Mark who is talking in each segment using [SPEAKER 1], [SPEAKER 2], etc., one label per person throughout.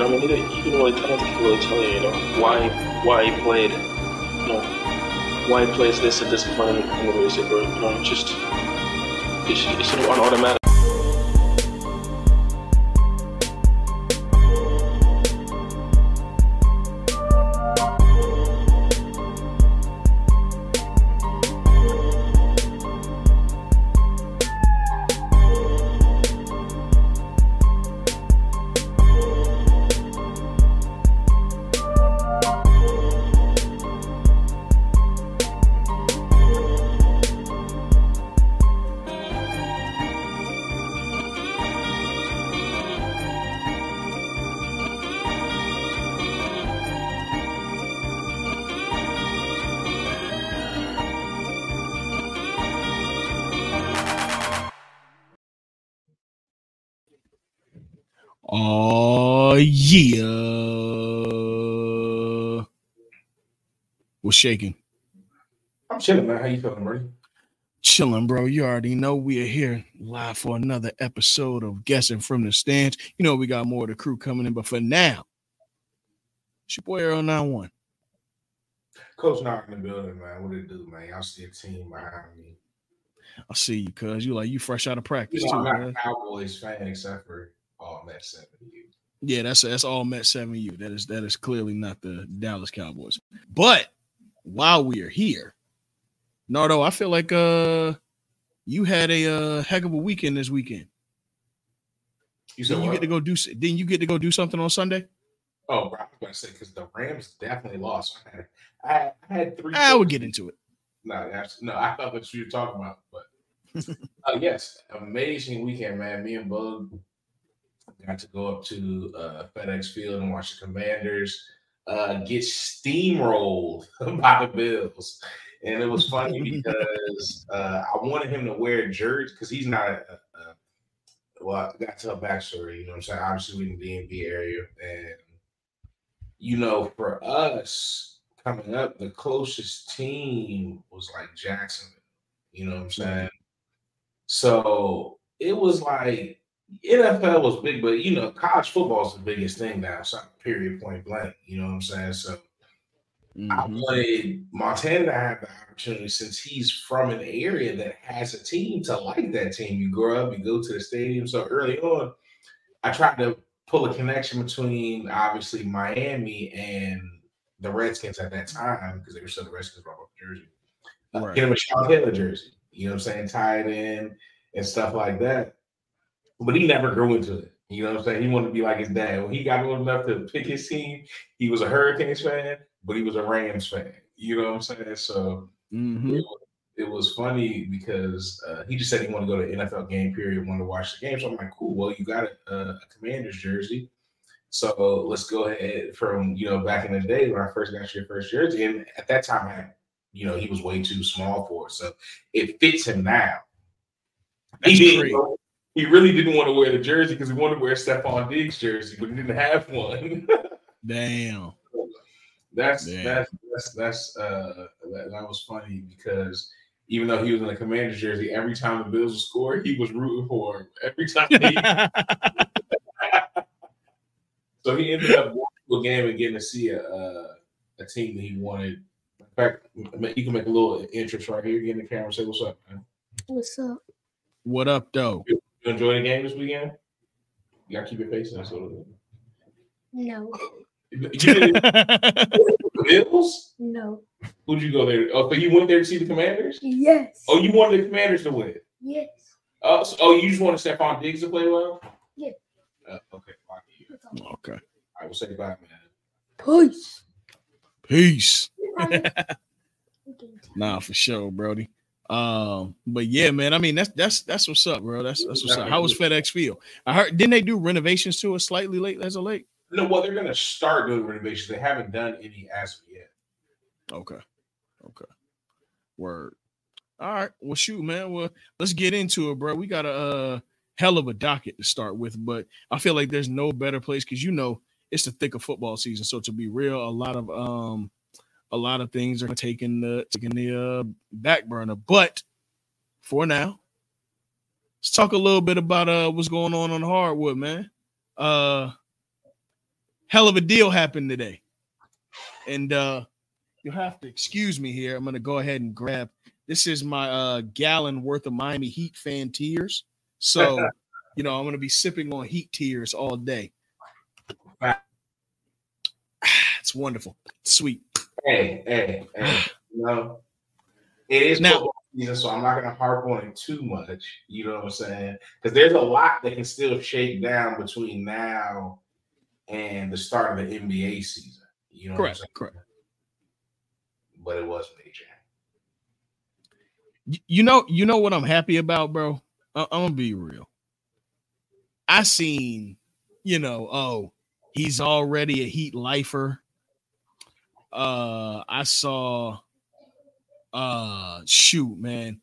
[SPEAKER 1] mean, he didn't, he didn't really, I don't think he really tell you, you know, why why he played, you know, why he plays this at this point in the music, or you know, just it's, it's sort of on automatic.
[SPEAKER 2] Oh yeah. What's shaking?
[SPEAKER 3] I'm chilling, man. How you feeling, Marty?
[SPEAKER 2] Chilling, bro. You already know we are here live for another episode of Guessing from the Stands. You know we got more of the crew coming in, but for now, it's your boy Arrow 91.
[SPEAKER 3] Coach Knock in the building, man. What it do, man? Y'all see a team behind me.
[SPEAKER 2] I see you, cuz you like you fresh out of practice
[SPEAKER 3] You know,
[SPEAKER 2] too.
[SPEAKER 3] I'm not a
[SPEAKER 2] man.
[SPEAKER 3] Cowboys fan except for all that seven you.
[SPEAKER 2] Yeah, that's that's all Met 7U. That is that is clearly not the Dallas Cowboys. But while we are here, Nardo, I feel like uh you had a uh, heck of a weekend this weekend.
[SPEAKER 3] You said
[SPEAKER 2] Didn't you
[SPEAKER 3] what?
[SPEAKER 2] get to go do s- didn't you get to go do something on Sunday?
[SPEAKER 3] oh, bro, I was gonna say because the Rams definitely lost. I had, I, I had three.
[SPEAKER 2] I would Ah, get into it.
[SPEAKER 3] No, abs- no, I thought that's what you were talking about, but uh, yes, amazing weekend, man. Me and Bug got to go up to uh, FedEx Field and watch the Commanders uh, get steamrolled by the Bills, and it was funny because uh, I wanted him to wear a jersey because he's not a, a well, I got to tell a backstory. You know what I'm saying? Obviously, we in the DMV area, and you know, for us coming up, the closest team was like Jacksonville. You know what I'm saying? So it was like NFL was big, but you know, college football is the biggest thing now. So period, point blank. You know what I'm saying? So I
[SPEAKER 2] Mhm.
[SPEAKER 3] wanted Montana to have the opportunity since he's from an area that has a team to like that team. You grow up, you go to the stadium. So early on, I tried to pull a connection between obviously Miami and the Redskins at that time because they were still the Redskins, brought up Jersey. Uh,
[SPEAKER 2] Right.
[SPEAKER 3] Get him a Sean Taylor jersey, you know what I'm saying? Tie it in and stuff like that. But he never grew into it. You know what I'm saying? He wanted to be like his dad. When he got old enough to pick his team, he was a Hurricanes fan, but he was a Rams fan. You know what I'm saying? So
[SPEAKER 2] Mhm.
[SPEAKER 3] it, was, it was funny because uh, he just said he wanted to go to NFL game period, wanted to watch the game. So I'm like, cool. Well, you got a, a Commanders jersey, so let's go ahead from you know back in the day when I first got your first jersey, and at that time, I, you know, he was way too small for it, so it fits him now.
[SPEAKER 2] That's
[SPEAKER 3] he didn't.
[SPEAKER 2] crazy.
[SPEAKER 3] know- He really didn't want to wear the jersey because he wanted to wear Stephon Diggs jersey, but he didn't have one.
[SPEAKER 2] Damn.
[SPEAKER 3] That's
[SPEAKER 2] Yeah.
[SPEAKER 3] that's that's that's uh that, that was funny because even though he was in a commander's jersey, every time the Bills would score, he was rooting for him. Every time he so he ended up going to a game and getting to see a uh, a team that he wanted. In fact, you can make a little entrance right here, get in the camera, say what's up, man.
[SPEAKER 4] What's up?
[SPEAKER 2] what up though?
[SPEAKER 3] You enjoy the game this weekend? You gotta keep your face in so
[SPEAKER 4] No,
[SPEAKER 3] you didn't- the Bills?
[SPEAKER 4] no.
[SPEAKER 3] Who'd you go there? Oh, so you went there to see the commanders?
[SPEAKER 4] Yes.
[SPEAKER 3] Oh, you wanted the commanders to win.
[SPEAKER 4] yes.
[SPEAKER 3] Oh, so, oh, you just want to Stephon Diggs to play well?
[SPEAKER 4] Yeah.
[SPEAKER 3] Uh, okay, fine.
[SPEAKER 4] That's all.
[SPEAKER 2] Okay.
[SPEAKER 3] I will say bye, man.
[SPEAKER 4] Peace.
[SPEAKER 2] Peace.
[SPEAKER 4] Okay.
[SPEAKER 2] Nah, for sure, Brody. Um, but yeah, man. I mean, that's that's that's what's up, bro. That's that's what's up. How was FedEx Field? I heard didn't they do renovations to it slightly late as of late?
[SPEAKER 3] No, well, they're gonna start doing renovations. They haven't done any as of yet.
[SPEAKER 2] Okay. Okay. Word. All right. Well, shoot, man. Well, let's get into it, bro. We got a uh, hell of a docket to start with, but I feel like there's no better place because you know it's the thick of football season. So to be real, a lot of um, a lot of things are taking the taking the uh, back burner. But for now, let's talk a little bit about uh what's going on on the hardwood, man. Uh, hell of a deal happened today. And uh you'll have to excuse me here. I'm gonna go ahead and grab this is my uh gallon worth of Miami Heat fan tears. So you know, I'm gonna be sipping on heat tears all day.
[SPEAKER 3] Wow.
[SPEAKER 2] It's wonderful, sweet.
[SPEAKER 3] Hey, hey, hey. You know, it is
[SPEAKER 2] Now-
[SPEAKER 3] football season, so I'm not going to harp on it too much. You know what I'm saying? Because there's a lot that can still shake down between now and the start of the NBA season. You know
[SPEAKER 2] Correct,
[SPEAKER 3] what I'm saying?
[SPEAKER 2] correct.
[SPEAKER 3] But it was major.
[SPEAKER 2] Y- You know, you know what I'm happy about, bro. I- I'm gonna be real. I seen, you know, oh, he's already a Heat lifer. Uh, I saw, uh, shoot, man,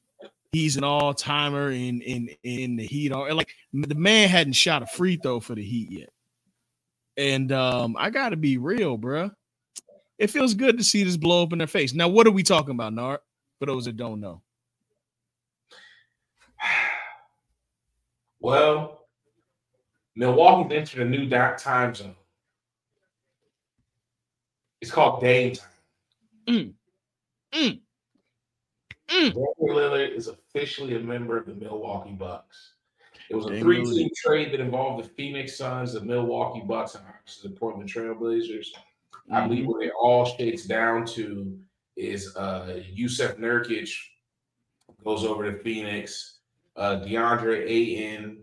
[SPEAKER 2] he's an all timer in in in the Heat. Or like the man hadn't shot a free throw for the Heat yet. And um, I gotta be real, bruh. It feels good to see this blow up in their face. Now, what are we talking about, Nard? For those that don't know.
[SPEAKER 3] Well, Milwaukee's entered a new di- time zone. It's called game time.
[SPEAKER 2] Mm. Mm. Mm.
[SPEAKER 3] Damian Lillard is officially a member of the Milwaukee Bucks. It was a
[SPEAKER 2] Dame
[SPEAKER 3] three team trade that involved the Phoenix Suns, the Milwaukee Bucks, and obviously the Portland Trailblazers.
[SPEAKER 2] Mm-hmm.
[SPEAKER 3] I believe what it all shakes down to is uh Yusef Nurkic goes over to Phoenix, uh DeAndre Ayton,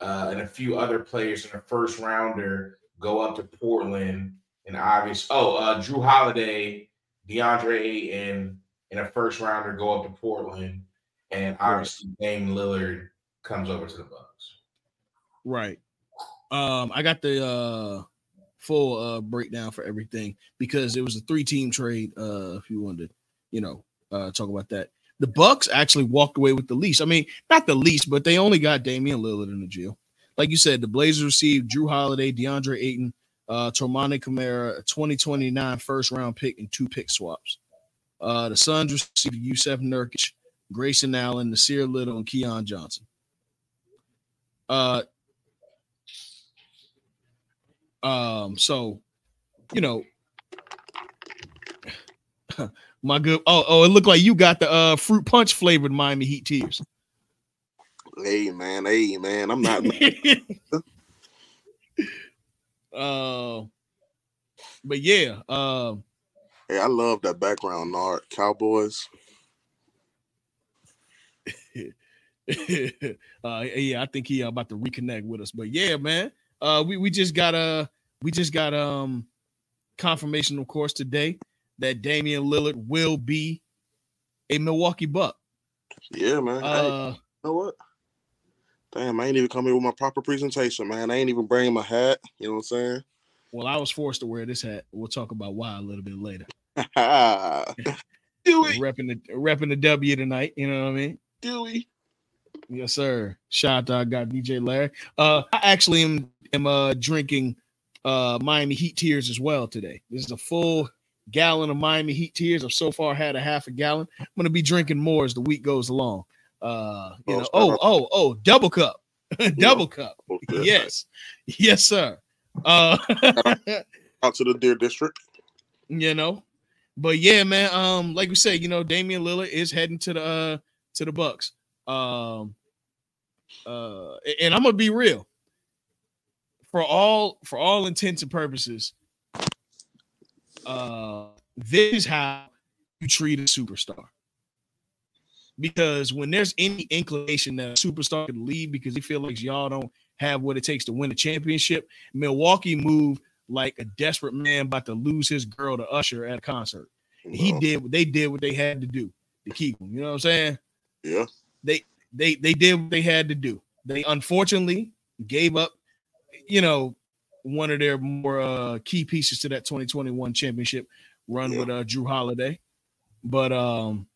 [SPEAKER 3] uh, and a few other players in the first rounder go up to Portland and obvious oh uh Drew Holiday, DeAndre Ayton, and a first rounder go up to Portland, and obviously Dame Lillard comes over to the Bucks.
[SPEAKER 2] Right. Um, I got the uh full uh breakdown for everything because it was a three-team trade. Uh, if you wanted to, you know, uh talk about that. The Bucks actually walked away with the least. I mean, not the least, but they only got Damian Lillard in the jail. Like you said, the Blazers received Drew Holiday, DeAndre Ayton, uh Tormani Kamara, a 2029 first round pick and two pick swaps. Uh the Suns received Yusef Nurkic, Grayson Allen, Nasir Little, and Keon Johnson. Uh um, so you know, my good. Oh, oh, it looked like you got the uh fruit punch flavored Miami Heat tears.
[SPEAKER 5] Hey man, hey man, I'm not.
[SPEAKER 2] uh, but yeah, um,
[SPEAKER 5] hey, I love that background art. Cowboys.
[SPEAKER 2] uh, yeah, I think he about to reconnect with us. But yeah, man, uh, we we just got uh, we just got um confirmation, of course, today that Damian Lillard will be a Milwaukee Buck.
[SPEAKER 5] Yeah, man. hey, you
[SPEAKER 2] Uh,
[SPEAKER 5] know what? Damn, I ain't even come here with my proper presentation, man. I ain't even bringing my hat. You know what I'm saying?
[SPEAKER 2] Well, I was forced to wear this hat. We'll talk about why a little bit later.
[SPEAKER 5] do it,
[SPEAKER 2] Repping the repping the W tonight. You know what I mean?
[SPEAKER 5] do it.
[SPEAKER 2] Yes, sir. Shout out, I got DJ Larry. Uh, I actually am am uh drinking uh Miami Heat tears as well today. This is a full gallon of Miami Heat tears. I've so far had a half a gallon. I'm gonna be drinking more as the week goes along. Uh, you know,
[SPEAKER 5] Oh, shout
[SPEAKER 2] oh,
[SPEAKER 5] out.
[SPEAKER 2] oh, oh, double cup, double cup.
[SPEAKER 5] Oh, shit.
[SPEAKER 2] Yes, yes, sir. Uh,
[SPEAKER 5] Out to the Deer District.
[SPEAKER 2] you know. But yeah, man. Um, like we said, you know, Damian Lillard is heading to the uh to the Bucks. Um uh a- and I'm gonna be real. For all for all intents and purposes, uh this is how you treat a superstar. Because when there's any inclination that a superstar could leave because he feels like y'all don't have what it takes to win a championship, Milwaukee moved like a desperate man about to lose his girl to Usher at a concert. He
[SPEAKER 5] Well,
[SPEAKER 2] did they did what they had to do to keep him. You know what I'm saying?
[SPEAKER 5] Yeah.
[SPEAKER 2] They they did what they had to do. They unfortunately gave up, you know, one of their more uh, key pieces to that 2021 championship run
[SPEAKER 5] Yeah.
[SPEAKER 2] with uh, Drew Holiday. But um,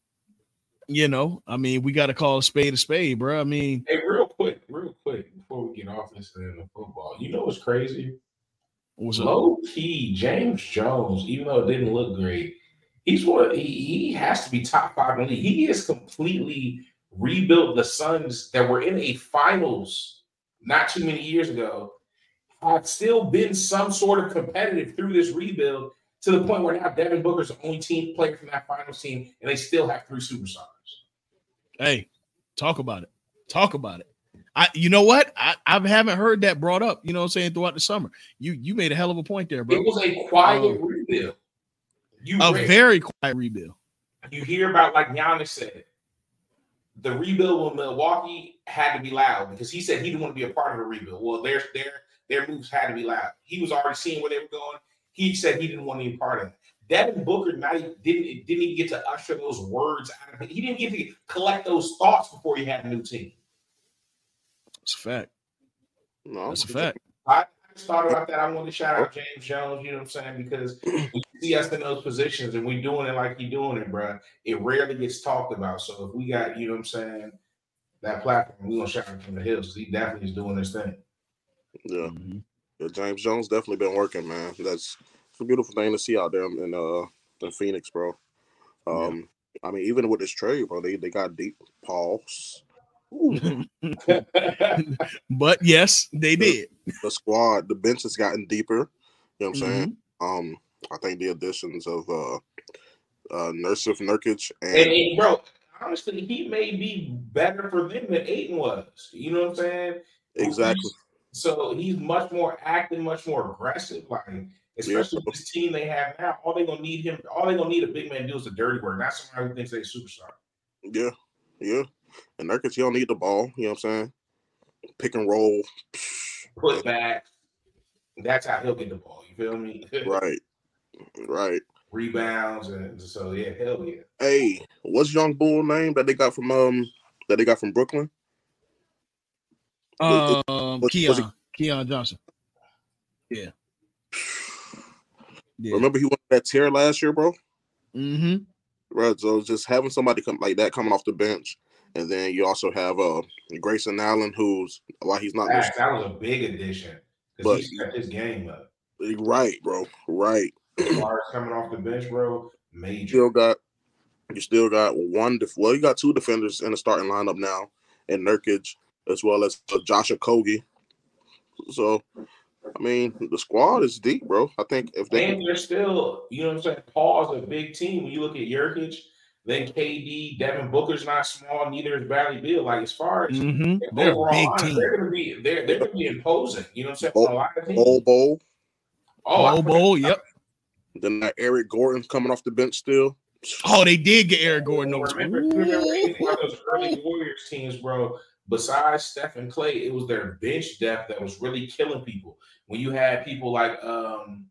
[SPEAKER 2] you know, I mean, we got to call a spade a spade, bro. I mean,
[SPEAKER 3] Hey, real quick, real quick, before we get off this thing of football, you know what's crazy?
[SPEAKER 2] what's up?
[SPEAKER 3] Low key, James Jones, even though it didn't look great, he's one. He, he has to be top five in the league. He has completely rebuilt the Suns that were in a finals not too many years ago. I've still been some sort of competitive through this rebuild to the point where now Devin Booker's the only team player from that finals team, and they still have three superstars.
[SPEAKER 2] Hey, talk about it. Talk about it. I you know what? I, I haven't heard that brought up, you know what I'm saying, throughout the summer. You you made a hell of a point there,
[SPEAKER 3] It
[SPEAKER 2] bro.
[SPEAKER 3] was a quiet
[SPEAKER 2] Um,
[SPEAKER 3] rebuild. You
[SPEAKER 2] A
[SPEAKER 3] rarely-
[SPEAKER 2] very quiet rebuild.
[SPEAKER 3] you hear about like Giannis said, the rebuild with Milwaukee had to be loud because he said he didn't want to be a part of the rebuild. Well, their their their moves had to be loud. He was already seeing where they were going. He said he didn't want to be a part of it. Devin Booker not, even- didn't didn't even get to usher those words out of it. He didn't get to collect those thoughts before he had a new team.
[SPEAKER 2] It's a fact.
[SPEAKER 5] No,
[SPEAKER 2] That's a fact.
[SPEAKER 3] I just thought about that. I wanted to shout out James Jones, you know what I'm saying? Because we see us in those positions and we doing it like you doing it, bro. It rarely gets talked about. So if we got, you know what I'm saying, that platform, we're gonna shout out from the hills. He definitely is doing his thing.
[SPEAKER 5] Yeah.
[SPEAKER 2] Mhm.
[SPEAKER 5] Yeah, James Jones definitely been working, man. That's it's a beautiful thing to see out there in uh in Phoenix, bro. Um, I mean, even with this trade, bro, they, they got deep pause.
[SPEAKER 3] Mm-hmm.
[SPEAKER 2] But yes, they did.
[SPEAKER 5] The squad, the bench has gotten deeper. You know what I'm
[SPEAKER 2] Mhm.
[SPEAKER 5] saying? Um, I think the additions of uh, uh Nurse of Nurkic and,
[SPEAKER 3] and, and, bro, honestly, he may be better for them than Aiden was. You know what I'm saying?
[SPEAKER 5] exactly
[SPEAKER 3] So he's much more active, much more aggressive. Like especially with this team they have now, all they gonna need him, all they gonna need a big man to do is the dirty work, not somebody who thinks they a superstar.
[SPEAKER 5] yeah, yeah. And Nurkic, he don't need the ball. You know what I'm saying? Pick and roll,
[SPEAKER 3] Put back. That's how he'll get the ball. You feel me?
[SPEAKER 5] right, right.
[SPEAKER 3] Rebounds and so yeah, hell yeah.
[SPEAKER 5] Hey, what's young bull name that they got from um that they got from Brooklyn? Was-
[SPEAKER 2] Um,
[SPEAKER 5] was- was it-
[SPEAKER 2] Keon, Keon Johnson. Yeah. Yeah.
[SPEAKER 5] Remember he won that tear last year, bro.
[SPEAKER 2] hmm
[SPEAKER 5] Right. So just having somebody come like that coming off the bench, and then you also have uh Grayson Allen, who's why he's not
[SPEAKER 3] That, that was a big addition because he stepped his game up.
[SPEAKER 5] right, bro. Right.
[SPEAKER 3] As far as coming off the bench, bro,
[SPEAKER 5] You
[SPEAKER 3] major.
[SPEAKER 5] still got you still got one. Def- well, you got two defenders in the starting lineup now, and Nurkic as well as uh, Joshua Kogi. So, I mean, the squad is deep, bro. I think if they
[SPEAKER 3] And they're still, you know what I'm saying, Paul's a big team. When you look at Jurkic, then KD, Devin Booker's not small, neither is Bradley Bill. Like as far as
[SPEAKER 2] hmm
[SPEAKER 3] their
[SPEAKER 2] They're a
[SPEAKER 3] overall
[SPEAKER 2] big
[SPEAKER 3] lineup,
[SPEAKER 2] team.
[SPEAKER 3] they're gonna be they're they're gonna be imposing, you know what I'm saying, for a lot of teams.
[SPEAKER 5] bowl bowl,
[SPEAKER 3] Oh, I
[SPEAKER 2] Bowl, bowl, yep.
[SPEAKER 5] then that Eric Gordon's coming off the bench still.
[SPEAKER 2] Oh, they did get Eric Gordon over.
[SPEAKER 3] Remember, remember any of those early Warriors teams, bro. Besides Steph and Clay, it was their bench depth that was really killing people. When you had people like, um,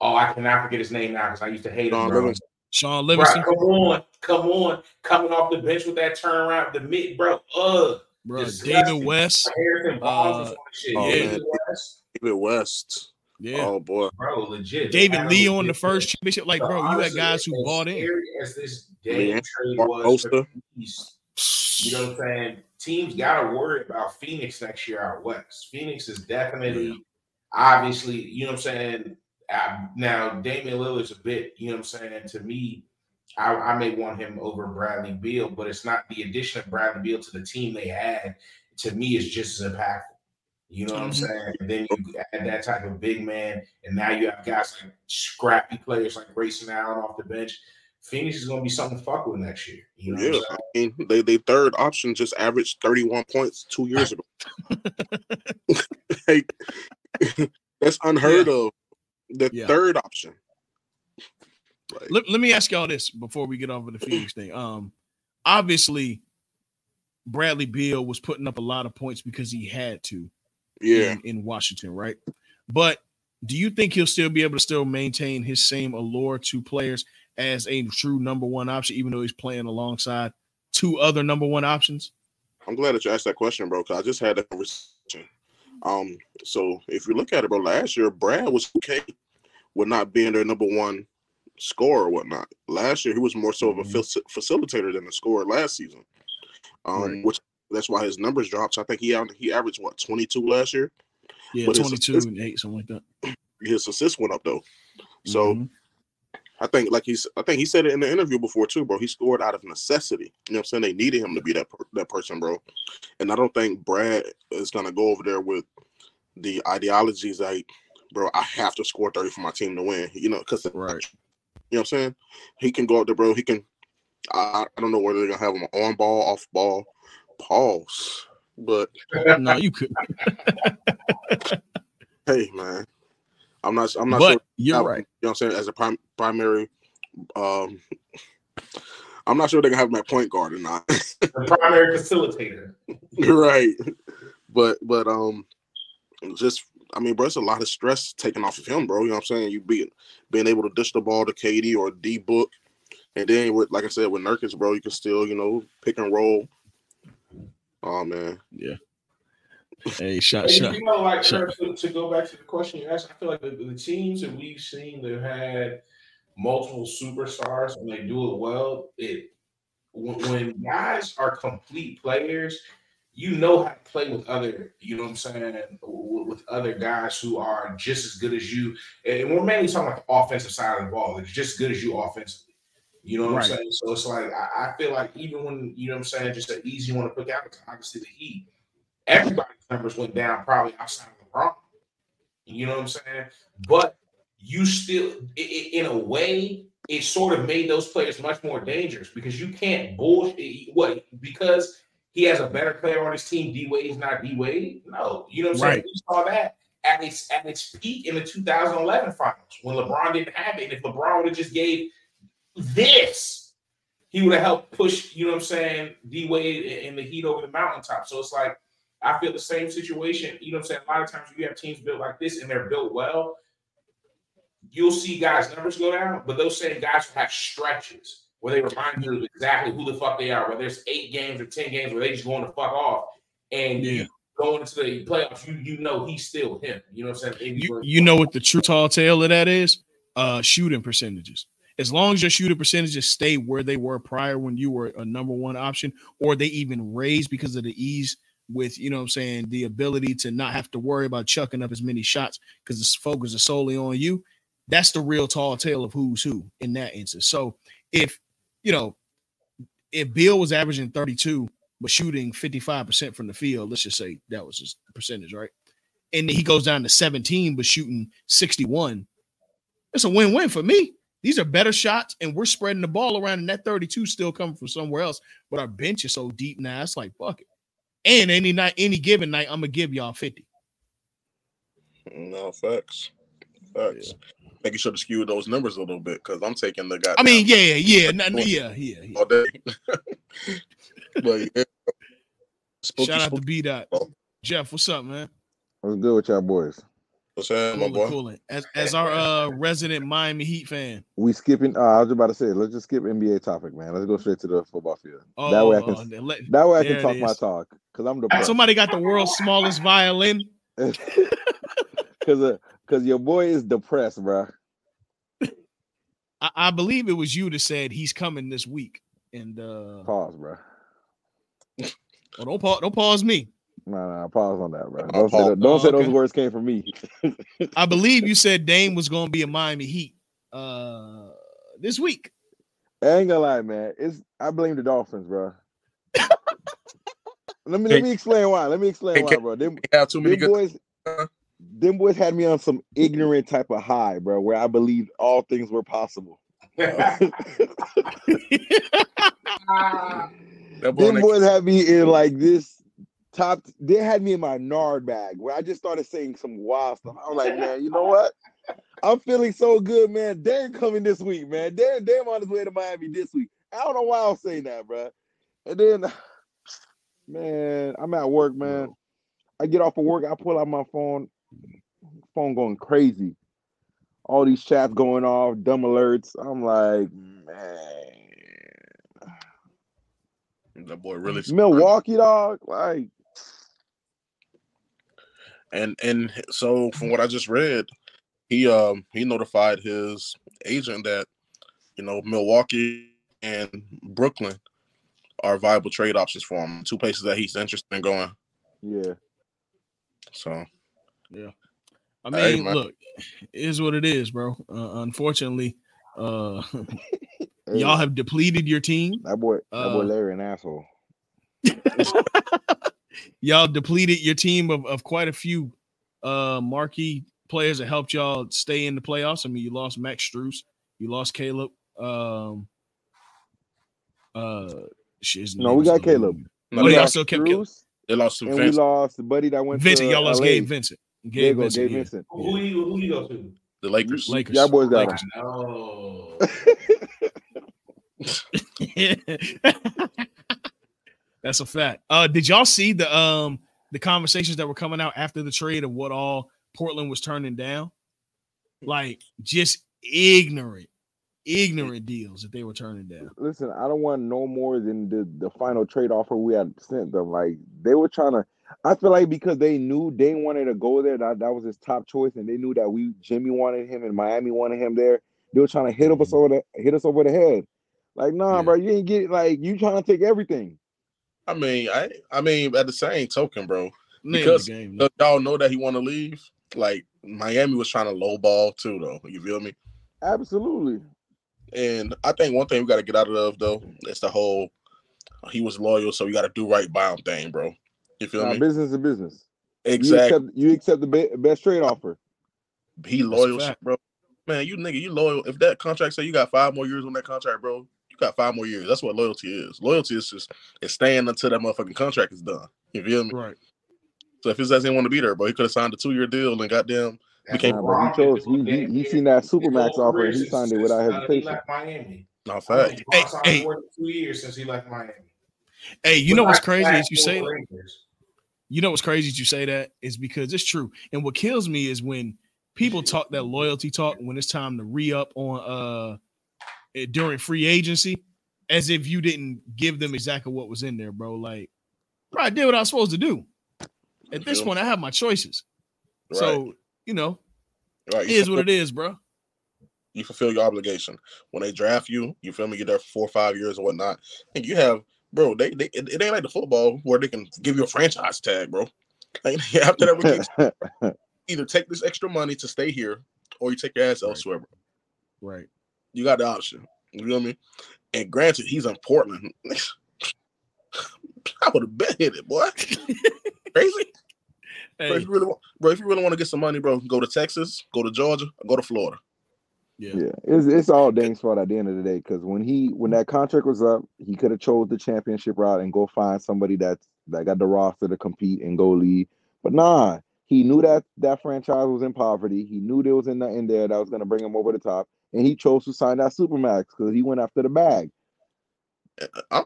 [SPEAKER 3] oh, I cannot forget his name now because I used to hate him.
[SPEAKER 5] Don
[SPEAKER 3] Bro.
[SPEAKER 5] Livingston.
[SPEAKER 2] Sean
[SPEAKER 3] Bro,
[SPEAKER 2] Livingston,
[SPEAKER 3] come on, come on, coming off the bench with that turnaround, the mid, bro. Ugh,
[SPEAKER 2] bro,
[SPEAKER 3] disgusting.
[SPEAKER 2] David West.
[SPEAKER 3] Harrison Barnes was on the shit.
[SPEAKER 5] oh,
[SPEAKER 3] yeah,
[SPEAKER 5] man.
[SPEAKER 3] he was.
[SPEAKER 5] David West.
[SPEAKER 2] Yeah.
[SPEAKER 5] Oh boy.
[SPEAKER 3] bro, legit.
[SPEAKER 2] David Lee on the
[SPEAKER 3] Legit.
[SPEAKER 2] first championship. Like,
[SPEAKER 3] So
[SPEAKER 2] bro, you had
[SPEAKER 3] honestly,
[SPEAKER 2] guys who
[SPEAKER 3] as
[SPEAKER 2] bought in.
[SPEAKER 3] scary As this damn
[SPEAKER 5] Yeah.
[SPEAKER 3] trade
[SPEAKER 5] Mark
[SPEAKER 3] was, for
[SPEAKER 5] Oster.
[SPEAKER 3] East, you know what I'm saying? Teams got to worry about Phoenix next year out west. Phoenix is definitely,
[SPEAKER 2] Yeah.
[SPEAKER 3] obviously, you know what I'm saying. I, now Damian Lillard's a bit, you know what I'm saying. To me, I, I may want him over Bradley Beal, but it's not the addition of Bradley Beal to the team they had. To me, is just as impactful. You know what I'm
[SPEAKER 2] Mhm.
[SPEAKER 3] saying? And then you add that type of big man, and now you have guys like scrappy players like Grayson Allen off the bench. Phoenix is going to be something to fuck with next year. You know what I'm
[SPEAKER 5] Yeah,
[SPEAKER 3] saying?
[SPEAKER 5] I mean, they they third option just averaged thirty one points two years ago. like, that's unheard of. The
[SPEAKER 2] Yeah.
[SPEAKER 5] third option. Like,
[SPEAKER 2] Let, let me ask y'all this before we get off of the Phoenix thing. Um, obviously, Bradley Beal was putting up a lot of points because he had to.
[SPEAKER 5] yeah,
[SPEAKER 2] in, in Washington, right? But do you think he'll still be able to still maintain his same allure to players as a true number one option, even though he's playing alongside two other number one options?
[SPEAKER 5] I'm glad that you asked that question, bro. Because I just had that conversation. Um, so if you look at it, bro, last year Brad was okay with not being their number one scorer or whatnot. Last year he was more so of a
[SPEAKER 2] Mhm.
[SPEAKER 5] faci- facilitator than a scorer last season. Um,
[SPEAKER 2] Right.
[SPEAKER 5] which that's why his numbers dropped. So I think he out he averaged what 22 last year.
[SPEAKER 2] Yeah,
[SPEAKER 5] But it's-
[SPEAKER 2] twenty-two
[SPEAKER 5] it's-
[SPEAKER 2] and eight, something like that.
[SPEAKER 5] his assists went up though. So
[SPEAKER 2] Mhm.
[SPEAKER 5] I think like he's I think he said it in the interview before too, bro. He scored out of necessity. You know what I'm saying? They needed him to be that per- that person, bro. And I don't think Brad is gonna go over there with the ideology is like, bro, I have to score 30 for my team to win, you know, because,
[SPEAKER 2] Right.
[SPEAKER 5] you know what I'm saying? He can go up there, bro. He can, I, I don't know whether they're going to have him on ball, off ball, pause. But
[SPEAKER 2] Mm-hmm. No, you could.
[SPEAKER 5] hey, man, I'm not, I'm not
[SPEAKER 2] But
[SPEAKER 5] sure.
[SPEAKER 2] you're
[SPEAKER 5] Now,
[SPEAKER 2] right.
[SPEAKER 5] You know what I'm saying? As a prim- primary, um, I'm not sure they can have my point guard or not.
[SPEAKER 3] The primary facilitator.
[SPEAKER 5] right. But but um, just I mean, bro, it's a lot of stress taken off of him, bro. You know what I'm saying? You being being able to dish the ball to KD or D Book, and then with like I said with Nurkic, bro, you can still you know pick and roll. Oh man,
[SPEAKER 2] Hey, shot,
[SPEAKER 3] And
[SPEAKER 2] shot.
[SPEAKER 3] You know, like
[SPEAKER 2] Uh, Sure.
[SPEAKER 3] Kirk, to, to go back to the question you asked, I feel like the, the teams that we've seen that have had multiple superstars and they do it well, it when, when guys are complete players, you know how to play with other, you know what I'm saying, with, with other guys who are just as good as you. And we're mainly talking about the offensive side of the ball. It's just as good as you offensively. You know what
[SPEAKER 2] Right.
[SPEAKER 3] I'm saying? So it's like I, I feel like even when you know what I'm saying, just an easy one to pick out, obviously the Heat everybody's numbers went down probably outside of LeBron. You know what I'm saying? But you still, i- i- in a way, it sort of made those players much more dangerous because you can't bullshit. What? Because he has a better player on his team, D Wade's not D Wade? No. You know what I'm saying?
[SPEAKER 2] Right.
[SPEAKER 3] We saw that at its, at its peak in the 2011 finals when LeBron didn't have it. And if LeBron would have just gave this, he would have helped push, you know what I'm saying, D Wade and- and the Heat over the mountaintop. So it's like, I feel the same situation. You know what I'm saying? A lot of times you have teams built like this and they're built well. You'll see guys' numbers go down, but those same guys will have stretches where they remind you of exactly who the fuck they are, whether it's eight games or 10 games where they just going to fuck off. And
[SPEAKER 2] Yeah.
[SPEAKER 3] going into the playoffs, you you know he's still him. You know what I'm saying?
[SPEAKER 2] You, you know what the true tall tale of that is? Uh shooting percentages. As long as your shooting percentages stay where they were prior when you were a number one option, or they even raise because of the ease with you know what I'm saying, the ability to not have to worry about chucking up as many shots because this focus is solely on you. That's the real tall tale of who's who in that instance. So if you know if Bill was averaging 32 but shooting 55% from the field, let's just say that was his percentage, right? and then he goes down to 17 but shooting 61 it's a win-win for me these are better shots and we're spreading the ball around and that 32 still coming from somewhere else but our bench is so deep now it's like fuck it and any night any given night i'm gonna give y'all 50
[SPEAKER 5] no facts, facts. Making sure to skew those numbers a little bit because I'm taking the guy.
[SPEAKER 2] i mean yeah yeah no, no, yeah yeah, yeah.
[SPEAKER 5] all day. but yeah, spooky,
[SPEAKER 2] shout out to
[SPEAKER 5] spooky.
[SPEAKER 2] b dot jeff what's up man
[SPEAKER 6] What's good with y'all boys?
[SPEAKER 5] What's happening, my
[SPEAKER 2] cool
[SPEAKER 5] boy?
[SPEAKER 2] cool as, as our uh resident miami heat fan
[SPEAKER 6] We skipping. Uh, I was about to say, let's just skip NBA topic, man. Let's go straight to the football field.
[SPEAKER 2] oh,
[SPEAKER 6] that way I can.
[SPEAKER 2] oh, let-
[SPEAKER 6] that way I can
[SPEAKER 2] there it
[SPEAKER 6] talk my
[SPEAKER 2] is.
[SPEAKER 6] talk because I'm depressed.
[SPEAKER 2] somebody got the world's smallest violin
[SPEAKER 6] Because because uh, your boy is depressed, bro.
[SPEAKER 2] I, I believe it was you that said he's coming this week. And uh oh,
[SPEAKER 6] Pause, bro.
[SPEAKER 2] don't pause, don't pause me.
[SPEAKER 6] No, no, pause on that, bro.
[SPEAKER 5] I'll
[SPEAKER 6] Don't say,
[SPEAKER 5] pause.
[SPEAKER 6] that, don't
[SPEAKER 2] Oh,
[SPEAKER 6] say those
[SPEAKER 2] okay.
[SPEAKER 6] words came from me.
[SPEAKER 2] I believe you said Dame was gonna be a Miami Heat uh this week.
[SPEAKER 6] I ain't gonna lie, man. It's I blame the Dolphins, bro. let me let
[SPEAKER 5] Hey.
[SPEAKER 6] me explain why. Let me
[SPEAKER 5] Hey,
[SPEAKER 6] explain why,
[SPEAKER 5] can-
[SPEAKER 6] bro. Them,
[SPEAKER 5] Have too many
[SPEAKER 6] them
[SPEAKER 5] good. uh-huh.
[SPEAKER 6] boys, them boys had me on some ignorant type of high, bro, where I believed all things were possible.
[SPEAKER 5] That boy
[SPEAKER 6] Them
[SPEAKER 5] next-
[SPEAKER 6] boys had me in like this top. They had me in my Nard bag where I just started saying some wild stuff. I was like, man, you know what? I'm feeling so good, man. Darren coming this week, man. Darren, damn on his way to Miami this week. I don't know why I was saying that, bro. And then, man, I'm at work, man. I get off of work, I pull out my phone, phone going crazy. All these chats going off, dumb alerts. I'm like, man.
[SPEAKER 5] That boy really
[SPEAKER 6] Milwaukee dog, like
[SPEAKER 5] and and so from what I just read, he um he notified his agent that you know Milwaukee and Brooklyn are viable trade options for him. Two places that he's interested in going.
[SPEAKER 6] yeah.
[SPEAKER 5] So
[SPEAKER 2] I
[SPEAKER 5] Hey,
[SPEAKER 2] mean,
[SPEAKER 5] man.
[SPEAKER 2] look, it is what it is, bro. Uh, unfortunately, uh
[SPEAKER 6] Hey,
[SPEAKER 2] y'all have depleted your team.
[SPEAKER 6] that boy, that boy
[SPEAKER 2] uh,
[SPEAKER 6] Larry an asshole.
[SPEAKER 2] Y'all depleted your team of, of quite a few uh marquee players that helped y'all stay in the playoffs? I mean, you lost Max Struess, you lost Caleb. Um uh shit, his
[SPEAKER 6] No,
[SPEAKER 2] name
[SPEAKER 6] we
[SPEAKER 2] is
[SPEAKER 6] got
[SPEAKER 2] escaping
[SPEAKER 6] Caleb.
[SPEAKER 2] me.
[SPEAKER 5] No,
[SPEAKER 2] Oh,
[SPEAKER 5] they,
[SPEAKER 2] y'all
[SPEAKER 5] lost,
[SPEAKER 2] still kept Caleb.
[SPEAKER 6] Strus,
[SPEAKER 5] they lost some
[SPEAKER 6] and we
[SPEAKER 5] fans.
[SPEAKER 6] lost the buddy that went
[SPEAKER 2] Vincent,
[SPEAKER 6] to
[SPEAKER 2] y'all lost
[SPEAKER 6] LA.
[SPEAKER 2] Gabe Vincent.
[SPEAKER 6] There you
[SPEAKER 2] Gabe
[SPEAKER 6] go,
[SPEAKER 2] Vincent.
[SPEAKER 6] Gabe
[SPEAKER 2] yeah.
[SPEAKER 6] Vincent.
[SPEAKER 3] Who do you who do you go to?
[SPEAKER 5] The Lakers.
[SPEAKER 2] Lakers.
[SPEAKER 6] Y'all boys got
[SPEAKER 2] Lakers.
[SPEAKER 3] I know.
[SPEAKER 2] That's a fact. Uh, did y'all see the um the conversations that were coming out after the trade of what all Portland was turning down? Like just ignorant, ignorant deals that they were turning down.
[SPEAKER 6] Listen, I don't want no more than the, the final trade offer we had sent them. Like they were trying to. I feel like because they knew they wanted to go there, that that was his top choice, and they knew that we Jimmy wanted him and Miami wanted him there. They were trying to hit us over the hit us over the head. Like, nah,
[SPEAKER 5] Mm-hmm. Yeah.
[SPEAKER 6] bro, you ain't get like you trying to take everything.
[SPEAKER 5] I mean, I I mean, at the same token, bro,
[SPEAKER 2] Name
[SPEAKER 5] Because-
[SPEAKER 2] the game.
[SPEAKER 5] does y'all know that he want to leave? Like Miami was trying to lowball too, though. You feel me?
[SPEAKER 6] Absolutely.
[SPEAKER 5] And I think one thing we got to get out of though is the whole uh, he was loyal, so we got to do right by him thing, bro. You feel
[SPEAKER 6] Nah,
[SPEAKER 5] me?
[SPEAKER 6] business is business.
[SPEAKER 5] Exactly.
[SPEAKER 6] You accept you accept the be- best trade offer.
[SPEAKER 5] He
[SPEAKER 2] That's a
[SPEAKER 5] loyal,
[SPEAKER 2] fact.
[SPEAKER 5] bro. Man, you nigga, you loyal. If that contract say you got five more years on that contract, bro, you got five more years. That's what loyalty is. Loyalty is just is staying until that motherfucking contract is done. You feel me?
[SPEAKER 2] Right.
[SPEAKER 5] So if his ass didn't want to be there, bro, he could have signed a two year deal and goddamn
[SPEAKER 3] That's
[SPEAKER 5] can't-
[SPEAKER 6] Nah,
[SPEAKER 3] what
[SPEAKER 6] but
[SPEAKER 3] Ron
[SPEAKER 6] he chose.
[SPEAKER 3] been
[SPEAKER 6] He,
[SPEAKER 3] doing
[SPEAKER 6] he,
[SPEAKER 3] damn
[SPEAKER 6] he
[SPEAKER 3] near
[SPEAKER 6] seen that
[SPEAKER 3] his
[SPEAKER 6] supermax
[SPEAKER 3] whole
[SPEAKER 6] offer
[SPEAKER 3] career
[SPEAKER 6] and he
[SPEAKER 3] since-
[SPEAKER 6] signed it
[SPEAKER 3] since
[SPEAKER 6] without
[SPEAKER 3] he
[SPEAKER 6] hesitation.
[SPEAKER 3] left Miami.
[SPEAKER 5] no
[SPEAKER 3] I know
[SPEAKER 5] fact.
[SPEAKER 2] Hey,
[SPEAKER 3] Ron signed
[SPEAKER 2] hey.
[SPEAKER 3] more than two years since he left Miami.
[SPEAKER 2] Hey, you
[SPEAKER 3] But
[SPEAKER 2] know what's
[SPEAKER 3] not
[SPEAKER 2] crazy
[SPEAKER 3] back
[SPEAKER 2] is you
[SPEAKER 3] for
[SPEAKER 2] say
[SPEAKER 3] Rangers.
[SPEAKER 2] you know what's crazy is you say that is because it's true. And what kills me is when people talk that loyalty talk when it's time to re up on uh eh, during free agency, as if you didn't give them exactly what was in there, bro. Like, bro, I did what I was supposed to do. At this
[SPEAKER 5] Yeah.
[SPEAKER 2] point, I have my choices.
[SPEAKER 5] Right.
[SPEAKER 2] So you know,
[SPEAKER 5] right.
[SPEAKER 2] it
[SPEAKER 5] You
[SPEAKER 2] is
[SPEAKER 5] fulfill-
[SPEAKER 2] what it is, bro.
[SPEAKER 5] you fulfill your obligation when they draft you. You feel me? You're there for four or five years or whatnot, and you have, bro. They, they it, it ain't like the football where they can give you a franchise tag, bro. Like, after that, we can either take this extra money to stay here, or you take your ass
[SPEAKER 2] Right.
[SPEAKER 5] elsewhere. Bro.
[SPEAKER 2] Right.
[SPEAKER 5] You got the option. You feel me? And granted, he's in Portland. I would have bet hit it, boy. Crazy, bro. If
[SPEAKER 2] Hey,
[SPEAKER 5] you really want, bro, if you really want to get some money, bro, go to Texas, go to Georgia, or go to Florida.
[SPEAKER 2] yeah,
[SPEAKER 6] Yeah, it's it's all Dane's fault at the end of the day because when he when that contract was up, he could have chose the championship route and go find somebody that's that got the roster to compete and go lead. But nah, he knew that that franchise was in poverty. He knew there was nothing there that was gonna bring him over the top, and he chose to sign that supermax because he went after the bag.
[SPEAKER 5] I'm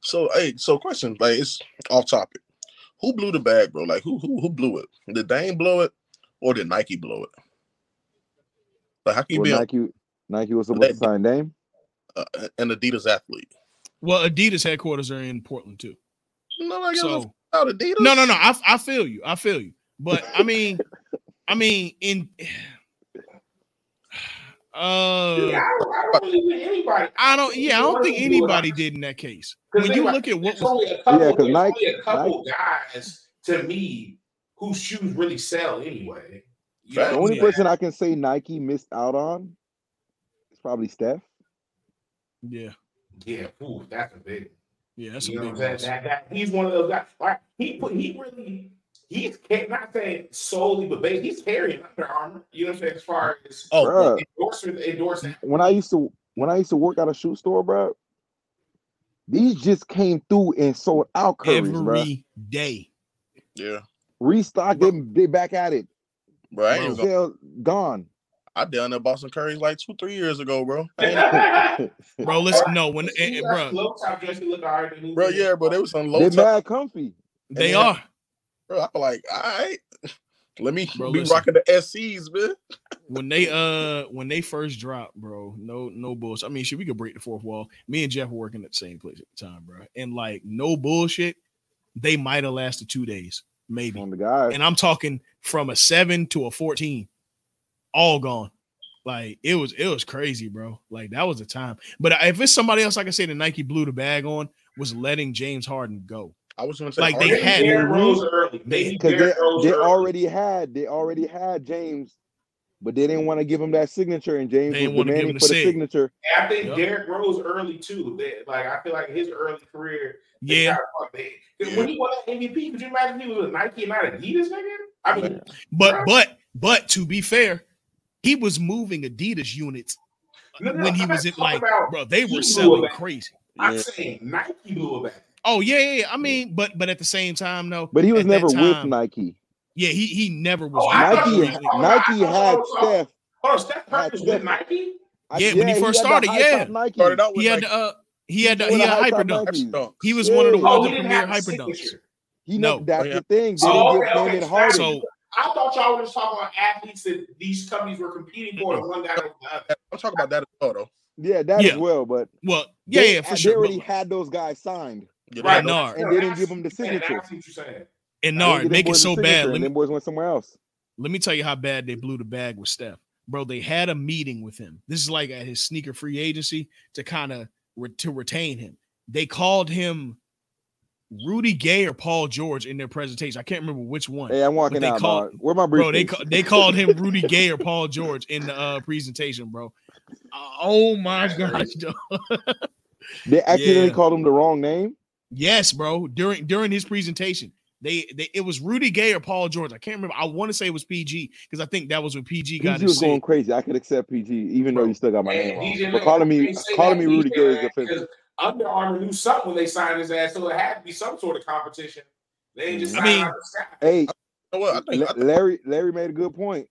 [SPEAKER 5] so hey, so question, like it's off topic. Who blew the bag, bro? Like who who who blew it? Did Dane blow it or did Nike blow it? Like how can you
[SPEAKER 6] Well,
[SPEAKER 5] be a-
[SPEAKER 6] Nike Nike was supposed to
[SPEAKER 5] Let-
[SPEAKER 6] sign Dame.
[SPEAKER 5] a- an Adidas athlete?
[SPEAKER 2] Well, Adidas headquarters are in Portland too.
[SPEAKER 5] No, like
[SPEAKER 2] So.
[SPEAKER 5] out Adidas.
[SPEAKER 2] No, no, no. I, I feel you. I feel you. But I mean, I mean, in
[SPEAKER 3] Yeah,
[SPEAKER 2] uh,
[SPEAKER 3] I don't, I don't really think anybody.
[SPEAKER 2] I don't. Yeah, I don't think
[SPEAKER 3] Why would you do it?
[SPEAKER 2] anybody did in that case.
[SPEAKER 3] 'Cause
[SPEAKER 2] When
[SPEAKER 3] they
[SPEAKER 2] you
[SPEAKER 3] like-
[SPEAKER 2] look at what
[SPEAKER 3] It's
[SPEAKER 2] was
[SPEAKER 3] only a couple.
[SPEAKER 6] Yeah, 'cause
[SPEAKER 3] there's
[SPEAKER 6] Nike-
[SPEAKER 3] only a couple guys to me whose shoes really sell anyway. You
[SPEAKER 5] Fact.
[SPEAKER 6] The
[SPEAKER 3] know
[SPEAKER 6] only
[SPEAKER 2] Yeah.
[SPEAKER 6] person I can say Nike missed out on is probably Steph.
[SPEAKER 2] yeah,
[SPEAKER 3] Yeah, ooh, that's a big.
[SPEAKER 2] yeah, that's a
[SPEAKER 3] you know
[SPEAKER 2] big
[SPEAKER 3] what I'm
[SPEAKER 2] loss.
[SPEAKER 3] saying? That, that he's one of those guys. Like he put he really he's ca- not saying solely, but ba- he's carrying Under Armour. You know what I'm saying? As far as
[SPEAKER 5] Oh,
[SPEAKER 6] Bruh.
[SPEAKER 3] endorsement, endorsing.
[SPEAKER 6] when I used to when I used to work at a shoe store, bro, these just came through and sold out
[SPEAKER 2] Every
[SPEAKER 6] Curry's,
[SPEAKER 2] day,
[SPEAKER 6] bro.
[SPEAKER 5] yeah,
[SPEAKER 6] Restock them, they back at it.
[SPEAKER 5] bro. I ain't even
[SPEAKER 2] Bro.
[SPEAKER 5] gonna,
[SPEAKER 6] Sales gone.
[SPEAKER 5] I down there Boston Curry's like two three years ago, bro. I ain't-
[SPEAKER 3] Bro,
[SPEAKER 2] bro. Listen, no, when eh, eh, bro,
[SPEAKER 3] low top dress, you look all right.
[SPEAKER 5] bro, yeah, bro. They was on low
[SPEAKER 6] they
[SPEAKER 5] top.
[SPEAKER 6] mad comfy.
[SPEAKER 2] they
[SPEAKER 5] then-
[SPEAKER 2] are,
[SPEAKER 5] Bro, I'm like, all right, let me
[SPEAKER 2] Bro,
[SPEAKER 5] be
[SPEAKER 2] listen.
[SPEAKER 5] rocking the SCs, man.
[SPEAKER 2] when they uh when they first dropped, bro, no no bullshit. I mean, shit, we could break the fourth wall. Me and Jeff were working at the same place at the time, bro, and like no bullshit, they might have lasted two days,
[SPEAKER 7] Oh
[SPEAKER 2] maybe.
[SPEAKER 6] On the guys.
[SPEAKER 2] and I'm talking from a seven to a fourteen, all gone. Like it was, it was crazy, bro. Like that was the time. But if it's somebody else, I can say the Nike blew the bag on was letting James Harden go.
[SPEAKER 5] I was gonna say,
[SPEAKER 2] Like,
[SPEAKER 5] are
[SPEAKER 2] they had-
[SPEAKER 3] Derrick Rose early. Maybe
[SPEAKER 6] Because they,
[SPEAKER 3] Derrick Rose
[SPEAKER 6] they
[SPEAKER 3] early.
[SPEAKER 6] already had they already had James
[SPEAKER 7] but they didn't want to give him that signature, and James
[SPEAKER 2] They didn't
[SPEAKER 7] was
[SPEAKER 2] wanna give
[SPEAKER 7] demanding
[SPEAKER 2] him the
[SPEAKER 7] for the
[SPEAKER 2] sig.
[SPEAKER 7] signature.
[SPEAKER 3] I think
[SPEAKER 2] Yup.
[SPEAKER 3] Derrick Rose early too. They- like I feel like his early career. they
[SPEAKER 2] Yeah,
[SPEAKER 3] kinda fucked it. 'Cause When he won that MVP, could you imagine he was with Nike and not Adidas, nigga? I mean,
[SPEAKER 2] but but but to be fair, he was moving Adidas units
[SPEAKER 3] no, no,
[SPEAKER 2] when he
[SPEAKER 3] I'm
[SPEAKER 2] was
[SPEAKER 3] not
[SPEAKER 2] in
[SPEAKER 3] talking
[SPEAKER 2] like,
[SPEAKER 3] about-
[SPEAKER 2] bro, they
[SPEAKER 3] he
[SPEAKER 2] were
[SPEAKER 3] blew
[SPEAKER 2] selling
[SPEAKER 3] up.
[SPEAKER 2] crazy.
[SPEAKER 3] I'm
[SPEAKER 7] Yeah.
[SPEAKER 3] saying Nike blew it back.
[SPEAKER 2] Oh yeah, yeah, yeah. I mean, but but at the same time, though,
[SPEAKER 7] But he was
[SPEAKER 2] At that
[SPEAKER 7] never with
[SPEAKER 2] time-
[SPEAKER 7] Nike.
[SPEAKER 2] yeah, he he never was.
[SPEAKER 3] Oh,
[SPEAKER 2] with
[SPEAKER 3] I thought
[SPEAKER 2] them
[SPEAKER 3] you were
[SPEAKER 7] Nike,
[SPEAKER 2] completely.
[SPEAKER 3] talking about-
[SPEAKER 7] Nike had Steph.
[SPEAKER 3] Oh, Steph
[SPEAKER 7] Nah,
[SPEAKER 3] Curry was with
[SPEAKER 7] Steph-
[SPEAKER 3] Nike.
[SPEAKER 7] I-
[SPEAKER 2] Yeah, when he first
[SPEAKER 7] had the
[SPEAKER 2] started,
[SPEAKER 7] high-top
[SPEAKER 2] yeah.
[SPEAKER 7] Nike.
[SPEAKER 5] Started out with
[SPEAKER 2] he had
[SPEAKER 5] like,
[SPEAKER 2] the, uh, he had the,
[SPEAKER 7] He
[SPEAKER 2] he
[SPEAKER 7] wore the
[SPEAKER 2] had
[SPEAKER 7] high-top
[SPEAKER 2] hyperdunks.
[SPEAKER 7] Nike.
[SPEAKER 5] dunks.
[SPEAKER 2] He was one of the
[SPEAKER 7] Yeah.
[SPEAKER 2] one
[SPEAKER 3] Oh,
[SPEAKER 2] of
[SPEAKER 3] he
[SPEAKER 2] the
[SPEAKER 3] didn't
[SPEAKER 2] premier
[SPEAKER 3] have a
[SPEAKER 2] hyperdunks.
[SPEAKER 3] signature.
[SPEAKER 7] He
[SPEAKER 2] No.
[SPEAKER 7] no, that's
[SPEAKER 5] Oh, yeah.
[SPEAKER 7] the thing. They didn't
[SPEAKER 3] Oh, okay,
[SPEAKER 7] give
[SPEAKER 3] okay.
[SPEAKER 7] Damon
[SPEAKER 3] So
[SPEAKER 7] Harden.
[SPEAKER 2] So
[SPEAKER 3] I thought y'all were just talking about athletes that these companies were competing for, and one guy over the other.
[SPEAKER 5] I'll talk about that as well, though.
[SPEAKER 7] yeah, that
[SPEAKER 2] Yeah.
[SPEAKER 7] as well. But
[SPEAKER 2] well, yeah,
[SPEAKER 7] they,
[SPEAKER 2] yeah, for
[SPEAKER 7] they
[SPEAKER 2] sure.
[SPEAKER 7] already
[SPEAKER 2] But,
[SPEAKER 7] had those guys signed.
[SPEAKER 5] Yeah,
[SPEAKER 2] Right.
[SPEAKER 5] no-
[SPEAKER 2] Nard.
[SPEAKER 7] And they didn't give him the signature.
[SPEAKER 3] I see what you're saying.
[SPEAKER 2] and
[SPEAKER 7] They didn't give
[SPEAKER 2] Nard,
[SPEAKER 7] them
[SPEAKER 2] make it
[SPEAKER 7] boys the
[SPEAKER 2] so
[SPEAKER 7] signature,
[SPEAKER 2] bad.
[SPEAKER 7] and
[SPEAKER 2] Let me
[SPEAKER 7] them boys went somewhere else.
[SPEAKER 2] let me tell you how bad they blew the bag with Steph. Bro, they had a meeting with him. This is like at his sneaker free agency to kind of re- to retain him. They called him Rudy Gay or Paul George in their presentation. I can't remember which one.
[SPEAKER 7] Hey, I'm walking
[SPEAKER 2] they
[SPEAKER 7] out,
[SPEAKER 2] call-
[SPEAKER 7] dog. Where my
[SPEAKER 2] bro, they
[SPEAKER 7] briefcase?
[SPEAKER 2] ca- they called him Rudy Gay or Paul George in the uh, presentation, bro. Oh my gosh, dog.
[SPEAKER 7] They accidentally
[SPEAKER 2] Yeah.
[SPEAKER 7] called him the wrong name.
[SPEAKER 2] Yes, bro. During during his presentation, they, they it was Rudy Gay or Paul George. I can't remember. I want to say it was PG because I think that was when PG got
[SPEAKER 7] PG
[SPEAKER 2] his
[SPEAKER 7] was
[SPEAKER 2] sig.
[SPEAKER 7] going crazy. I could accept PG, even though
[SPEAKER 2] Bro.
[SPEAKER 7] you still got my name
[SPEAKER 3] Man, DJ
[SPEAKER 7] wrong.
[SPEAKER 3] Miller,
[SPEAKER 7] But calling
[SPEAKER 3] they
[SPEAKER 7] me
[SPEAKER 3] say
[SPEAKER 7] calling
[SPEAKER 3] that
[SPEAKER 7] me Rudy
[SPEAKER 3] DJ
[SPEAKER 7] Gay is
[SPEAKER 3] Miller,
[SPEAKER 7] offensive.
[SPEAKER 3] 'cause Under Armour knew something when they signed his ass, so it had to be some sort of competition. They ain't just
[SPEAKER 2] Mm, I
[SPEAKER 3] signed
[SPEAKER 2] mean-
[SPEAKER 3] out of the sky.
[SPEAKER 7] Hey,
[SPEAKER 5] you know what? I think I,
[SPEAKER 7] La- Larry Larry made a good point.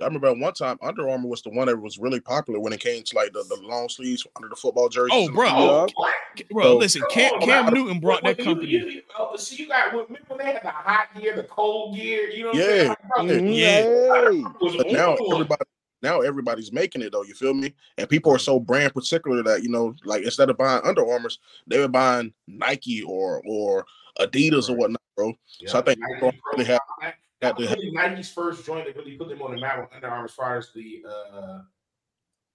[SPEAKER 5] I remember at one time Under Armour was the one that was really popular when it came to like the, the long sleeves under the football jerseys.
[SPEAKER 2] Oh, bro.
[SPEAKER 3] Oh,
[SPEAKER 7] Yeah.
[SPEAKER 3] what?
[SPEAKER 2] Bro,
[SPEAKER 5] So-
[SPEAKER 2] listen, Cam,
[SPEAKER 3] Come on,
[SPEAKER 2] Cam
[SPEAKER 5] man.
[SPEAKER 2] Newton brought
[SPEAKER 3] When
[SPEAKER 2] that
[SPEAKER 3] you-
[SPEAKER 2] company.
[SPEAKER 3] You, you, oh, so you got when, remember when they had the hot gear, the cold gear. You know what I'm
[SPEAKER 5] Yeah. Mm-hmm.
[SPEAKER 3] saying? Like, bro,
[SPEAKER 7] Mhm,
[SPEAKER 2] Yeah.
[SPEAKER 7] hey.
[SPEAKER 3] it was
[SPEAKER 5] But now
[SPEAKER 3] on.
[SPEAKER 5] everybody now everybody's making it though. You feel me? And people are so brand particular that you know, like instead of buying Under Armours, they were buying Nike or or Adidas or
[SPEAKER 3] Right.
[SPEAKER 5] whatnot, bro.
[SPEAKER 3] Yeah.
[SPEAKER 5] So I think
[SPEAKER 3] Nike
[SPEAKER 5] Under
[SPEAKER 3] Pro
[SPEAKER 5] Armour had-
[SPEAKER 3] Fly.
[SPEAKER 5] had
[SPEAKER 3] that
[SPEAKER 5] to
[SPEAKER 3] was
[SPEAKER 5] have-
[SPEAKER 3] really Nike's first joint that really put them on the map with Under Armour as far as the uh,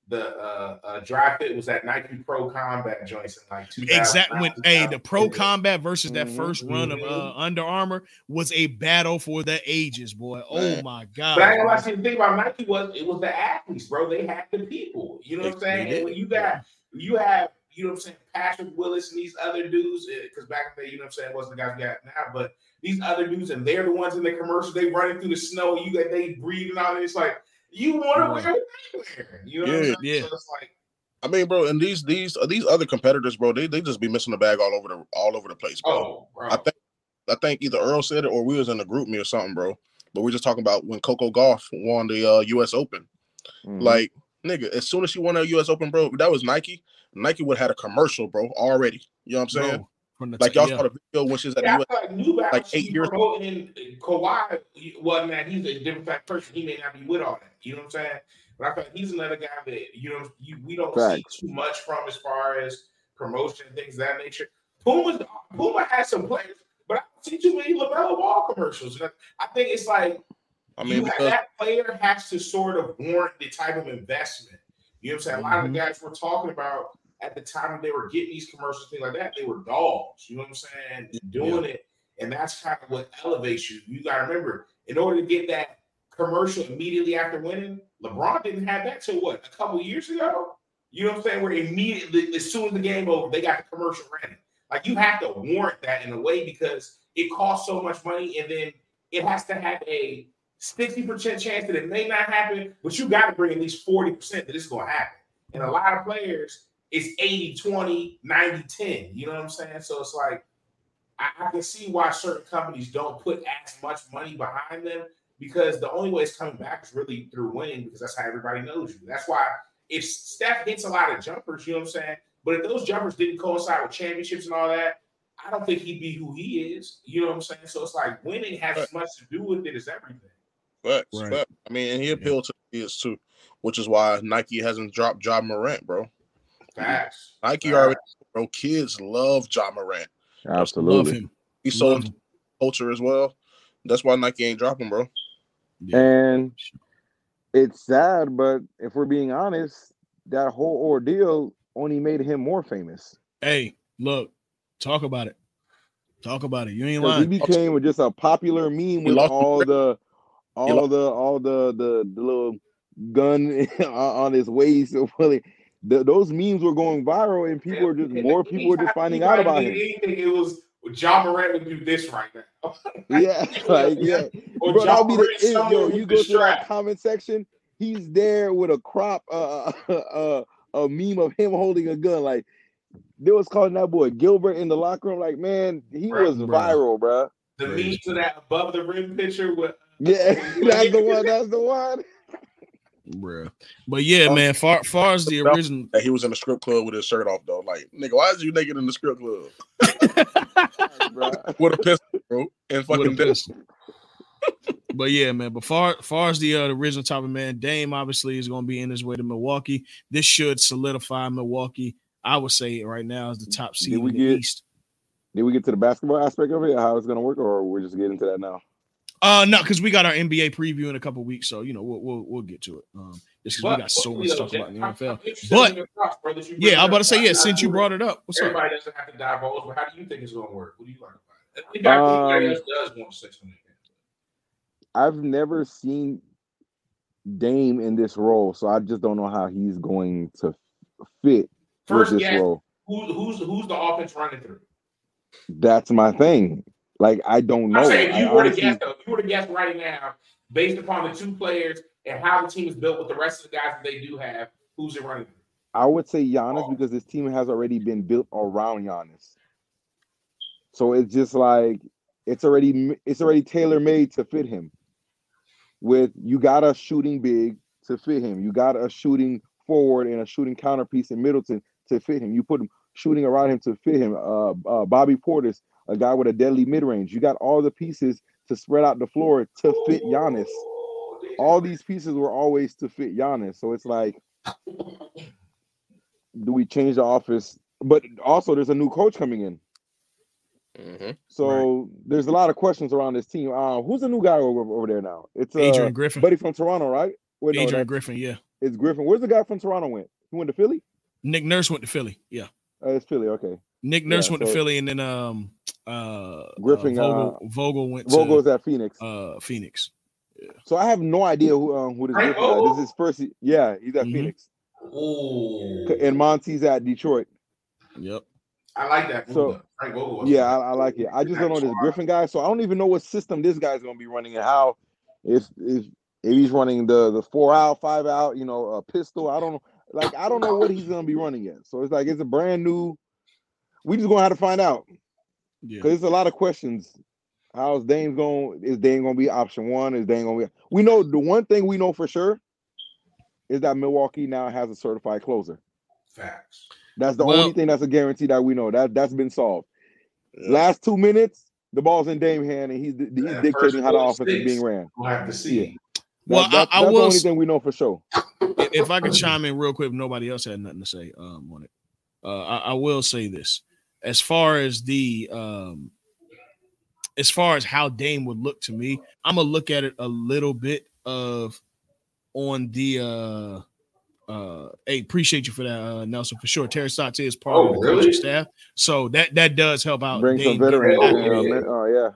[SPEAKER 3] the uh, uh, dry fit was that Nike Pro Combat joints in like 2000.
[SPEAKER 2] Exactly when hey the pro combat versus that
[SPEAKER 7] Mhm.
[SPEAKER 2] first run of uh, Under Armour was a battle for the ages, boy. Oh
[SPEAKER 5] Man.
[SPEAKER 2] my god.
[SPEAKER 3] But I
[SPEAKER 2] bro.
[SPEAKER 3] ain't gonna lie, see, the thing about Nike was it was the athletes, bro. They had the people. You know what I'm saying? And when you got you have you know what I'm saying, Patrick Willis and these other dudes, because back then, you know what I'm saying, it wasn't the guys we got now, but these other dudes, and they're the ones in the commercials, they running through the snow, you got they breathing out, and it's like you want to wear what they wear. You know what I'm
[SPEAKER 5] Yeah.
[SPEAKER 3] saying?
[SPEAKER 2] Yeah.
[SPEAKER 3] So it's like
[SPEAKER 5] I mean, bro, and these these these other competitors, bro, they, they just be missing the bag all over the all over the place, bro.
[SPEAKER 3] oh bro.
[SPEAKER 5] I think I think either Earl said it or we was in a group me or something, bro. But we are just talking about when Coco Golf won the uh, U.S. Open.
[SPEAKER 2] Mm-hmm.
[SPEAKER 7] Mhm.
[SPEAKER 5] Like, nigga, as soon as she won the U.S. Open, bro, that was Nike. Nike would have had a commercial, bro, already. You know what I'm saying?
[SPEAKER 2] Bro, from the
[SPEAKER 5] Like
[SPEAKER 2] t-
[SPEAKER 5] y'all
[SPEAKER 2] yeah.
[SPEAKER 5] saw the video when she was at the
[SPEAKER 3] Yeah,
[SPEAKER 5] U.S.
[SPEAKER 3] I feel like New Balance
[SPEAKER 5] like, eight
[SPEAKER 3] should be
[SPEAKER 5] years-
[SPEAKER 3] promoting Kawhi wasn't that he's a different type of person. He may not be with all that. You know what I'm saying? But I feel like he's another guy that you know you, we don't
[SPEAKER 7] Facts.
[SPEAKER 3] see too much from as far as promotion and things of that nature. Puma Puma has some players, but I don't see too many Lamelo Ball commercials. And I I think it's like
[SPEAKER 5] I mean,
[SPEAKER 3] you-
[SPEAKER 5] because
[SPEAKER 3] that player has to sort of warrant the type of investment. You know what I'm saying? A
[SPEAKER 5] Mm-hmm.
[SPEAKER 3] lot of the guys we're talking about at the time they were getting these commercials, things like that, they were dogs. You know what I'm saying? Doing it. And that's kind of what elevates you. You got to remember, in order to get that commercial immediately after winning, LeBron didn't have that till what, a couple years ago? You know what I'm saying? Where immediately, as soon as the game over, they got the commercial ready. Like you have to warrant that in a way because it costs so much money and then it has to have a 60% chance that it may not happen, but you got to bring at least 40% that it's going to happen. And a lot of players, it's 80, 20, 90, 10. You know what I'm saying? So it's like, I, I can see why certain companies don't put as much money behind them because the only way it's coming back is really through winning because that's how everybody knows you. That's why if Steph hits a lot of jumpers, you know what I'm saying? But if those jumpers didn't coincide with championships and all that, I don't think he'd be who he is. You know what I'm saying? So it's like winning has as much to do with it as everything.
[SPEAKER 5] facts,
[SPEAKER 2] Right.
[SPEAKER 5] facts. I mean, and he appealed to the kids too, which is why Nike hasn't dropped Ja Morant, bro.
[SPEAKER 3] Facts.
[SPEAKER 5] Nike
[SPEAKER 3] Facts.
[SPEAKER 5] already, bro. Kids love Ja Morant.
[SPEAKER 2] Love
[SPEAKER 7] Absolutely.
[SPEAKER 2] him.
[SPEAKER 5] He's so
[SPEAKER 2] Love
[SPEAKER 5] into
[SPEAKER 2] him.
[SPEAKER 5] culture as well. That's why Nike ain't dropping, bro.
[SPEAKER 2] Yeah.
[SPEAKER 7] And it's sad, but if we're being honest, that whole ordeal only made him more famous.
[SPEAKER 2] Hey, look, talk about it. Talk about it. You ain't
[SPEAKER 7] Because he
[SPEAKER 2] lying.
[SPEAKER 7] became just a popular meme with
[SPEAKER 5] lost his
[SPEAKER 7] all
[SPEAKER 5] grip.
[SPEAKER 7] the all
[SPEAKER 5] lost-
[SPEAKER 7] the all the, the the little
[SPEAKER 6] gun on on his waist. So really, th- those memes were going viral, and people are just more people are just finding out about him.
[SPEAKER 3] Anything it was John Morant would do this right now.
[SPEAKER 6] Yeah, like yeah.
[SPEAKER 3] Or
[SPEAKER 6] Bro,
[SPEAKER 3] John
[SPEAKER 6] that'll be the
[SPEAKER 3] Morant
[SPEAKER 6] end.
[SPEAKER 3] somewhere
[SPEAKER 6] Yo,
[SPEAKER 3] with
[SPEAKER 6] you
[SPEAKER 3] the
[SPEAKER 6] go to that
[SPEAKER 3] strap.
[SPEAKER 6] comment section. He's there with a crop, uh, uh, uh, a meme of him holding a gun. Like they was calling that boy Gilbert in the locker room. Like man, he
[SPEAKER 3] Bruh,
[SPEAKER 6] was
[SPEAKER 2] bruh.
[SPEAKER 6] viral, bro.
[SPEAKER 3] The meme to that above the rim picture with
[SPEAKER 6] Yeah, that's the one. That's the one.
[SPEAKER 2] Bruh. But yeah,
[SPEAKER 5] Oh.
[SPEAKER 2] man, far far as the
[SPEAKER 5] Well,
[SPEAKER 2] original
[SPEAKER 5] That he was in the strip club with his shirt off though. Like, nigga, why is you naked in the strip club
[SPEAKER 6] Bro.
[SPEAKER 5] with a pistol, bro? And
[SPEAKER 2] with a
[SPEAKER 5] fucking this.
[SPEAKER 2] pistol. but yeah, man. But far far as the uh, the original topic, man, Dame obviously is going to be in his way to Milwaukee. This should solidify Milwaukee. I would say right now is the top seed
[SPEAKER 6] we
[SPEAKER 2] in the
[SPEAKER 6] get-
[SPEAKER 2] East.
[SPEAKER 6] Did we get to the basketball aspect of it? How it's gonna work, or we're just getting to that now?
[SPEAKER 2] Uh, no, because we got our NBA preview in a couple weeks, so you know we'll we'll, we'll get to it. Um, just because we got so much to talk about in the NFL. But- Yeah, I'm about to say yeah. Since you brought it up, what's up?
[SPEAKER 3] Everybody doesn't have to dive all over. How do you think it's going to work? What do you like about it? I think everybody
[SPEAKER 6] Um,
[SPEAKER 3] else does want six on the
[SPEAKER 6] I've never seen Dame in this role, so I just don't know how he's going to fit
[SPEAKER 3] First
[SPEAKER 6] with this
[SPEAKER 3] guess,
[SPEAKER 6] role.
[SPEAKER 3] who, who's who's the offense running through?
[SPEAKER 6] That's my thing. Like I don't know.
[SPEAKER 3] I'm saying if
[SPEAKER 6] I
[SPEAKER 3] you were to
[SPEAKER 6] honestly-
[SPEAKER 3] guess, though, if you were to guess right now, based upon the two players and how the team is built with the rest of the guys that they do have, who's it running through?
[SPEAKER 6] I would say Giannis
[SPEAKER 3] Oh.
[SPEAKER 6] because this team has already been built around Giannis. So it's just like it's already m- it's already tailor made to fit him. With you got a shooting big to fit him. You got a shooting forward and a shooting counterpiece in Middleton to fit him. You put him shooting around him to fit him. Uh, uh Bobby Portis, a guy with a deadly mid range. You got all the pieces to spread out the floor to fit Giannis.
[SPEAKER 3] Oh, damn.
[SPEAKER 6] all these pieces were always to fit Giannis. So it's like, do we change the office? But also, there's a new coach coming in. So there's a lot of questions around this team. Uh, who's the new guy over, over there now? It's uh,
[SPEAKER 2] Adrian Griffin.
[SPEAKER 6] buddy from Toronto, right? Wait, no,
[SPEAKER 2] Adrian
[SPEAKER 6] that-
[SPEAKER 2] Griffin. Yeah.
[SPEAKER 6] it's Griffin. Where's the guy from Toronto went? He went to Philly?
[SPEAKER 2] Nick Nurse went to Philly. Yeah.
[SPEAKER 6] Uh, it's Philly, okay.
[SPEAKER 2] Nick Nurse
[SPEAKER 6] Yeah,
[SPEAKER 2] went
[SPEAKER 6] so-
[SPEAKER 2] to Philly, and then um uh
[SPEAKER 6] Griffin,
[SPEAKER 2] uh, Vogel, Vogel went
[SPEAKER 6] Vogel's at Phoenix.
[SPEAKER 2] to uh Phoenix.
[SPEAKER 6] So I have no idea who um, who this
[SPEAKER 3] Frank
[SPEAKER 6] Griffin guy. This is
[SPEAKER 3] Vogel?
[SPEAKER 6] his first. Yeah, he's at
[SPEAKER 2] Mhm.
[SPEAKER 6] Phoenix,
[SPEAKER 3] Ooh.
[SPEAKER 6] and Monty's at Detroit.
[SPEAKER 2] Yep.
[SPEAKER 3] I like that. move,
[SPEAKER 6] So-
[SPEAKER 3] though. Frank Vogel was-
[SPEAKER 6] Yeah, I, I like it. I just don't know this Griffin guy, so I don't even know what system this guy's gonna be running and how, if if if he's running the the four out, five out, you know, a pistol. I don't know. Like I don't know what he's gonna be running yet. So it's like it's a brand new. We just gonna have to find out
[SPEAKER 2] Yeah.
[SPEAKER 6] because it's a lot of questions. How's Dame going? Is Dame gonna be option one? Is Dame gonna be? We know the one thing we know for sure is that Milwaukee now has a certified closer.
[SPEAKER 3] Facts.
[SPEAKER 6] That's the
[SPEAKER 2] Well-
[SPEAKER 6] only thing that's a guarantee that we know. That that's been solved.
[SPEAKER 5] Yeah.
[SPEAKER 6] Last two minutes, the ball's in Dame hand, and he's, he's
[SPEAKER 3] Yeah,
[SPEAKER 6] dictating
[SPEAKER 3] first
[SPEAKER 6] how the
[SPEAKER 3] four,
[SPEAKER 6] offense is
[SPEAKER 3] six.
[SPEAKER 6] being ran.
[SPEAKER 3] We'll have to see.
[SPEAKER 6] That-
[SPEAKER 2] Well, I-
[SPEAKER 6] that's,
[SPEAKER 2] I
[SPEAKER 6] that's
[SPEAKER 2] will
[SPEAKER 6] the only
[SPEAKER 2] s-
[SPEAKER 6] thing we know for sure.
[SPEAKER 2] if if I could chime in real quick, if nobody else had nothing to say um, on it. Uh, I, I will say this: as far as the um, as far as how Dame would look to me, I'm gonna look at it a little bit of on the. uh uh hey appreciate you for that uh nelson for sure terry Stotts is part
[SPEAKER 3] Oh,
[SPEAKER 2] of the
[SPEAKER 3] really?
[SPEAKER 2] coaching staff so that that does help out
[SPEAKER 6] Bring some
[SPEAKER 2] Dame getting
[SPEAKER 6] veterans
[SPEAKER 2] back
[SPEAKER 6] in.
[SPEAKER 3] Dame
[SPEAKER 2] in
[SPEAKER 6] there,
[SPEAKER 2] it.
[SPEAKER 3] Dame.
[SPEAKER 6] man. Oh yeah,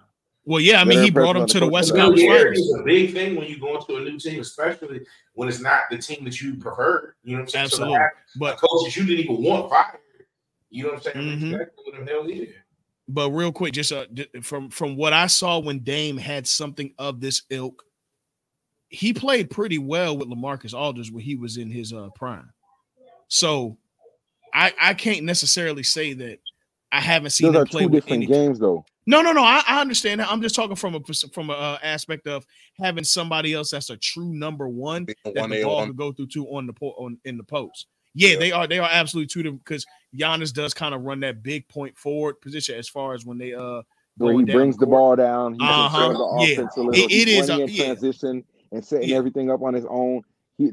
[SPEAKER 2] well yeah i mean
[SPEAKER 6] Veteran
[SPEAKER 2] he brought
[SPEAKER 6] presence
[SPEAKER 2] him to
[SPEAKER 6] on the
[SPEAKER 2] the west
[SPEAKER 6] coaching staff.
[SPEAKER 2] conference finals
[SPEAKER 3] Familiarity is a big thing when you go into a new team, especially when it's not the team that you prefer. You know what I'm saying?
[SPEAKER 2] Absolutely.
[SPEAKER 3] So to have a
[SPEAKER 2] but
[SPEAKER 3] coach that you didn't even want fired. You know what I'm saying?
[SPEAKER 2] Mhm.
[SPEAKER 3] Respect to them, hell yeah.
[SPEAKER 2] but real quick, just uh, d- from from what I saw when Dame had something of this ilk, he played pretty well with Lamarcus Alders when he was in his uh, prime. So I I can't necessarily say that I haven't seen
[SPEAKER 6] those
[SPEAKER 2] him
[SPEAKER 6] are
[SPEAKER 2] play
[SPEAKER 6] two
[SPEAKER 2] with
[SPEAKER 6] different
[SPEAKER 2] any.
[SPEAKER 6] games though.
[SPEAKER 2] No, no, no. I, I understand that. I'm just talking from a pers- from a uh, aspect of having somebody else that's a true number one
[SPEAKER 5] Being
[SPEAKER 2] that
[SPEAKER 5] One
[SPEAKER 2] the
[SPEAKER 5] day
[SPEAKER 2] ball
[SPEAKER 5] on
[SPEAKER 2] could go through two on the po- on in the post. Yeah,
[SPEAKER 5] Yeah.
[SPEAKER 2] they are they are absolutely two different because Giannis does kind of run that big point forward position as far as when they uh
[SPEAKER 6] Where he
[SPEAKER 2] going down
[SPEAKER 6] brings the
[SPEAKER 2] court.
[SPEAKER 6] ball down, he
[SPEAKER 2] Uh-huh. Yeah.
[SPEAKER 6] controls the offense a little.
[SPEAKER 2] It-
[SPEAKER 6] he's
[SPEAKER 2] it is
[SPEAKER 6] running
[SPEAKER 2] a-
[SPEAKER 6] in
[SPEAKER 2] yeah.
[SPEAKER 6] transition and setting
[SPEAKER 2] Yeah.
[SPEAKER 6] everything up on his own. He,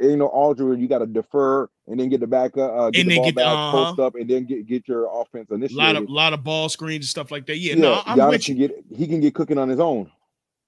[SPEAKER 6] you know, Aldridge, you got to defer and then get the back up, uh, get
[SPEAKER 2] And
[SPEAKER 6] the
[SPEAKER 2] then
[SPEAKER 6] ball
[SPEAKER 2] get the-
[SPEAKER 6] back,
[SPEAKER 2] uh-huh.
[SPEAKER 6] post up, and then get get your offense
[SPEAKER 2] lot
[SPEAKER 6] initiated.
[SPEAKER 2] of lot of ball screens and stuff like that. Yeah,
[SPEAKER 6] yeah,
[SPEAKER 2] no, I'm
[SPEAKER 6] Giannis
[SPEAKER 2] with you.
[SPEAKER 6] can get he can get cooking on his own.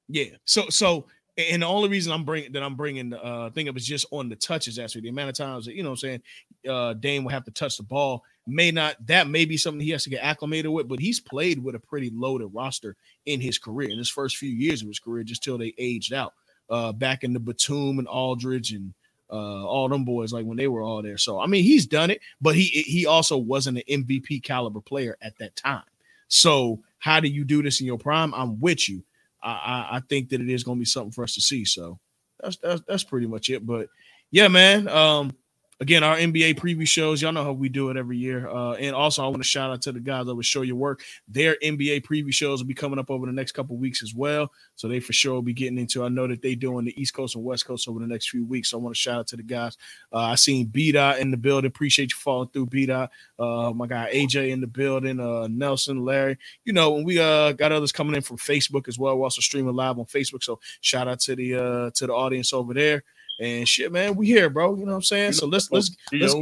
[SPEAKER 2] Yeah. So so and the only reason I'm bringing that I'm bringing the uh, thing up is just on the touches actually the amount of times that you know what I'm saying uh Dame will have to touch the ball may not that may be something he has to get acclimated with but he's played with a pretty loaded roster in his career in his first few years of his career just till they aged out uh, back in the Batum and Aldridge and uh, all them boys, like when they were all there. So I mean, he's done it, but he he also wasn't an MVP caliber player at that time. So how do you do this in your prime? I'm with you. I I, I think that it is going to be something for us to see. So that's that's that's pretty much it. But yeah, man. Um, again, our NBA preview shows. Y'all know how we do it every year. Uh, and also, I want to shout out to the guys over Show Your Work. Their NBA preview shows will be coming up over the next couple weeks as well. So they for sure will be getting into. I know that they doing the East Coast and West Coast over the next few weeks. So I want to shout out to the guys. Uh, I seen B Dot in the building. Appreciate you falling through, B Dot. Uh, my guy AJ in the building. Uh, Nelson, Larry. You know, when we uh got others coming in from Facebook as well. We're also streaming live on Facebook. So shout out to the uh to the audience over there. And shit, man, we here, bro. You know what I'm saying? So let's let's let's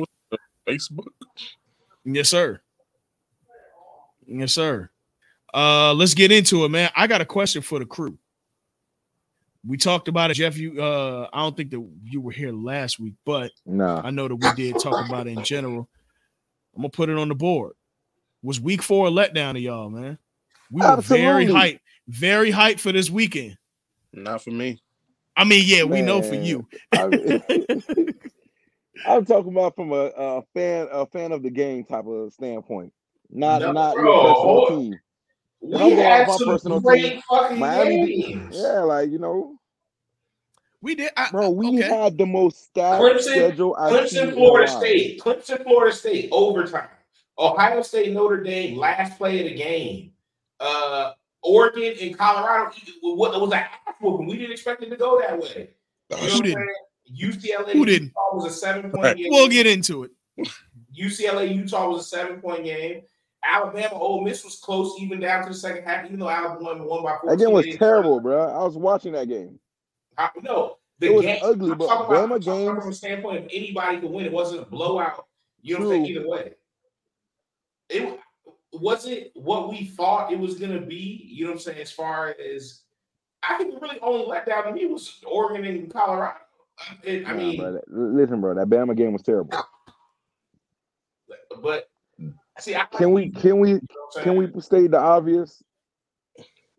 [SPEAKER 5] Facebook.
[SPEAKER 2] Yes, sir. Yes, sir. Uh, let's get into it, man. I got a question for the crew. We talked about it, Jeff. You, uh, I don't think that you were here last week, but
[SPEAKER 6] Nah.
[SPEAKER 2] I know that we did talk about it in general. I'm gonna put it on the board. Was Week Four a letdown to y'all, man? We were very
[SPEAKER 6] Absolutely.
[SPEAKER 2] hyped, very hyped for this weekend.
[SPEAKER 5] Not for me.
[SPEAKER 2] I mean, yeah, we know for
[SPEAKER 6] Man.
[SPEAKER 2] you.
[SPEAKER 6] I- I'm talking about from a, a fan a fan of the game type of standpoint. Not
[SPEAKER 3] No,
[SPEAKER 6] not
[SPEAKER 3] bro.
[SPEAKER 6] your personal team.
[SPEAKER 3] We
[SPEAKER 6] If I'm going
[SPEAKER 3] had
[SPEAKER 6] off my
[SPEAKER 3] some
[SPEAKER 6] personal
[SPEAKER 3] great
[SPEAKER 6] team,
[SPEAKER 3] fucking
[SPEAKER 6] Miami did-
[SPEAKER 3] games.
[SPEAKER 6] Yeah, like you know,
[SPEAKER 2] We did, I,
[SPEAKER 6] bro, we
[SPEAKER 2] okay.
[SPEAKER 6] had the most stacked
[SPEAKER 3] Clemson-
[SPEAKER 6] schedule I've seen
[SPEAKER 3] Clemson,
[SPEAKER 6] in
[SPEAKER 3] Florida
[SPEAKER 6] my life.
[SPEAKER 3] State. Clemson, Florida State, overtime. Ohio State, Notre Dame, last play of the game. Uh, Oregon and Colorado. e, What was that? We didn't expect it to go that way. You know
[SPEAKER 2] Who
[SPEAKER 3] what I'm
[SPEAKER 2] didn't?
[SPEAKER 3] saying? UCLA
[SPEAKER 2] Who didn't?
[SPEAKER 3] Utah was a seven point
[SPEAKER 5] Right.
[SPEAKER 3] game.
[SPEAKER 2] We'll get into it.
[SPEAKER 3] UCLA Utah was a seven point game. Alabama Ole Miss was close even down to the second half, even though Alabama won by
[SPEAKER 6] That
[SPEAKER 3] 14.
[SPEAKER 6] game was
[SPEAKER 3] They didn't-
[SPEAKER 6] terrible, bro. I was watching that game.
[SPEAKER 3] I, no, the
[SPEAKER 6] It was
[SPEAKER 3] game.
[SPEAKER 6] ugly,
[SPEAKER 3] I'm
[SPEAKER 6] but
[SPEAKER 3] talking about,
[SPEAKER 6] Bama
[SPEAKER 3] I'm talking about
[SPEAKER 6] games-
[SPEAKER 3] from a standpoint of anybody could win. It wasn't a blowout. You don't think
[SPEAKER 6] True.
[SPEAKER 3] either way. It was it what we thought it was gonna be. You know what I'm saying? As far as I think, the really only letdown to me was Oregon and Colorado. And, I
[SPEAKER 6] Nah,
[SPEAKER 3] mean,
[SPEAKER 6] bro, that- listen, bro, that Bama game was terrible.
[SPEAKER 3] but see, I
[SPEAKER 6] Can we can we
[SPEAKER 3] you know what I'm
[SPEAKER 6] can we
[SPEAKER 3] saying?
[SPEAKER 6] state the obvious?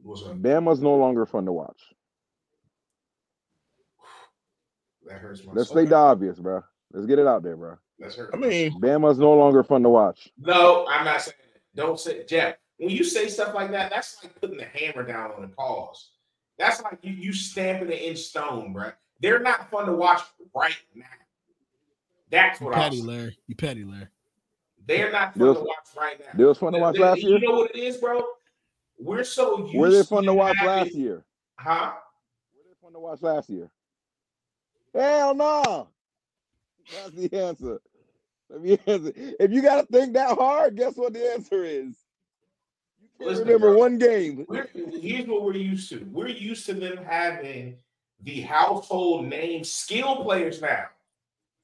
[SPEAKER 3] What's up?
[SPEAKER 6] Bama's no longer fun to watch.
[SPEAKER 3] That hurts my
[SPEAKER 6] Let's
[SPEAKER 3] soul.
[SPEAKER 6] state the obvious, bro. Let's get it out there, bro.
[SPEAKER 3] That's hurt.
[SPEAKER 5] I mean,
[SPEAKER 6] Bama's no longer fun to watch.
[SPEAKER 3] No, I'm not saying that. Don't say Jeff. When you say stuff like that, that's like putting the hammer down on the cause. That's like you you stamping it in stone, bro. They're not fun to watch right now. That's
[SPEAKER 2] You
[SPEAKER 3] what I'm
[SPEAKER 2] petty,
[SPEAKER 3] saying.
[SPEAKER 2] Larry. You petty, Larry.
[SPEAKER 3] They're not fun
[SPEAKER 6] Those-
[SPEAKER 3] to watch right now.
[SPEAKER 6] They was fun to watch
[SPEAKER 3] They-
[SPEAKER 6] last
[SPEAKER 3] you
[SPEAKER 6] year.
[SPEAKER 3] know what it is, bro? We're so used
[SPEAKER 6] Were they fun to
[SPEAKER 3] it
[SPEAKER 6] watch
[SPEAKER 3] happening-
[SPEAKER 6] last year?
[SPEAKER 3] Huh?
[SPEAKER 6] Were they fun to watch last year? Hell no. That's the answer. Let me answer. If you gotta think that hard, guess what the answer is? You can't
[SPEAKER 3] Listen,
[SPEAKER 6] remember
[SPEAKER 3] bro.
[SPEAKER 6] one game.
[SPEAKER 3] We're, here's what we're used to. We're used to them having the household name skill players now.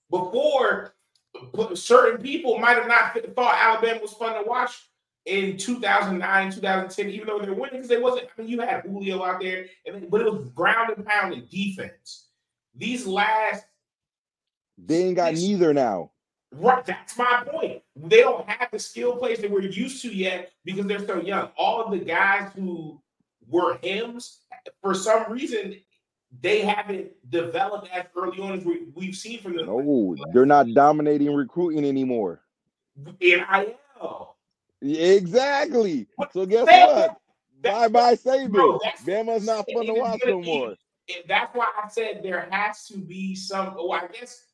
[SPEAKER 3] Before, p- certain people might have not fit- thought Alabama was fun to watch in 2009, 2010, even though they're winning because they wasn't. I mean, you had Julio out there, and then, but it was ground and pound and defense. These last
[SPEAKER 6] They ain't got
[SPEAKER 3] Yes.
[SPEAKER 6] neither now.
[SPEAKER 3] Right, that's my point. They don't have the skill plays that we're used to yet because they're so young. All of the guys who were hymns, for some reason, they haven't developed as early on as we, we've seen from them.
[SPEAKER 6] No, they're not dominating recruiting anymore.
[SPEAKER 3] NIL.
[SPEAKER 6] Yeah, Exactly.
[SPEAKER 3] But
[SPEAKER 6] So guess
[SPEAKER 3] Saban-
[SPEAKER 6] what? Bye
[SPEAKER 3] that's-
[SPEAKER 6] bye Saban.
[SPEAKER 3] Bro, that's-
[SPEAKER 6] Bama's not fun to
[SPEAKER 3] Even
[SPEAKER 6] watch
[SPEAKER 3] good-
[SPEAKER 6] no more.
[SPEAKER 3] And that's why I said there has to be some. Oh, I guess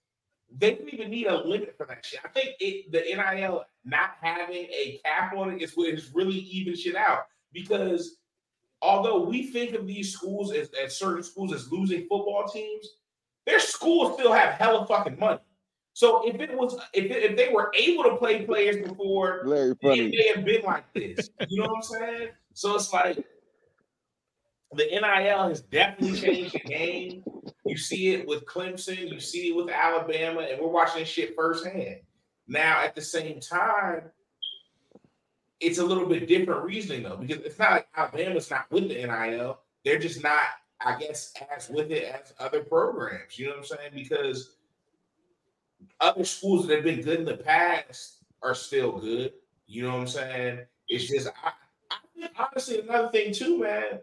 [SPEAKER 3] they didn't even need a limit for that shit. I think it, the NIL not having a cap on it is what is really even shit out because although we think of these schools as, as certain schools as losing football teams, their schools still have hella fucking money. So if it was if, it- if they were able to play players before
[SPEAKER 6] Larry
[SPEAKER 3] it
[SPEAKER 6] funny.
[SPEAKER 3] may have been like this. You know what I'm saying? So it's like the NIL has definitely changed the game. You see it with Clemson, you see it with Alabama, and we're watching this shit firsthand. Now, at the same time, it's a little bit different reasoning though, because it's not like Alabama's not with the NIL. They're just not, I guess, as with it as other programs. You know what I'm saying? Because other schools that have been good in the past are still good. You know what I'm saying? It's just I, I think honestly another thing too, man.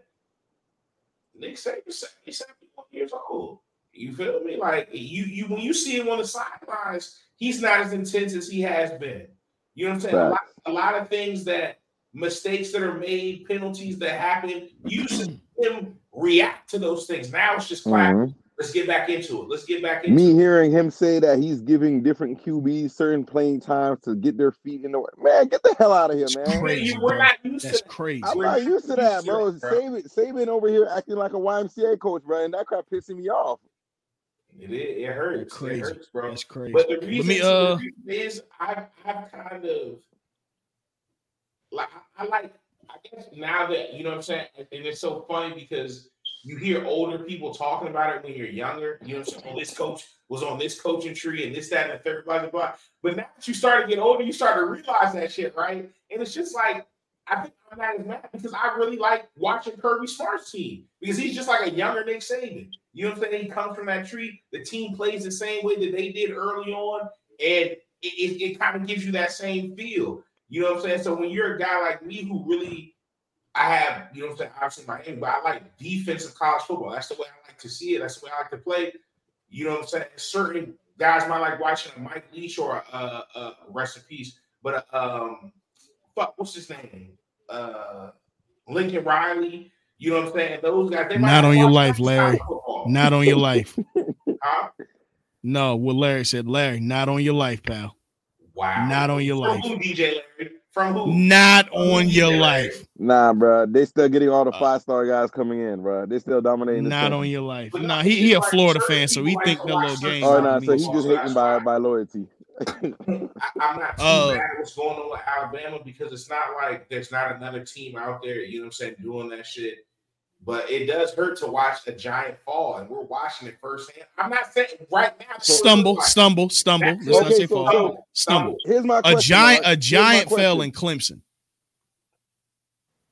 [SPEAKER 3] Nick Saban's 71 years old. You feel me? Like you, you when you see him on the sidelines, he's not as intense as he has been. You know what I'm saying? A lot, a lot of things that mistakes that are made, penalties that happen, you see him react to those things. Now it's just clap.
[SPEAKER 6] Mm-hmm.
[SPEAKER 7] Mhm.
[SPEAKER 3] Let's get back into it. Let's get back into
[SPEAKER 7] me
[SPEAKER 3] it.
[SPEAKER 7] hearing him say that he's giving different QBs certain playing times to get their feet in the way. Man, get the hell out of here,
[SPEAKER 2] It's
[SPEAKER 7] man.
[SPEAKER 2] crazy,
[SPEAKER 3] You- we're
[SPEAKER 2] bro.
[SPEAKER 3] not used
[SPEAKER 2] That's
[SPEAKER 3] to that.
[SPEAKER 2] crazy.
[SPEAKER 7] I'm
[SPEAKER 3] We're
[SPEAKER 7] not
[SPEAKER 3] not
[SPEAKER 7] used to that,
[SPEAKER 3] used to
[SPEAKER 7] bro.
[SPEAKER 3] that, bro.
[SPEAKER 7] Saban, Saban over here acting like a YMCA coach, bro, and that crap pissing me off.
[SPEAKER 3] It, is- it hurts.
[SPEAKER 2] Crazy.
[SPEAKER 3] It hurts, bro.
[SPEAKER 2] That's crazy.
[SPEAKER 3] But the
[SPEAKER 2] Let
[SPEAKER 3] reason,
[SPEAKER 2] me
[SPEAKER 3] see, the
[SPEAKER 2] uh
[SPEAKER 3] reason is I've, I've kind of like I, I like I guess now that you know what I'm saying, and it's so funny because you hear older people talking about it when you're younger. You know what I'm saying? Oh, this coach was on this coaching tree and this, that, and the third, blah, blah, blah. But now that you start to get older, you start to realize that shit, right? And it's just like I think I'm not as mad because I really like watching Kirby Smart's team because he's just like a younger Nick Saban. You know what I'm saying? He comes from that tree. The team plays the same way that they did early on, and it, it, it kind of gives you that same feel. You know what I'm saying? So when you're a guy like me who really I have, you know what I'm saying, obviously my aim, but I like defensive college football. That's the way I like to see it. That's the way I like to play. You know what I'm saying? Certain guys might like watching a Mike Leach or a, a, a rest in peace, but um fuck, what's his name? Uh Lincoln Riley. You know what I'm saying? Those guys they might
[SPEAKER 2] Not
[SPEAKER 3] like
[SPEAKER 2] on your
[SPEAKER 3] watching
[SPEAKER 2] life,
[SPEAKER 3] college
[SPEAKER 2] Larry.
[SPEAKER 3] football.
[SPEAKER 2] not on your life.
[SPEAKER 3] Huh?
[SPEAKER 2] No, what Larry said, Larry, not on your life, pal.
[SPEAKER 3] Wow.
[SPEAKER 2] Not on your
[SPEAKER 3] From
[SPEAKER 2] life.
[SPEAKER 3] who, DJ Larry? From who?
[SPEAKER 2] Not
[SPEAKER 3] From who,
[SPEAKER 2] on
[SPEAKER 3] DJ
[SPEAKER 2] your
[SPEAKER 3] Larry?
[SPEAKER 2] life.
[SPEAKER 7] Nah, bro. They still getting all the
[SPEAKER 2] Uh,
[SPEAKER 7] five star guys coming in, bro. They still dominating this
[SPEAKER 2] Not on
[SPEAKER 7] country.
[SPEAKER 2] your life.
[SPEAKER 3] But
[SPEAKER 2] Nah,
[SPEAKER 3] no,
[SPEAKER 2] he
[SPEAKER 3] it's
[SPEAKER 2] he a
[SPEAKER 3] like
[SPEAKER 2] Florida
[SPEAKER 3] certain
[SPEAKER 2] fan, so
[SPEAKER 3] people
[SPEAKER 2] he
[SPEAKER 3] like
[SPEAKER 2] think
[SPEAKER 3] to
[SPEAKER 2] that
[SPEAKER 3] watch
[SPEAKER 2] little
[SPEAKER 3] certain
[SPEAKER 2] game
[SPEAKER 7] Oh
[SPEAKER 3] Nah,
[SPEAKER 7] no,
[SPEAKER 2] really
[SPEAKER 3] stuff.
[SPEAKER 7] so
[SPEAKER 2] means
[SPEAKER 7] he just
[SPEAKER 2] something.
[SPEAKER 7] hating by by loyalty.
[SPEAKER 3] I, I'm not too
[SPEAKER 2] Uh,
[SPEAKER 3] mad at what's going on with Alabama because it's not like there's not another team out there, you know what I'm saying, doing that shit. But it does hurt to watch a giant fall, and we're watching it firsthand. I'm not saying right now. that's what it
[SPEAKER 2] Stumble,
[SPEAKER 3] looks like.
[SPEAKER 2] stumble, stumble.
[SPEAKER 3] That's
[SPEAKER 2] Let's not
[SPEAKER 7] okay, so-
[SPEAKER 2] say
[SPEAKER 7] so-
[SPEAKER 2] fall.
[SPEAKER 3] Stumble,
[SPEAKER 2] Stumble.
[SPEAKER 7] Here's my
[SPEAKER 2] A
[SPEAKER 7] question.
[SPEAKER 2] giant,
[SPEAKER 7] Mark. Here's
[SPEAKER 2] a
[SPEAKER 7] my
[SPEAKER 2] giant fell
[SPEAKER 7] question.
[SPEAKER 2] in Clemson.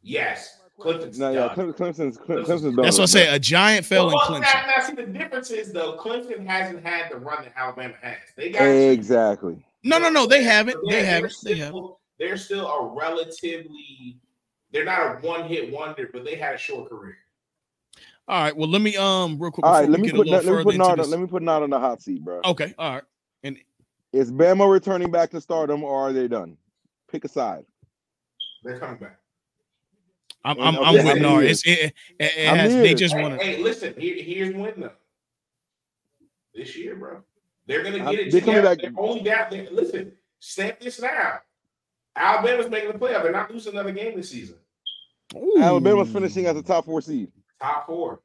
[SPEAKER 3] Yes. Clifton's
[SPEAKER 7] No, yeah,
[SPEAKER 3] done.
[SPEAKER 7] Clem- Clemson's Clem-
[SPEAKER 3] Clemson's-
[SPEAKER 7] Clemson's
[SPEAKER 2] That's what I
[SPEAKER 7] donuts,
[SPEAKER 2] say. A giant fell in
[SPEAKER 3] Well,
[SPEAKER 2] Clemson.
[SPEAKER 3] well, now, now, see, the difference is, though, Clemson hasn't had the run that Alabama has. They
[SPEAKER 7] bro.
[SPEAKER 3] got
[SPEAKER 7] Exactly.
[SPEAKER 2] No, no, no. They haven't.
[SPEAKER 3] But
[SPEAKER 2] They
[SPEAKER 3] they're-
[SPEAKER 2] haven't.
[SPEAKER 3] They're
[SPEAKER 2] They haven't.
[SPEAKER 3] still, they're still a relatively. They're not a one-hit wonder, but they had a short career.
[SPEAKER 2] All right. Well, let me um real quick
[SPEAKER 7] All
[SPEAKER 2] before
[SPEAKER 7] right, let me
[SPEAKER 2] we get a
[SPEAKER 7] put
[SPEAKER 2] little
[SPEAKER 7] let me
[SPEAKER 2] further
[SPEAKER 7] put
[SPEAKER 2] into
[SPEAKER 7] Nard
[SPEAKER 2] this.
[SPEAKER 7] let me put Nard on the hot seat, bro.
[SPEAKER 2] Okay. All right. And
[SPEAKER 7] Is Bama returning back to stardom or are they done? Pick a side.
[SPEAKER 3] They're coming back.
[SPEAKER 2] I'm
[SPEAKER 7] And-
[SPEAKER 2] I'm,
[SPEAKER 7] okay,
[SPEAKER 2] I'm with
[SPEAKER 3] I'm
[SPEAKER 2] Nard.
[SPEAKER 7] here.
[SPEAKER 2] It's it, it, it
[SPEAKER 7] I'm
[SPEAKER 2] has. They
[SPEAKER 7] here.
[SPEAKER 2] just
[SPEAKER 3] Hey,
[SPEAKER 2] want to.
[SPEAKER 3] hey, listen. Here, here's when though. This year, bro, they're gonna
[SPEAKER 7] I'm-
[SPEAKER 3] get it.
[SPEAKER 7] Uh, they're coming
[SPEAKER 3] together.
[SPEAKER 7] back-
[SPEAKER 3] They're only down. There. Listen, stamp this now. Alabama's making the playoff. They're not losing another game this season.
[SPEAKER 7] Alabama's finishing as a top four seed.
[SPEAKER 3] Top four.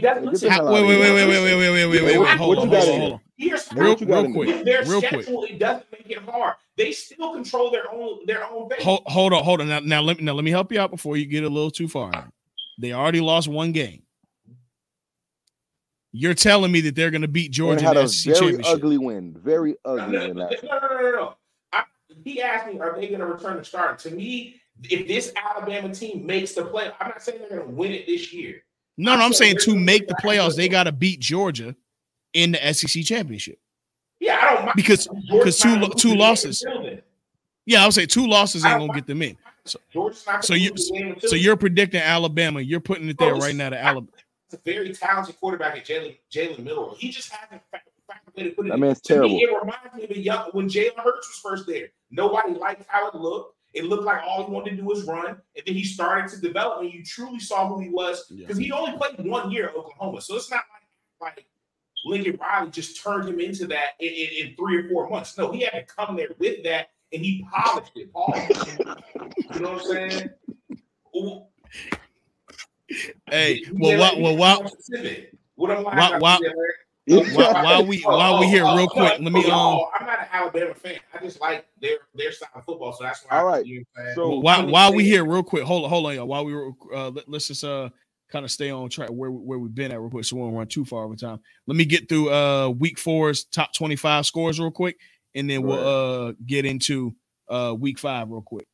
[SPEAKER 7] Hey,
[SPEAKER 3] doesn't.
[SPEAKER 7] get the
[SPEAKER 3] Listen,
[SPEAKER 7] hell out
[SPEAKER 2] Wait,
[SPEAKER 7] of
[SPEAKER 2] wait,
[SPEAKER 7] here.
[SPEAKER 2] wait, wait, wait, wait, wait, wait, wait, wait, wait.
[SPEAKER 7] What-
[SPEAKER 2] Hold
[SPEAKER 7] what
[SPEAKER 2] on,
[SPEAKER 7] you got
[SPEAKER 2] hold
[SPEAKER 7] in
[SPEAKER 2] on,
[SPEAKER 7] here?
[SPEAKER 2] hold on.
[SPEAKER 3] here's
[SPEAKER 7] What
[SPEAKER 3] how
[SPEAKER 2] Real,
[SPEAKER 7] you got
[SPEAKER 2] real
[SPEAKER 7] in
[SPEAKER 2] quick,
[SPEAKER 7] there?
[SPEAKER 3] with their
[SPEAKER 2] real quick.
[SPEAKER 3] schedule, it doesn't make it hard. They still control their own their own fate.
[SPEAKER 2] Hold, hold on, hold on. Now, now let me now let me help you out before you get a little too far. They already lost one game. You're telling me that they're going to beat
[SPEAKER 7] And
[SPEAKER 2] Georgia in
[SPEAKER 7] had
[SPEAKER 2] the
[SPEAKER 7] a
[SPEAKER 2] SEC
[SPEAKER 7] very
[SPEAKER 2] championship?
[SPEAKER 7] ugly win. Very
[SPEAKER 3] No,
[SPEAKER 7] ugly
[SPEAKER 3] no, no,
[SPEAKER 7] win.
[SPEAKER 3] no,
[SPEAKER 7] last-
[SPEAKER 3] no, no, no. I, he asked me, are they going to return to start? To me, if this Alabama team makes the play, I'm not saying they're going to win it this year.
[SPEAKER 2] No, no. I'm saying to make the playoffs, they got to beat Georgia in the SEC championship.
[SPEAKER 3] Yeah, I don't mind.
[SPEAKER 2] Because-
[SPEAKER 3] Georgia's
[SPEAKER 2] two
[SPEAKER 3] not
[SPEAKER 2] lo-
[SPEAKER 3] gonna
[SPEAKER 2] two
[SPEAKER 3] lose the game
[SPEAKER 2] losses.
[SPEAKER 3] until then.
[SPEAKER 2] Yeah, I would say two losses ain't going to get them in.
[SPEAKER 3] Georgia's not
[SPEAKER 2] So
[SPEAKER 3] gonna
[SPEAKER 2] you,
[SPEAKER 3] lose the game until
[SPEAKER 2] so
[SPEAKER 3] then.
[SPEAKER 2] you're predicting Alabama. You're putting it there right now to Alabama.
[SPEAKER 3] It's a very talented quarterback at Jalen Jalen Milrow. He just hasn't found, found a way to put it.
[SPEAKER 7] That
[SPEAKER 3] in.
[SPEAKER 7] man's
[SPEAKER 3] to
[SPEAKER 7] terrible.
[SPEAKER 3] me, it reminds me of a young when Jalen Hurts was first there. Nobody liked how it looked. It looked like all he wanted to do was run, and then he started to develop, and you truly saw who he was
[SPEAKER 2] Yeah.
[SPEAKER 3] because he only played one year at Oklahoma. So it's not like like Lincoln Riley just turned him into that in, in, in three or four months. No, he had to come there with that, and he polished it. All you know what I'm saying? Ooh,
[SPEAKER 2] Hey,
[SPEAKER 3] you
[SPEAKER 2] well,
[SPEAKER 3] get
[SPEAKER 2] why,
[SPEAKER 3] like-
[SPEAKER 2] well, why,
[SPEAKER 3] specific. What I'm
[SPEAKER 2] Why-
[SPEAKER 3] lying
[SPEAKER 2] why-
[SPEAKER 3] about, Jalen?
[SPEAKER 2] why, why we, why we here?
[SPEAKER 3] oh,
[SPEAKER 2] Real
[SPEAKER 3] oh,
[SPEAKER 2] quick, let me
[SPEAKER 3] oh,
[SPEAKER 2] um.
[SPEAKER 3] oh, I'm not an Alabama fan. I just like their their style of football, so that's why.
[SPEAKER 7] All right.
[SPEAKER 3] You know,
[SPEAKER 7] So-
[SPEAKER 2] Well, while
[SPEAKER 3] I'm
[SPEAKER 2] while we
[SPEAKER 3] saying-
[SPEAKER 2] here, real quick, hold on, hold on, y'all. While we were, uh, let, us just uh kind of stay on track where we- where we've been at real quick, so we won't run too far over time. Let me get through uh week four's top twenty five scores real quick, and then
[SPEAKER 7] Go
[SPEAKER 2] we'll uh get into uh week five real quick.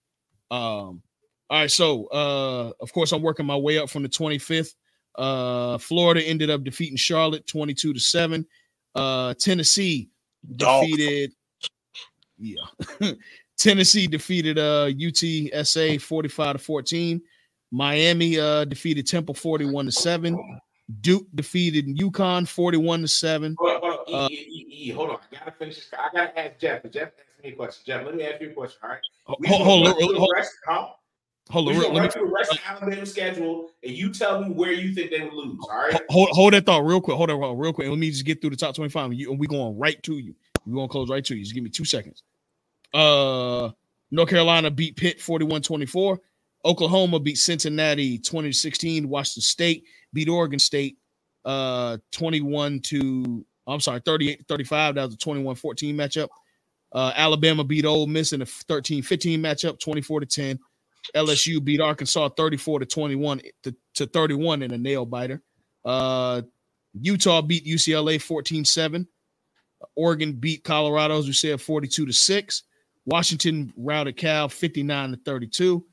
[SPEAKER 2] Um, all right, so uh of course I'm working my way up from the twenty fifth. Uh, Florida ended up defeating Charlotte twenty two to seven. Uh, Tennessee
[SPEAKER 5] Dog.
[SPEAKER 2] defeated. Yeah. Tennessee defeated uh UTSA 45 to 14. Miami uh defeated Temple 41 to 7. Duke defeated UConn 41 to 7.
[SPEAKER 3] Hold on, hold on. E,
[SPEAKER 2] Uh,
[SPEAKER 3] e, e, E, hold on. I gotta finish this. I gotta ask Jeff. Jeff asked me a question. Jeff, let me ask you a question. All right.
[SPEAKER 2] Hold
[SPEAKER 3] We
[SPEAKER 2] hold-
[SPEAKER 3] gonna
[SPEAKER 2] Oh, hold
[SPEAKER 3] run
[SPEAKER 2] on,
[SPEAKER 3] through
[SPEAKER 2] hold
[SPEAKER 3] the
[SPEAKER 2] on,
[SPEAKER 3] rest, huh?
[SPEAKER 2] hold
[SPEAKER 3] We
[SPEAKER 2] on,
[SPEAKER 3] gonna
[SPEAKER 2] let
[SPEAKER 3] run
[SPEAKER 2] me
[SPEAKER 3] through the rest of Alabama's schedule, and you tell me where you think they would lose. All right.
[SPEAKER 2] hold hold that thought real quick. Hold on, real quick. Let me just get through the top 25 and, you, and we going right to you. We're going to close right to you. Just give me two seconds. Uh North Carolina beat Pitt 41-24. Oklahoma beat Cincinnati 20-16. Washington State beat Oregon State uh 21 to I'm sorry, 38 35. That was a 21-14 matchup. Uh, Alabama beat Ole Miss in a 13-15 matchup, 24 to 10. LSU beat Arkansas 34 to 21 to, to 31 in a nail biter. Uh, Utah beat UCLA 14 7. Oregon beat Colorado, as we said, 42 to 6. Washington routed Cal 59 to 32.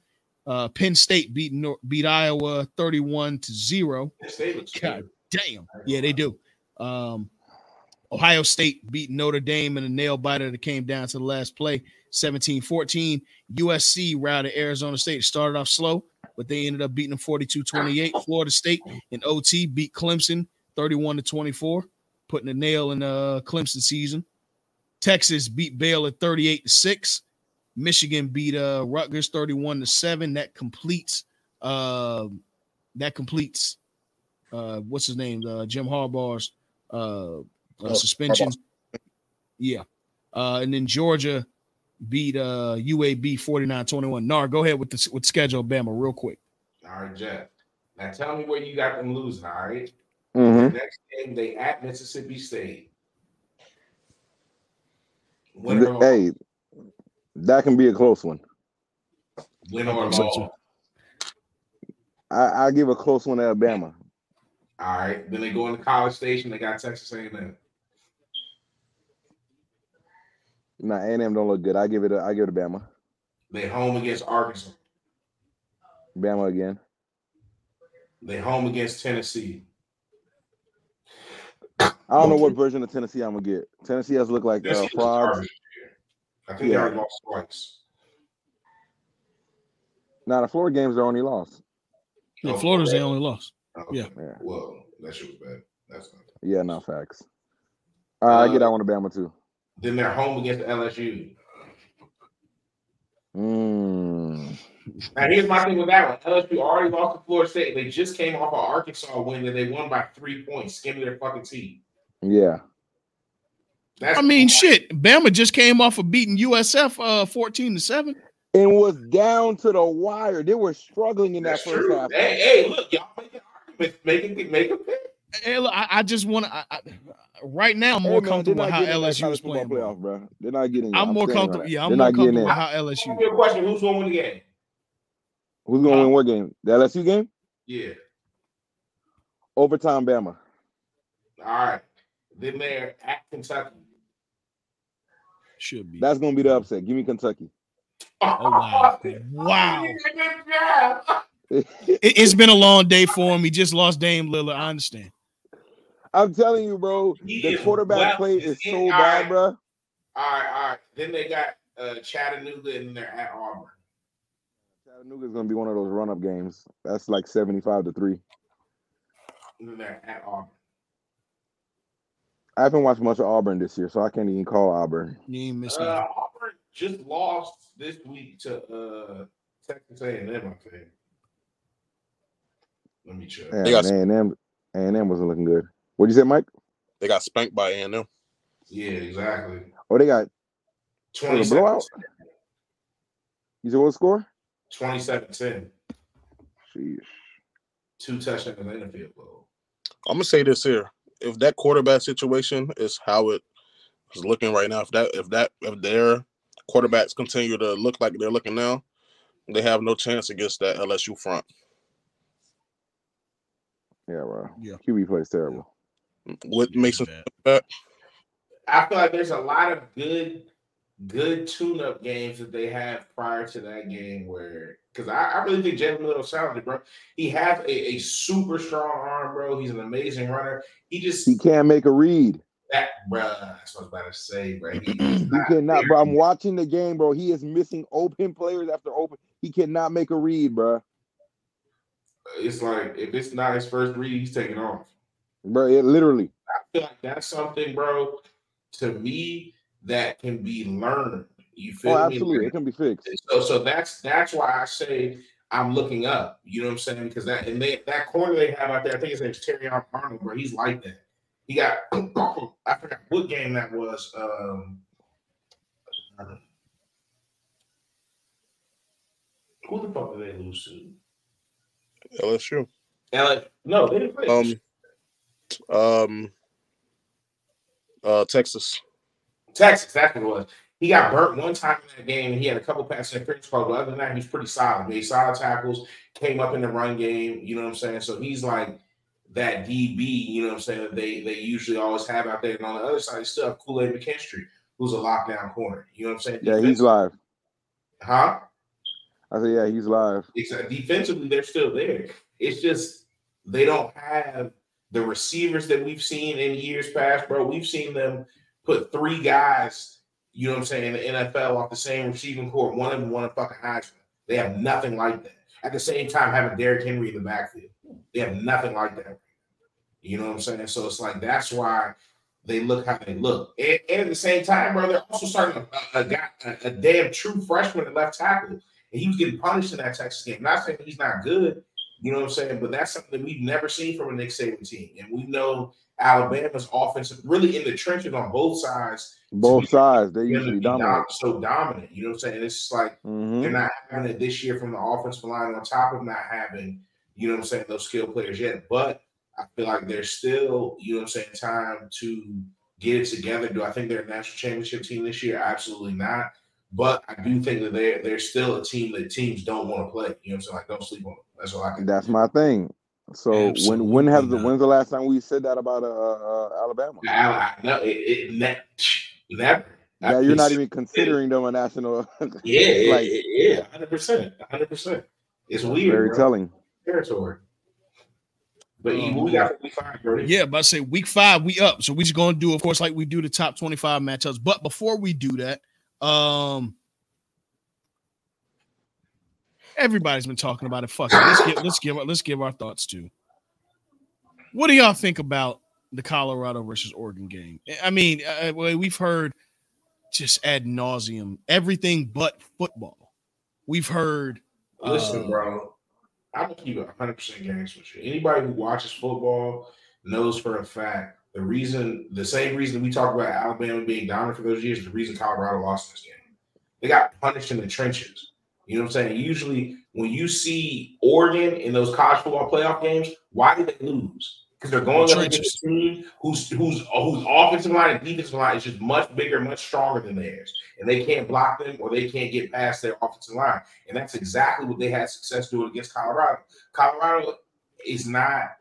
[SPEAKER 2] Uh, Penn State beat, Nor- beat Iowa 31 to 0.
[SPEAKER 3] State looks
[SPEAKER 2] God
[SPEAKER 3] good.
[SPEAKER 2] damn. Yeah, they do. Um, Ohio State beat Notre Dame in a nail biter that came down to the last play 17 14. USC routed Arizona State. It started off slow, but they ended up beating them 42 28. Florida State in OT beat Clemson 31 to 24, putting a nail in uh, Clemson season. Texas beat Baylor 38 to 6. Michigan beat uh, Rutgers 31 to 7. That completes uh, that completes uh, what's his name? Uh, Jim Harbaugh's uh, uh,
[SPEAKER 5] Oh,
[SPEAKER 2] suspension. Yeah. Uh, and then Georgia beat uh, UAB 49 21. Nar, go ahead with the with schedule Bama real quick.
[SPEAKER 3] All right, Jeff. Now tell me where you got them losing. All right.
[SPEAKER 6] Mhm.
[SPEAKER 3] Next game, they at Mississippi State. Win or,
[SPEAKER 6] Hey, that can be a close one.
[SPEAKER 3] win or
[SPEAKER 2] So-
[SPEAKER 3] loss.
[SPEAKER 2] so-
[SPEAKER 6] I, I give a close one to Alabama.
[SPEAKER 3] All right. Then they go into College Station. They got Texas A&M.
[SPEAKER 6] Nah, A&M don't look good. I give it. A, I give it to Bama.
[SPEAKER 3] They home against Arkansas.
[SPEAKER 6] Bama again.
[SPEAKER 3] They home against Tennessee.
[SPEAKER 6] I don't know what version of Tennessee I'm gonna get. Tennessee has looked like uh,
[SPEAKER 3] Tennessee looks
[SPEAKER 6] frogs.
[SPEAKER 3] garbage this year. I think
[SPEAKER 6] Yeah.
[SPEAKER 3] they already lost twice.
[SPEAKER 6] Now the Florida game's their only loss.
[SPEAKER 2] yeah,
[SPEAKER 3] Oh,
[SPEAKER 2] Florida's the only loss.
[SPEAKER 3] Okay.
[SPEAKER 2] Yeah.
[SPEAKER 6] Yeah.
[SPEAKER 3] Uh, Well, that shit was bad. That's not.
[SPEAKER 6] Yeah. No facts. All right, I
[SPEAKER 3] Uh,
[SPEAKER 6] get that one to Bama too.
[SPEAKER 3] Then they're home against LSU.
[SPEAKER 6] Mm.
[SPEAKER 3] Now here's my thing with that one. LSU already lost to Florida State. They just came off an Arkansas win that they won by three points, skimming their fucking teeth.
[SPEAKER 6] Yeah.
[SPEAKER 3] That's
[SPEAKER 2] I mean, shit. Bama just came off of beating USF uh, 14 to 7.
[SPEAKER 6] and was down to the wire. They were struggling in that
[SPEAKER 3] that's
[SPEAKER 6] first
[SPEAKER 3] true.
[SPEAKER 6] half.
[SPEAKER 3] Hey, hey, look, y'all making arguments, making making picks.
[SPEAKER 2] Hey, look, I, I just want to. I, I, right now, I'm
[SPEAKER 6] Hey,
[SPEAKER 2] more
[SPEAKER 6] man,
[SPEAKER 2] comfortable
[SPEAKER 6] they're
[SPEAKER 2] with
[SPEAKER 6] not
[SPEAKER 2] how
[SPEAKER 6] getting in that
[SPEAKER 2] LSU
[SPEAKER 6] college
[SPEAKER 2] is
[SPEAKER 6] football
[SPEAKER 2] playing. ball.
[SPEAKER 6] playoff, bro. They're not getting. in.
[SPEAKER 2] I'm, more
[SPEAKER 6] standing on
[SPEAKER 2] comfortable.
[SPEAKER 6] that.
[SPEAKER 2] Yeah,
[SPEAKER 6] they're
[SPEAKER 2] I'm more
[SPEAKER 6] not getting in.
[SPEAKER 2] comfortable with how
[SPEAKER 3] Ask
[SPEAKER 2] LSU.
[SPEAKER 3] me a question: Who's gonna win the game?
[SPEAKER 6] Who's gonna win what game? The LSU game?
[SPEAKER 3] Yeah.
[SPEAKER 6] Overtime, Bama.
[SPEAKER 3] All right. Then they're at Kentucky.
[SPEAKER 2] Should be.
[SPEAKER 6] That's gonna
[SPEAKER 2] Mm-hmm.
[SPEAKER 6] be the upset. Give me Kentucky.
[SPEAKER 2] Oh, wow. Wow.
[SPEAKER 3] Good job.
[SPEAKER 2] It, has been a long day for him. He just lost Dame Lillard. I understand.
[SPEAKER 6] I'm telling you, bro.
[SPEAKER 3] He
[SPEAKER 6] The
[SPEAKER 3] is
[SPEAKER 6] quarterback
[SPEAKER 3] well-
[SPEAKER 6] play is
[SPEAKER 3] he-
[SPEAKER 6] so
[SPEAKER 3] all right.
[SPEAKER 6] bad, bro.
[SPEAKER 3] All right, all right. Then they got uh, Chattanooga and they're at Auburn.
[SPEAKER 6] Chattanooga's gonna be one of those run-up games. That's like 75 to three.
[SPEAKER 3] And then they're at Auburn.
[SPEAKER 6] I haven't watched much of Auburn this year, so I can't even call Auburn.
[SPEAKER 2] You ain't missing.
[SPEAKER 3] Uh, Auburn just lost this week to uh, Texas A&M. I think. Let me check.
[SPEAKER 6] Damn,
[SPEAKER 5] They got-
[SPEAKER 6] A&M, A&M wasn't looking good. What'd you say, Mike?
[SPEAKER 5] They got spanked by A and M.
[SPEAKER 3] Yeah, exactly.
[SPEAKER 6] Oh, they got
[SPEAKER 3] Twenty
[SPEAKER 6] blowout? you said what score?
[SPEAKER 3] 27-10.
[SPEAKER 6] Jeez.
[SPEAKER 3] Two touchdowns and a field goal.
[SPEAKER 5] I'm gonna say this here: if that quarterback situation is how it is looking right now, if that if that if their quarterbacks continue to look like they're looking now, they have no chance against that LSU front.
[SPEAKER 6] Yeah, bro.
[SPEAKER 2] Yeah.
[SPEAKER 6] QB plays terrible.
[SPEAKER 5] What makes them
[SPEAKER 2] bad.
[SPEAKER 3] I feel like there's a lot of good, good tune-up games that they have prior to that game where because I, I really think Jalen Mills talented, bro. He has a, a super strong arm, bro. He's an amazing runner. He just
[SPEAKER 6] He can't make a read.
[SPEAKER 3] that, bro. That's what I was about to say, bro. He,
[SPEAKER 6] He cannot, bro. I'm watching the game, bro. He is missing open players after open. He cannot make a read, bro.
[SPEAKER 3] it's like if it's not his first read, he's taking off.
[SPEAKER 7] bro. It literally.
[SPEAKER 3] I feel like that's something, bro, to me that can be learned. You feel
[SPEAKER 7] Oh,
[SPEAKER 3] me?
[SPEAKER 7] absolutely, it can be fixed.
[SPEAKER 3] So, so that's that's why I say I'm looking up. You know what I'm saying? Because that and they, that corner they have out there, I think his name's Terry Arnold, bro. He's like that. He got I forgot what game that was. Um, who the fuck did they lose to?
[SPEAKER 5] LSU.
[SPEAKER 3] LA, no, they didn't play.
[SPEAKER 5] Um, um, uh, Texas.
[SPEAKER 3] Texas, that's what it was. He got burnt one time in that game, and he had a couple passes at Chris Paul. But other than that, he's pretty solid. He made solid tackles, came up in the run game. You know what I'm saying? So he's like that DB. You know what I'm saying? That they they usually always have out there. And on the other side, you still have Kool Aid McKinstry, who's a lockdown corner. You know what I'm saying?
[SPEAKER 7] Yeah, he's live.
[SPEAKER 3] huh?
[SPEAKER 7] I said, yeah, he's live.
[SPEAKER 3] Except defensively, they're still there. It's just they don't have the receivers that we've seen in years past, bro. We've seen them put three guys, you know what I'm saying, in the NFL off the same receiving court. One of them won a fucking Heisman. They have nothing like that. At the same time, having Derrick Henry in the backfield, they have nothing like that. You know what I'm saying? So it's like that's why they look how they look. And, and at the same time, bro, they're also starting a, a guy, a, a damn true freshman at left tackle and he was getting punished in that Texas game. Not saying he's not good, you know what I'm saying, but that's something that we've never seen from a Nick Saban team. And we know Alabama's offense really in the trenches on both sides.
[SPEAKER 7] Both sides, they
[SPEAKER 3] they're gonna
[SPEAKER 7] usually
[SPEAKER 3] be dom-
[SPEAKER 7] dominate.
[SPEAKER 3] so dominant. You know what I'm saying? It's just like
[SPEAKER 7] Mhm.
[SPEAKER 3] they're not having it this year from the offensive line, on top of not having, you know what I'm saying, those skill players yet. But I feel like there's still, you know what I'm saying, time to get it together. Do I think they're a national championship team this year? Absolutely not. But I do think that they're they're still a team that teams don't want to play. You know what I'm saying? Like don't sleep on them. That's all I can
[SPEAKER 7] That's my thing. So when when
[SPEAKER 2] Absolutely
[SPEAKER 7] have the
[SPEAKER 2] not.
[SPEAKER 7] when's the last time we said that about uh, uh Alabama?
[SPEAKER 3] I, I, no, it, it ne- never.
[SPEAKER 7] Yeah, you're not even considering them a national.
[SPEAKER 3] Yeah, yeah,
[SPEAKER 7] like-
[SPEAKER 3] yeah, yeah, hundred percent, hundred percent. It's weird.
[SPEAKER 7] Very
[SPEAKER 3] bro.
[SPEAKER 7] telling.
[SPEAKER 3] territory. But you
[SPEAKER 2] Um,
[SPEAKER 3] we got we find Brody.
[SPEAKER 2] Yeah, but I say week five, we up. So we just gonna do, of course, like we do the top 25 matchups. But before we do that, um everybody's been talking about it. Fuck it. Let's give let's give let's give our thoughts to. What do y'all think about the Colorado versus Oregon game? I mean, uh, well, we've heard just ad nauseum everything but football. We've heard
[SPEAKER 3] Listen,
[SPEAKER 2] uh,
[SPEAKER 3] bro. I'm gonna keep it 100 percent games with you. Anybody who watches football knows for a fact the reason, the same reason we talk about Alabama being dominant for those years, is the reason Colorado lost this game. They got punished in the trenches. You know what I'm saying? Usually, when you see Oregon in those college football playoff games, why did they lose? Because they're going
[SPEAKER 2] The
[SPEAKER 3] up against
[SPEAKER 2] trenches.
[SPEAKER 3] a team whose whose whose offensive line and defensive line is just much bigger, much stronger than theirs, and they can't block them or they can't get past their offensive line. And that's exactly what they had success doing against Colorado. Colorado is not.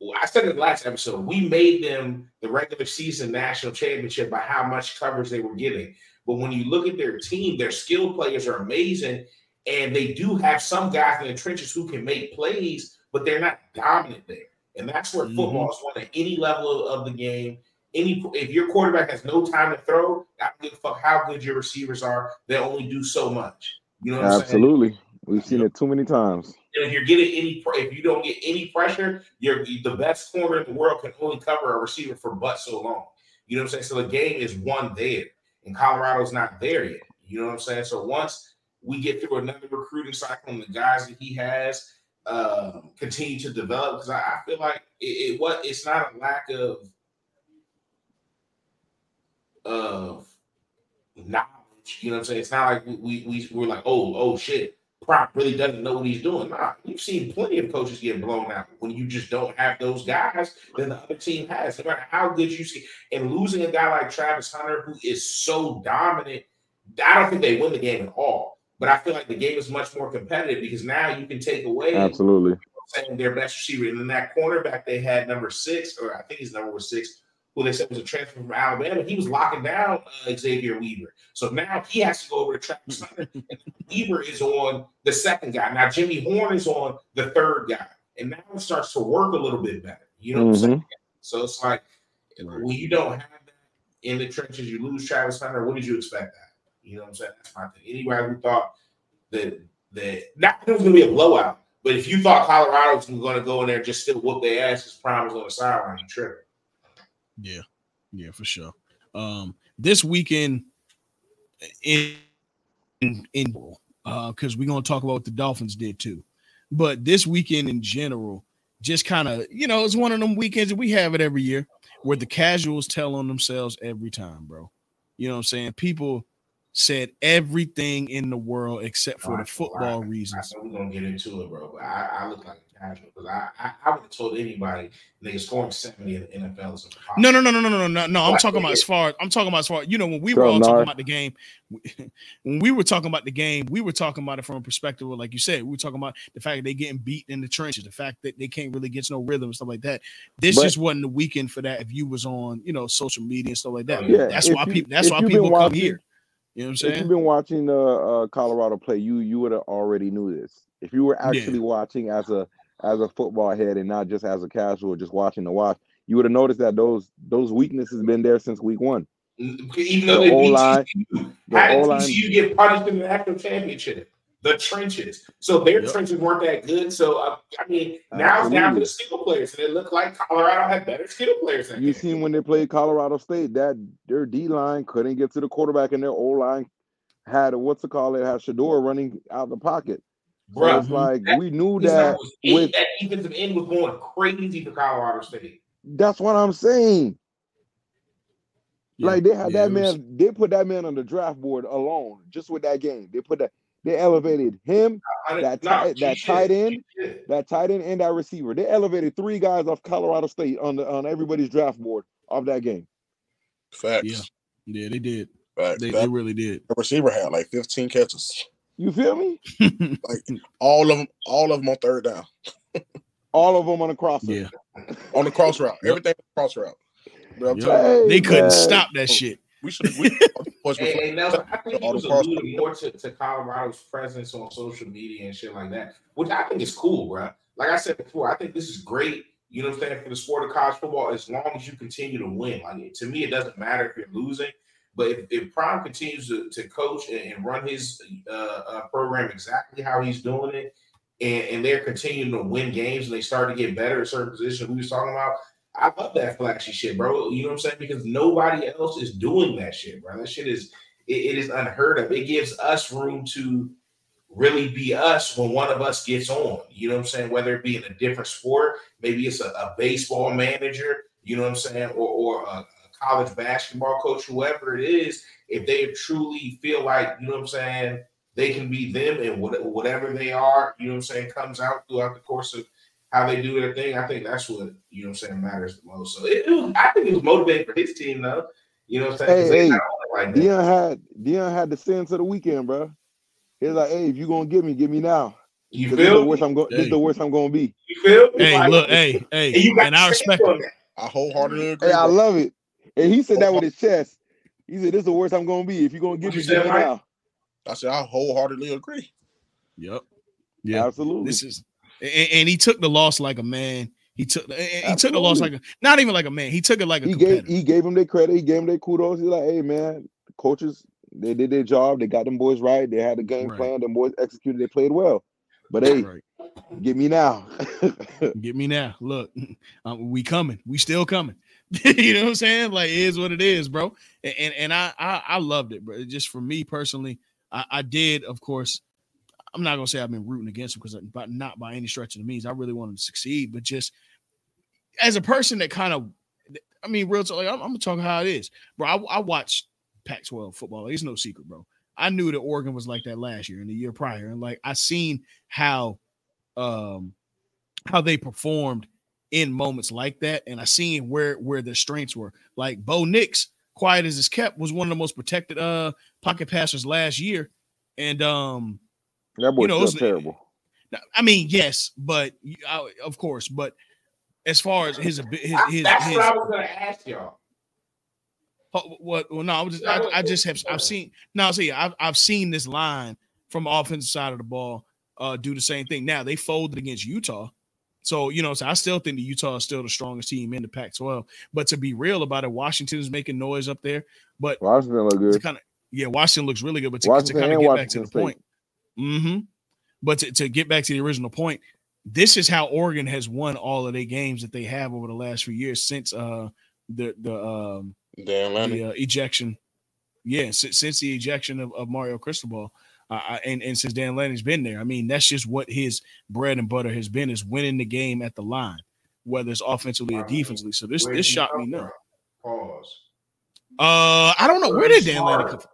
[SPEAKER 3] Well, I said in the last episode, we made them the regular season national championship by how much coverage they were getting. But when you look at their team, their skill players are amazing, and they do have some guys in the trenches who can make plays, but they're not dominant there. And that's where
[SPEAKER 2] Mhm.
[SPEAKER 3] football is won at any level of, of the game. Any if your quarterback has no time to throw, I don't give a fuck how good your receivers are. They only do so much. You know what I'm saying?
[SPEAKER 7] Absolutely, we've seen it too many times.
[SPEAKER 3] And if you're getting any, pr- if you don't get any pressure, you're the best corner in the world can only cover a receiver for but so long. You know what I'm saying? So the game is one there, and Colorado's not there yet. You know what I'm saying? So once we get through another recruiting cycle and the guys that he has uh, continue to develop, because I, I feel like it, it what it's not a lack of of knowledge. You know what I'm saying? It's not like we we, we we're like, oh, oh shit, Prop really doesn't know what he's doing. Nah, you've seen plenty of coaches get blown out when you just don't have those guys that the other team has. No matter how good you see, and losing a guy like Travis Hunter, who is so dominant, I don't think they win the game at all. But I feel like the game is much more competitive because now you can take away
[SPEAKER 7] Absolutely,
[SPEAKER 3] saying their best receiver. And then that cornerback they had, number six, or I think his number was six, who they said was a transfer from Alabama, he was locking down uh, Xavier Weaver. So now he has to go over to Travis Hunter. and Weaver is on the second guy. Now Jimmy Horn is on the third guy. And now it starts to work a little bit better. You know what
[SPEAKER 6] Mm-hmm.
[SPEAKER 7] Mm-hmm.
[SPEAKER 3] I'm saying? So it's like when you don't have that in the trenches, you lose Travis Hunter. What did you expect that? You know what I'm saying? That's my thing. Anybody who thought that that not that it was gonna be a blowout, But if you thought Colorado was going to go in there and just still whoop their asses, Prime was on the sideline. You tripping?
[SPEAKER 2] Yeah, yeah, for sure. Um, this weekend in in, in uh because we're gonna talk about what the Dolphins did too. But this weekend in general, just kind of you know, it's one of them weekends that we have it every year where the casuals tell on themselves every time, bro. You know what I'm saying? People said everything in the world except for the football
[SPEAKER 3] I
[SPEAKER 2] reasons.
[SPEAKER 3] said we're gonna get into it, bro. But I, I look like a casual because I, I, I would have told anybody nigga scoring seventy in the NFL is impossible.
[SPEAKER 2] No, no, no, no, no, no, no, no. I'm talking about as far. I'm talking about as far. You know, when we were
[SPEAKER 6] Bro,
[SPEAKER 2] all talking
[SPEAKER 6] Nar.
[SPEAKER 2] about the game, when we were talking about the game, we were talking about it from a perspective of, like you said, we were talking about the fact that they getting beat in the trenches, the fact that they can't really get no rhythm and stuff like that. This
[SPEAKER 6] But-
[SPEAKER 2] just wasn't the weekend for that. If you was on, you know, social media and stuff like that,
[SPEAKER 3] Yeah,
[SPEAKER 2] that's
[SPEAKER 6] if
[SPEAKER 2] why
[SPEAKER 6] you-
[SPEAKER 2] people. That's
[SPEAKER 6] if
[SPEAKER 2] why
[SPEAKER 6] you've been
[SPEAKER 2] people come
[SPEAKER 6] watching-
[SPEAKER 2] here. You know what I'm
[SPEAKER 6] If you've
[SPEAKER 2] saying?
[SPEAKER 6] been watching uh, uh Colorado play, you you would have already knew this. If you were
[SPEAKER 2] Yeah.
[SPEAKER 6] actually watching as a as a football head and not just as a casual, just watching the watch, you would have noticed that those those weaknesses been there since week one.
[SPEAKER 3] Even though
[SPEAKER 6] The
[SPEAKER 3] they beat
[SPEAKER 6] O-line-
[SPEAKER 3] TCU,
[SPEAKER 6] The
[SPEAKER 3] how
[SPEAKER 6] O
[SPEAKER 3] did
[SPEAKER 6] line,
[SPEAKER 3] TCU get punished in the national championship? The trenches. So their
[SPEAKER 2] Yep.
[SPEAKER 3] trenches weren't that good. So uh, I mean, now it's down to
[SPEAKER 6] Absolutely.
[SPEAKER 3] the skill players, and it looked like Colorado had better skill players. Than
[SPEAKER 6] you seen when they played Colorado State that their D line couldn't get to the quarterback, and their O line had what's it called? It had Shador running out the pocket. So
[SPEAKER 3] Bruh,
[SPEAKER 6] it's like
[SPEAKER 3] that-
[SPEAKER 6] we knew
[SPEAKER 3] His
[SPEAKER 6] that.
[SPEAKER 3] number was eight.
[SPEAKER 6] with-
[SPEAKER 3] that defensive end was going crazy for Colorado State.
[SPEAKER 6] That's what I'm saying.
[SPEAKER 2] Yeah.
[SPEAKER 6] Like they had
[SPEAKER 2] Yeah,
[SPEAKER 6] that
[SPEAKER 2] it was-
[SPEAKER 6] man, they put that man on the draft board alone, just with that game. They put that, they elevated him,
[SPEAKER 3] I-
[SPEAKER 6] That
[SPEAKER 3] nah,
[SPEAKER 6] tight-
[SPEAKER 3] she
[SPEAKER 6] that
[SPEAKER 3] should.
[SPEAKER 6] tight end?
[SPEAKER 3] She should.
[SPEAKER 6] that tight end, and that receiver. They elevated three guys off Colorado State on the on everybody's draft board of that game.
[SPEAKER 5] Facts.
[SPEAKER 2] Yeah, they did.
[SPEAKER 5] Facts.
[SPEAKER 2] They,
[SPEAKER 5] That
[SPEAKER 2] they really did.
[SPEAKER 5] receiver had like 15 catches.
[SPEAKER 6] You feel me?
[SPEAKER 5] All of them, all of them on third down.
[SPEAKER 6] All of them on a crosser.
[SPEAKER 2] yeah.
[SPEAKER 5] On the cross route.
[SPEAKER 2] Yep.
[SPEAKER 5] Everything cross route. Bro, I'm
[SPEAKER 2] Yep.
[SPEAKER 5] telling you,
[SPEAKER 6] Hey,
[SPEAKER 2] They couldn't
[SPEAKER 6] man.
[SPEAKER 2] stop that shit.
[SPEAKER 5] we should we push
[SPEAKER 3] Hey,
[SPEAKER 5] before
[SPEAKER 3] hey, Nelson, I think he
[SPEAKER 5] All
[SPEAKER 3] was
[SPEAKER 5] the cross-
[SPEAKER 3] alluding more to, to Colorado's presence on social media and shit like that, which I think is cool, bro. Like I said before, I think this is great. You know what I'm saying for the sport of college football, as long as you continue to win. Like to me, it doesn't matter if you're losing. But if, if Prime continues to, to coach and, and run his uh, uh, program exactly how he's doing it, and, and they're continuing to win games and they start to get better at certain positions, we was talking about. I love that flashy shit, bro. You know what I'm saying? Because nobody else is doing that shit, bro. That shit is it, it is unheard of. It gives us room to really be us when one of us gets on. You know what I'm saying? Whether it be in a different sport, maybe it's a, a baseball manager, you know what I'm saying, or, or a college basketball coach, whoever it is, if they truly feel like, you know what I'm saying, they can be them and what, whatever they are, you know what I'm saying, comes out throughout the course of how they do their thing. I think that's what, you know what I'm saying, matters the most. So it, it was, I think it was motivating for his team, though. You know what I'm saying? 'Cause
[SPEAKER 6] Hey,
[SPEAKER 3] they
[SPEAKER 6] hey,
[SPEAKER 3] not on it like that.
[SPEAKER 6] Dion had Dion had the sense of the weekend, bro. He's like, hey, if you gonna give me, give me now.
[SPEAKER 3] You
[SPEAKER 6] 'Cause This is the
[SPEAKER 3] feel? me?
[SPEAKER 6] worst I'm going. This
[SPEAKER 2] Hey.
[SPEAKER 6] is the worst I'm gonna be.
[SPEAKER 3] You feel? me?
[SPEAKER 2] Hey,
[SPEAKER 3] Like,
[SPEAKER 2] look, hey,
[SPEAKER 3] And
[SPEAKER 2] hey,
[SPEAKER 3] you got
[SPEAKER 2] and I respect
[SPEAKER 3] on that.
[SPEAKER 5] I wholeheartedly agree.
[SPEAKER 6] Hey, I
[SPEAKER 5] bro.
[SPEAKER 6] love it. And he said that with his chest. He said, "This is the worst I'm gonna be. If you're gonna give
[SPEAKER 3] What'd
[SPEAKER 6] me,
[SPEAKER 3] Oh. you say,
[SPEAKER 6] give me
[SPEAKER 3] Mike?
[SPEAKER 6] now."
[SPEAKER 5] I said I wholeheartedly agree.
[SPEAKER 2] Yep. Yeah.
[SPEAKER 6] Absolutely.
[SPEAKER 2] This is and, and he took the loss like a man. He took and- and he took the loss like
[SPEAKER 6] Absolutely.
[SPEAKER 2] a not even like a man. He took it like a
[SPEAKER 6] he gave
[SPEAKER 2] competitor.
[SPEAKER 6] he gave him their credit. He gave him their kudos. He's like, "Hey, man, coaches, they did their job. They got them boys right. They had the game
[SPEAKER 2] Right.
[SPEAKER 6] plan. Them boys executed. They played well. But hey,
[SPEAKER 2] Right.
[SPEAKER 6] give me now."
[SPEAKER 2] Get me now. Look, um, we coming. We still coming. you know what I'm saying? Like it is what it is, bro. And and, and I, I I loved it, bro. It Just for me personally, I, I did, of course. I'm not gonna say I've been rooting against him because but not by any stretch of the means. I really want him to succeed, but just as a person that kind of, I mean, real talk, like I'm, I'm gonna talk how it is, bro. I, I watched Pac-12 football. It's no secret, bro. I knew that Oregon was like that last year and the year prior, and like I seen how, um, how they performed in moments like that, and I seen where where their strengths were. Like Bo Nix, quiet as is kept, was one of the most protected uh pocket passers last year, and um,
[SPEAKER 6] that boy's
[SPEAKER 2] know,
[SPEAKER 6] still
[SPEAKER 2] it's-
[SPEAKER 6] terrible.
[SPEAKER 2] now, I mean, yes, but you- I, of course, but as far as his abi- his
[SPEAKER 3] I-
[SPEAKER 2] his,
[SPEAKER 3] That's
[SPEAKER 2] his
[SPEAKER 3] what I was gonna ask y'all.
[SPEAKER 2] oh, what? Well, no, I was just I, I just have I've seen now. See, I've I've seen this line from the offensive side of the ball uh, do the same thing. Now they folded against Utah, so you know. So I still think that Utah is still the strongest team in the Pac-12. But to be real about it, Washington's making noise up there. But
[SPEAKER 6] Washington look
[SPEAKER 2] to
[SPEAKER 6] good.
[SPEAKER 2] kind of yeah, Washington looks really good. But to,
[SPEAKER 6] Washington
[SPEAKER 2] kind of
[SPEAKER 6] and
[SPEAKER 2] get back to
[SPEAKER 6] Washington
[SPEAKER 2] the
[SPEAKER 6] State.
[SPEAKER 2] point, mm-hmm. But to, to get back to the original point, this is how Oregon has won all of their games that they have over the last few years since uh the the um
[SPEAKER 5] Dan Lanning.
[SPEAKER 2] the uh, ejection. Yeah, since, since the ejection of, of Mario Cristobal, uh, I- and and since Dan Lanning's been there, I mean that's just what his bread and butter has been is winning the game at the line, whether it's offensively or defensively. So this
[SPEAKER 3] Where
[SPEAKER 2] this
[SPEAKER 3] did he
[SPEAKER 2] shot me
[SPEAKER 3] come from?
[SPEAKER 2] no.
[SPEAKER 3] Pause.
[SPEAKER 2] Uh, I don't know where did Dan Lanning
[SPEAKER 3] Smarter.
[SPEAKER 2] come from.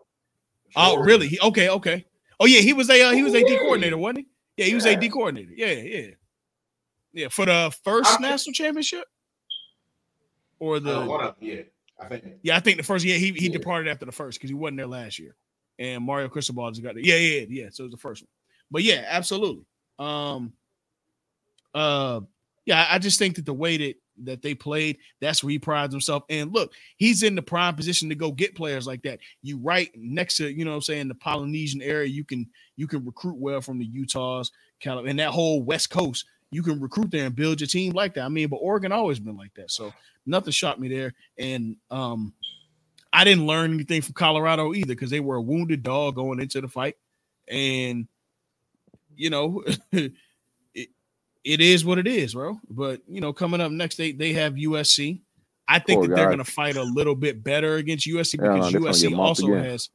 [SPEAKER 2] Oh, really? He, okay, okay. Oh yeah, he was a uh, he was a D
[SPEAKER 3] Yeah.
[SPEAKER 2] coordinator, wasn't he? Yeah, he was a D
[SPEAKER 3] Yeah.
[SPEAKER 2] coordinator. Yeah, yeah, yeah. For the 1st
[SPEAKER 3] I'm-
[SPEAKER 2] national championship, or
[SPEAKER 3] Uh,
[SPEAKER 2] the
[SPEAKER 3] one of yeah, I think.
[SPEAKER 2] yeah, I think the first yeah he he
[SPEAKER 3] Yeah.
[SPEAKER 2] departed after the first because he wasn't there last year, and Mario Cristobal just got there. Yeah, yeah, yeah. So it was the first one, but yeah, absolutely. Um, uh, yeah, I- I just think that the way that that they played, that's where he prides himself. And look, he's in the prime position to go get players like that. You right next to you know what I'm saying the Polynesian area, you can you can recruit well from the Utahs, Cali, and that whole West Coast. You can recruit there and build your team like that. I mean, but Oregon always been like that, so nothing shocked me there. And um, I didn't learn anything from Colorado either because they were a wounded dog going into the fight, and you know, it, it is what it is, bro. But you know, coming up next, they they have USC. I think
[SPEAKER 6] Poor
[SPEAKER 2] that they're
[SPEAKER 6] guys.
[SPEAKER 2] going to fight a little bit better against USC
[SPEAKER 6] Yeah,
[SPEAKER 2] because
[SPEAKER 6] they're gonna get
[SPEAKER 2] USC
[SPEAKER 6] mopped
[SPEAKER 2] also
[SPEAKER 6] again.
[SPEAKER 2] has.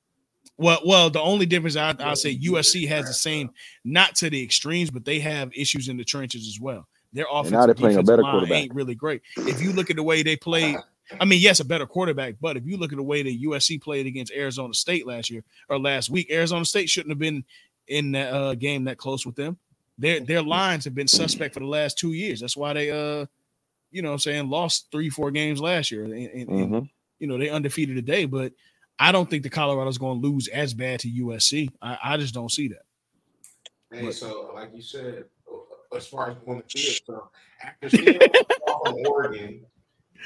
[SPEAKER 2] Well, well, the only difference I I say USC has the same, not to the extremes, but they have issues in the trenches as well. Their offense
[SPEAKER 6] now they're playing a better quarterback.
[SPEAKER 2] ain't really great. If you look at the way they played I mean, yes, a better quarterback, but if you look at the way that USC played against Arizona State last year or last week, Arizona State shouldn't have been in that uh, game that close with them. Their their lines have been suspect for the last two years. That's why they, uh, you know, what I'm saying lost three four games last year, and, and- and,
[SPEAKER 6] Mhm.
[SPEAKER 2] you know they undefeated today. But I don't think the Colorado's going to lose as bad to USC. I, I just don't see that.
[SPEAKER 3] Hey,
[SPEAKER 2] What?
[SPEAKER 3] so like you said, uh, as far as on the field, so after seeing what we saw from Oregon,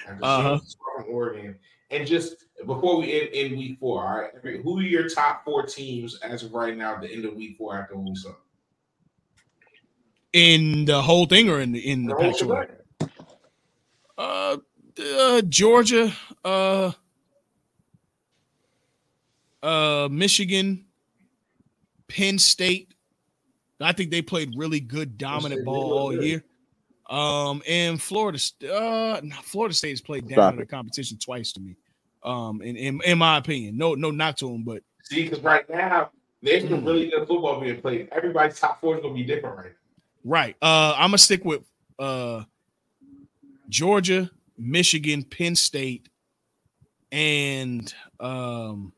[SPEAKER 3] after seeing
[SPEAKER 2] Uh-huh.
[SPEAKER 3] what we saw from Oregon, and just before we end in week four, all right, I mean, who are your top four teams as of right now at the end of week four after what we saw?
[SPEAKER 2] In the whole thing or in the in the
[SPEAKER 3] The whole
[SPEAKER 2] Pac-12?
[SPEAKER 3] shebang.
[SPEAKER 2] Uh, uh, Georgia, uh, uh, Michigan, Penn State. I think they played really good, dominant
[SPEAKER 3] State,
[SPEAKER 2] ball
[SPEAKER 3] they look
[SPEAKER 2] all
[SPEAKER 3] good.
[SPEAKER 2] year. Um, and Florida, St- uh, no, Florida State has played down
[SPEAKER 6] Stop
[SPEAKER 2] in the competition twice to me. Um, in, in in my opinion, no, no, not to them, but
[SPEAKER 3] See, because right now there's some
[SPEAKER 2] Mm.
[SPEAKER 3] really good football being played. Everybody's top four is gonna be different right
[SPEAKER 2] right. Uh, I'm gonna stick with uh Georgia, Michigan, Penn State, and um,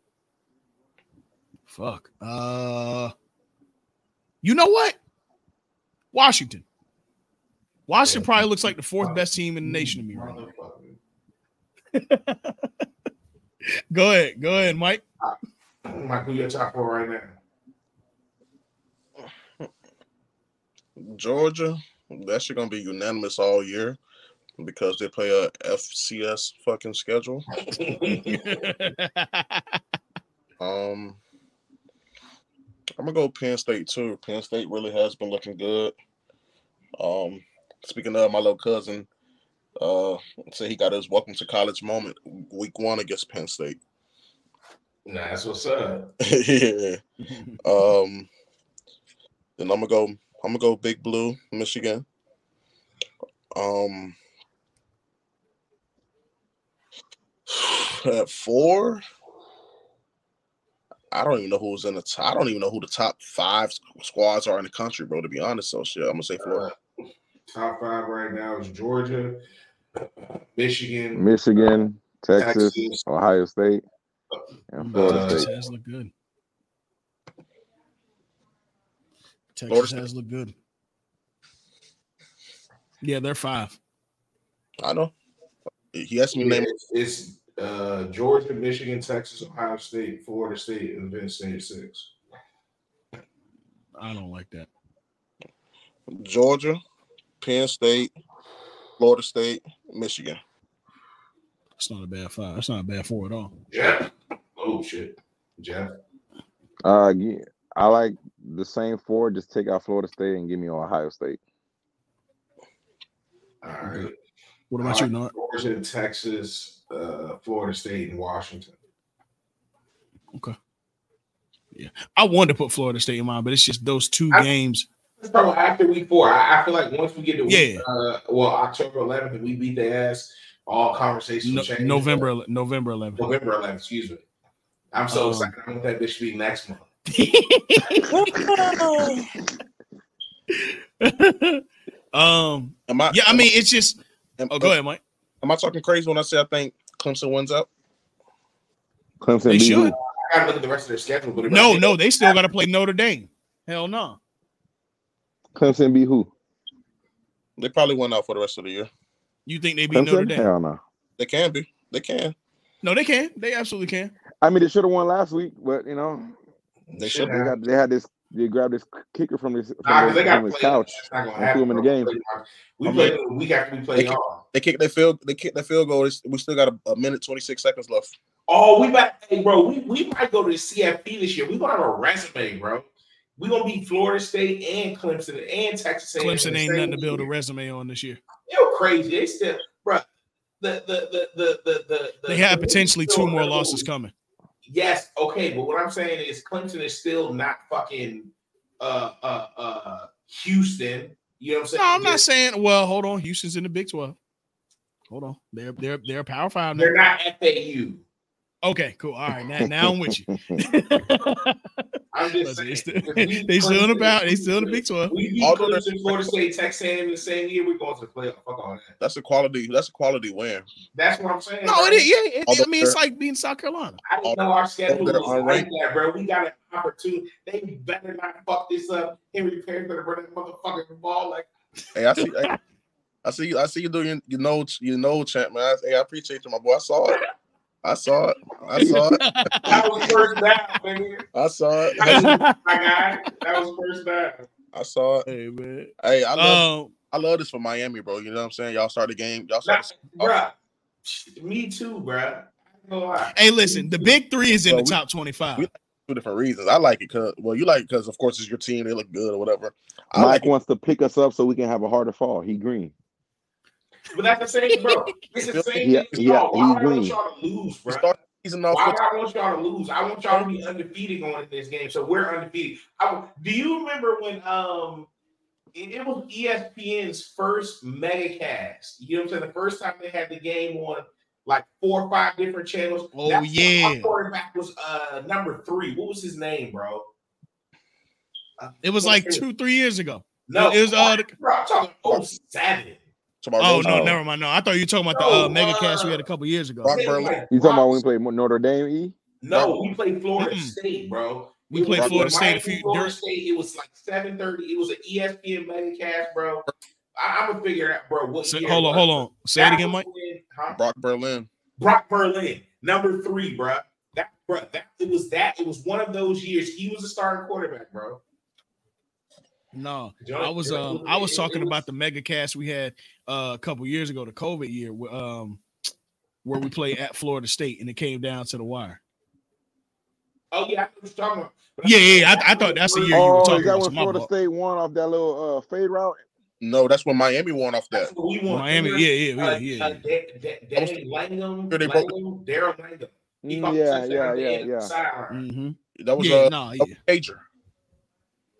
[SPEAKER 2] fuck. Uh, you know what? Washington. Washington
[SPEAKER 3] Yeah.
[SPEAKER 2] probably looks like the fourth best team in the nation to me
[SPEAKER 3] now.
[SPEAKER 2] right now.
[SPEAKER 3] Motherfucker.
[SPEAKER 2] Go ahead, go ahead, Mike.
[SPEAKER 3] Mike, who your top four right now?
[SPEAKER 5] Georgia, that shit gonna be unanimous all year because they play a FCS fucking schedule. Um, I'm gonna go Penn State too. Penn State really has been looking good. Um, speaking of my little cousin, uh, say he got his welcome to college moment week one against Penn State.
[SPEAKER 3] Nah, that's what's up.
[SPEAKER 5] yeah. Um, then I'm gonna go. I'm gonna go Big Blue, Michigan. Um, at four, I don't even know who's in the top. I don't even know who the top five squ- squads are in the country, bro. To be honest, so shit, I'm gonna say Florida.
[SPEAKER 3] Top five right now is Georgia, Michigan,
[SPEAKER 6] Michigan, Texas,
[SPEAKER 3] Texas.
[SPEAKER 6] Ohio State, and Florida
[SPEAKER 3] Uh,
[SPEAKER 6] State.
[SPEAKER 2] Texas has looked good. Texas
[SPEAKER 5] Florida State.
[SPEAKER 2] has looked good. Yeah, they're five.
[SPEAKER 5] I know. He asked me to
[SPEAKER 3] Yeah,
[SPEAKER 5] name.
[SPEAKER 3] it's, it's uh, Georgia, Michigan, Texas, Ohio State, Florida State, and Penn State six.
[SPEAKER 2] I don't like that.
[SPEAKER 5] Georgia, Penn State, Florida State, Michigan.
[SPEAKER 2] That's not a bad five. That's not a bad four at all.
[SPEAKER 3] Jeff. Oh shit. Jeff.
[SPEAKER 6] Uh, yeah, I like the same four. Just take out Florida State and give me Ohio State.
[SPEAKER 3] All right.
[SPEAKER 2] What about
[SPEAKER 3] Uh,
[SPEAKER 2] you, Nard?
[SPEAKER 3] Georgia, Texas, uh, Florida State, and Washington.
[SPEAKER 2] I wanted to put Florida State in mind, but it's just those two
[SPEAKER 3] I-
[SPEAKER 2] games
[SPEAKER 3] That's probably after week four. I, I feel like once we get to week,
[SPEAKER 2] Yeah.
[SPEAKER 3] uh, well, October 11th, and we beat their ass, all conversations
[SPEAKER 2] No,
[SPEAKER 3] will change.
[SPEAKER 2] November ele- November 11th.
[SPEAKER 3] November 11th, excuse me. I'm so
[SPEAKER 2] Um,
[SPEAKER 3] excited. I don't think this should be next month.
[SPEAKER 2] um.
[SPEAKER 5] Am I?
[SPEAKER 2] Yeah, I mean, it's just.
[SPEAKER 5] am,
[SPEAKER 2] Oh, go ahead, Mike.
[SPEAKER 5] Am I talking crazy when I say I think Clemson wins out?
[SPEAKER 6] Clemson
[SPEAKER 2] They
[SPEAKER 6] beat
[SPEAKER 2] should.
[SPEAKER 6] who?
[SPEAKER 3] I gotta look at the rest of their schedule. But if I
[SPEAKER 2] No,
[SPEAKER 3] did-
[SPEAKER 2] no, they still got to play Notre Dame. Hell no.
[SPEAKER 6] Clemson beat who?
[SPEAKER 5] They probably win out for the rest of the year.
[SPEAKER 2] You think they beat Notre
[SPEAKER 6] Clemson?
[SPEAKER 2] Dame?
[SPEAKER 6] Hell no.
[SPEAKER 5] They can be. They can.
[SPEAKER 2] No, they can. They absolutely can.
[SPEAKER 6] I mean, they should have won last week, but you know
[SPEAKER 5] They should.
[SPEAKER 6] they got they had this they grabbed this kicker from this from,
[SPEAKER 3] Nah, 'cause
[SPEAKER 6] his-
[SPEAKER 3] they got
[SPEAKER 6] from
[SPEAKER 3] to
[SPEAKER 6] his
[SPEAKER 3] play.
[SPEAKER 6] couch.
[SPEAKER 3] That's not gonna
[SPEAKER 6] and
[SPEAKER 3] happen.
[SPEAKER 6] threw 'em in the game.
[SPEAKER 3] We
[SPEAKER 5] I
[SPEAKER 3] play
[SPEAKER 5] mean-
[SPEAKER 3] the week after we play
[SPEAKER 5] They
[SPEAKER 3] y'all.
[SPEAKER 5] They kick. They field. They kick. They field goal. It's- We still got a, a minute twenty six seconds left.
[SPEAKER 3] Oh, we might, hey, bro. We, we might go to the CFP this year. We gonna have a resume, bro. We gonna beat Florida State and Clemson and Texas. A&M in
[SPEAKER 2] Clemson
[SPEAKER 3] the
[SPEAKER 2] ain't
[SPEAKER 3] same
[SPEAKER 2] nothing to build a
[SPEAKER 3] year.
[SPEAKER 2] resume on this year.
[SPEAKER 3] You're crazy. They still, bro. The the the the the the, the
[SPEAKER 2] They have
[SPEAKER 3] the-
[SPEAKER 2] potentially two more
[SPEAKER 3] still-
[SPEAKER 2] losses coming.
[SPEAKER 3] Yes, okay, but what I'm saying is Clemson is still not fucking uh uh uh Houston. You know what I'm
[SPEAKER 2] No,
[SPEAKER 3] saying?
[SPEAKER 2] I'm not saying. Well, hold on. Houston's in the Big Twelve. Hold on. They're they're they're a power five now.
[SPEAKER 3] They're not FAU.
[SPEAKER 2] Okay, cool. All right, now, now I'm with you.
[SPEAKER 3] I'm
[SPEAKER 2] Listen,
[SPEAKER 3] just saying.
[SPEAKER 2] they still,
[SPEAKER 3] if we
[SPEAKER 2] they still in
[SPEAKER 3] Clemson-
[SPEAKER 2] about. They still in the Big Twelve.
[SPEAKER 3] We beat
[SPEAKER 5] Although they're-
[SPEAKER 3] Clemson, Florida State, Texas A&M in the same year. We're going to the playoff. Fuck all that.
[SPEAKER 5] That's a quality. That's a quality win.
[SPEAKER 3] That's what I'm saying.
[SPEAKER 2] No,
[SPEAKER 3] bro.
[SPEAKER 2] it is. Yeah, it, I
[SPEAKER 5] Although
[SPEAKER 2] mean, it's
[SPEAKER 5] they're-
[SPEAKER 2] like being South Carolina.
[SPEAKER 3] I didn't know our schedule
[SPEAKER 5] They're
[SPEAKER 3] was like
[SPEAKER 5] alright.
[SPEAKER 3] that, bro. We got an opportunity. They better not fuck this up. Henry Perry better run that motherfucking ball like
[SPEAKER 5] Hey, I see. hey, I see you. I see you doing your, your know your know chant, man. I, hey, I appreciate you, my boy. I saw it. I saw it. I saw it.
[SPEAKER 3] that was first down, baby.
[SPEAKER 5] I saw it.
[SPEAKER 3] I knew my guy. That was first down.
[SPEAKER 5] I saw it.
[SPEAKER 2] Hey man.
[SPEAKER 5] Hey, I love.
[SPEAKER 2] Um,
[SPEAKER 5] I love this for Miami, bro. You know what I'm saying? Y'all start the game. Y'all
[SPEAKER 3] Nah,
[SPEAKER 5] start.
[SPEAKER 3] bruh. Me too, bruh. I ain't gonna lie.
[SPEAKER 2] hey, listen. The Big Three is in
[SPEAKER 5] Well,
[SPEAKER 2] the
[SPEAKER 5] we-
[SPEAKER 2] top twenty-five.
[SPEAKER 5] we- two different reasons. I like it because well, you like it because of course it's your team. They look good or whatever. I
[SPEAKER 6] Mike
[SPEAKER 5] like it.
[SPEAKER 6] wants to pick us up so we can have a harder fall. He green.
[SPEAKER 3] But that's the same, bro. It's the same
[SPEAKER 6] Yeah,
[SPEAKER 3] thing. as
[SPEAKER 6] yeah,
[SPEAKER 3] y'all. Why would I want
[SPEAKER 6] he's
[SPEAKER 3] y'all to lose,
[SPEAKER 5] We
[SPEAKER 3] bro?
[SPEAKER 5] start the season off.
[SPEAKER 3] Why
[SPEAKER 5] with-
[SPEAKER 3] would I want y'all to lose? I want y'all to be undefeated going into this game. So we're undefeated. I, do you remember when um it, it was E ESPN's first mega cast? You know what I'm saying? The first time they had the game on like four or five different channels.
[SPEAKER 2] Oh,
[SPEAKER 3] That's when our
[SPEAKER 2] yeah.
[SPEAKER 3] quarterback was uh number three. What was his name, bro? Uh,
[SPEAKER 2] It was like two, three years ago.
[SPEAKER 3] No,
[SPEAKER 2] it was, uh, the-
[SPEAKER 3] bro, I'm talking oh, 07.
[SPEAKER 5] Tomorrow,
[SPEAKER 2] Oh no,
[SPEAKER 6] Oh.
[SPEAKER 2] never mind. No, I thought you were talking about the uh,
[SPEAKER 3] No,
[SPEAKER 2] mega cast we
[SPEAKER 3] uh,
[SPEAKER 2] had a couple years ago.
[SPEAKER 5] Brock
[SPEAKER 3] They
[SPEAKER 5] Burley.
[SPEAKER 3] like
[SPEAKER 6] You talking about when
[SPEAKER 3] rocks.
[SPEAKER 6] we played Mo- Notre Dame? E.
[SPEAKER 3] No, we played Florida
[SPEAKER 2] Mm-mm.
[SPEAKER 3] State, bro.
[SPEAKER 2] We
[SPEAKER 3] It was
[SPEAKER 2] played
[SPEAKER 3] like
[SPEAKER 2] Florida State a
[SPEAKER 3] Miami,
[SPEAKER 2] few-
[SPEAKER 3] Florida
[SPEAKER 2] during-
[SPEAKER 3] State. It was like seven thirty. It was an E ESPN megacast, bro. I, I'm gonna figure out, bro. What
[SPEAKER 2] Say-
[SPEAKER 3] year?
[SPEAKER 2] hold
[SPEAKER 3] it
[SPEAKER 2] on,
[SPEAKER 3] was.
[SPEAKER 2] hold on. Say
[SPEAKER 3] That
[SPEAKER 2] it again,
[SPEAKER 3] was
[SPEAKER 2] Mike.
[SPEAKER 3] when- huh?
[SPEAKER 5] Brock Berlin.
[SPEAKER 3] Brock Berlin, number three, bro. That, bro. That it was that. It was one of those years. He was a starting quarterback, bro.
[SPEAKER 2] No, I was um I was talking about the mega cast we had uh, a couple years ago, the COVID year, wh- um where we played at Florida State and it came down to the wire.
[SPEAKER 3] Oh yeah, I know what you're talking about. But
[SPEAKER 2] Yeah, yeah, yeah, I- I thought that's the year you were
[SPEAKER 6] Oh,
[SPEAKER 2] talking
[SPEAKER 6] is that
[SPEAKER 2] about
[SPEAKER 6] when
[SPEAKER 2] my
[SPEAKER 6] Florida
[SPEAKER 2] fault.
[SPEAKER 6] State won off that little uh, fade route?
[SPEAKER 5] No, that's when Miami won off that.
[SPEAKER 3] That's what we want.
[SPEAKER 2] Miami, yeah, yeah,
[SPEAKER 3] Uh,
[SPEAKER 2] yeah, yeah.
[SPEAKER 3] uh, Da- Da- Danny Langham,
[SPEAKER 5] Sure, they broke-
[SPEAKER 3] Langham, Daryl Langham. He caught
[SPEAKER 6] Mm,
[SPEAKER 3] the
[SPEAKER 6] yeah,
[SPEAKER 3] touchdown
[SPEAKER 6] yeah,
[SPEAKER 3] at the
[SPEAKER 6] yeah,
[SPEAKER 3] end of the
[SPEAKER 6] yeah.
[SPEAKER 3] sideline.
[SPEAKER 2] hmm
[SPEAKER 5] That was
[SPEAKER 2] Yeah,
[SPEAKER 5] uh,
[SPEAKER 2] no,
[SPEAKER 5] a
[SPEAKER 2] yeah.
[SPEAKER 5] Cager.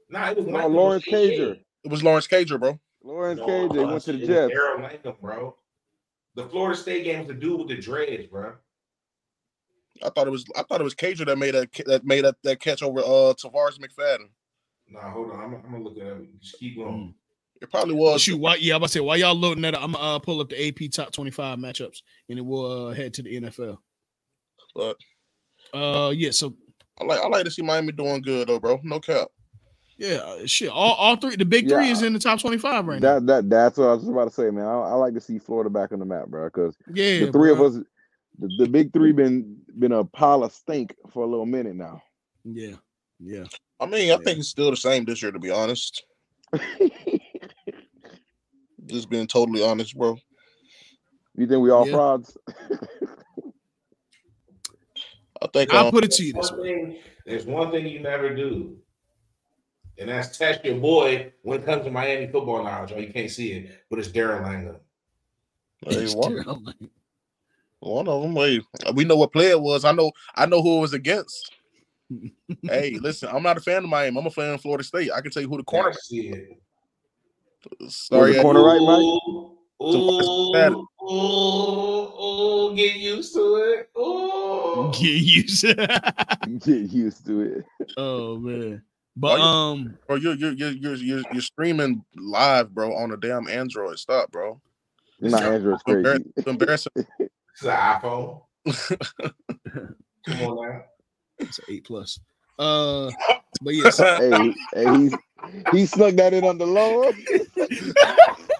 [SPEAKER 3] Nah, it was
[SPEAKER 6] No,
[SPEAKER 3] Langham. It
[SPEAKER 6] Lawrence
[SPEAKER 3] was 88.
[SPEAKER 6] Cager.
[SPEAKER 5] It was Lawrence Cager, bro.
[SPEAKER 6] Lawrence
[SPEAKER 3] No,
[SPEAKER 6] Cage,
[SPEAKER 3] it
[SPEAKER 6] they
[SPEAKER 3] was-
[SPEAKER 6] went to the
[SPEAKER 3] it was
[SPEAKER 6] Jets.
[SPEAKER 3] Daryl Langham, bro. The Florida State game was the dude with the dreads, bro.
[SPEAKER 5] I thought it was. I thought it was Cager that made that that made that, that catch over uh Tavares McFadden.
[SPEAKER 3] Nah, hold on. I'm, I'm gonna look it up. Just keep going.
[SPEAKER 5] It probably
[SPEAKER 2] Well,
[SPEAKER 5] was.
[SPEAKER 2] Mm. shoot, why? Yeah, I'm about to say why y'all loading that up. I'm gonna uh, pull up the AP top 25 matchups and it will uh, head to the NFL.
[SPEAKER 5] But-
[SPEAKER 2] Uh, yeah. So
[SPEAKER 5] I like. I like to see Miami doing good though, bro. No cap.
[SPEAKER 2] yeah, uh, shit. All, all three, the big three is in the top 25 right now.
[SPEAKER 6] That that that's what I was about to say, man. I, I like to see Florida back on the map, bro, because
[SPEAKER 2] Yeah,
[SPEAKER 6] the three
[SPEAKER 2] bruh.
[SPEAKER 6] of us, the, the big three, been been a pile of stink for a little minute now.
[SPEAKER 2] Yeah, yeah.
[SPEAKER 5] I mean, I think it's still the same this year, to be honest. Just being totally honest, bro.
[SPEAKER 6] You think we all
[SPEAKER 2] Yeah.
[SPEAKER 6] frauds?
[SPEAKER 5] I think.
[SPEAKER 2] I'll
[SPEAKER 5] um,
[SPEAKER 2] put it to you
[SPEAKER 6] Mm.
[SPEAKER 3] There's
[SPEAKER 2] this
[SPEAKER 3] one
[SPEAKER 2] way.
[SPEAKER 3] thing, there's one thing you never do, and that's test your boy when it comes to Miami football knowledge. Oh, you can't see it, but it's Daryl Langham.
[SPEAKER 5] hey,
[SPEAKER 2] It's
[SPEAKER 5] one,
[SPEAKER 2] terrible.
[SPEAKER 5] one of them. Hey, we know what player it was. I know. I know who it was against. hey, listen, I'm not a fan of Miami. I'm a fan of Florida State. I can tell you who the corner.
[SPEAKER 3] See it.
[SPEAKER 5] Sorry,
[SPEAKER 6] the corner- right, Mike?
[SPEAKER 3] Ooh,
[SPEAKER 5] Saturday.
[SPEAKER 3] ooh, ooh, ooh, get used to it. Ooh.
[SPEAKER 2] Get used. to-
[SPEAKER 6] Get used to it.
[SPEAKER 2] oh man. But
[SPEAKER 5] Oh,
[SPEAKER 2] um,
[SPEAKER 5] bro, you're you're you're you're you're you're streaming live, bro, on a damn Android. Stop, bro.
[SPEAKER 6] My Andrew's
[SPEAKER 5] It's embarrass-
[SPEAKER 6] crazy.
[SPEAKER 5] it's embarrassing.
[SPEAKER 3] It's an iPhone. Come on now.
[SPEAKER 2] it's an eight plus. Uh, but yes,
[SPEAKER 6] hey, hey, he's he snuck that in on the low.
[SPEAKER 3] All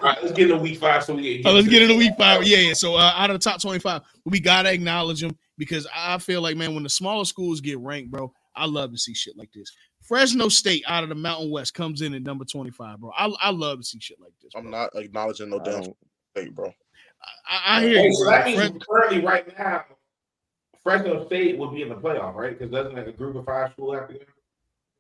[SPEAKER 3] right, let's get into week five so we
[SPEAKER 2] Uh,
[SPEAKER 3] can
[SPEAKER 2] let's
[SPEAKER 3] to
[SPEAKER 2] get into week five. Yeah, yeah. So uh, out of the top twenty-five, we gotta acknowledge them because I feel like, man, when the smaller schools get ranked, bro, I love to see shit like this. Fresno State out of the Mountain West comes in at number twenty-five, bro. I, I love to see shit like this.
[SPEAKER 5] I'm
[SPEAKER 2] bro.
[SPEAKER 5] not acknowledging no
[SPEAKER 6] I
[SPEAKER 5] damn
[SPEAKER 6] don't-
[SPEAKER 5] state, bro.
[SPEAKER 2] I, I hear
[SPEAKER 3] Hey,
[SPEAKER 2] you.
[SPEAKER 3] so
[SPEAKER 2] bro.
[SPEAKER 3] that means
[SPEAKER 2] Fres-
[SPEAKER 3] currently right now, Fresno State would be in the playoff, right? Because doesn't like a group of five school have to go?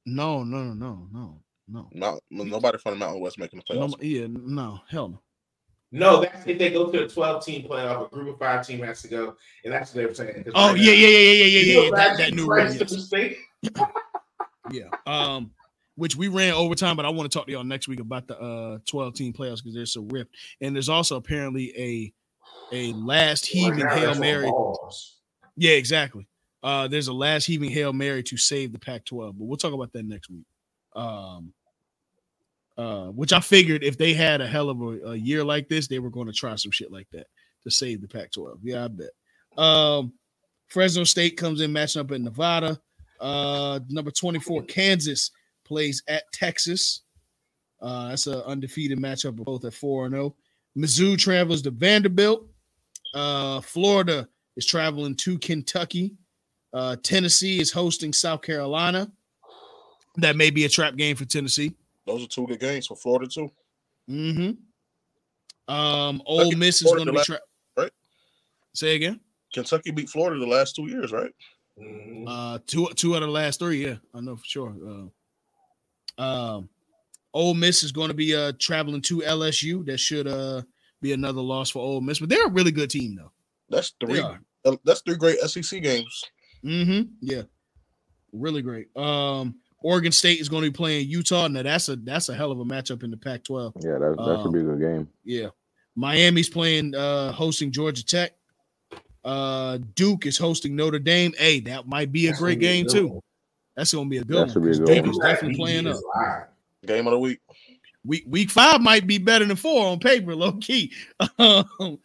[SPEAKER 2] no, no, no, no, no, no.
[SPEAKER 5] Not, nobody from the Mountain West making the playoffs.
[SPEAKER 2] No, yeah, no, hell no.
[SPEAKER 3] No, that's if they go to a 12 team playoff, a group of five team has to go. And that's what they were saying. 'Cause
[SPEAKER 2] Oh
[SPEAKER 3] right
[SPEAKER 2] yeah,
[SPEAKER 3] now-
[SPEAKER 2] yeah, yeah, yeah, yeah, yeah,
[SPEAKER 3] You
[SPEAKER 2] yeah.
[SPEAKER 3] know,
[SPEAKER 2] yeah. That,
[SPEAKER 3] last
[SPEAKER 2] that new one,
[SPEAKER 3] Fresno
[SPEAKER 2] yes.
[SPEAKER 3] State,
[SPEAKER 2] Yeah. Um, which we ran overtime, but I want to talk to y'all next week about the uh 12 team playoffs because they're so ripped. And there's also apparently a a last heaving
[SPEAKER 3] right now,
[SPEAKER 2] Hail
[SPEAKER 3] that's on
[SPEAKER 2] Mary.
[SPEAKER 3] balls.
[SPEAKER 2] Yeah, exactly. Uh there's a last heaving Hail Mary to save the Pac 12, but we'll talk about that next week. Um uh which I figured if they had a hell of a, a year like this, they were going to try some shit like that to save the Pac 12. Yeah, I bet. Um Fresno State comes in matching up at Nevada. Uh, number 24, Kansas plays at Texas. Uh, that's an undefeated matchup, both at 4 0. Mizzou travels to Vanderbilt. Uh, Florida is traveling to Kentucky. Uh, Tennessee is hosting South Carolina. That may be a trap game for Tennessee.
[SPEAKER 5] Those are two good games for Florida too.
[SPEAKER 2] hmm Um, Ole
[SPEAKER 5] Kentucky,
[SPEAKER 2] Miss is
[SPEAKER 5] Florida
[SPEAKER 2] going to be
[SPEAKER 5] last-
[SPEAKER 2] trapped.
[SPEAKER 5] right?
[SPEAKER 2] Say again.
[SPEAKER 5] Kentucky beat Florida the last two years, right?
[SPEAKER 3] Mhm.
[SPEAKER 2] Uh, two two out of the last three. Yeah, I know for sure. Uh, um, Ole Miss is going to be uh traveling to LSU. That should uh be another loss for Ole Miss, but they're a really good team though.
[SPEAKER 5] That's
[SPEAKER 2] They
[SPEAKER 5] three. uh,
[SPEAKER 2] are.
[SPEAKER 5] That's three great SEC games.
[SPEAKER 2] Mm-hmm. Yeah, really great. Um, Oregon State is going to be playing Utah. Now that's a that's a hell of a matchup in the Pac-12.
[SPEAKER 6] Yeah, that, that should be a
[SPEAKER 2] Um,
[SPEAKER 6] good game.
[SPEAKER 2] Yeah. Miami's playing uh hosting Georgia Tech. Uh Duke is hosting Notre Dame. Hey, that might be a
[SPEAKER 3] That's
[SPEAKER 2] great
[SPEAKER 3] gonna be
[SPEAKER 2] game
[SPEAKER 3] good
[SPEAKER 2] too.
[SPEAKER 3] one.
[SPEAKER 2] That's gonna be a good one.
[SPEAKER 6] That should be a
[SPEAKER 2] 'cause
[SPEAKER 6] good
[SPEAKER 2] Duke
[SPEAKER 6] one.
[SPEAKER 2] is definitely playing up.
[SPEAKER 3] Is live.
[SPEAKER 5] Game of the week.
[SPEAKER 2] Week week five might be better than four on paper, low key. Um,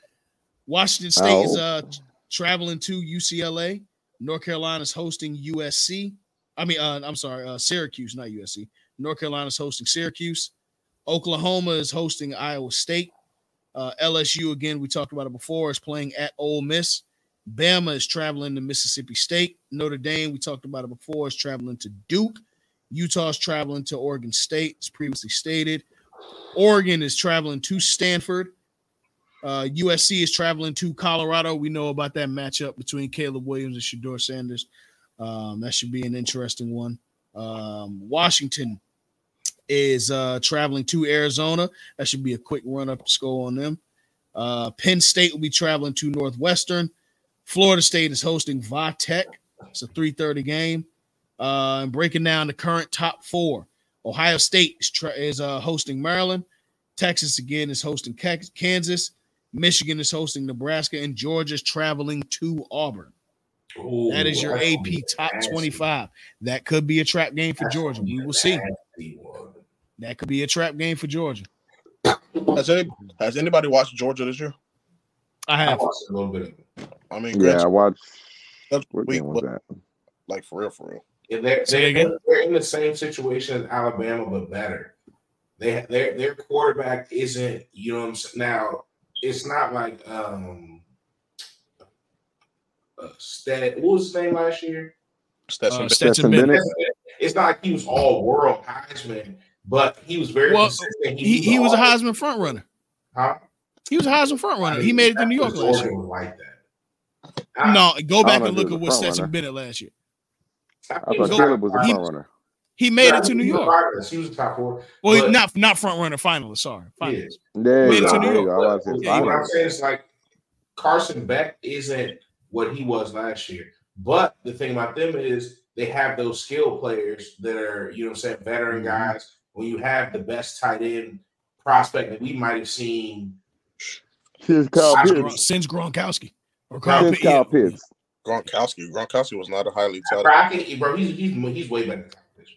[SPEAKER 2] Washington State is
[SPEAKER 6] I
[SPEAKER 2] uh traveling to UCLA. North Carolina's hosting USC. I mean, uh, I'm sorry, uh, Syracuse, not USC. North Carolina's hosting Syracuse. Oklahoma is hosting Iowa State. Uh, LSU, again, we talked about it before, is playing at Ole Miss. Bama is traveling to Mississippi State. Notre Dame, we talked about it before, is traveling to Duke. Utah's traveling to Oregon State, as previously stated. Oregon is traveling to Stanford. Uh, USC is traveling to Colorado. We know about that matchup between Caleb Williams and Shador Sanders. Um, that should be an interesting one. Um, Washington is uh, traveling to Arizona. That should be a quick run up score on them. Uh, Penn State will be traveling to Northwestern. Florida State is hosting Va Tech. It's a 3:30 game. Uh, and breaking down the current top four, Ohio State is, tra- is uh, hosting Maryland. Texas again is hosting Ca- Kansas. Michigan is hosting Nebraska, and Georgia's traveling to Auburn.
[SPEAKER 3] Ooh,
[SPEAKER 2] That is your
[SPEAKER 3] that's gonna
[SPEAKER 2] AP
[SPEAKER 3] be a
[SPEAKER 2] top
[SPEAKER 3] nasty-
[SPEAKER 2] 25. That could be a trap game for
[SPEAKER 3] that's gonna
[SPEAKER 2] Georgia.
[SPEAKER 3] be
[SPEAKER 2] We
[SPEAKER 3] a
[SPEAKER 2] will see.
[SPEAKER 3] nasty one.
[SPEAKER 2] That could be a trap game for Georgia.
[SPEAKER 5] Has any Has anybody watched Georgia this year?
[SPEAKER 2] I
[SPEAKER 3] I
[SPEAKER 2] have.
[SPEAKER 3] watched a little bit. Of it.
[SPEAKER 5] I mean,
[SPEAKER 6] yeah, I
[SPEAKER 5] granted,
[SPEAKER 6] watched.
[SPEAKER 5] that's
[SPEAKER 6] What
[SPEAKER 5] week,
[SPEAKER 6] game was
[SPEAKER 5] but
[SPEAKER 6] that?
[SPEAKER 5] like for real, for real.
[SPEAKER 3] And they're,
[SPEAKER 2] Say
[SPEAKER 3] they're,
[SPEAKER 2] again?
[SPEAKER 3] they're in the same situation as Alabama, but better. They their their quarterback isn't, you know what I'm saying? Now, it's not like um uh, Stet, what was his name last year?
[SPEAKER 5] Stetson
[SPEAKER 2] Uh,
[SPEAKER 5] Bennett.
[SPEAKER 2] Stetson
[SPEAKER 6] Stetson
[SPEAKER 2] Bennett.
[SPEAKER 6] Bennett.
[SPEAKER 3] It's not like he was all world Heisman, but he was very
[SPEAKER 2] Well,
[SPEAKER 3] consistent.
[SPEAKER 2] He, he was a Heisman front runner.
[SPEAKER 3] Huh?
[SPEAKER 2] He was a Heisman front runner. He made it to New York
[SPEAKER 3] Georgia
[SPEAKER 2] last year.
[SPEAKER 3] was like that. I-
[SPEAKER 2] No, go
[SPEAKER 6] I
[SPEAKER 2] back and
[SPEAKER 6] don't know if
[SPEAKER 2] look
[SPEAKER 6] he
[SPEAKER 2] at
[SPEAKER 6] was a
[SPEAKER 2] what
[SPEAKER 6] front
[SPEAKER 2] Stetson
[SPEAKER 6] runner.
[SPEAKER 2] Bennett last year.
[SPEAKER 6] I
[SPEAKER 3] think
[SPEAKER 6] thought
[SPEAKER 2] Go-
[SPEAKER 6] Caleb was a
[SPEAKER 2] he-
[SPEAKER 6] front runner.
[SPEAKER 2] He made
[SPEAKER 3] No,
[SPEAKER 2] it to New
[SPEAKER 3] he was a
[SPEAKER 2] York.
[SPEAKER 3] finalist. He was a top four.
[SPEAKER 2] Well,
[SPEAKER 3] but-
[SPEAKER 2] not not front runner finalist. Sorry, finalist.
[SPEAKER 3] Yes.
[SPEAKER 6] There
[SPEAKER 2] Made
[SPEAKER 6] you
[SPEAKER 2] it to
[SPEAKER 6] go.
[SPEAKER 2] New
[SPEAKER 6] There you
[SPEAKER 2] York.
[SPEAKER 6] go. I was
[SPEAKER 3] But
[SPEAKER 6] about to
[SPEAKER 2] Yeah,
[SPEAKER 6] say
[SPEAKER 2] you
[SPEAKER 3] What I'm
[SPEAKER 6] finalist.
[SPEAKER 3] saying is like Carson Beck isn't what he was last year. But the thing about them is they have those skill players that are, you know what I'm saying,
[SPEAKER 6] Mm-hmm.
[SPEAKER 3] veteran guys. When you have the best tight end prospect that we might have seen,
[SPEAKER 6] Here's Kyle
[SPEAKER 3] Sounds
[SPEAKER 6] Pitts.
[SPEAKER 2] Gron- since Gronkowski or
[SPEAKER 6] Here's
[SPEAKER 2] Pitt- yeah.
[SPEAKER 6] Kyle Pitts.
[SPEAKER 5] Gronkowski. Gronkowski was not a highly
[SPEAKER 3] bro,
[SPEAKER 5] touted.
[SPEAKER 3] I can, bro he's, he's, he's way better than Kyle Pitts,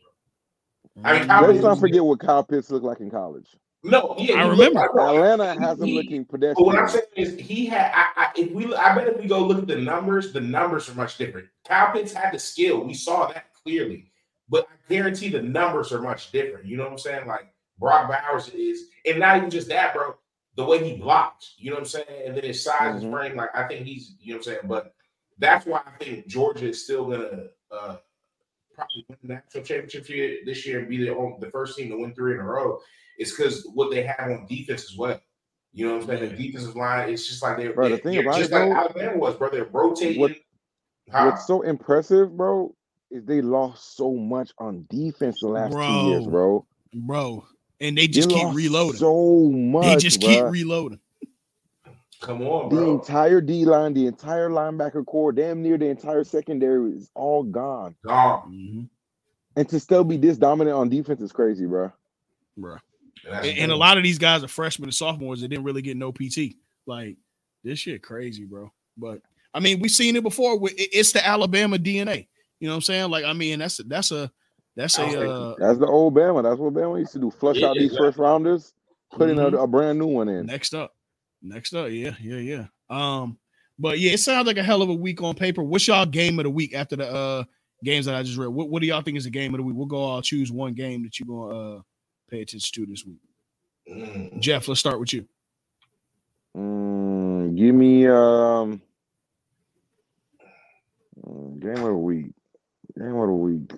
[SPEAKER 3] bro. I mean, Kyle
[SPEAKER 6] Let's
[SPEAKER 3] Pitts,
[SPEAKER 6] not forget what Kyle Pitts looked like in college.
[SPEAKER 3] no, yeah,
[SPEAKER 2] I
[SPEAKER 3] he looked
[SPEAKER 2] remember.
[SPEAKER 3] like- bro,
[SPEAKER 6] Atlanta has him
[SPEAKER 3] he-
[SPEAKER 6] looking
[SPEAKER 3] But what I'm
[SPEAKER 6] pedestrian.
[SPEAKER 3] saying is he had I, I if we I bet if we go look at the numbers, the numbers are much different. Kyle Pitts had the skill. We saw that clearly. But I guarantee the numbers are much different. You know what I'm saying? Like Brock Bowers is, and not even just that, bro. The way he blocks, you know what I'm saying? And then his size, his
[SPEAKER 6] Mhm.
[SPEAKER 3] frame, like I think he's, you know what I'm saying? But that's why I think Georgia is still gonna uh probably win the national championship year, this year and be the, on- the first team to win three in a row. It's because what they have on defense as well. You know what I'm saying? The defensive line, it's just like they're,
[SPEAKER 6] Bro, the
[SPEAKER 3] they're-
[SPEAKER 6] thing
[SPEAKER 3] they're
[SPEAKER 6] about
[SPEAKER 3] just
[SPEAKER 6] it,
[SPEAKER 3] like
[SPEAKER 6] though,
[SPEAKER 3] Alabama was, bro. They're rotating.
[SPEAKER 6] what-
[SPEAKER 3] Huh?
[SPEAKER 6] What's so impressive, bro, is they lost so much on defense the last two years,
[SPEAKER 2] Bro.
[SPEAKER 6] bro.
[SPEAKER 2] bro. And they just
[SPEAKER 6] They
[SPEAKER 2] keep
[SPEAKER 6] lost
[SPEAKER 2] reloading.
[SPEAKER 6] So much,
[SPEAKER 2] they just
[SPEAKER 6] bruh.
[SPEAKER 2] keep reloading.
[SPEAKER 3] Come on,
[SPEAKER 6] the
[SPEAKER 3] Oh, bro.
[SPEAKER 6] entire D line, the entire linebacker core, damn near the entire secondary is all gone.
[SPEAKER 3] Gone.
[SPEAKER 2] Mhm,
[SPEAKER 6] And to still be this dominant on defense is crazy, bro.
[SPEAKER 2] bro.
[SPEAKER 3] That's
[SPEAKER 2] And, and a lot of these guys are freshmen and sophomores that didn't really get no PT. Like this shit crazy, bro. But I mean, we've seen it before. with- it- It's the Alabama DNA. You know what I'm saying? Like I mean, that's that's a that's a uh,
[SPEAKER 6] That's the old Bama. That's what Bama used to do. Flush
[SPEAKER 3] Yeah, Mm-hmm.
[SPEAKER 6] out these first rounders, put in a,
[SPEAKER 2] Mhm.
[SPEAKER 6] a brand new one in.
[SPEAKER 2] next up, next up. Yeah, yeah, yeah. Um, but yeah, it sounds like a hell of a week on paper. What's y'all game of the week after the uh games that I just read? What What do y'all think is the game of the week? We'll go. I'll choose one game that you gonna uh pay attention to this week.
[SPEAKER 3] Mm.
[SPEAKER 2] Jeff, let's start with you.
[SPEAKER 6] Mm, give me um mm, game of the week. Game of the week.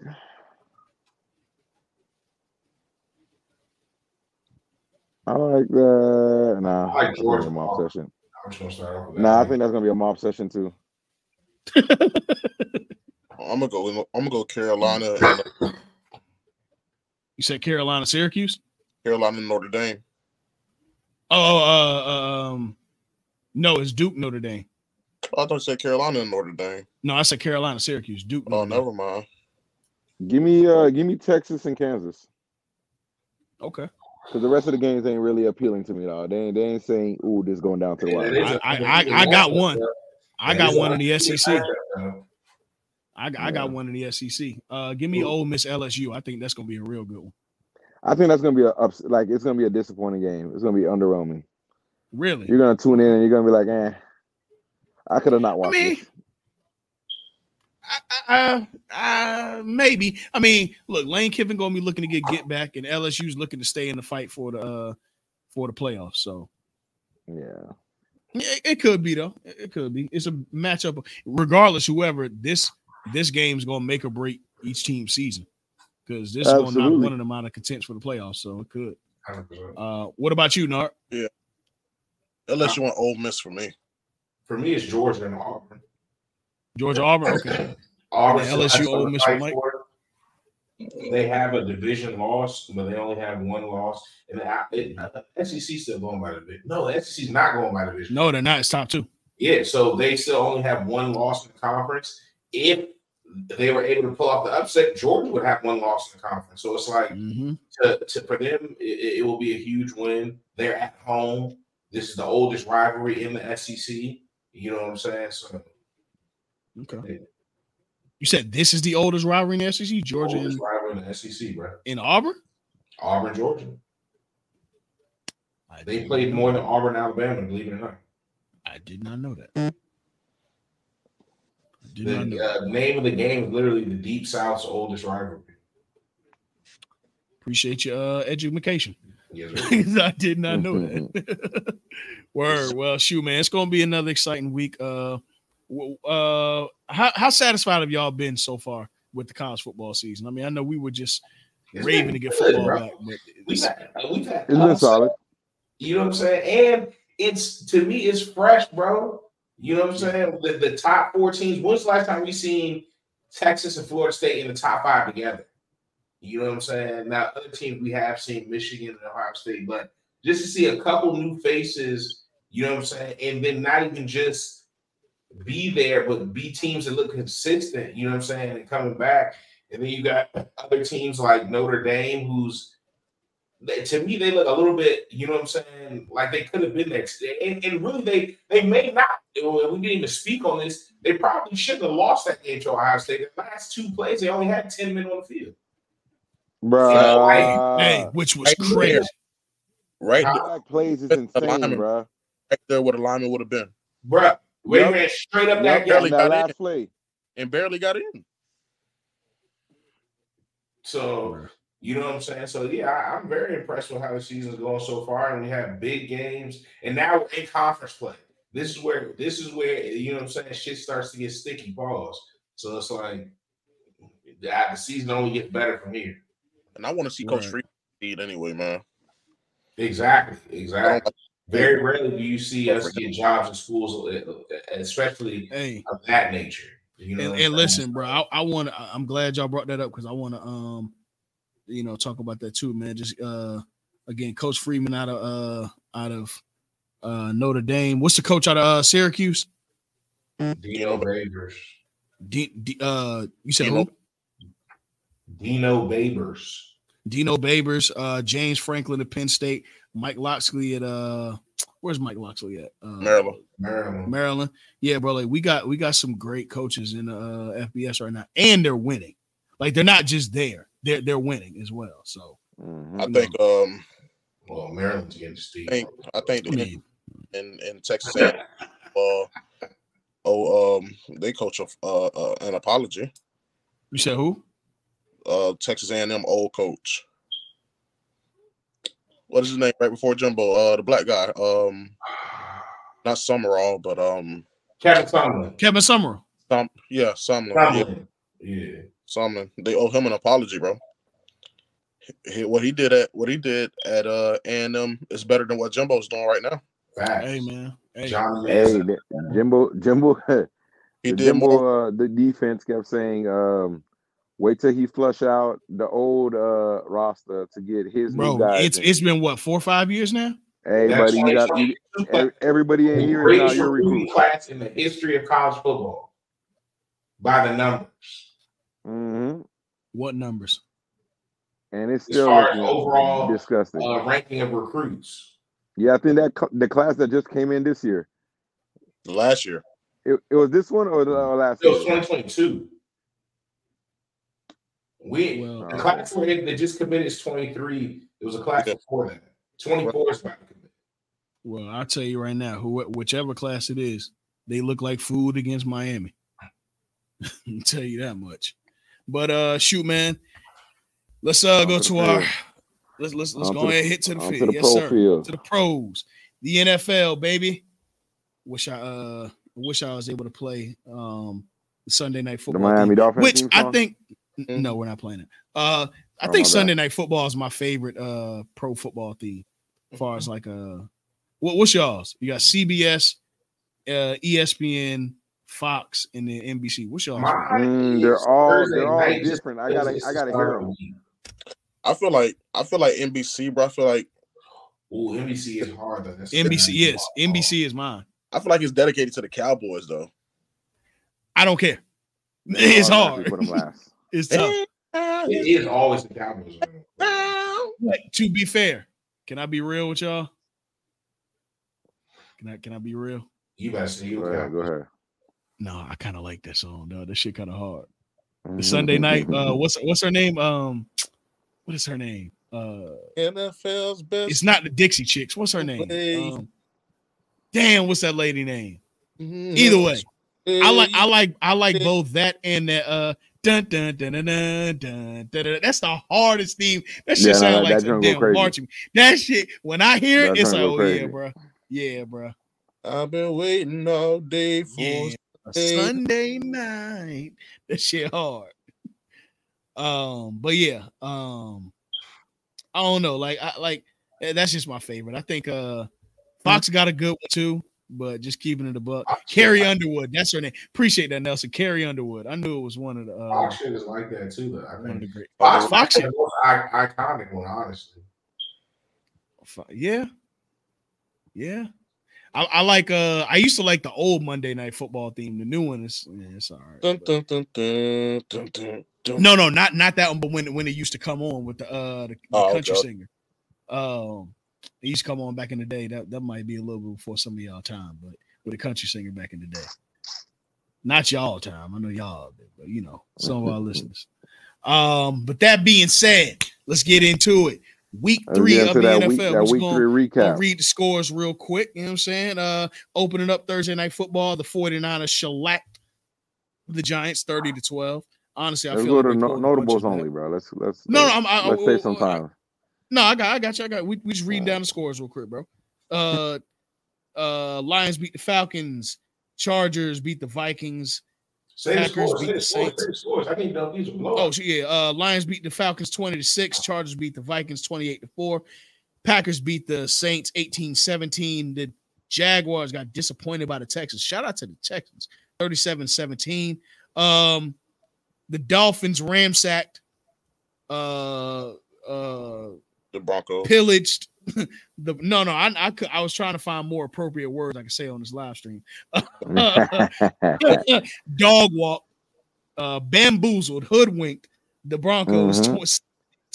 [SPEAKER 6] I like that.
[SPEAKER 3] I
[SPEAKER 6] Nah,
[SPEAKER 3] like
[SPEAKER 6] that's gonna be
[SPEAKER 3] Georgia.
[SPEAKER 6] a mob session.
[SPEAKER 3] I'm just gonna start off with that.
[SPEAKER 6] Nah, I think that's gonna be a mob session too.
[SPEAKER 5] I'm gonna go. I'm gonna go Carolina and
[SPEAKER 2] You said Carolina, Syracuse.
[SPEAKER 5] Carolina and Notre Dame.
[SPEAKER 2] Oh, uh, um, no, it's Duke Notre Dame.
[SPEAKER 5] I thought you said Carolina and Notre Dame.
[SPEAKER 2] No, I said Carolina, Syracuse, Duke.
[SPEAKER 5] Oh,
[SPEAKER 2] Notre Dame.
[SPEAKER 5] never mind.
[SPEAKER 6] Give me uh give me Texas and Kansas.
[SPEAKER 2] Okay,
[SPEAKER 6] Because the rest of the games ain't really appealing to me at all. They ain't they ain't saying, ooh, this going down to the
[SPEAKER 3] Yeah,
[SPEAKER 6] wire.
[SPEAKER 3] that is a-
[SPEAKER 2] I- I- I- I got one. E I
[SPEAKER 3] Yeah,
[SPEAKER 2] got
[SPEAKER 3] it's
[SPEAKER 2] one
[SPEAKER 3] a-
[SPEAKER 2] in the
[SPEAKER 3] it's a
[SPEAKER 2] SEC.
[SPEAKER 3] matchup, though.
[SPEAKER 2] I got, I got one in the SEC. Uh, give me
[SPEAKER 6] Ooh.
[SPEAKER 2] Ole Miss LSU. I think that's gonna be a real good one.
[SPEAKER 6] I think that's gonna be a ups- like it's gonna be a disappointing game. It's gonna be underwhelming.
[SPEAKER 2] Really?
[SPEAKER 6] You're gonna tune in and you're gonna be like, eh, I could have not watched
[SPEAKER 2] mean,
[SPEAKER 6] this.
[SPEAKER 2] I, I, uh, maybe. I mean, look, Lane Kiffin gonna be looking to get get back, and LSU's looking to stay in the fight for the uh, for the playoffs. So
[SPEAKER 6] Yeah.
[SPEAKER 2] yeah, it, it could be though. It it could be. It's a matchup. Regardless, whoever this this game's gonna make or break each team's season because this is gonna knock
[SPEAKER 6] Absolutely.
[SPEAKER 2] one of them out of contents for the playoffs. So it could.
[SPEAKER 3] 100%.
[SPEAKER 2] Uh, what about you, Nart?
[SPEAKER 5] Unless you want Ole Miss for me.
[SPEAKER 3] For me, it's Georgia and Auburn.
[SPEAKER 2] Georgia Auburn. Okay.
[SPEAKER 3] Auburn
[SPEAKER 2] And LSU, Ole Miss, Mike.
[SPEAKER 3] They have a division loss, but they only have one loss. And I, it, uh, SEC still going by division. No, SEC's not going by division.
[SPEAKER 2] No, they're not. It's top two.
[SPEAKER 3] Yeah, so they still only have one loss in the conference. If they were able to pull off the upset, Georgia would have one loss in the conference. So it's like
[SPEAKER 2] Mm-hmm.
[SPEAKER 3] to, to for them, it, it will be a huge win. They're at home. This is the oldest rivalry in the SEC. You know what I'm saying? So
[SPEAKER 2] Okay. You said this is the oldest rivalry in the SEC, Georgia
[SPEAKER 3] oldest
[SPEAKER 2] and,
[SPEAKER 3] rivalry in the SEC, bro.
[SPEAKER 2] and Auburn.
[SPEAKER 3] Auburn, Georgia. They played more than Auburn, Alabama, believe it or not.
[SPEAKER 2] I did not know that. I did not know.
[SPEAKER 3] The uh, name of the game is literally the Deep South's oldest rivalry.
[SPEAKER 2] Appreciate your uh, education.
[SPEAKER 3] Yes, sir.
[SPEAKER 2] I did not know
[SPEAKER 3] Mm-hmm.
[SPEAKER 2] that. Word. Well, shoot, man, it's gonna be another exciting week. Uh, w- uh, how how satisfied have y'all been so far with the college football season? I mean, I know we were just
[SPEAKER 3] It's
[SPEAKER 2] raving
[SPEAKER 3] been
[SPEAKER 2] to get
[SPEAKER 3] good,
[SPEAKER 2] football
[SPEAKER 3] bro.
[SPEAKER 2] back, but
[SPEAKER 3] We've
[SPEAKER 2] it's-
[SPEAKER 3] had, uh, we've had
[SPEAKER 6] It's been solid.
[SPEAKER 3] You know what I'm saying? And it's to me, it's fresh, bro. You know what I'm saying? The, the top four teams. When's the last time we seen Texas and Florida State in the top five together? You know what I'm saying? Now, other teams we have seen Michigan and Ohio State, but just to see a couple new faces, you know what I'm saying? And then not even just be there, but be teams that look consistent, you know what I'm saying, and coming back. And then you got other teams like Notre Dame, who's they, to me, they look a little bit, you know what I'm saying, like they could have been next. And, and really, they they may not. We didn't even speak on this. They probably should have lost that game to Ohio State. The last two plays, they only had 10 men on the field.
[SPEAKER 6] bro.
[SPEAKER 3] Uh,
[SPEAKER 2] hey, which was
[SPEAKER 5] right there.
[SPEAKER 2] crazy.
[SPEAKER 5] Right there,
[SPEAKER 6] Black plays is
[SPEAKER 5] The
[SPEAKER 6] insane,
[SPEAKER 5] lineman.
[SPEAKER 6] bro.
[SPEAKER 5] right there where the lineman would have been
[SPEAKER 3] Bruh, we
[SPEAKER 6] Yup.
[SPEAKER 3] ran straight up
[SPEAKER 6] Yep,
[SPEAKER 3] that
[SPEAKER 5] barely
[SPEAKER 6] that
[SPEAKER 3] game.
[SPEAKER 5] got in.
[SPEAKER 6] last play.
[SPEAKER 5] and barely got in.
[SPEAKER 3] So you know what I'm saying. So yeah, I, I'm very impressed with how the season's going so far, and we have big games, and now we're in conference play. This is where this is where you know what I'm saying. Shit starts to get sticky balls. So it's like the, the season only gets better from here.
[SPEAKER 5] And I want to see Coach
[SPEAKER 2] Right.
[SPEAKER 5] Free succeed anyway, man.
[SPEAKER 3] Exactly,
[SPEAKER 5] I don't
[SPEAKER 3] exactly. Very rarely do you see us get jobs in schools, uh, especially
[SPEAKER 2] Hey,
[SPEAKER 3] of that nature. You
[SPEAKER 2] and,
[SPEAKER 3] know, what I'm
[SPEAKER 2] and
[SPEAKER 3] saying?
[SPEAKER 2] listen, bro, I, I want to. I'm glad y'all brought that up because I want to, um, you know, talk about that too, man. Just uh, again, Coach Freeman out of uh, out of uh Notre Dame. What's the coach out of uh, Syracuse?
[SPEAKER 3] Dino Babers,
[SPEAKER 2] D, D, uh, you said
[SPEAKER 5] Dino.
[SPEAKER 2] who?
[SPEAKER 3] Dino Babers.
[SPEAKER 2] Dino Babers, uh, James Franklin at Penn State, Mike Loxley at uh, where's Mike Loxley at? Uh,
[SPEAKER 5] Maryland.
[SPEAKER 3] Maryland.
[SPEAKER 2] Maryland. Yeah, bro. Like we got we got some great coaches in uh FBS right now, and they're winning. Like they're not just there; they're they're winning as well. So
[SPEAKER 6] Mhm.
[SPEAKER 5] I think um
[SPEAKER 3] Well, Maryland's getting steep.
[SPEAKER 5] I think I think
[SPEAKER 2] I
[SPEAKER 5] the
[SPEAKER 2] mean,
[SPEAKER 5] in in Texas A&M, uh, oh um they coach a, uh, uh, an apology.
[SPEAKER 2] you said who?
[SPEAKER 5] Uh Texas A&M old coach. What is his name right before Jumbo? Uh the black guy. Um not Summerall, but um
[SPEAKER 3] Ah, Kevin Sumlin.
[SPEAKER 2] Kevin Summerall.
[SPEAKER 5] Som- yeah, Sumlin. Yeah,
[SPEAKER 3] Sumlin. Yeah.
[SPEAKER 5] Sumlin. They owe him an apology, bro. He, what he did at what he did at uh A&M is better than what Jumbo's doing right now.
[SPEAKER 3] Facts.
[SPEAKER 2] Hey man. Hey,
[SPEAKER 3] Johnny
[SPEAKER 6] Hey,
[SPEAKER 3] Mason.
[SPEAKER 6] that- Jimbo, Jimbo,
[SPEAKER 5] He
[SPEAKER 6] the
[SPEAKER 5] did more
[SPEAKER 6] Jimbo, uh, the defense kept saying, um, "Wait till he flush out the old uh, roster to get his new
[SPEAKER 2] bro.
[SPEAKER 6] guys."
[SPEAKER 2] It's
[SPEAKER 6] in."
[SPEAKER 2] it's been what four or five years now.
[SPEAKER 6] hey,
[SPEAKER 3] That's
[SPEAKER 6] buddy, you
[SPEAKER 3] like-
[SPEAKER 6] got you, ev- everybody in here is now
[SPEAKER 3] Greatest
[SPEAKER 6] your
[SPEAKER 3] recruiting
[SPEAKER 6] recruit.
[SPEAKER 3] class in the history of college football by the numbers.
[SPEAKER 6] hmm
[SPEAKER 2] What numbers?
[SPEAKER 6] And it's
[SPEAKER 3] As
[SPEAKER 6] still
[SPEAKER 3] far as
[SPEAKER 6] looking
[SPEAKER 3] overall,
[SPEAKER 6] disgusting.
[SPEAKER 3] Uh, ranking of recruits.
[SPEAKER 6] yeah, I think that cl- the class that just came in this year,
[SPEAKER 5] last year.
[SPEAKER 6] it, it was this one or, the, or last
[SPEAKER 3] It
[SPEAKER 6] year.
[SPEAKER 3] was 2022. We
[SPEAKER 2] Well,
[SPEAKER 3] the class we're in that just committed is 23. It was a class
[SPEAKER 5] Yeah.
[SPEAKER 3] before that. 24 is about to commit.
[SPEAKER 2] well, I'll tell you right now, who whichever class it is, they look like food against Miami. I'll tell you that much. But uh, shoot, man, let's uh
[SPEAKER 6] On
[SPEAKER 2] go
[SPEAKER 6] to
[SPEAKER 2] to
[SPEAKER 6] the
[SPEAKER 2] our
[SPEAKER 6] field.
[SPEAKER 2] let's let's let's
[SPEAKER 6] On
[SPEAKER 2] go
[SPEAKER 6] to the-
[SPEAKER 2] ahead and hit to the
[SPEAKER 6] on
[SPEAKER 2] field.
[SPEAKER 6] to the
[SPEAKER 2] yes,
[SPEAKER 6] pro
[SPEAKER 2] sir.
[SPEAKER 6] field.
[SPEAKER 2] To the pros, the NFL, baby. Wish I uh wish I was able to play um the Sunday night
[SPEAKER 6] The
[SPEAKER 2] football.
[SPEAKER 6] Miami
[SPEAKER 2] game,
[SPEAKER 6] Dolphins
[SPEAKER 2] which
[SPEAKER 6] theme
[SPEAKER 2] I
[SPEAKER 6] song?
[SPEAKER 2] think
[SPEAKER 5] Mhm.
[SPEAKER 2] no, we're not playing it. Uh I
[SPEAKER 6] Oh, my
[SPEAKER 2] think
[SPEAKER 6] bad.
[SPEAKER 2] Sunday night football is my favorite uh pro football theme as far
[SPEAKER 6] Mm-hmm.
[SPEAKER 2] as like uh what what's y'all's? You got CBS, uh ESPN, Fox, and then NBC. What's y'all's?
[SPEAKER 3] Mine
[SPEAKER 6] Mm,
[SPEAKER 3] is
[SPEAKER 6] they're all
[SPEAKER 3] Thursday
[SPEAKER 6] they're all
[SPEAKER 3] night, just
[SPEAKER 6] different. I
[SPEAKER 3] because
[SPEAKER 6] gotta
[SPEAKER 3] it's
[SPEAKER 6] I
[SPEAKER 3] the
[SPEAKER 6] gotta
[SPEAKER 3] start
[SPEAKER 6] hear
[SPEAKER 3] of the
[SPEAKER 6] them.
[SPEAKER 3] week.
[SPEAKER 5] I feel like I feel like NBC, bro. I feel like
[SPEAKER 3] Ooh, NBC is hard though. That's
[SPEAKER 2] NBC, yes. NBC is mine.
[SPEAKER 5] I feel like it's dedicated to the Cowboys though.
[SPEAKER 2] I don't care. It's hard.
[SPEAKER 6] Put them last.
[SPEAKER 2] It's tough.
[SPEAKER 3] It is always the Cowboys. man.
[SPEAKER 2] But to be fair, can I be real with y'all? Can I can I be real?
[SPEAKER 3] You better say
[SPEAKER 6] Go
[SPEAKER 3] you
[SPEAKER 6] ahead. Go
[SPEAKER 3] Cowboys.
[SPEAKER 6] ahead.
[SPEAKER 2] No, I kind of like that song. though. that shit kind of hard.
[SPEAKER 6] Mm-hmm.
[SPEAKER 2] The Sunday night. Uh, what's what's her name? Um, what is her name? Uh,
[SPEAKER 5] NFL's best.
[SPEAKER 2] it's not the Dixie Chicks. What's her name? Um, damn, what's that lady name?
[SPEAKER 5] Mm-hmm.
[SPEAKER 2] Either way, I like I like I like both that and that. Uh, dun dun dun dun dun dun. dun, dun. That's the hardest theme. That shit
[SPEAKER 6] Yeah, no,
[SPEAKER 2] sound
[SPEAKER 6] that-
[SPEAKER 2] like
[SPEAKER 6] that
[SPEAKER 2] some
[SPEAKER 6] joint go
[SPEAKER 2] damn
[SPEAKER 6] crazy.
[SPEAKER 2] marching. That shit. When I hear
[SPEAKER 6] That
[SPEAKER 2] it, it's
[SPEAKER 6] joint
[SPEAKER 2] like,
[SPEAKER 6] go
[SPEAKER 2] oh yeah,
[SPEAKER 6] crazy.
[SPEAKER 2] bro. Yeah, bro.
[SPEAKER 5] I've been waiting all day for.
[SPEAKER 2] Yeah, a Sunday night. That shit hard. Um, but yeah, um, I don't know. Like, I like eh, that's just my favorite. I think
[SPEAKER 3] Hmm.
[SPEAKER 2] uh Fox got a good one too, but just keeping it above.
[SPEAKER 3] Fox-
[SPEAKER 2] Carrie Underwood, that's her name. Appreciate that, Nelson. Carrie Underwood. I knew it was one of the uh,
[SPEAKER 3] Fox shit is like that too, though. I
[SPEAKER 2] one of
[SPEAKER 3] think
[SPEAKER 2] the great.
[SPEAKER 3] Fox,
[SPEAKER 2] Fox
[SPEAKER 3] Fox is the most I- iconic one, honestly.
[SPEAKER 2] Fo- Yeah, yeah. I, I like uh I used to like the old Monday night football theme. The new one is yeah, it's all right.
[SPEAKER 5] Dun,
[SPEAKER 2] but-
[SPEAKER 5] dun, dun, dun, dun, dun, dun.
[SPEAKER 2] No, no, not not that one, but when when it used to come on with the uh the, the
[SPEAKER 5] Oh,
[SPEAKER 2] country
[SPEAKER 5] okay.
[SPEAKER 2] singer. Um it used to come on back in the day. That that might be a little bit before some of y'all time, but with a country singer back in the day. Not y'all time. I know y'all did, but you know, some of our listeners. Um, but that being said, let's get into it. Week
[SPEAKER 6] Let's
[SPEAKER 2] three
[SPEAKER 6] get
[SPEAKER 2] of
[SPEAKER 6] into
[SPEAKER 2] the
[SPEAKER 6] Mm-hmm. that
[SPEAKER 2] NFL.
[SPEAKER 6] week, that
[SPEAKER 2] What's
[SPEAKER 6] week
[SPEAKER 2] going-
[SPEAKER 6] three
[SPEAKER 2] Gonna
[SPEAKER 6] recap.
[SPEAKER 2] read the scores real quick. You know what I'm saying? Uh opening up Thursday night football. The 49ers shellacked the Giants 30 to 12. Honestly, I
[SPEAKER 6] Let's
[SPEAKER 2] feel
[SPEAKER 6] go
[SPEAKER 2] like
[SPEAKER 6] to
[SPEAKER 2] they
[SPEAKER 6] no-
[SPEAKER 2] pulled the
[SPEAKER 6] notables
[SPEAKER 2] punches back.
[SPEAKER 6] only, bro. Let's let's
[SPEAKER 2] No, no,
[SPEAKER 6] let's,
[SPEAKER 2] I'm I, oh, I-
[SPEAKER 6] let's save some
[SPEAKER 2] I- I-
[SPEAKER 6] time.
[SPEAKER 2] No, I got I got you. I got we, we just reading
[SPEAKER 6] Alright.
[SPEAKER 2] down the scores real quick, bro. Uh uh Lions beat the Falcons, Chargers beat the Vikings.
[SPEAKER 3] Same
[SPEAKER 2] Packers
[SPEAKER 3] scores,
[SPEAKER 2] beat
[SPEAKER 3] same
[SPEAKER 2] the
[SPEAKER 3] scores,
[SPEAKER 2] Saints.
[SPEAKER 3] same scores. I didn't know these were
[SPEAKER 2] Oh
[SPEAKER 3] blowouts.
[SPEAKER 2] so yeah, uh Lions beat the Falcons 20 to 6, Chargers beat the Vikings 28 to 4. Packers beat the Saints 18-17. The Jaguars got disappointed by the Texans. Shout out to the Texans. 37-17. Um the Dolphins ramsacked uh uh
[SPEAKER 5] The Broncos.
[SPEAKER 2] pillaged the no no I I, could, I was trying to find more appropriate words I could say on this live stream. oh, uh, Dog walk, uh, bamboozled, hoodwinked the Broncos
[SPEAKER 6] Mhm.
[SPEAKER 2] tw-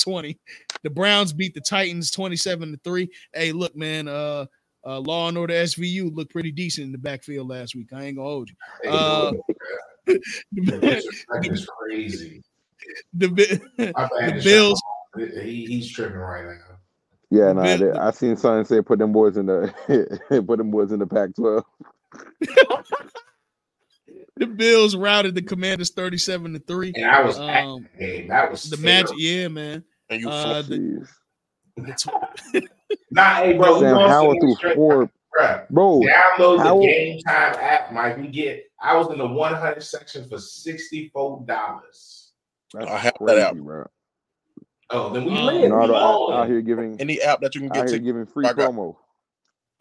[SPEAKER 2] twenty. The Browns beat the Titans twenty-seven to three. Hey, look, man, uh, uh, Law and Order SVU looked pretty decent in the backfield last week. I ain't gonna hold
[SPEAKER 3] Hey,
[SPEAKER 2] Uh,
[SPEAKER 3] the
[SPEAKER 2] you.
[SPEAKER 3] disrespect is crazy.
[SPEAKER 2] the bi-
[SPEAKER 3] My bad,
[SPEAKER 2] The
[SPEAKER 3] Deshaun.
[SPEAKER 2] Bills-
[SPEAKER 3] He, he's tripping right now.
[SPEAKER 6] yeah, nah, they,
[SPEAKER 2] Bill-
[SPEAKER 6] I seen something say put them boys in the put them boys in the Pac-12.
[SPEAKER 2] the Bills routed the Commanders thirty-seven to three.
[SPEAKER 3] And I was at
[SPEAKER 2] Um,
[SPEAKER 3] the game. That was
[SPEAKER 2] the
[SPEAKER 3] terrible.
[SPEAKER 2] magic, yeah, man.
[SPEAKER 5] And you
[SPEAKER 2] Uh, the,
[SPEAKER 6] Jeez.
[SPEAKER 2] the tw-
[SPEAKER 3] Nah, hey, bro. we
[SPEAKER 6] Sam
[SPEAKER 3] lost
[SPEAKER 6] Howard
[SPEAKER 3] against
[SPEAKER 6] threw
[SPEAKER 3] straight-
[SPEAKER 6] four,
[SPEAKER 3] Bruh,
[SPEAKER 6] bro.
[SPEAKER 3] Download the
[SPEAKER 6] Howard-
[SPEAKER 3] game time app, Mike. We get. I was in the 100 section for $64.
[SPEAKER 6] That's
[SPEAKER 5] I have that
[SPEAKER 6] crazy,
[SPEAKER 5] out.
[SPEAKER 6] bro.
[SPEAKER 3] Oh, then we
[SPEAKER 2] Um,
[SPEAKER 3] live. We
[SPEAKER 6] Nardo out, uh, out
[SPEAKER 3] balling.
[SPEAKER 6] here giving
[SPEAKER 5] Any app that you can
[SPEAKER 6] out
[SPEAKER 5] get
[SPEAKER 6] here
[SPEAKER 5] tickets.
[SPEAKER 6] giving free
[SPEAKER 5] I got-
[SPEAKER 6] promo.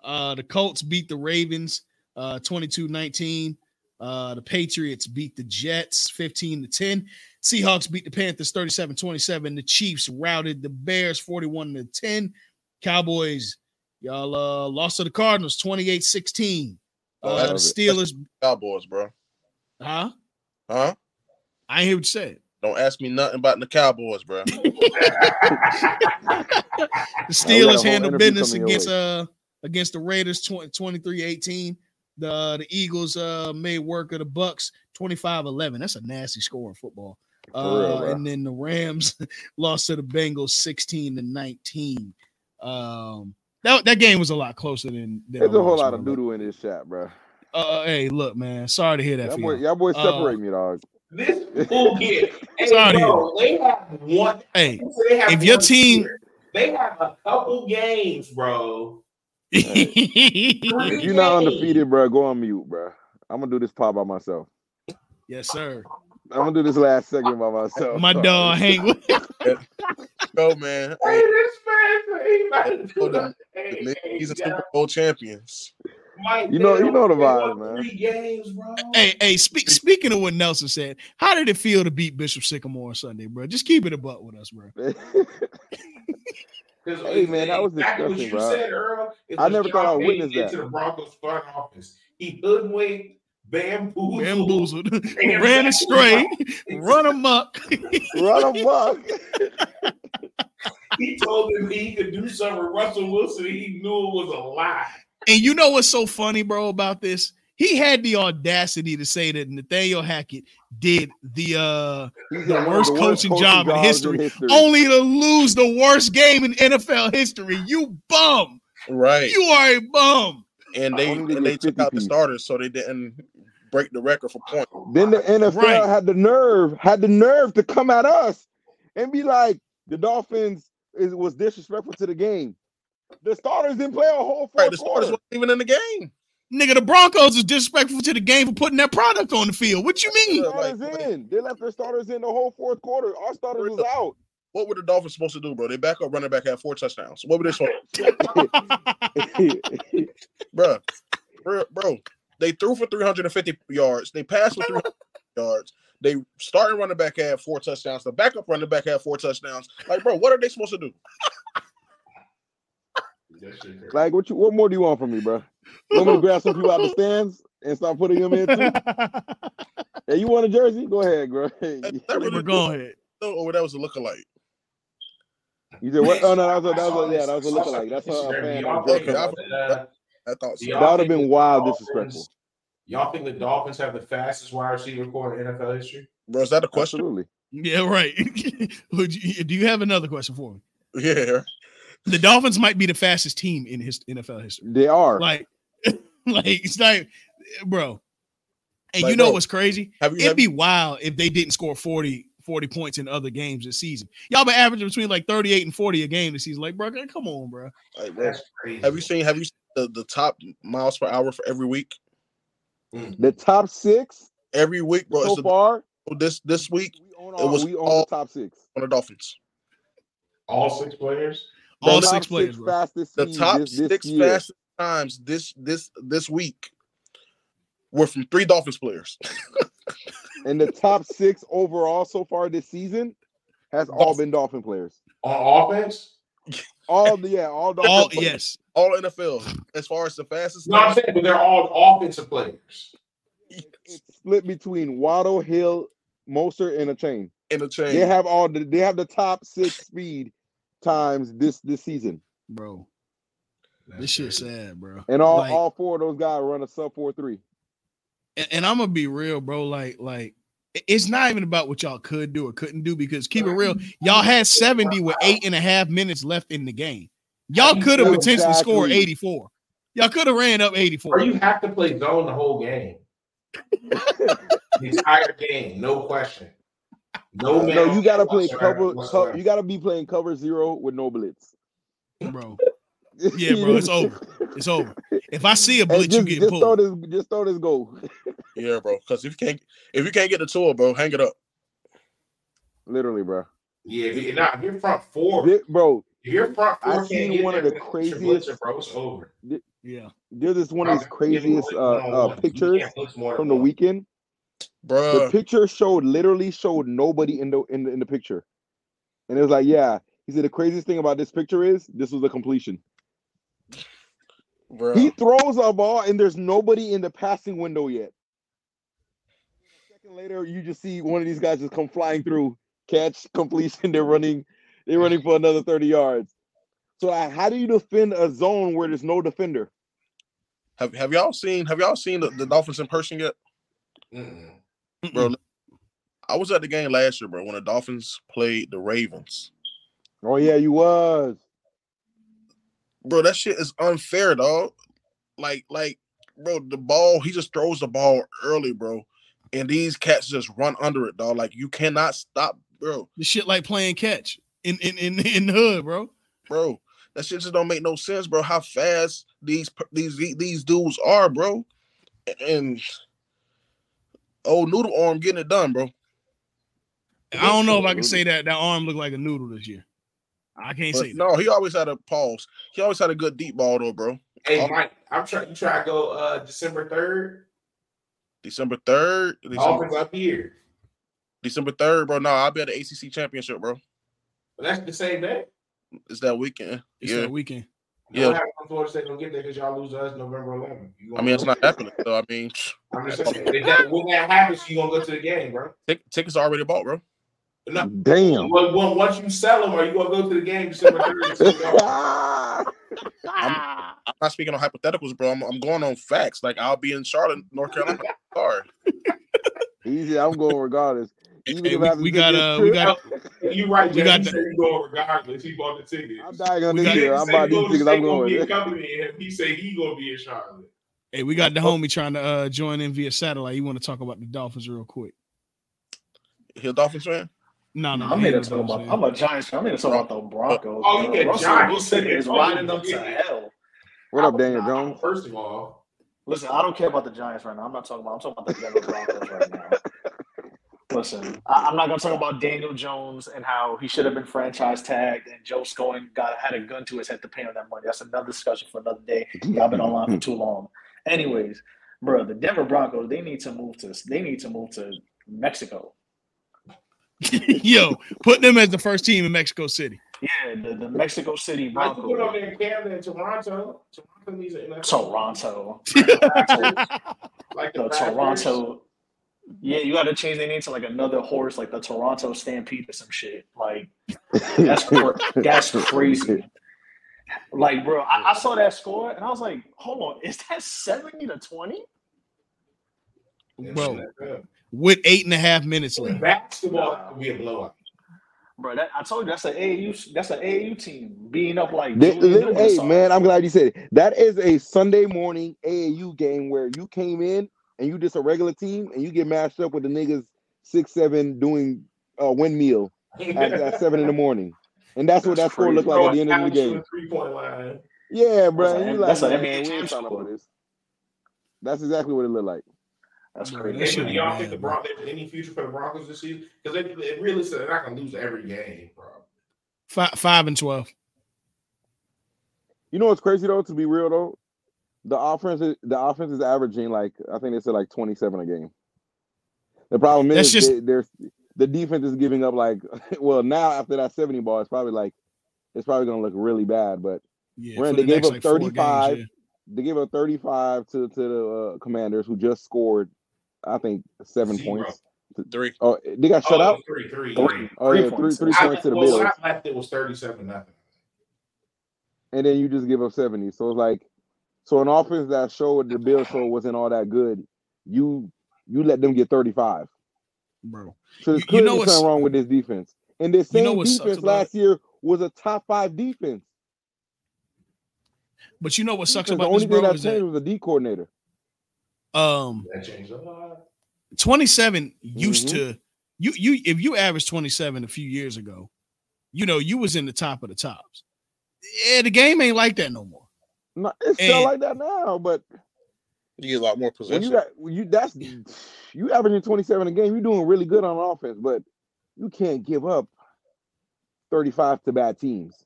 [SPEAKER 2] Uh, the Colts beat the Ravens uh, 22-19. Uh, the Patriots beat the Jets 15 to 10. Seahawks beat the Panthers 37-27. The Chiefs routed the Bears 41 to 10. Cowboys y'all uh, lost to the Cardinals 28-16.
[SPEAKER 5] Oh,
[SPEAKER 2] Uh, the
[SPEAKER 6] that's-
[SPEAKER 2] Steelers,
[SPEAKER 5] Cowboys, bro.
[SPEAKER 2] huh?
[SPEAKER 5] Huh?
[SPEAKER 2] I ain't hear what you said.
[SPEAKER 5] Don't ask me nothing about the Cowboys, bro.
[SPEAKER 2] The
[SPEAKER 6] Now we got a
[SPEAKER 2] Steelers
[SPEAKER 6] whole
[SPEAKER 2] handled
[SPEAKER 6] interview
[SPEAKER 2] business
[SPEAKER 6] coming your
[SPEAKER 2] against
[SPEAKER 6] way.
[SPEAKER 2] uh against the Raiders 20, 23-18. The the Eagles uh made work of the Bucks 25-11. That's a nasty score in football.
[SPEAKER 6] For real,
[SPEAKER 2] Uh,
[SPEAKER 6] bro.
[SPEAKER 2] and then the Rams lost to the Bengals 16 to 19. Um that, that game was a lot closer than, than
[SPEAKER 6] There's
[SPEAKER 2] I
[SPEAKER 6] a whole
[SPEAKER 2] was,
[SPEAKER 6] lot of
[SPEAKER 2] bro.
[SPEAKER 6] doodoo in this chat, bro.
[SPEAKER 2] Uh, hey, look, man. Sorry to hear that.
[SPEAKER 6] Y'all,
[SPEAKER 2] for
[SPEAKER 6] boy,
[SPEAKER 2] y'all.
[SPEAKER 6] y'all boys
[SPEAKER 2] Uh,
[SPEAKER 6] separate me, dog.
[SPEAKER 3] This fool get. Hey,
[SPEAKER 2] Sorry to
[SPEAKER 3] bro. They have one.
[SPEAKER 2] Hey,
[SPEAKER 3] So they have
[SPEAKER 2] if your
[SPEAKER 3] one
[SPEAKER 2] team-
[SPEAKER 3] year. they have a couple games, bro.
[SPEAKER 6] If
[SPEAKER 3] Three
[SPEAKER 6] you're not
[SPEAKER 3] games.
[SPEAKER 6] undefeated, bro, go on mute, bro. I'm gonna do this pod by myself.
[SPEAKER 2] yes, sir.
[SPEAKER 6] I'm gonna do this last segment by myself.
[SPEAKER 2] My
[SPEAKER 6] dog.
[SPEAKER 2] dog Hank.
[SPEAKER 5] Go, man.
[SPEAKER 3] Hey, this man, he about to do
[SPEAKER 5] Hold on.
[SPEAKER 3] that.
[SPEAKER 5] Hey,
[SPEAKER 3] Hey,
[SPEAKER 5] He's
[SPEAKER 3] hey,
[SPEAKER 5] a Super Bowl champions.
[SPEAKER 3] Mike,
[SPEAKER 6] You know-
[SPEAKER 3] they
[SPEAKER 6] you know the
[SPEAKER 3] don't- they won
[SPEAKER 6] vibes, man.
[SPEAKER 3] Three games, bro.
[SPEAKER 2] Hey, hey, speak, speaking of what Nelson said, how did it feel to beat Bishop Sycamore on Sunday, bro? Just keep it a butt with us, bro.
[SPEAKER 3] Because
[SPEAKER 6] Hey, man, that was
[SPEAKER 3] exactly what
[SPEAKER 6] disgusting,
[SPEAKER 3] you
[SPEAKER 6] bro.
[SPEAKER 3] said, Earl. is
[SPEAKER 6] I
[SPEAKER 3] what
[SPEAKER 6] never
[SPEAKER 3] Sean
[SPEAKER 6] thought I would
[SPEAKER 3] Payton
[SPEAKER 6] witness
[SPEAKER 3] did
[SPEAKER 6] that.
[SPEAKER 3] To the Broncos front office, he hoodwinked, bamboozled,
[SPEAKER 2] Bamboozled,
[SPEAKER 3] and
[SPEAKER 2] ran astray,
[SPEAKER 3] bamboozled.
[SPEAKER 2] run amok.
[SPEAKER 6] Run a buck.
[SPEAKER 3] He told him he could do something with Russell Wilson. and He knew it was a lie.
[SPEAKER 2] And you know what's so funny, bro, about this? He had the audacity to say that Nathaniel Hackett did the uh
[SPEAKER 3] The
[SPEAKER 6] He's got one of
[SPEAKER 2] worst coaching job in
[SPEAKER 6] jobs
[SPEAKER 2] history. only to lose the worst game in NFL history. You bum.
[SPEAKER 5] Right.
[SPEAKER 2] You are a bum.
[SPEAKER 5] And they
[SPEAKER 6] Only to
[SPEAKER 5] and
[SPEAKER 6] get
[SPEAKER 5] they took
[SPEAKER 6] 50
[SPEAKER 5] out the
[SPEAKER 6] piece.
[SPEAKER 5] starters, so they didn't break the record for points.
[SPEAKER 6] Then the NFL
[SPEAKER 2] Right.
[SPEAKER 6] had the nerve, had the nerve to come at us and be like, the Dolphins is, was disrespectful to the game. The starters didn't play a whole
[SPEAKER 5] Right,
[SPEAKER 6] fourth
[SPEAKER 5] the starters
[SPEAKER 6] quarter.
[SPEAKER 5] wasn't even in the game.
[SPEAKER 2] Nigga, the Broncos is disrespectful to the game for putting that product on the field. What you mean?
[SPEAKER 5] Yeah, like-
[SPEAKER 6] Starters in. They left their starters in the whole fourth quarter. Our starters was out.
[SPEAKER 5] What were the Dolphins supposed to do, bro? They back up running back had four touchdowns. What were they supposed bro, bro, bro? They threw for 350 yards. They passed for 300 yards. They starting running back had four touchdowns. The backup running back had four touchdowns. Like, bro, what are they supposed to do?
[SPEAKER 3] That shit crazy.
[SPEAKER 6] like, what you? What more do you want from me, bro? Want me to grab some people out the stands and start putting them in too? Hey, you want a jersey? Go ahead, bro. you
[SPEAKER 5] that really
[SPEAKER 2] But go ahead.
[SPEAKER 5] though, or that was a lookalike.
[SPEAKER 6] said what? Oh no, that was a,
[SPEAKER 3] I
[SPEAKER 6] that
[SPEAKER 3] saw
[SPEAKER 6] was a, yeah,
[SPEAKER 3] this-
[SPEAKER 6] that was
[SPEAKER 3] I
[SPEAKER 6] a
[SPEAKER 3] saw this on
[SPEAKER 6] lookalike. That's a, a
[SPEAKER 3] Instagram. Do
[SPEAKER 6] fan.
[SPEAKER 3] y'all
[SPEAKER 6] of
[SPEAKER 5] Okay,
[SPEAKER 3] think
[SPEAKER 6] Joker.
[SPEAKER 5] I've-
[SPEAKER 3] that, uh,
[SPEAKER 5] I thought
[SPEAKER 3] do
[SPEAKER 5] so.
[SPEAKER 3] y'all
[SPEAKER 6] That would have
[SPEAKER 3] think
[SPEAKER 6] been
[SPEAKER 3] that
[SPEAKER 6] wild
[SPEAKER 3] Dolphins-
[SPEAKER 6] disrespectful.
[SPEAKER 3] Y'all think the Dolphins have the fastest wide receiver core in NFL history?
[SPEAKER 5] Bro, is that a question?
[SPEAKER 6] Absolutely.
[SPEAKER 2] Yeah, right. Would you- do you have another question for me?
[SPEAKER 5] Yeah.
[SPEAKER 2] The Dolphins might be the fastest team in his NFL history.
[SPEAKER 6] They are.
[SPEAKER 2] Like, like it's like, eh, bro. And
[SPEAKER 5] Like,
[SPEAKER 2] you know
[SPEAKER 5] bro,
[SPEAKER 2] what's crazy?
[SPEAKER 5] Have you?
[SPEAKER 2] It'd
[SPEAKER 5] Have you
[SPEAKER 2] be wild if they didn't score 40, 40 points in other games this season. Y'all been averaging between like 38 and 40 a game this season. Like, bro, come on, bro.
[SPEAKER 5] like, bro,
[SPEAKER 3] That's crazy.
[SPEAKER 5] have you seen? Have you seen the, the top miles per hour for every week?
[SPEAKER 6] the top six
[SPEAKER 5] Every week, bro.
[SPEAKER 6] so
[SPEAKER 5] it's the-
[SPEAKER 6] far.
[SPEAKER 5] this this week
[SPEAKER 6] We own
[SPEAKER 5] It
[SPEAKER 6] all,
[SPEAKER 5] was
[SPEAKER 6] we own
[SPEAKER 5] all-
[SPEAKER 6] the top six.
[SPEAKER 5] on the Dolphins.
[SPEAKER 3] all six players?
[SPEAKER 6] The
[SPEAKER 2] All
[SPEAKER 6] top
[SPEAKER 2] six players, bro.
[SPEAKER 6] fastest
[SPEAKER 5] The
[SPEAKER 6] teams
[SPEAKER 5] top
[SPEAKER 6] Hmm, this, this
[SPEAKER 5] six
[SPEAKER 6] year.
[SPEAKER 5] fastest times this this this week were from three Dolphins players.
[SPEAKER 6] and the top six overall so far this season has all been Dolphin players.
[SPEAKER 3] On offense?
[SPEAKER 6] All the yeah, all Dolphin.
[SPEAKER 2] All
[SPEAKER 6] players.
[SPEAKER 2] yes.
[SPEAKER 5] All NFL as far as the fastest.
[SPEAKER 3] No, I'm
[SPEAKER 5] times,
[SPEAKER 3] saying, but they're all offensive players.
[SPEAKER 6] It's split between Waddle, Hill, Moser, and a chain.
[SPEAKER 5] in the chain.
[SPEAKER 6] They have all the they have the top six speed times this this season,
[SPEAKER 2] Bro,
[SPEAKER 3] That's
[SPEAKER 2] this shit's
[SPEAKER 3] crazy.
[SPEAKER 2] sad, bro.
[SPEAKER 6] and all
[SPEAKER 2] Like-
[SPEAKER 6] all four of those guys run a sub four three.
[SPEAKER 2] and, and I'm gonna be real, bro. Like, like it- it's not even about what y'all could do or couldn't do because keep it real, y'all had 70 with eight and a half minutes left in the game. Y'all could have potentially scored
[SPEAKER 6] Exactly.
[SPEAKER 2] 84. Y'all could have ran up
[SPEAKER 3] Or
[SPEAKER 2] 84.
[SPEAKER 3] you have to play zone the whole game. the entire game, no question. No, Oh, man
[SPEAKER 6] No, you gotta play
[SPEAKER 3] whatsoever,
[SPEAKER 6] cover.
[SPEAKER 3] whatsoever.
[SPEAKER 6] Co- you gotta be playing cover zero with no blitz.
[SPEAKER 2] Bro, Yeah, bro, it's over. it's over. If I see a
[SPEAKER 6] Hey,
[SPEAKER 2] blitz,
[SPEAKER 6] just,
[SPEAKER 2] you get
[SPEAKER 6] just throw
[SPEAKER 2] pulled.
[SPEAKER 6] this, just throw this goal.
[SPEAKER 5] Yeah, bro. Because if you can't if you can't get the tour, bro, hang it up.
[SPEAKER 6] Literally, bro.
[SPEAKER 3] yeah, if you nah, if you're front four.
[SPEAKER 6] Thi- bro,
[SPEAKER 3] If you're front
[SPEAKER 6] I
[SPEAKER 3] four,
[SPEAKER 6] seen
[SPEAKER 3] can't get
[SPEAKER 6] one
[SPEAKER 3] there,
[SPEAKER 6] of the
[SPEAKER 3] blitzer,
[SPEAKER 6] craziest-
[SPEAKER 3] blitzer, bro, it's over.
[SPEAKER 2] Yeah,
[SPEAKER 6] there's this one of these craziest uh, uh, pictures from the
[SPEAKER 3] week.
[SPEAKER 6] weekend. The
[SPEAKER 2] Uh.
[SPEAKER 5] Bruh.
[SPEAKER 6] picture showed literally showed nobody in the in the, in the picture, and it was like, yeah. He said the craziest thing about this picture is this was a completion.
[SPEAKER 5] Bruh.
[SPEAKER 6] He throws a ball and there's nobody in the passing window yet. A second later, you just see one of these guys just come flying through, catch completion. They're running, they're running for another 30 yards. So like, how do you defend a zone where there's no defender?
[SPEAKER 5] Have have y'all seen have y'all seen the, the Dolphins in person yet? Bro, I was at the game last year, bro, when the Dolphins played the Ravens.
[SPEAKER 6] Oh yeah, you was.
[SPEAKER 5] Bro, that shit is unfair, dog. Like, like, bro, the ball, he just throws the ball early, bro. And these cats just run under it, dog. Like you cannot stop, bro.
[SPEAKER 2] the shit like playing catch in in in, in the hood, bro.
[SPEAKER 5] Bro, that shit just don't make no sense, bro. How fast these per- these these- these dudes are, bro. And old noodle arm getting it done, bro.
[SPEAKER 2] I don't know if I can say that that arm looked like a noodle this year. I can't
[SPEAKER 5] But
[SPEAKER 2] say that.
[SPEAKER 5] no, he always had a pause. He always had a good deep ball though, bro.
[SPEAKER 3] Hey, Mike, I'm trying. You try to go uh, December third.
[SPEAKER 5] December third, December,
[SPEAKER 3] Dolphins up here.
[SPEAKER 5] December third, bro. No, I'll be at the ACC championship, bro.
[SPEAKER 3] But that's the same day.
[SPEAKER 5] It's that weekend.
[SPEAKER 2] It's
[SPEAKER 5] yeah,
[SPEAKER 2] that weekend.
[SPEAKER 3] Yeah.
[SPEAKER 5] Yeah.
[SPEAKER 3] What happened when Florida State gonna get there because y'all lose to us November 11th? You
[SPEAKER 5] I
[SPEAKER 3] gonna
[SPEAKER 5] mean
[SPEAKER 3] go-
[SPEAKER 5] it's not happening. So I mean,
[SPEAKER 3] I'm just saying. if that- when that happens, you gonna go to the game, bro.
[SPEAKER 5] tick tickets are already bought, bro.
[SPEAKER 3] No.
[SPEAKER 6] Damn.
[SPEAKER 3] Well, well, once you sell them, are you gonna go to the game December 3rd?
[SPEAKER 5] I'm not speaking on hypotheticals, bro. I'm, I'm going on facts. Like I'll be in Charlotte, North Carolina. Sorry.
[SPEAKER 6] Easy, I'm going regardless. Even
[SPEAKER 2] Hey,
[SPEAKER 6] if I
[SPEAKER 2] we-
[SPEAKER 6] have to
[SPEAKER 2] we
[SPEAKER 6] take
[SPEAKER 2] got,
[SPEAKER 6] this
[SPEAKER 2] uh, we
[SPEAKER 6] trip,
[SPEAKER 2] got-
[SPEAKER 3] you right,
[SPEAKER 2] We got
[SPEAKER 3] James. He said he going regardless. He bought the ticket.
[SPEAKER 6] I'm dying on
[SPEAKER 2] we
[SPEAKER 6] this
[SPEAKER 2] got-
[SPEAKER 6] year.
[SPEAKER 3] didn't
[SPEAKER 6] I'm
[SPEAKER 3] say
[SPEAKER 6] about these
[SPEAKER 3] Golden
[SPEAKER 6] tickets.
[SPEAKER 3] State
[SPEAKER 6] I'm
[SPEAKER 3] gonna be
[SPEAKER 6] going.
[SPEAKER 3] accompanying him. He said he gonna be in Charlotte.
[SPEAKER 2] Hey, we got the homie trying to uh, join in via satellite. You want to talk about the Dolphins real quick?
[SPEAKER 5] He a Dolphins fan?
[SPEAKER 2] No, no,
[SPEAKER 8] I'm
[SPEAKER 2] he
[SPEAKER 8] here to
[SPEAKER 2] ain't
[SPEAKER 8] talk
[SPEAKER 2] no
[SPEAKER 8] about.
[SPEAKER 2] Dolphins
[SPEAKER 8] I'm a Giants. fan. I'm here to talk about the Broncos.
[SPEAKER 3] Oh, you
[SPEAKER 8] bro.
[SPEAKER 3] get
[SPEAKER 8] Russell
[SPEAKER 3] Giants.
[SPEAKER 8] Wilson is
[SPEAKER 3] Oh,
[SPEAKER 8] riding
[SPEAKER 3] you
[SPEAKER 8] them to
[SPEAKER 3] get-
[SPEAKER 8] hell.
[SPEAKER 6] What up,
[SPEAKER 3] I-
[SPEAKER 6] Daniel
[SPEAKER 3] I-
[SPEAKER 6] Jones?
[SPEAKER 3] First of all,
[SPEAKER 8] Listen, I don't care about the Giants right now. I'm not talking about. I'm talking about the Denver Broncos right now. Listen, I, I'm not going to talk about Daniel Jones and how he should have been franchise tagged and Joe Scoin got had a gun to his head to pay him that money. That's another discussion for another day. Y'all been online for too long. Anyways, bro, the Denver Broncos they need to move to they need to move to Mexico.
[SPEAKER 2] Yo, put them as the first team in Mexico City.
[SPEAKER 8] Yeah, the, the Mexico City
[SPEAKER 3] I can put
[SPEAKER 8] Broncos.
[SPEAKER 3] up there in Canada and Toronto. Toronto needs an NFL.
[SPEAKER 8] Toronto.
[SPEAKER 3] Like the
[SPEAKER 8] The
[SPEAKER 3] Packers.
[SPEAKER 8] Toronto. Yeah, you got to change their name to like another horse, like the Toronto Stampede or some shit. Like that's cra- that's crazy. Like, bro, I, I saw that score and I was like, hold on, is that seventy to twenty?
[SPEAKER 3] It's
[SPEAKER 2] bro,
[SPEAKER 3] NFL.
[SPEAKER 2] with eight and a half minutes left.
[SPEAKER 3] Basketball that would be a blowout.
[SPEAKER 8] Bro, that, I told you that's an AAU. That's an AAU team beating up like.
[SPEAKER 6] They-
[SPEAKER 8] Julian
[SPEAKER 6] li- hey
[SPEAKER 8] Nilsson.
[SPEAKER 6] man, I'm glad you said it. That is a Sunday morning AAU game where you came in and you just a regular team and you get matched up with the niggas six seven doing uh, windmill at, at seven in the morning, and that's, what that
[SPEAKER 8] That's
[SPEAKER 6] score looked
[SPEAKER 8] crazy.
[SPEAKER 6] like at the end of
[SPEAKER 3] Alex
[SPEAKER 6] the
[SPEAKER 3] from
[SPEAKER 6] game.
[SPEAKER 3] Three point line.
[SPEAKER 6] Yeah, bro.
[SPEAKER 8] That's a-
[SPEAKER 6] you
[SPEAKER 8] that's
[SPEAKER 6] like, man,
[SPEAKER 8] a NBA
[SPEAKER 6] we ain't
[SPEAKER 8] team
[SPEAKER 6] trying to
[SPEAKER 8] score.
[SPEAKER 6] do this. That's exactly what it looked like.
[SPEAKER 8] That's
[SPEAKER 2] Bro,
[SPEAKER 8] crazy.
[SPEAKER 2] that
[SPEAKER 3] Hey,
[SPEAKER 2] shit
[SPEAKER 3] but do y'all
[SPEAKER 2] mad,
[SPEAKER 3] think the
[SPEAKER 2] bro.
[SPEAKER 3] Broncos there's any future for the Broncos this season? Because they, they realistically they're not gonna lose every game, bro.
[SPEAKER 2] Five, five and twelve.
[SPEAKER 6] You know what's crazy though? To be real though, the offense is, the offense is averaging like I think they said like 27 a game. The problem
[SPEAKER 2] That's
[SPEAKER 6] is
[SPEAKER 2] just-
[SPEAKER 6] they, they're the defense is giving up like well now after that 70 ball it's probably like it's probably gonna look really bad. But
[SPEAKER 2] Yeah,
[SPEAKER 6] Right,
[SPEAKER 2] for
[SPEAKER 6] they
[SPEAKER 2] the
[SPEAKER 6] gave
[SPEAKER 2] next,
[SPEAKER 6] up
[SPEAKER 2] four
[SPEAKER 6] 35.
[SPEAKER 2] games,
[SPEAKER 6] they gave up 35 to to the uh, Commanders who just scored I think seven
[SPEAKER 3] Zero.
[SPEAKER 6] points.
[SPEAKER 2] yeah. Three.
[SPEAKER 6] Oh, they got shut
[SPEAKER 3] Oh,
[SPEAKER 6] out.
[SPEAKER 3] Three, three,
[SPEAKER 8] Three,
[SPEAKER 6] Oh
[SPEAKER 8] three
[SPEAKER 6] yeah, three
[SPEAKER 8] points.
[SPEAKER 6] three
[SPEAKER 3] I,
[SPEAKER 6] points to the
[SPEAKER 3] well, when
[SPEAKER 6] Bills,
[SPEAKER 3] I left, it was thirty-seven nothing.
[SPEAKER 6] and then you just give up 70. So it's like So an offense that showed the Bills show wasn't all that good. You you let them get 35.
[SPEAKER 2] Bro.
[SPEAKER 6] So there's
[SPEAKER 2] You- you know
[SPEAKER 6] clearly something
[SPEAKER 2] what's-
[SPEAKER 6] wrong with this defense. And this
[SPEAKER 2] You
[SPEAKER 6] same
[SPEAKER 2] know what sucks
[SPEAKER 6] defense
[SPEAKER 2] about
[SPEAKER 6] last year was a top five defense.
[SPEAKER 2] But you know what sucks
[SPEAKER 6] Defense, the
[SPEAKER 2] about
[SPEAKER 6] only
[SPEAKER 2] this,
[SPEAKER 6] thing
[SPEAKER 2] bro,
[SPEAKER 6] that
[SPEAKER 2] is
[SPEAKER 6] changed
[SPEAKER 2] that
[SPEAKER 6] was the D coordinator.
[SPEAKER 2] um
[SPEAKER 3] That changed a lot.
[SPEAKER 2] 27 used
[SPEAKER 6] Mhm.
[SPEAKER 2] to you you if you averaged 27 a few years ago, you know, you was in the top of the tops. Yeah, the game ain't like that no more.
[SPEAKER 6] No, it's still
[SPEAKER 2] And-
[SPEAKER 6] like that now, but
[SPEAKER 9] You get a lot more
[SPEAKER 6] when you
[SPEAKER 9] possession.
[SPEAKER 6] got when you that's you averaging 27 a game, you're doing really good on offense, but you can't give up 35 to bad teams.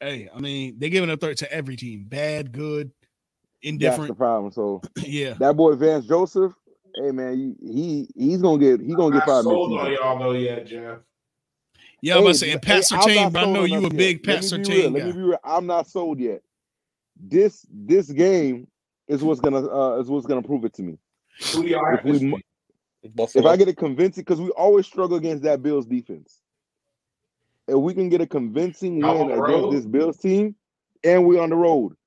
[SPEAKER 2] Hey, I mean, they giving up 30 to every team. Bad, good,
[SPEAKER 6] That's the
[SPEAKER 2] indifferent.
[SPEAKER 6] problem. So
[SPEAKER 2] yeah.
[SPEAKER 6] that boy Vance Joseph, hey man, he, he he's gonna get he's gonna get
[SPEAKER 3] Not
[SPEAKER 6] five
[SPEAKER 3] sold
[SPEAKER 6] midseason.
[SPEAKER 3] on y'all though yet, Jeff.
[SPEAKER 2] Yeah, I'm about to say,
[SPEAKER 6] Hey,
[SPEAKER 2] and Pat
[SPEAKER 6] hey, I'm
[SPEAKER 2] Sertain,
[SPEAKER 6] not
[SPEAKER 2] bro, I
[SPEAKER 6] sold
[SPEAKER 2] know
[SPEAKER 6] on
[SPEAKER 2] you
[SPEAKER 6] us
[SPEAKER 2] a
[SPEAKER 6] yet.
[SPEAKER 2] big Pat
[SPEAKER 6] Let me be real.
[SPEAKER 2] Sertain
[SPEAKER 6] Let me
[SPEAKER 2] guy.
[SPEAKER 6] be real. I'm not sold yet. This this game is what's gonna uh, is what's gonna prove it to me.
[SPEAKER 3] Who do y'all
[SPEAKER 6] If
[SPEAKER 3] have this
[SPEAKER 6] we-
[SPEAKER 3] week?
[SPEAKER 6] If
[SPEAKER 9] Buffalo.
[SPEAKER 6] I get a convincing, because we always struggle against that Bills defense. If we can get a convincing
[SPEAKER 3] Y'all
[SPEAKER 6] win
[SPEAKER 3] on the
[SPEAKER 6] against
[SPEAKER 3] road?
[SPEAKER 6] this Bills team, and we're on the road,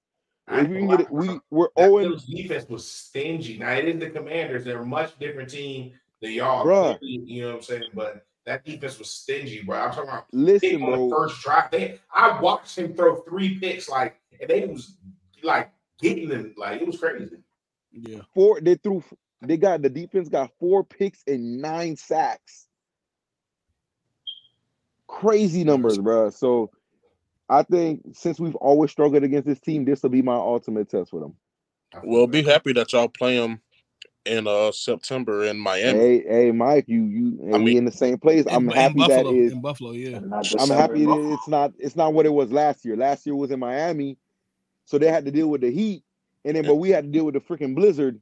[SPEAKER 3] I
[SPEAKER 6] if
[SPEAKER 3] ain't
[SPEAKER 6] we
[SPEAKER 3] gonna
[SPEAKER 6] can get it,
[SPEAKER 3] lie, bro.
[SPEAKER 6] we we're
[SPEAKER 3] That
[SPEAKER 6] zero and
[SPEAKER 3] Bills defense was stingy. Now it is the Commanders; they're a much different team than y'all.
[SPEAKER 6] Bruh.
[SPEAKER 3] Clearly, you know what I'm saying? But that defense was stingy, bro. I'm talking about they
[SPEAKER 6] listen,
[SPEAKER 3] on the
[SPEAKER 6] bro.
[SPEAKER 3] first drive. They, I watched him throw three picks, like and they was like getting them, like it was crazy.
[SPEAKER 2] Yeah.
[SPEAKER 6] Four they threw. They got the defense got four picks and nine sacks. Crazy numbers, bro. So I think since we've always struggled against this team, this will be my ultimate test for them.
[SPEAKER 3] I feel
[SPEAKER 9] Well,
[SPEAKER 3] bad.
[SPEAKER 9] be happy that y'all play them in uh, September in Miami.
[SPEAKER 6] Hey, hey, Mike, you you hey,
[SPEAKER 9] I
[SPEAKER 6] we
[SPEAKER 9] mean-
[SPEAKER 6] in the same place. I'm
[SPEAKER 2] uh, in,
[SPEAKER 6] happy that
[SPEAKER 2] Buffalo.
[SPEAKER 6] is.
[SPEAKER 2] in Buffalo, yeah.
[SPEAKER 8] and not
[SPEAKER 6] I'm
[SPEAKER 8] December.
[SPEAKER 6] happy that it's not it's not what it was last year. Last year was in Miami, so they had to deal with the heat, and then but we had to deal with the freaking blizzard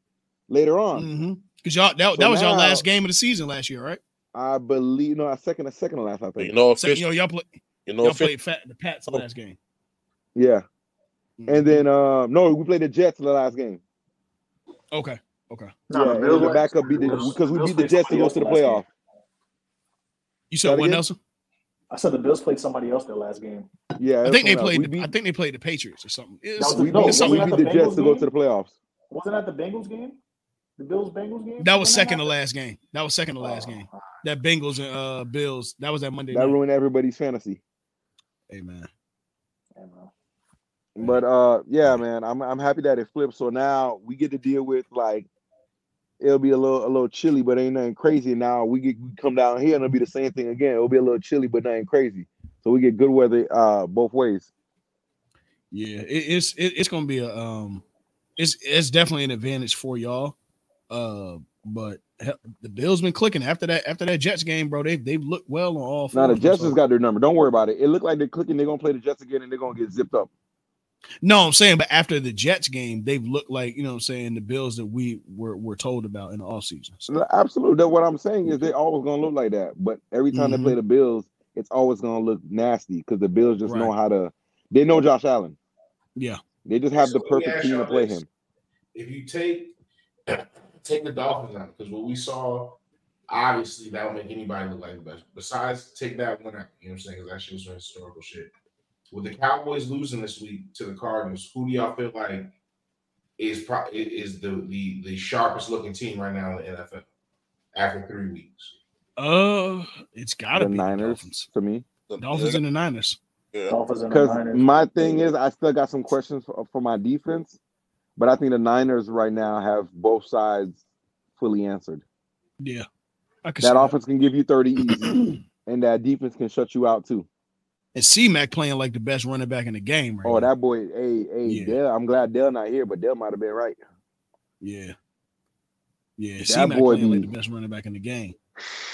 [SPEAKER 6] later on.
[SPEAKER 2] Mm-hmm. Cause y'all that,
[SPEAKER 6] So
[SPEAKER 2] that was y'all
[SPEAKER 6] now-
[SPEAKER 2] last game of the season last year, right?
[SPEAKER 6] I believe no, a second, a second to last, I
[SPEAKER 9] You
[SPEAKER 6] think.
[SPEAKER 9] know, if
[SPEAKER 2] So,
[SPEAKER 9] it's,
[SPEAKER 2] you know, y'all play,
[SPEAKER 9] you know,
[SPEAKER 2] y'all
[SPEAKER 9] if it's,
[SPEAKER 2] played Fat the
[SPEAKER 6] Oh.
[SPEAKER 2] Pats last game.
[SPEAKER 6] Yeah,
[SPEAKER 2] Mhm.
[SPEAKER 6] and then um no, we played the Jets the last game.
[SPEAKER 2] okay.
[SPEAKER 8] No, the
[SPEAKER 6] yeah, and
[SPEAKER 8] Bills
[SPEAKER 6] then the
[SPEAKER 8] were-
[SPEAKER 6] backup beat the
[SPEAKER 8] Bills-
[SPEAKER 6] because we
[SPEAKER 8] Bills
[SPEAKER 6] beat the
[SPEAKER 8] played
[SPEAKER 6] Jets to
[SPEAKER 8] somebody
[SPEAKER 6] go
[SPEAKER 8] else
[SPEAKER 6] to the
[SPEAKER 8] last game.
[SPEAKER 6] playoff.
[SPEAKER 2] You
[SPEAKER 6] Say
[SPEAKER 2] said
[SPEAKER 6] that
[SPEAKER 2] what
[SPEAKER 6] again?
[SPEAKER 2] Nelson?
[SPEAKER 8] I said the Bills played somebody else their last game.
[SPEAKER 6] Yeah, it
[SPEAKER 2] I
[SPEAKER 6] was
[SPEAKER 2] think they
[SPEAKER 6] someone else.
[SPEAKER 2] played.
[SPEAKER 6] We
[SPEAKER 2] The, I
[SPEAKER 6] beat
[SPEAKER 2] think they played the Patriots or something. It's-
[SPEAKER 8] was
[SPEAKER 6] we
[SPEAKER 8] No,
[SPEAKER 6] beat
[SPEAKER 2] it's something
[SPEAKER 6] we
[SPEAKER 8] wasn't
[SPEAKER 6] beat
[SPEAKER 8] that
[SPEAKER 6] the
[SPEAKER 8] the
[SPEAKER 6] Jets
[SPEAKER 8] Bengals
[SPEAKER 6] to go
[SPEAKER 8] game?
[SPEAKER 6] to the playoffs.
[SPEAKER 8] Wasn't that the Bengals game? The Bills Bengals game?
[SPEAKER 2] that was
[SPEAKER 8] When
[SPEAKER 2] second to
[SPEAKER 8] happened?
[SPEAKER 2] last game. That was second to last
[SPEAKER 8] Oh,
[SPEAKER 2] game. That Bengals and uh Bills. That was that Monday
[SPEAKER 6] that
[SPEAKER 2] night.
[SPEAKER 6] ruined everybody's fantasy.
[SPEAKER 2] Hey man,
[SPEAKER 8] yeah, bro.
[SPEAKER 2] Yeah.
[SPEAKER 6] But uh, yeah,
[SPEAKER 2] Yeah.
[SPEAKER 6] man, I'm I'm happy that it flipped. So now we get to deal with like it'll be a little a little chilly, but ain't nothing crazy. Now we get we come down here and it'll be the same thing again. It'll be a little chilly, but nothing crazy. So we get good weather uh both ways.
[SPEAKER 2] yeah, it, it's it, it's gonna be a um, it's it's definitely an advantage for y'all. Uh, but he- the Bills been clicking after that after that Jets game, bro. They they've looked well on all.
[SPEAKER 6] Now the
[SPEAKER 2] fours,
[SPEAKER 6] Jets
[SPEAKER 2] so-
[SPEAKER 6] has got their number. Don't worry about it. It looked like they're clicking. They're gonna play the Jets again and they're gonna get zipped up.
[SPEAKER 2] No, I'm saying, but after the Jets game, they've looked like you know what I'm saying the Bills that we were were told about in the offseason. So, Mm-hmm.
[SPEAKER 6] Absolutely. That what I'm saying is they always gonna look like that. But every time
[SPEAKER 2] Mhm.
[SPEAKER 6] they play the Bills, it's always gonna look nasty because the Bills just
[SPEAKER 2] Right.
[SPEAKER 6] know how to. They know Josh Allen.
[SPEAKER 2] Yeah.
[SPEAKER 6] They just have
[SPEAKER 3] So let
[SPEAKER 6] the
[SPEAKER 3] me
[SPEAKER 6] perfect
[SPEAKER 3] ask
[SPEAKER 6] team to
[SPEAKER 3] y'all
[SPEAKER 6] play
[SPEAKER 3] this.
[SPEAKER 6] him.
[SPEAKER 3] If you take take the Dolphins out, because what we saw, obviously that would make anybody look like the best. Besides, take that one out. You know what I'm saying? Because that shit was some historical shit. With the Cowboys losing this week to the Cardinals, who do y'all feel like is pro- is the, the the sharpest looking team right now in the NFL after three weeks?
[SPEAKER 2] Uh, it's gotta
[SPEAKER 6] The
[SPEAKER 2] be
[SPEAKER 6] Niners.
[SPEAKER 2] the Dolphins.
[SPEAKER 6] To me,
[SPEAKER 2] Dolphins and the Niners.
[SPEAKER 5] Yeah.
[SPEAKER 8] Dolphins and the
[SPEAKER 6] because
[SPEAKER 8] Niners.
[SPEAKER 6] my thing is, I still got some questions for, for my defense, but I think the Niners right now have both sides fully answered.
[SPEAKER 2] Yeah, I can see
[SPEAKER 6] That offense can give you thirty easy, and that defense can shut you out too.
[SPEAKER 2] And C Mac playing like the best running back in the game right
[SPEAKER 6] Oh,
[SPEAKER 2] now.
[SPEAKER 6] that boy, hey, hey,
[SPEAKER 2] Yeah.
[SPEAKER 6] Dell. I'm glad Dell not here, but Dell might have been right.
[SPEAKER 2] Yeah. Yeah,
[SPEAKER 6] That
[SPEAKER 2] C Mac
[SPEAKER 6] boy
[SPEAKER 2] playing like
[SPEAKER 6] be-
[SPEAKER 2] the best running back in the game.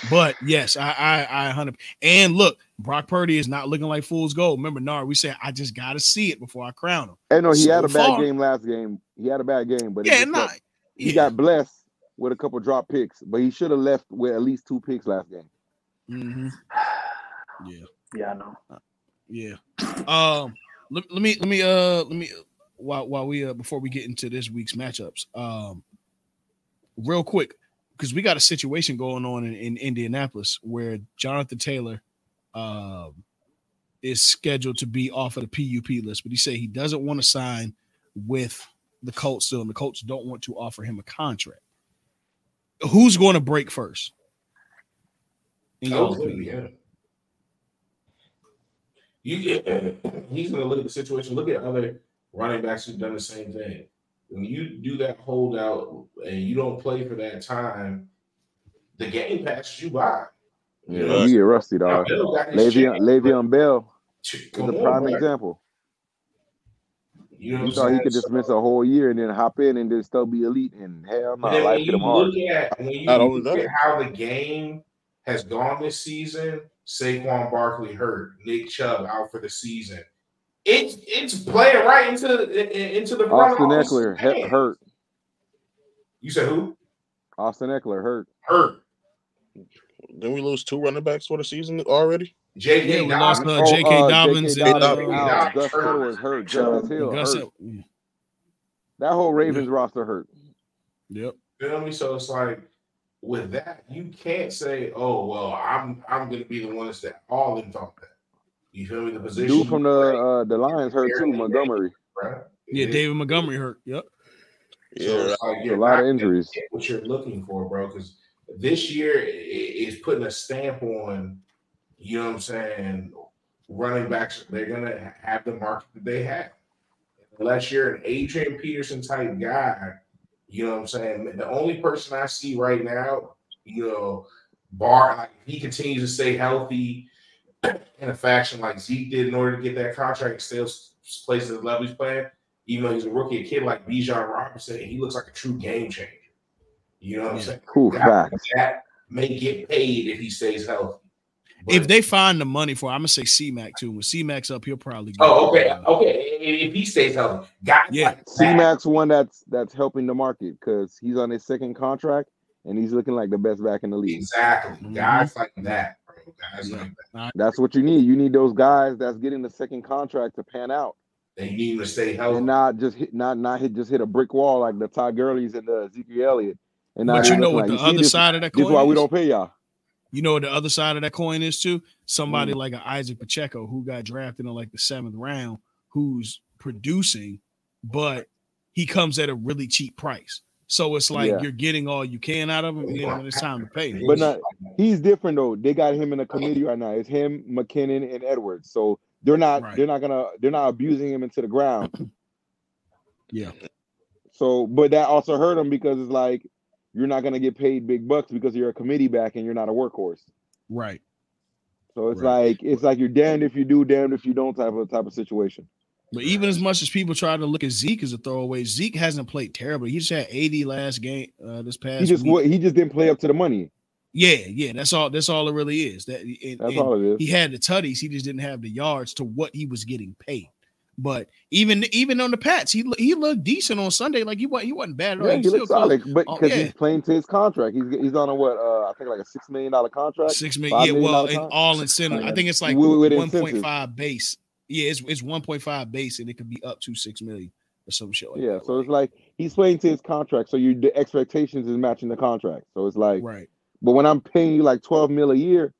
[SPEAKER 2] But yes, I I I hundred and look, Brock Purdy is not looking like fool's gold. Remember, Nard, we said I just gotta see it before I crown him.
[SPEAKER 6] And no, he
[SPEAKER 2] So
[SPEAKER 6] had a bad
[SPEAKER 2] far-
[SPEAKER 6] game last game. He had a bad game, but it
[SPEAKER 2] Yeah,
[SPEAKER 6] just
[SPEAKER 2] nah.
[SPEAKER 6] kept- he
[SPEAKER 2] Yeah.
[SPEAKER 6] got blessed with a couple drop picks, but he should have left with at least two picks last game.
[SPEAKER 2] Mhm. Yeah.
[SPEAKER 8] Yeah, I know.
[SPEAKER 2] Yeah. Um. Let, let me let me uh let me while while we uh before we get into this week's matchups. Um. Real quick, because we got a situation going on in, in Indianapolis where Jonathan Taylor, um, is scheduled to be off of the PUP list, but he said he doesn't want to sign with the Colts still, and the Colts don't want to offer him a contract. Who's going to break first? In y'all's
[SPEAKER 3] Totally,
[SPEAKER 2] opinion?
[SPEAKER 3] yeah. You get, he's going to look at the situation. Look at other running backs who've done the same thing. When you do that holdout and you don't play for that time, the game passes you by. You know,
[SPEAKER 6] You get rusty,
[SPEAKER 3] Now,
[SPEAKER 6] dog.
[SPEAKER 3] Bell got his
[SPEAKER 6] Le'Veon,
[SPEAKER 3] chance,
[SPEAKER 6] Uh, Le'Veon Bell
[SPEAKER 3] but
[SPEAKER 6] is
[SPEAKER 3] come
[SPEAKER 6] a
[SPEAKER 3] on,
[SPEAKER 6] prime
[SPEAKER 3] bro.
[SPEAKER 6] example.
[SPEAKER 3] You know
[SPEAKER 6] He
[SPEAKER 3] what
[SPEAKER 6] thought
[SPEAKER 3] I'm
[SPEAKER 6] he
[SPEAKER 3] saying?
[SPEAKER 6] could just miss a whole year and then hop in and then still be elite. And hell no,
[SPEAKER 3] And then
[SPEAKER 6] life
[SPEAKER 3] when
[SPEAKER 6] hit
[SPEAKER 3] you
[SPEAKER 6] him hard.
[SPEAKER 3] look at when you
[SPEAKER 9] Not only
[SPEAKER 3] look
[SPEAKER 9] that.
[SPEAKER 3] at how the game has gone this season, Saquon Barkley hurt, Nick Chubb out for the season. It's it's playing right into in- in- into the front
[SPEAKER 6] Austin
[SPEAKER 3] office.
[SPEAKER 6] Eckler he- hurt.
[SPEAKER 3] You said who
[SPEAKER 6] Austin Eckler hurt.
[SPEAKER 3] hurt?
[SPEAKER 9] Then we lose two running backs for the season already.
[SPEAKER 3] J.K.
[SPEAKER 2] Yeah, we lost
[SPEAKER 3] Dobbins.
[SPEAKER 2] uh,
[SPEAKER 6] Oh,
[SPEAKER 2] J.K.
[SPEAKER 6] uh,
[SPEAKER 2] Dobbins
[SPEAKER 6] J.K.
[SPEAKER 2] and
[SPEAKER 6] Dobbins
[SPEAKER 9] Dobbins.
[SPEAKER 2] uh,
[SPEAKER 6] out.
[SPEAKER 3] Dobbins
[SPEAKER 6] Gus
[SPEAKER 3] hurt.
[SPEAKER 6] Edwards hurt. Justice
[SPEAKER 8] Chubb.
[SPEAKER 6] Hill
[SPEAKER 2] Gus.
[SPEAKER 6] hurt.
[SPEAKER 2] Yeah.
[SPEAKER 6] That whole Ravens roster hurt.
[SPEAKER 2] Yep.
[SPEAKER 3] Feel me? So it's like with that, you can't say, "Oh well, I'm I'm going to be the one that's that all in on that." You feel me? The position
[SPEAKER 6] Dude from the uh, the Lions hurt too. Montgomery.
[SPEAKER 3] right?
[SPEAKER 2] Yeah, David Montgomery hurt. Yep.
[SPEAKER 3] So it's like
[SPEAKER 6] It's a
[SPEAKER 3] you're
[SPEAKER 6] lot
[SPEAKER 3] not
[SPEAKER 6] of
[SPEAKER 3] gonna
[SPEAKER 6] injuries.
[SPEAKER 3] get what you're looking for, bro. Because this year i- i- is putting a stamp on, you know what I'm saying, running backs. They're gonna have the market that they have. Unless you're an Adrian Peterson type guy, you know what I'm saying. The only person I see right now, you know, bar like if he continues to stay healthy in a fashion like Zeke did in order to get that contract, still s- plays at the level he's playing. Even though he's a rookie, a kid like Bijan Robinson, he looks like a true game changer. You know what I'm
[SPEAKER 2] Yeah.
[SPEAKER 3] saying?
[SPEAKER 6] Cool
[SPEAKER 3] Guys
[SPEAKER 6] facts.
[SPEAKER 3] like that may get paid if he stays healthy. But-
[SPEAKER 2] If they find the money for, I'm gonna say C Mac too. When C Mac's up, he'll probably. Get,
[SPEAKER 3] oh, okay,
[SPEAKER 2] uh,
[SPEAKER 3] okay. If if he stays healthy, guys
[SPEAKER 2] Yeah.
[SPEAKER 3] like
[SPEAKER 6] C
[SPEAKER 3] that.
[SPEAKER 6] Mac's one that's that's helping the market because he's on his second contract and he's looking like the best back in the league.
[SPEAKER 3] Exactly.
[SPEAKER 2] Mhm.
[SPEAKER 3] Guys like that, bro. Guys
[SPEAKER 2] Yeah.
[SPEAKER 3] like that.
[SPEAKER 6] That's what you need. You need those guys that's getting the second contract to pan out
[SPEAKER 3] They need him to stay healthy.
[SPEAKER 6] and not just hit not not hit just hit a brick wall like the Todd Gurley's and the Ezekiel Elliott. And not
[SPEAKER 2] But
[SPEAKER 6] be
[SPEAKER 2] you know
[SPEAKER 6] looking
[SPEAKER 2] what
[SPEAKER 6] like
[SPEAKER 2] the
[SPEAKER 6] you see
[SPEAKER 2] other
[SPEAKER 6] this.
[SPEAKER 2] side of that
[SPEAKER 6] This
[SPEAKER 2] coin
[SPEAKER 6] is why we
[SPEAKER 2] is?
[SPEAKER 6] don't pay y'all.
[SPEAKER 2] You know what the other side of that coin is too? Somebody
[SPEAKER 6] Mm.
[SPEAKER 2] like an Isaac Pacheco who got drafted in like the seventh round, who's producing, but he comes at a really cheap price. So it's like
[SPEAKER 6] Yeah.
[SPEAKER 2] you're getting all you can out of him, and then when it's time to pay, him,
[SPEAKER 6] But not he's different though. They got him in a committee right now. It's him, McKinnon, and Edwards. So they're not
[SPEAKER 2] Right.
[SPEAKER 6] they're not gonna they're not abusing him into the ground.
[SPEAKER 2] yeah,
[SPEAKER 6] So, but that also hurt him because it's like you're not gonna get paid big bucks because you're a committee back and you're not a workhorse.
[SPEAKER 2] right.
[SPEAKER 6] So it's
[SPEAKER 2] Right.
[SPEAKER 6] like it's like you're damned if you do, damned if you don't type of type of situation.
[SPEAKER 2] But even as much as people try to look at Zeke as a throwaway, Zeke hasn't played terribly. He just had 80 last game uh, this past
[SPEAKER 6] He just
[SPEAKER 2] week.
[SPEAKER 6] wa- he just didn't play up to the money.
[SPEAKER 2] Yeah, yeah, that's all. That's all it really is. That and,
[SPEAKER 6] That's
[SPEAKER 2] and
[SPEAKER 6] all it is.
[SPEAKER 2] he had the tutties. He just didn't have the yards to what he was getting paid. But even even on the Pats, he lo- he looked decent on Sunday. Like he wasn't he wasn't bad at all.
[SPEAKER 6] Yeah,
[SPEAKER 2] was
[SPEAKER 6] he looks
[SPEAKER 2] still close.
[SPEAKER 6] solid, but
[SPEAKER 2] Oh,
[SPEAKER 6] because
[SPEAKER 2] yeah.
[SPEAKER 6] he's playing to his contract, he's he's on a what? Uh, I think like a six million dollar contract.
[SPEAKER 2] Six
[SPEAKER 6] Five
[SPEAKER 2] million. Yeah,
[SPEAKER 6] million
[SPEAKER 2] well,
[SPEAKER 6] dollar
[SPEAKER 2] and
[SPEAKER 6] contract?
[SPEAKER 2] all incentive. I think it's like
[SPEAKER 6] With- with
[SPEAKER 2] one point
[SPEAKER 6] incentives.
[SPEAKER 2] five base. Yeah, it's it's one point five base, and it could be up to six million or some shit like
[SPEAKER 6] Yeah,
[SPEAKER 2] that.
[SPEAKER 6] so it's like he's playing to his contract, so you the expectations is matching the contract. So it's like,
[SPEAKER 2] right.
[SPEAKER 6] but when I'm paying you like twelve mil a year,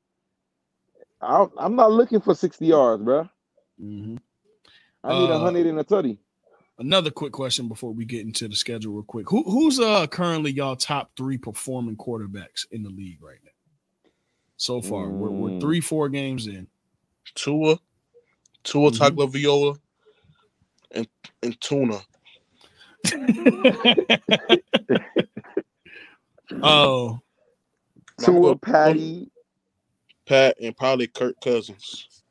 [SPEAKER 6] I don't- I'm not looking for sixty yards, bro.
[SPEAKER 2] Mhm.
[SPEAKER 6] I need a
[SPEAKER 2] Uh,
[SPEAKER 6] hundred and a thirty.
[SPEAKER 2] Another quick question before we get into the schedule, real quick. Who who's uh currently y'all top three performing quarterbacks in the league right now? So far, we're, we're
[SPEAKER 6] Mm.
[SPEAKER 2] three four games in.
[SPEAKER 5] Tua, Tua
[SPEAKER 2] Mhm.
[SPEAKER 6] Mm-hmm.
[SPEAKER 5] Tagovailoa, and and Tuna.
[SPEAKER 2] oh,
[SPEAKER 5] I'm
[SPEAKER 6] Tua,
[SPEAKER 5] going-
[SPEAKER 6] Patty,
[SPEAKER 5] Pat, and probably Kirk Cousins.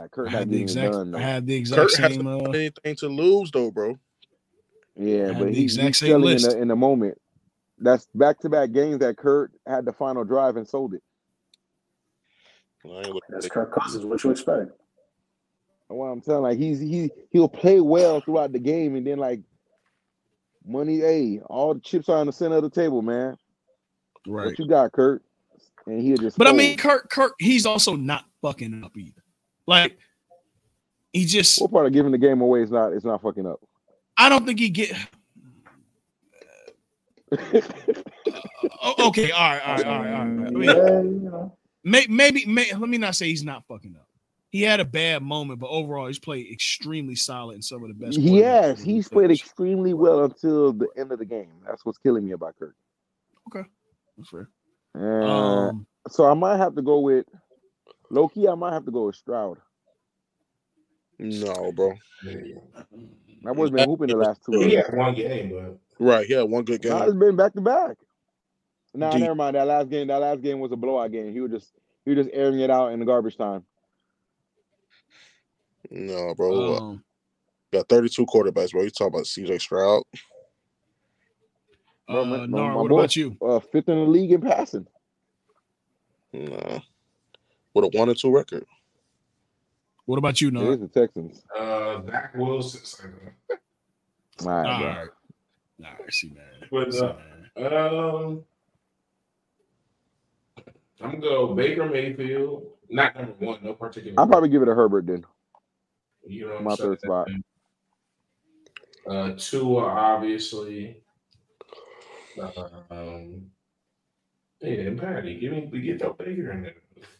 [SPEAKER 6] ah, Kurt
[SPEAKER 2] I
[SPEAKER 6] not
[SPEAKER 2] had the
[SPEAKER 6] getting it
[SPEAKER 2] exact
[SPEAKER 6] done.
[SPEAKER 2] I
[SPEAKER 6] Though.
[SPEAKER 2] had the exact
[SPEAKER 5] Kirk
[SPEAKER 2] same.
[SPEAKER 5] hasn't
[SPEAKER 2] Uh,
[SPEAKER 5] got anything to lose though, bro.
[SPEAKER 6] Yeah,
[SPEAKER 2] had
[SPEAKER 6] but
[SPEAKER 2] the
[SPEAKER 6] he,
[SPEAKER 2] exact
[SPEAKER 6] he's
[SPEAKER 2] same
[SPEAKER 6] selling in
[SPEAKER 2] list.
[SPEAKER 6] the in the moment. That's back to back games that Kurt had the final drive and sold it.
[SPEAKER 5] I ain't looking at
[SPEAKER 8] That's
[SPEAKER 5] it.
[SPEAKER 8] Kirk Cousins. What you expect?
[SPEAKER 6] That's why I'm telling like he's he he'll play well throughout the game and then like money, hey, all the chips are on the center of the table, man.
[SPEAKER 2] right.
[SPEAKER 6] What you got, Kurt? And he'll just
[SPEAKER 2] But I
[SPEAKER 6] fold.
[SPEAKER 2] mean, Kirk, Kirk, he's also not fucking up either. Like, he just,
[SPEAKER 6] what part of giving the game away is not is not fucking up?
[SPEAKER 2] I don't think he get. O- okay, all right, all right, all right, all right. I mean,
[SPEAKER 8] Yeah, you know.
[SPEAKER 2] may, maybe, may, let me not say he's not fucking up. He had a bad moment, but overall, he's played extremely solid in some of the best. quarterbacks
[SPEAKER 6] yes,
[SPEAKER 2] we've
[SPEAKER 6] he's
[SPEAKER 2] faced.
[SPEAKER 6] played extremely well until the end of the game. That's what's killing me about Kirk.
[SPEAKER 2] That's fair.
[SPEAKER 6] Uh,
[SPEAKER 2] Um,
[SPEAKER 6] so I might have to go with Loki. I might have to go with Stroud.
[SPEAKER 5] No, bro.
[SPEAKER 6] That boy's been hooping the last two
[SPEAKER 3] He
[SPEAKER 6] weeks.
[SPEAKER 3] had one game, but
[SPEAKER 5] Right? Yeah, one good
[SPEAKER 6] Nah,
[SPEAKER 5] game.
[SPEAKER 6] it's been back to back. Nah,
[SPEAKER 5] Deep.
[SPEAKER 6] never mind. That last game, that last game was a blowout game. He was just he was just airing it out in the garbage time.
[SPEAKER 5] No,
[SPEAKER 6] Oh.
[SPEAKER 5] bro. Uh,
[SPEAKER 2] um,
[SPEAKER 5] got 32 quarterbacks, bro. You talking about CJ Stroud?
[SPEAKER 2] uh,
[SPEAKER 6] Bro, my- my-
[SPEAKER 2] Nara,
[SPEAKER 6] my
[SPEAKER 2] uh, what
[SPEAKER 6] boy-
[SPEAKER 2] about you?
[SPEAKER 6] Uh, fifth in the league in passing.
[SPEAKER 5] No. With a one and two record.
[SPEAKER 2] What about you,
[SPEAKER 6] It
[SPEAKER 2] Nara?
[SPEAKER 6] is the Texans.
[SPEAKER 3] uh, Zach Wilson.
[SPEAKER 6] All right,
[SPEAKER 2] All
[SPEAKER 6] bro.
[SPEAKER 2] right, all right, see, man.
[SPEAKER 3] What's
[SPEAKER 2] See,
[SPEAKER 3] up?
[SPEAKER 2] man.
[SPEAKER 3] uh, Um, I'm gonna go Baker Mayfield. Not number one, no particular.
[SPEAKER 6] I'll probably give it a Herbert then.
[SPEAKER 3] you know what I'm
[SPEAKER 6] My third
[SPEAKER 3] saying?
[SPEAKER 6] spot.
[SPEAKER 3] Uh, Tua, obviously. Um, yeah, Patty, give me get that Baker in there.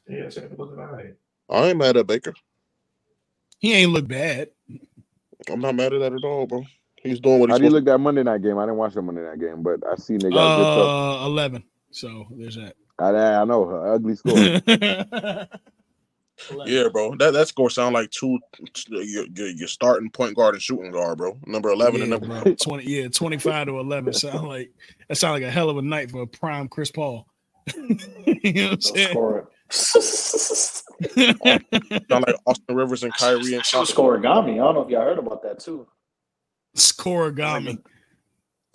[SPEAKER 3] Yeah, it's looking all right.
[SPEAKER 5] I ain't mad at Baker.
[SPEAKER 2] He ain't look bad.
[SPEAKER 5] I'm not mad at that at all, bro. He's doing what he's
[SPEAKER 6] How do you
[SPEAKER 5] supposed
[SPEAKER 6] look that Monday night game? I didn't watch the Monday night game, but I seen they got a good sub.
[SPEAKER 2] Uh, eleven. So there's that.
[SPEAKER 6] I, I know her ugly score.
[SPEAKER 5] to. Yeah, bro. That that score sound like two your, your, your starting point guard and shooting guard, bro. Number 11 and
[SPEAKER 2] yeah,
[SPEAKER 5] number
[SPEAKER 2] bro. 20, yeah, 25 to 11 sound like that sound like a hell of a night for a prime Chris Paul. you know what I'm
[SPEAKER 8] Don't
[SPEAKER 2] saying?
[SPEAKER 8] score it.
[SPEAKER 5] sound like Austin Rivers and Kyrie and
[SPEAKER 8] Should have scored Gami. I don't know if y'all heard about that too.
[SPEAKER 2] Scoregami.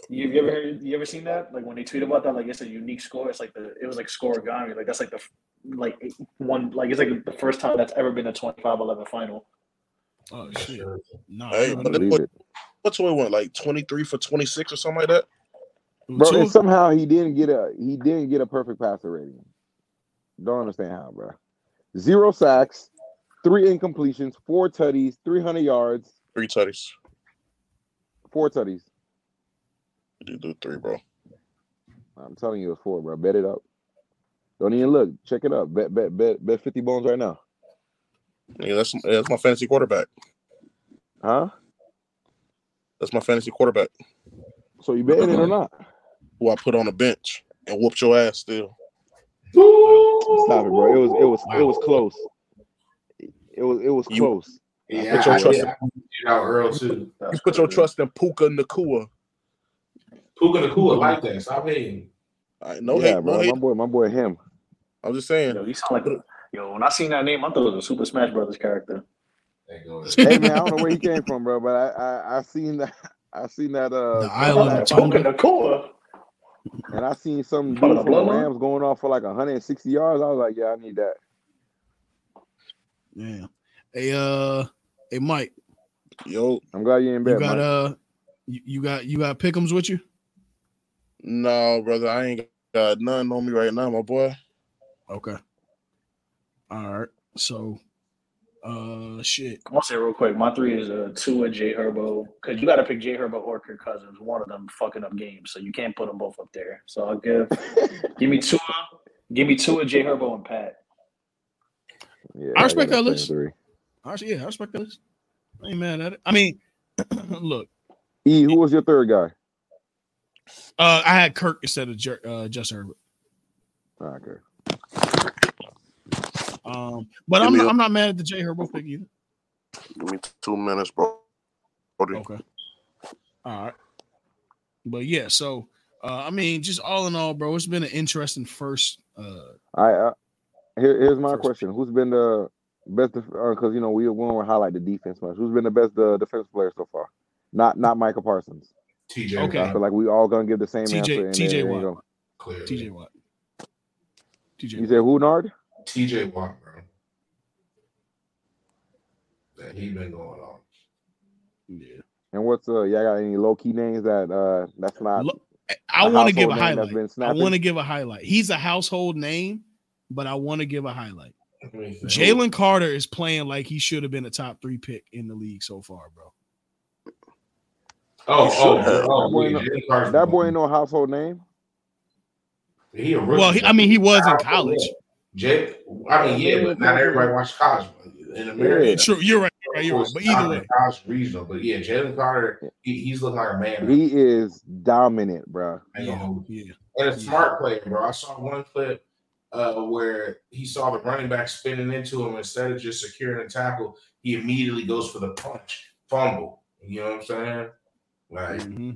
[SPEAKER 8] You, you ever heard, you ever seen that? Like when they tweet about that, like it's a unique score. It's like the it was like scoregami. Like that's like the f- like it- one like it's like the first time that's ever been a 25-11 final.
[SPEAKER 2] Oh shit. Nah,
[SPEAKER 5] Hey,
[SPEAKER 2] I
[SPEAKER 6] I
[SPEAKER 2] don't
[SPEAKER 5] but
[SPEAKER 2] know.
[SPEAKER 5] that
[SPEAKER 6] believe
[SPEAKER 5] boy,
[SPEAKER 6] it.
[SPEAKER 5] what's what he went like 23 for 26 or something like that?
[SPEAKER 6] Bro,
[SPEAKER 2] Tua?
[SPEAKER 6] and somehow he didn't get a he didn't get a perfect passer rating. Don't understand how, bro. Zero sacks, three incompletions, four tutties, three hundred yards,
[SPEAKER 5] Three tutties.
[SPEAKER 6] four tutties.
[SPEAKER 5] You do three, bro.
[SPEAKER 6] I'm telling you, it's four, bro. Bet it up. Don't even look. Check it up. Bet, bet, bet, bet fifty bones right now,
[SPEAKER 5] Yeah, that's yeah, that's my fantasy quarterback.
[SPEAKER 6] huh?
[SPEAKER 5] That's my fantasy quarterback
[SPEAKER 6] So you betting it or not?
[SPEAKER 5] who I put on the bench and whooped your ass still.
[SPEAKER 6] Stop it, bro. It was, it was, it was close. It was, it was
[SPEAKER 5] You-
[SPEAKER 6] close.
[SPEAKER 3] Yeah,
[SPEAKER 5] Put your
[SPEAKER 3] I,
[SPEAKER 5] trust
[SPEAKER 3] yeah, I figured out Earl too.
[SPEAKER 8] That's
[SPEAKER 5] You put your
[SPEAKER 8] crazy.
[SPEAKER 5] trust in Puka Nakua.
[SPEAKER 3] Puka Nakua like that. Stop hating.
[SPEAKER 5] I no
[SPEAKER 6] yeah,
[SPEAKER 5] hate,
[SPEAKER 6] bro.
[SPEAKER 5] no hate.
[SPEAKER 6] My boy, my boy, him.
[SPEAKER 5] I'm just saying.
[SPEAKER 8] Yo, he sound like a- yo. When I seen that name, I thought it was a Super Smash Brothers character.
[SPEAKER 3] Ain't going
[SPEAKER 6] hey man, I don't know where he came from, bro, but I I, I seen that I seen that uh
[SPEAKER 2] The
[SPEAKER 8] I
[SPEAKER 2] island of Tonga.
[SPEAKER 8] Nakua.
[SPEAKER 6] and I seen some dude
[SPEAKER 8] Part
[SPEAKER 6] from
[SPEAKER 8] of the
[SPEAKER 6] the
[SPEAKER 8] bloodline?
[SPEAKER 6] Rams going off for like 160 yards. I was like, yeah, I need that.
[SPEAKER 2] Yeah. Hey, uh Hey, Mike,
[SPEAKER 9] Yo,
[SPEAKER 6] I'm glad you ain't bad.
[SPEAKER 2] you got
[SPEAKER 6] Mike.
[SPEAKER 2] uh, you, you got you got Pickums with you?
[SPEAKER 9] no, brother, I ain't got nothing on me right now, my boy.
[SPEAKER 2] Okay. All right. So, uh, shit.
[SPEAKER 8] I'm gonna say real quick, my three is uh, Tua, J Herbo, because you got to pick J Herbo or Kirk Cousins. One of them fucking up games, so you can't put them both up there. So I'll give give me Tua, give me Tua, J Herbo, and Pat.
[SPEAKER 6] yeah,
[SPEAKER 2] I respect
[SPEAKER 6] got
[SPEAKER 2] that
[SPEAKER 6] same
[SPEAKER 2] list.
[SPEAKER 6] three.
[SPEAKER 2] Actually, yeah, I respect that. list. I ain't mad at it. I mean, look,
[SPEAKER 6] E, who was your third guy?
[SPEAKER 2] uh, I had Kirk instead of Jer- uh, Justin Herbert.
[SPEAKER 6] Ah, okay.
[SPEAKER 2] Um, but
[SPEAKER 9] Give
[SPEAKER 2] I'm
[SPEAKER 9] me
[SPEAKER 2] not,
[SPEAKER 9] a-
[SPEAKER 2] I'm not mad at the J Herbo pick either.
[SPEAKER 9] Give me two minutes, bro. Brody.
[SPEAKER 5] Oh,
[SPEAKER 2] Okay. All right. But yeah, so uh, I mean, just all in all, bro, it's been an interesting first. Uh,
[SPEAKER 6] I uh, here, here's my
[SPEAKER 2] First.
[SPEAKER 6] question: Who's been the best? Because you know we we don't highlight the defense much. Who's been the best uh, defensive player so far? Not not Michael Parsons.
[SPEAKER 3] TJ.
[SPEAKER 2] Okay.
[SPEAKER 6] I
[SPEAKER 3] Watt,
[SPEAKER 6] feel like we all gonna give the same
[SPEAKER 2] TJ
[SPEAKER 6] answer. And
[SPEAKER 2] TJ
[SPEAKER 6] then,
[SPEAKER 2] Watt.
[SPEAKER 6] Go.
[SPEAKER 3] clearly.
[SPEAKER 2] TJ
[SPEAKER 3] TJ.
[SPEAKER 2] Watt. TJ.
[SPEAKER 6] You
[SPEAKER 2] Watt.
[SPEAKER 6] said who, Nard?
[SPEAKER 3] Watt, bro. That he been going on.
[SPEAKER 2] Yeah.
[SPEAKER 6] And what's uh? Y'all got any low key names that uh? That's not.
[SPEAKER 2] Lo- I
[SPEAKER 6] a
[SPEAKER 2] want to give a
[SPEAKER 6] household
[SPEAKER 2] highlight.
[SPEAKER 6] name that's been
[SPEAKER 2] I
[SPEAKER 6] snapping?
[SPEAKER 2] want to give a highlight. He's a household name, but I want to give a highlight.
[SPEAKER 3] Let me think.
[SPEAKER 2] Jalen Carter is playing like he should have been a top three pick in the league so far, bro.
[SPEAKER 3] Oh,
[SPEAKER 9] He should
[SPEAKER 3] oh,
[SPEAKER 9] have.
[SPEAKER 3] oh,
[SPEAKER 6] That boy
[SPEAKER 3] yeah,
[SPEAKER 6] ain't
[SPEAKER 3] Jalen Carter's
[SPEAKER 6] That
[SPEAKER 3] been
[SPEAKER 6] boy
[SPEAKER 3] going
[SPEAKER 6] ain't no household name.
[SPEAKER 3] on. He a rookie.
[SPEAKER 2] Well, he, I
[SPEAKER 3] bro.
[SPEAKER 2] mean, he was in
[SPEAKER 3] Household
[SPEAKER 2] college.
[SPEAKER 3] name. Jay, I mean, yeah,
[SPEAKER 6] Jalen
[SPEAKER 3] but not
[SPEAKER 6] Carter-
[SPEAKER 3] everybody watch college bro. in America.
[SPEAKER 6] Yeah.
[SPEAKER 2] True, you're right. You're right.
[SPEAKER 3] Of
[SPEAKER 2] You're right.
[SPEAKER 3] course,
[SPEAKER 2] But either
[SPEAKER 3] college,
[SPEAKER 2] way,
[SPEAKER 3] college regional. But yeah, Jalen Carter, he, he's looking like a man.
[SPEAKER 6] He is dominant, bro.
[SPEAKER 3] I ain't gonna
[SPEAKER 2] yeah,
[SPEAKER 3] hold you.
[SPEAKER 2] yeah,
[SPEAKER 3] and a
[SPEAKER 2] Yeah.
[SPEAKER 3] smart player, bro. I saw one clip uh, where he saw the running back spinning into him instead of just securing a tackle, he immediately goes for the punch, fumble. You know what I'm saying? Like,
[SPEAKER 6] Mm-hmm.
[SPEAKER 2] Mhm.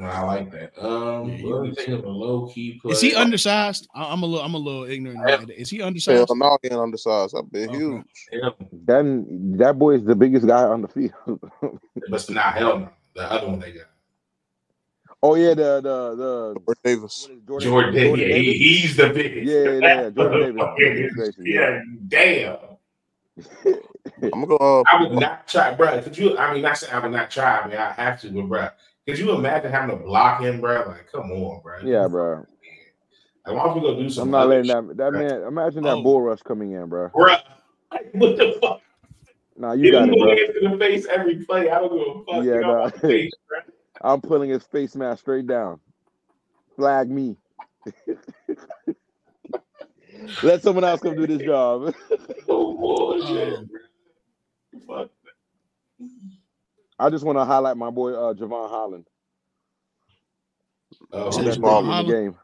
[SPEAKER 3] no, I like that. Um,
[SPEAKER 2] Yeah, he
[SPEAKER 3] let me
[SPEAKER 2] was-
[SPEAKER 3] think of a low key play.
[SPEAKER 2] Is he undersized? I, am a little. I'm a little ignorant.
[SPEAKER 3] Yeah.
[SPEAKER 2] about that. Is he
[SPEAKER 9] Hell
[SPEAKER 2] undersized?
[SPEAKER 9] no, he ain't undersized. I've been
[SPEAKER 2] Okay.
[SPEAKER 9] huge.
[SPEAKER 3] Him,
[SPEAKER 6] Then that boy is the biggest guy on the field.
[SPEAKER 3] but it's not hell no. The other one they got,
[SPEAKER 6] oh yeah, the the the
[SPEAKER 9] Or Davis.
[SPEAKER 6] what is Jordan
[SPEAKER 3] Jordan. Davis.
[SPEAKER 6] Jordan
[SPEAKER 3] yeah, he-
[SPEAKER 6] Davis.
[SPEAKER 3] he's the biggest.
[SPEAKER 6] Yeah, yeah, yeah, Jordan Davis.
[SPEAKER 3] Motherfucker
[SPEAKER 6] Goodness
[SPEAKER 3] is-
[SPEAKER 6] gracious, yeah.
[SPEAKER 3] yeah, damn.
[SPEAKER 9] I'm gonna go.
[SPEAKER 3] I
[SPEAKER 9] Uh,
[SPEAKER 3] would not try, bro. Could you? I mean, I said I would not try. I mean, I have to, but bro, could you imagine having to block him, bro? Like, come on, bro.
[SPEAKER 6] yeah, bro.
[SPEAKER 3] Like, why don't we go do some?
[SPEAKER 6] I'm not
[SPEAKER 3] other
[SPEAKER 6] letting
[SPEAKER 3] shit,
[SPEAKER 6] that that man. Imagine that
[SPEAKER 2] Oh.
[SPEAKER 6] bull rush coming in, bro.
[SPEAKER 3] bro. Like, what the fuck?
[SPEAKER 6] Nah, you got
[SPEAKER 3] Give
[SPEAKER 6] it,
[SPEAKER 3] him
[SPEAKER 6] bro.
[SPEAKER 3] a hand to the face every play. I don't give a fuck.
[SPEAKER 6] Yeah,
[SPEAKER 3] Get off
[SPEAKER 6] nah.
[SPEAKER 3] my face, bro.
[SPEAKER 6] I'm pulling his face mask straight down. Flag me. Let someone else come do this job.
[SPEAKER 3] No bullshit.
[SPEAKER 2] Um,
[SPEAKER 3] bro. Fuck.
[SPEAKER 6] I just want to highlight my boy uh, Javon Holland,
[SPEAKER 3] Oh,
[SPEAKER 9] He's
[SPEAKER 2] Said Javon
[SPEAKER 6] best safety
[SPEAKER 9] balling.
[SPEAKER 6] in
[SPEAKER 2] Holland.
[SPEAKER 6] the game.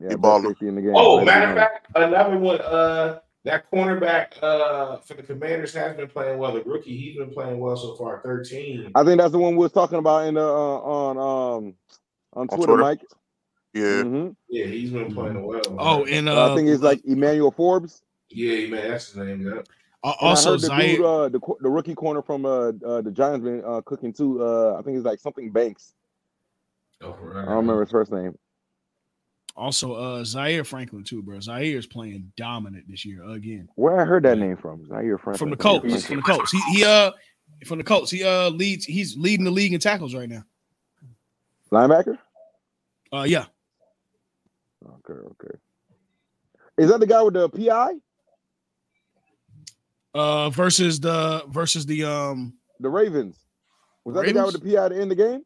[SPEAKER 6] Yeah,
[SPEAKER 9] He
[SPEAKER 6] best
[SPEAKER 9] balling.
[SPEAKER 6] safety in the game.
[SPEAKER 3] Oh,
[SPEAKER 6] Let it be
[SPEAKER 3] matter of
[SPEAKER 6] known.
[SPEAKER 3] fact, another one. Uh, that cornerback uh for the Commanders has been playing well. The rookie, he's been playing well so far. Thirteen.
[SPEAKER 6] I think that's the one we was talking about in the uh, on um on
[SPEAKER 9] On
[SPEAKER 6] Twitter,
[SPEAKER 9] Twitter?
[SPEAKER 6] Mike.
[SPEAKER 9] Yeah.
[SPEAKER 6] hmm
[SPEAKER 3] Yeah, he's been playing well. bro.
[SPEAKER 2] Oh, and
[SPEAKER 6] Uh, I
[SPEAKER 2] uh,
[SPEAKER 6] think it's like Emmanuel Forbes.
[SPEAKER 3] Yeah, man, that's his name. Yeah.
[SPEAKER 2] uh,
[SPEAKER 6] And I
[SPEAKER 2] also
[SPEAKER 6] heard the dude,
[SPEAKER 2] Zaire.
[SPEAKER 6] uh, the co- the rookie corner from uh, uh the Giants been uh, cooking too. Uh, I think it's like something Banks.
[SPEAKER 3] Oh,
[SPEAKER 6] I
[SPEAKER 3] right.
[SPEAKER 6] don't remember his first name.
[SPEAKER 2] Also, uh, Zaire Franklin too, bro. Zaire is playing dominant this year again.
[SPEAKER 6] Where I heard that
[SPEAKER 2] Yeah.
[SPEAKER 6] name from? Zaire Franklin.
[SPEAKER 2] from the
[SPEAKER 6] Zaire
[SPEAKER 2] Colts. From
[SPEAKER 6] Franklin.
[SPEAKER 2] the Colts. He, he uh from the Colts. He uh leads. He's leading the league in tackles right now.
[SPEAKER 6] Linebacker.
[SPEAKER 2] Uh yeah.
[SPEAKER 6] Okay, okay. Is that the guy with the PI,
[SPEAKER 2] Uh versus the versus the um
[SPEAKER 6] the Ravens? Was that the guy
[SPEAKER 2] Ravens?
[SPEAKER 6] with the PI to end the game?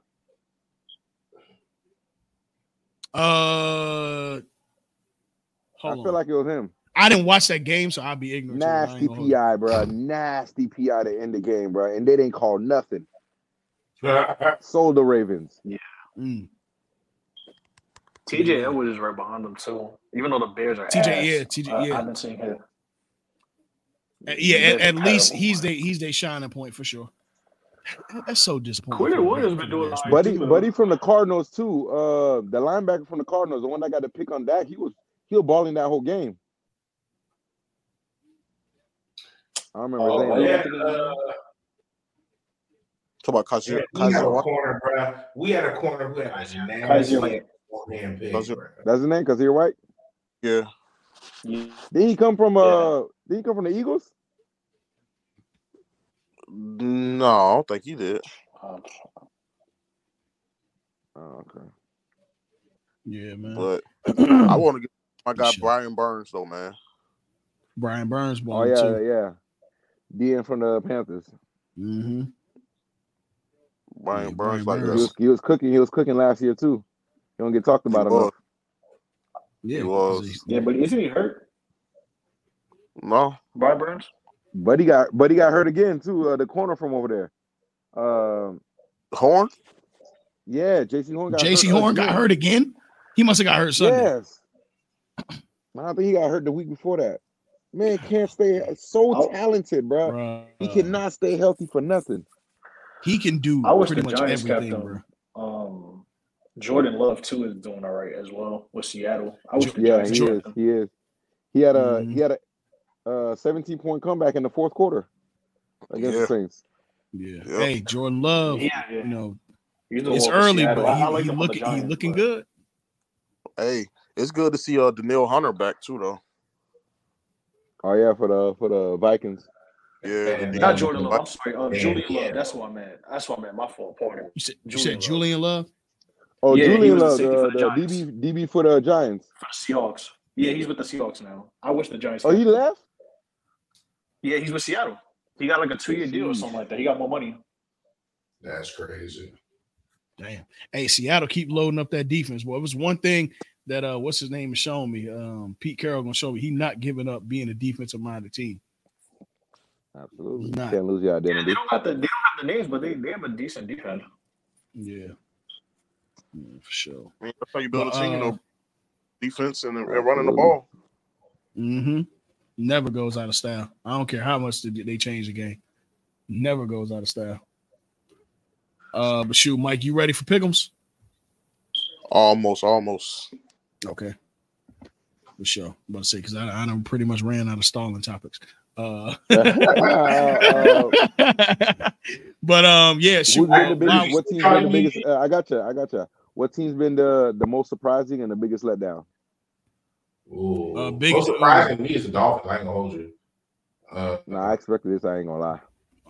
[SPEAKER 2] uh.
[SPEAKER 6] I
[SPEAKER 2] Hold
[SPEAKER 6] feel
[SPEAKER 2] on.
[SPEAKER 6] like it was him.
[SPEAKER 2] I didn't watch that game, so I'll be ignorant. to it. I ain't
[SPEAKER 6] Nasty
[SPEAKER 2] gonna hold you.
[SPEAKER 6] PI, bro. Nasty PI to end the game, bro. And they didn't call nothing. Sold the Ravens.
[SPEAKER 2] Mm.
[SPEAKER 8] TJ Edwards is right behind them too. Even though the Bears are
[SPEAKER 2] TJ,
[SPEAKER 8] ass,
[SPEAKER 2] yeah, TJ,
[SPEAKER 8] I-
[SPEAKER 2] yeah.
[SPEAKER 8] I've been seeing him.
[SPEAKER 2] Uh, Yeah,
[SPEAKER 8] They're
[SPEAKER 2] at, at least
[SPEAKER 8] terrible,
[SPEAKER 2] he's
[SPEAKER 8] man.
[SPEAKER 2] they he's their shining point for sure. That- That's so disappointing.
[SPEAKER 8] Quinn
[SPEAKER 2] for the
[SPEAKER 8] Williams
[SPEAKER 2] Bears-
[SPEAKER 8] been
[SPEAKER 2] for the
[SPEAKER 8] doing
[SPEAKER 2] Bears
[SPEAKER 8] all
[SPEAKER 2] fans.
[SPEAKER 8] right
[SPEAKER 6] Buddy,
[SPEAKER 8] too. though.
[SPEAKER 6] buddy from the Cardinals too. Uh, the linebacker from the Cardinals, the one that got the pick on Dak, he was he was balling that whole game. I don't remember his
[SPEAKER 3] oh,
[SPEAKER 6] name though.
[SPEAKER 3] yeah.
[SPEAKER 9] Talk about Kaiser.
[SPEAKER 3] we have
[SPEAKER 9] Kaiser.
[SPEAKER 3] a corner, bro. We had a corner who had a
[SPEAKER 8] Kaiser
[SPEAKER 3] nasty
[SPEAKER 8] White.
[SPEAKER 3] one-hand pick,
[SPEAKER 9] Kaiser-
[SPEAKER 3] bro.
[SPEAKER 6] That's his name, cause you're white.
[SPEAKER 9] Yeah.
[SPEAKER 8] Yeah.
[SPEAKER 6] Did he come from
[SPEAKER 8] Yeah.
[SPEAKER 6] uh? Did he come from the Eagles?
[SPEAKER 9] No, I don't think he did.
[SPEAKER 8] Um,
[SPEAKER 6] Oh, okay.
[SPEAKER 2] Yeah, man.
[SPEAKER 9] But I want to get my guy
[SPEAKER 2] Shit.
[SPEAKER 9] Brian Burns though, man.
[SPEAKER 2] Brian Burns
[SPEAKER 6] Oh
[SPEAKER 2] ball
[SPEAKER 6] yeah,
[SPEAKER 2] too.
[SPEAKER 6] yeah. DN from the Panthers.
[SPEAKER 2] hmm
[SPEAKER 9] Brian
[SPEAKER 2] Yeah,
[SPEAKER 9] Burns
[SPEAKER 2] Brian
[SPEAKER 9] like
[SPEAKER 6] He
[SPEAKER 2] Burns.
[SPEAKER 9] that's
[SPEAKER 6] was, he was cooking. He was cooking last year too. He don't get talked about
[SPEAKER 9] he
[SPEAKER 6] enough.
[SPEAKER 9] was.
[SPEAKER 2] Yeah,
[SPEAKER 9] He
[SPEAKER 2] 'cause
[SPEAKER 9] was.
[SPEAKER 2] they-
[SPEAKER 8] yeah, but isn't he hurt?
[SPEAKER 9] No,
[SPEAKER 8] Brian Burns?
[SPEAKER 6] But he got but he got hurt again too. Uh, the corner from over there. Um,
[SPEAKER 9] Horn.
[SPEAKER 6] yeah, JC Horn got
[SPEAKER 2] J.C.
[SPEAKER 6] hurt.
[SPEAKER 2] Horn got
[SPEAKER 6] again.
[SPEAKER 2] hurt again. He must have got hurt Sunday.
[SPEAKER 6] Yes. Man, I think he got hurt the week before that. Man can't stay so
[SPEAKER 8] Oh.
[SPEAKER 6] talented, bro.
[SPEAKER 2] Bruh.
[SPEAKER 6] He cannot stay healthy for nothing.
[SPEAKER 2] He can do
[SPEAKER 8] I wish
[SPEAKER 2] pretty
[SPEAKER 8] the
[SPEAKER 2] much
[SPEAKER 8] Giants kept
[SPEAKER 2] everything,
[SPEAKER 8] him.
[SPEAKER 2] bro.
[SPEAKER 8] Um, Jordan Love too is doing all right as well with Seattle. I wish the
[SPEAKER 6] Yeah,
[SPEAKER 8] Giants
[SPEAKER 6] he
[SPEAKER 8] kept
[SPEAKER 6] is.
[SPEAKER 8] him.
[SPEAKER 6] He is. He had a
[SPEAKER 8] Mm-hmm.
[SPEAKER 2] Mhm.
[SPEAKER 6] he had a uh 17 point comeback in the fourth quarter against
[SPEAKER 9] Yeah.
[SPEAKER 6] the Saints.
[SPEAKER 2] Yeah.
[SPEAKER 9] Yep.
[SPEAKER 2] Hey, Jordan Love.
[SPEAKER 8] Yeah, yeah.
[SPEAKER 2] You know,
[SPEAKER 8] He's doing
[SPEAKER 2] it's
[SPEAKER 8] well for
[SPEAKER 2] early,
[SPEAKER 8] Seattle.
[SPEAKER 2] but
[SPEAKER 8] I,
[SPEAKER 2] he,
[SPEAKER 8] I like
[SPEAKER 2] he
[SPEAKER 8] him on the
[SPEAKER 2] looking he
[SPEAKER 8] Giants.
[SPEAKER 2] looking
[SPEAKER 8] but
[SPEAKER 2] good.
[SPEAKER 9] Hey, it's good to see uh Daniil Hunter back too though.
[SPEAKER 6] Oh yeah, for the for the Vikings.
[SPEAKER 9] Yeah, the
[SPEAKER 3] And,
[SPEAKER 9] D-
[SPEAKER 3] uh,
[SPEAKER 8] Not Jordan Love. I'm sorry. Uh,
[SPEAKER 3] Yeah,
[SPEAKER 8] Julian
[SPEAKER 3] yeah.
[SPEAKER 8] Love. That's what I meant. That's what I meant. My fault. Pardon.
[SPEAKER 2] You said you
[SPEAKER 8] Julian
[SPEAKER 2] said
[SPEAKER 8] Love.
[SPEAKER 2] Julian Love.
[SPEAKER 6] Oh,
[SPEAKER 8] Yeah, he
[SPEAKER 6] Julian
[SPEAKER 8] was the
[SPEAKER 6] Love,
[SPEAKER 8] safety
[SPEAKER 6] the,
[SPEAKER 8] for the
[SPEAKER 6] the
[SPEAKER 8] Giants.
[SPEAKER 6] DB DB for the Giants.
[SPEAKER 8] For the Seahawks. Yeah, he's with the Seahawks now. I wish the Giants
[SPEAKER 6] Oh,
[SPEAKER 8] kept
[SPEAKER 6] he
[SPEAKER 8] him.
[SPEAKER 6] left?
[SPEAKER 8] Yeah, he's with Seattle. He got like a two year deal or
[SPEAKER 6] Jeez.
[SPEAKER 8] something like that. He got more money.
[SPEAKER 3] That's crazy.
[SPEAKER 2] Damn. Hey, Seattle keep loading up that defense. Well, it was one thing that uh what's his name is showing me. Um Pete Carroll gonna show me he not giving up being a defensive minded team.
[SPEAKER 6] Absolutely.
[SPEAKER 2] He's
[SPEAKER 6] You
[SPEAKER 2] not.
[SPEAKER 6] can't lose your
[SPEAKER 8] Yeah, they
[SPEAKER 6] identity.
[SPEAKER 8] don't got the they don't have the names, but they, they have a decent defense.
[SPEAKER 2] Yeah. Yeah, for sure.
[SPEAKER 9] I mean, that's how you build
[SPEAKER 2] But
[SPEAKER 9] a team, you
[SPEAKER 2] uh
[SPEAKER 9] know, defense and, and running the
[SPEAKER 6] Absolutely.
[SPEAKER 9] ball.
[SPEAKER 2] hmm never goes out of style. I don't care how much they they change the game. Never goes out of style. Uh but shoot, Mike, you ready for pick'ems?
[SPEAKER 9] Almost, almost.
[SPEAKER 2] Okay. For sure. I'm about to say because I, I done pretty much ran out of stalling topics. Uh
[SPEAKER 6] Uh,
[SPEAKER 2] but um yeah, shoot.
[SPEAKER 6] Who's been
[SPEAKER 2] Uh,
[SPEAKER 6] the
[SPEAKER 2] wow,
[SPEAKER 6] biggest? What team's been the biggest? Uh, I gotcha. I gotcha. What team's been the the most surprising and the biggest letdown?
[SPEAKER 3] Ooh.
[SPEAKER 2] Uh,
[SPEAKER 3] Most
[SPEAKER 2] biggest-
[SPEAKER 3] surprising to me is the Dolphins. I ain't gonna hold you. Uh,
[SPEAKER 6] Nah, I expected this. I ain't gonna lie.
[SPEAKER 2] Of